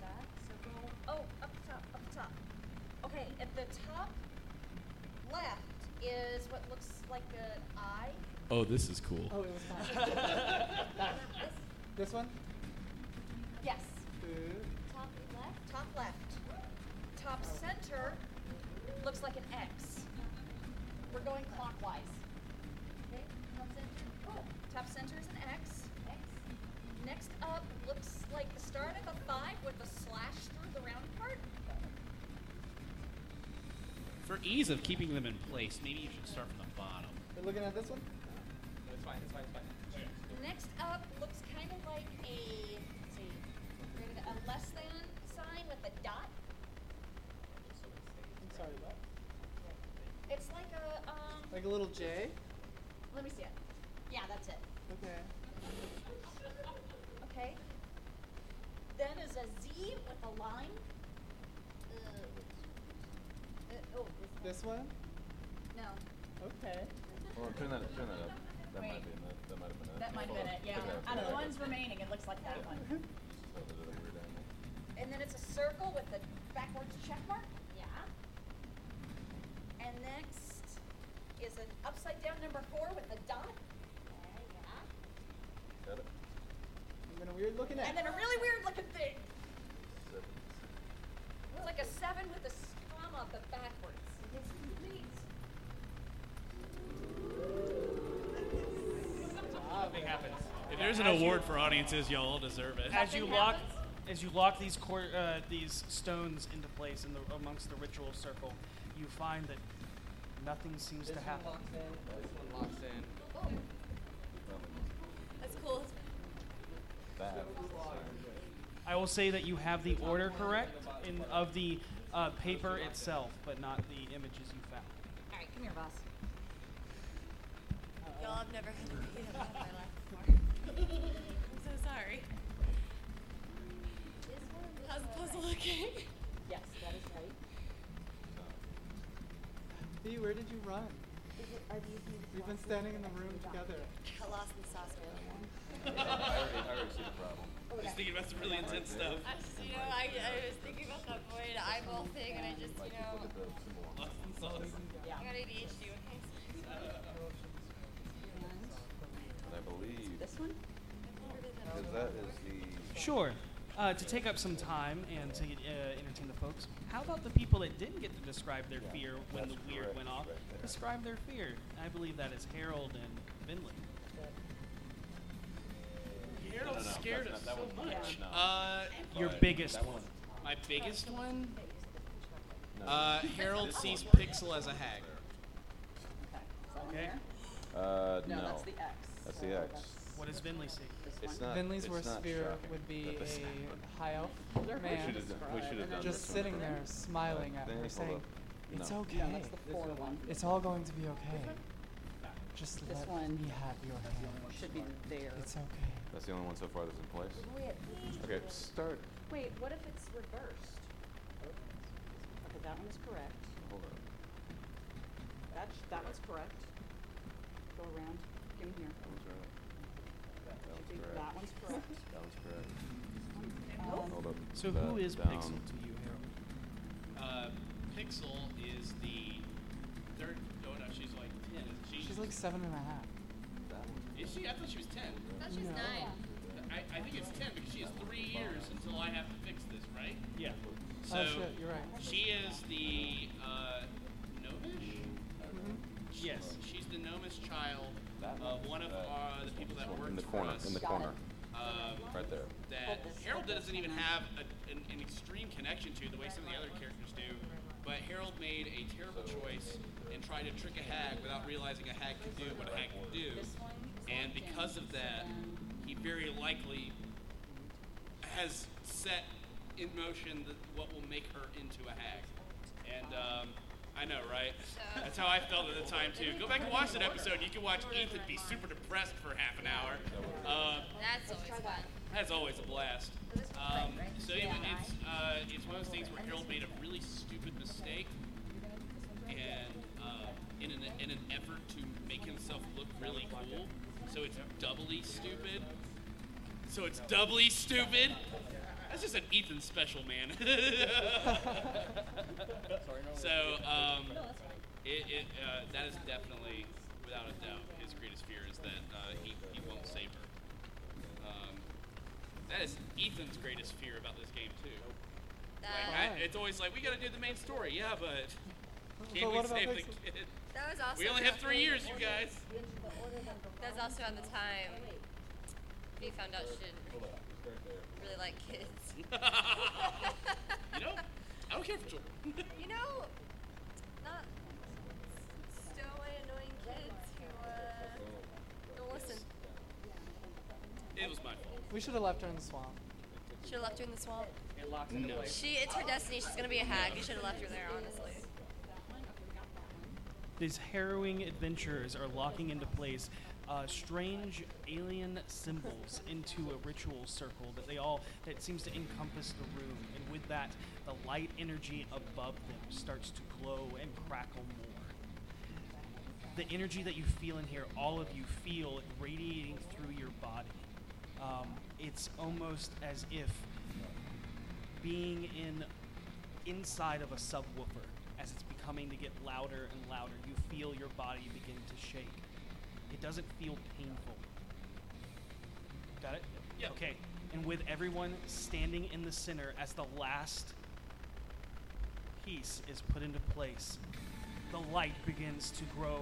Speaker 4: that. So go. Oh, up top, up top. Okay, at the top left is what looks like an eye.
Speaker 26: Oh, this is cool.
Speaker 1: Oh, it was mine. this one?
Speaker 4: yes. Top left. Top left. Top center looks like an X. We're going clockwise. Okay, top center. Cool. Top center is an X. X. Next up looks like the start of a five with a slash through the round part.
Speaker 50: For ease of keeping them in place, maybe you should start from the bottom.
Speaker 1: You're looking at this one?
Speaker 3: It's fine, it's fine, it's fine.
Speaker 4: Next up looks kind of like a, let's see, we're gonna- a less than sign with a dot.
Speaker 1: I'm sorry, what?
Speaker 4: It's like a, um,
Speaker 1: Like a little J?
Speaker 4: let me see it. Yeah, that's it.
Speaker 1: Okay.
Speaker 4: Okay. Then is a Z with a line. Uh, uh, oh,
Speaker 1: This one?
Speaker 4: no.
Speaker 1: Okay.
Speaker 8: Well, turn that, turn that up. That
Speaker 4: Wait.
Speaker 8: might be enough. That might have been it.
Speaker 4: That might have been it, yeah.
Speaker 8: Turn that up,
Speaker 4: Out of the
Speaker 8: turn that up.
Speaker 4: ones remaining, it looks like that one.
Speaker 8: Just a little bit of a weird angle.
Speaker 4: And then it's a circle with a backwards check mark. Yeah. And next is an upside down number four with a dot. Yeah,
Speaker 1: And then a weird looking
Speaker 4: yeah.
Speaker 1: X.
Speaker 4: And then a really weird looking thing.
Speaker 11: It's like a seven with a comma, but backwards. It's complete.
Speaker 2: Nothing happens.
Speaker 5: If there's an
Speaker 2: As you-
Speaker 5: award for audiences, y'all all deserve it.
Speaker 2: As you lock, as you lock these cor- uh, these stones into place in the, amongst the ritual circle, you find that nothing seems to happen.
Speaker 11: Oh, That's cool.
Speaker 2: I will say that you have the order correct in of the uh, paper itself, but not the images you found.
Speaker 11: All right, come here, boss. Y'all have never had a beat up in my life before. I'm so sorry. How's the puzzle looking?
Speaker 4: Yes, that is right.
Speaker 1: B, where did you run? We've been standing in the room together.
Speaker 11: I lost the sauce man.
Speaker 8: see the problem.
Speaker 5: Just thinking about some really intense stuff.
Speaker 11: I just, you know, I, I was thinking about that void eyeball thing, and I just, you know, I got ADHD when it comes to
Speaker 8: And I believe.
Speaker 4: This one?
Speaker 8: Because that is the.
Speaker 59: Sure.
Speaker 2: Uh, to take up some time and to uh, entertain the folks, how about the people that didn't get to describe their fear when the
Speaker 59: that's
Speaker 2: weird
Speaker 59: correct,
Speaker 2: went off?
Speaker 59: right there.
Speaker 2: describe their fear. I believe that is Harold and Vinland.
Speaker 5: Harold
Speaker 2: No, no, no,
Speaker 5: scared
Speaker 2: that's
Speaker 5: us
Speaker 2: not-
Speaker 5: so
Speaker 2: that one's
Speaker 5: much.
Speaker 2: not- no.
Speaker 5: Uh,
Speaker 2: Your
Speaker 5: but
Speaker 2: biggest
Speaker 5: that
Speaker 2: one.
Speaker 5: My biggest one?
Speaker 8: No.
Speaker 5: Uh, Harold sees Pixel as a hag.
Speaker 2: Okay.
Speaker 8: Uh, no.
Speaker 2: No, that's the X,
Speaker 8: That's
Speaker 2: so
Speaker 8: the X.
Speaker 2: What does Vinley see?
Speaker 8: It's not.
Speaker 1: Vinley's
Speaker 8: it's
Speaker 1: worst
Speaker 8: not
Speaker 1: fear
Speaker 8: shocking
Speaker 1: would be
Speaker 8: that this happened.
Speaker 1: a high elf
Speaker 8: We
Speaker 1: man
Speaker 8: should've done- we should've done
Speaker 1: just
Speaker 8: this one
Speaker 1: sitting
Speaker 8: first.
Speaker 1: there smiling at
Speaker 8: Then
Speaker 1: her
Speaker 8: hold
Speaker 1: saying,
Speaker 8: up.
Speaker 1: It's
Speaker 8: No.
Speaker 1: okay.
Speaker 8: No, that's the
Speaker 1: four one. It's all going to be okay. Just
Speaker 4: This
Speaker 1: let
Speaker 4: one
Speaker 1: me have your hand.
Speaker 4: should be there.
Speaker 1: It's okay.
Speaker 8: That's the only one so far that's in place. Okay, start.
Speaker 4: Wait, what if it's reversed? Okay, that one is correct.
Speaker 8: Hold on.
Speaker 4: That, sh- that one's correct. Go around, give me here.
Speaker 8: That one's right. That one's
Speaker 4: Should be-
Speaker 8: correct.
Speaker 4: that one's correct.
Speaker 8: That one's correct.
Speaker 4: Um,
Speaker 8: Hold up.
Speaker 2: So
Speaker 8: that
Speaker 2: who is
Speaker 8: down.
Speaker 2: Pixel to you, Harold?
Speaker 5: Uh, Pixel is the third. No, no, she's like ten. Isn't she?
Speaker 1: She's like seven and a half.
Speaker 5: Is she? I thought she was ten.
Speaker 11: I thought she was No. nine.
Speaker 5: I, I think it's ten because she has three years until I have to fix this, right?
Speaker 2: Yeah.
Speaker 5: So
Speaker 1: Oh, shit, you're right.
Speaker 5: She is the uh, gnomish.
Speaker 1: Mm-hmm.
Speaker 5: Yes, she's the gnomish child of one of uh, the people that worked
Speaker 8: In the
Speaker 5: for
Speaker 8: corner.
Speaker 5: us.
Speaker 8: In the corner.
Speaker 5: Um,
Speaker 8: Right there.
Speaker 5: that Harold doesn't even have a, an, an extreme connection to the way some of the other characters do. But Harold made a terrible choice and tried to trick a hag without realizing a hag could do what a hag can do. And because of that, he very likely has set in motion the, what will make her into a hag. And um, I know, right? That's how I felt at the time too. Go back and watch that episode. You can watch Ethan be super depressed for half an hour. Uh,
Speaker 11: That's always fun.
Speaker 5: that's always a blast. Um, so anyway, it's, uh, it's one of those things where Harold made a really stupid mistake, and uh, in an in an effort to make himself look really cool, so it's doubly stupid. So it's doubly stupid. That's just an Ethan special, man. so um, it, it uh, that is definitely, without a doubt, his greatest fear is that uh, he he won't save her. Um, that is Ethan's greatest fear about this game too. Like, I, it's always like we got to do the main story, yeah, but can
Speaker 11: But
Speaker 5: we
Speaker 11: what about
Speaker 5: save the
Speaker 11: Pixel?
Speaker 5: kid?
Speaker 11: That was also.
Speaker 5: We only have three years, you guys.
Speaker 11: That was also on the time we found out she didn't really like kids.
Speaker 5: You know, I don't care for children.
Speaker 11: You know, not stowaway annoying kids who uh, don't listen.
Speaker 5: It was my fault.
Speaker 1: We should have left her in the swamp.
Speaker 11: Should have left her in the swamp.
Speaker 5: It locks
Speaker 1: into
Speaker 5: no.
Speaker 1: place.
Speaker 11: She, it's her destiny. She's gonna be a hag. You should have left her there, honestly.
Speaker 2: These harrowing adventurers are locking into place uh, strange alien symbols into a ritual circle that they all that seems to encompass the room, and with that, the light energy above them starts to glow and crackle more. The energy that you feel in here, all of you feel it radiating through your body. Um, it's almost as if being in inside of a subwoofer as it's becoming to get louder and louder. You feel your body begin to shake. It doesn't feel painful. Got it? Yeah. Okay. And with everyone standing in the center as the last piece is put into place, the light begins to grow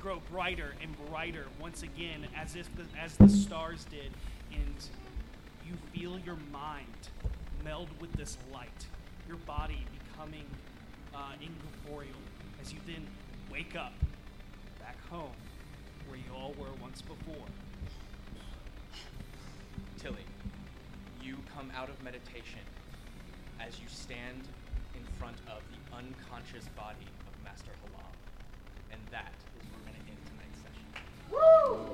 Speaker 2: grow brighter and brighter once again as if the, as the stars did and you feel your mind meld with this light your body becoming uh, incorporeal as you then wake up back home where you all were once before
Speaker 3: Tilly, you come out of meditation as you stand in front of the unconscious body of Master Halal. And that is where we're going to end tonight's session.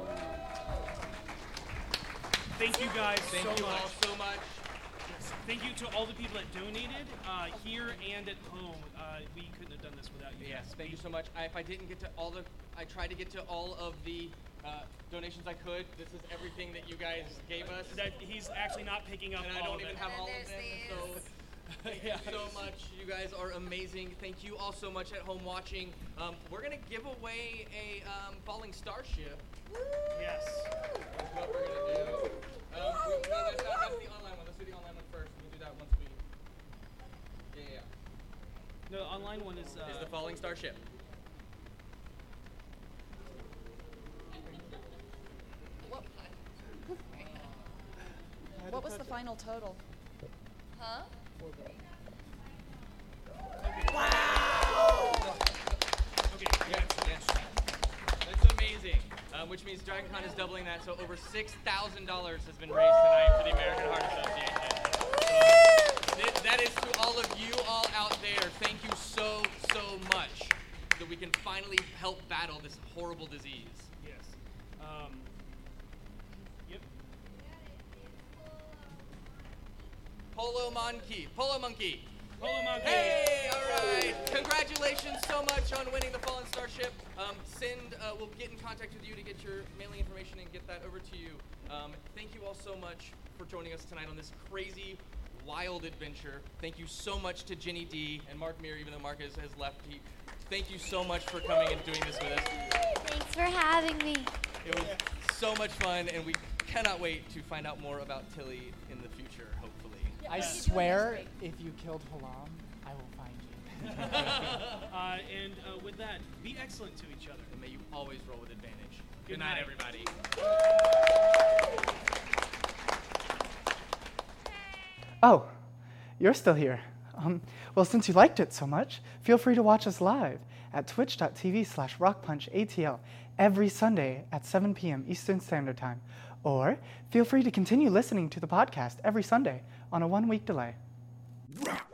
Speaker 2: Thank you guys
Speaker 3: Thank
Speaker 2: so
Speaker 3: you
Speaker 2: much.
Speaker 3: all so much.
Speaker 2: Yes. Thank you to all the people that donated uh, here and at home. Uh, we couldn't have done this without you.
Speaker 3: Yes, thank you so much. I, if I didn't get to all the, I tried to get to all of the uh, donations I could. This is everything that you guys gave us.
Speaker 2: That he's actually not picking up.
Speaker 3: And I
Speaker 2: all
Speaker 3: don't
Speaker 2: of
Speaker 3: even
Speaker 2: it.
Speaker 3: have all of them. So thank you so much. You guys are amazing. Thank you all so much at home watching. Um, we're gonna give away a um, falling starship.
Speaker 2: Yes.
Speaker 3: That's what we're gonna do. Um, we, no, that's, not, that's the online one. Let's do the online one first. We'll do that once we. Yeah, yeah.
Speaker 2: No, the online one is. Uh,
Speaker 3: Is the falling starship?
Speaker 60: What?
Speaker 4: What was the final total?
Speaker 60: Huh?
Speaker 3: That's amazing. Um, which means Dragon Con is doubling that, so over six thousand dollars has been raised tonight for the American Heart Association. So, th- that is to all of you all out there. Thank you so so much that we can finally help battle this horrible disease.
Speaker 2: Yes. Um, yep.
Speaker 3: Polo monkey. Polo monkey.
Speaker 2: Polo monkey.
Speaker 3: Hey! All right. Congratulations so much on winning the Fallen Starship. Um, send. Uh, we'll get in contact with you to get your mailing information and get that over to you. Um, thank you all so much for joining us tonight on this crazy, wild adventure. Thank you so much to Jenny D and Mark Meir, even though Mark has, has left. He, thank you so much for coming and doing this with us.
Speaker 6: Thanks for having me.
Speaker 3: It was so much fun, and we cannot wait to find out more about Tilly in the future, hopefully.
Speaker 1: I swear, if you killed Halam, I will find you.
Speaker 2: uh, and uh, with that, be excellent to each other.
Speaker 3: And may you always roll with advantage.
Speaker 2: Good,
Speaker 3: Good night, everybody.
Speaker 1: Oh, you're still here. Um, well, since you liked it so much, feel free to watch us live at twitch.tv slash rockpunchatl every Sunday at 7 p.m. Eastern Standard Time. Or feel free to continue listening to the podcast every Sunday on a one week delay.
Speaker 61: Rock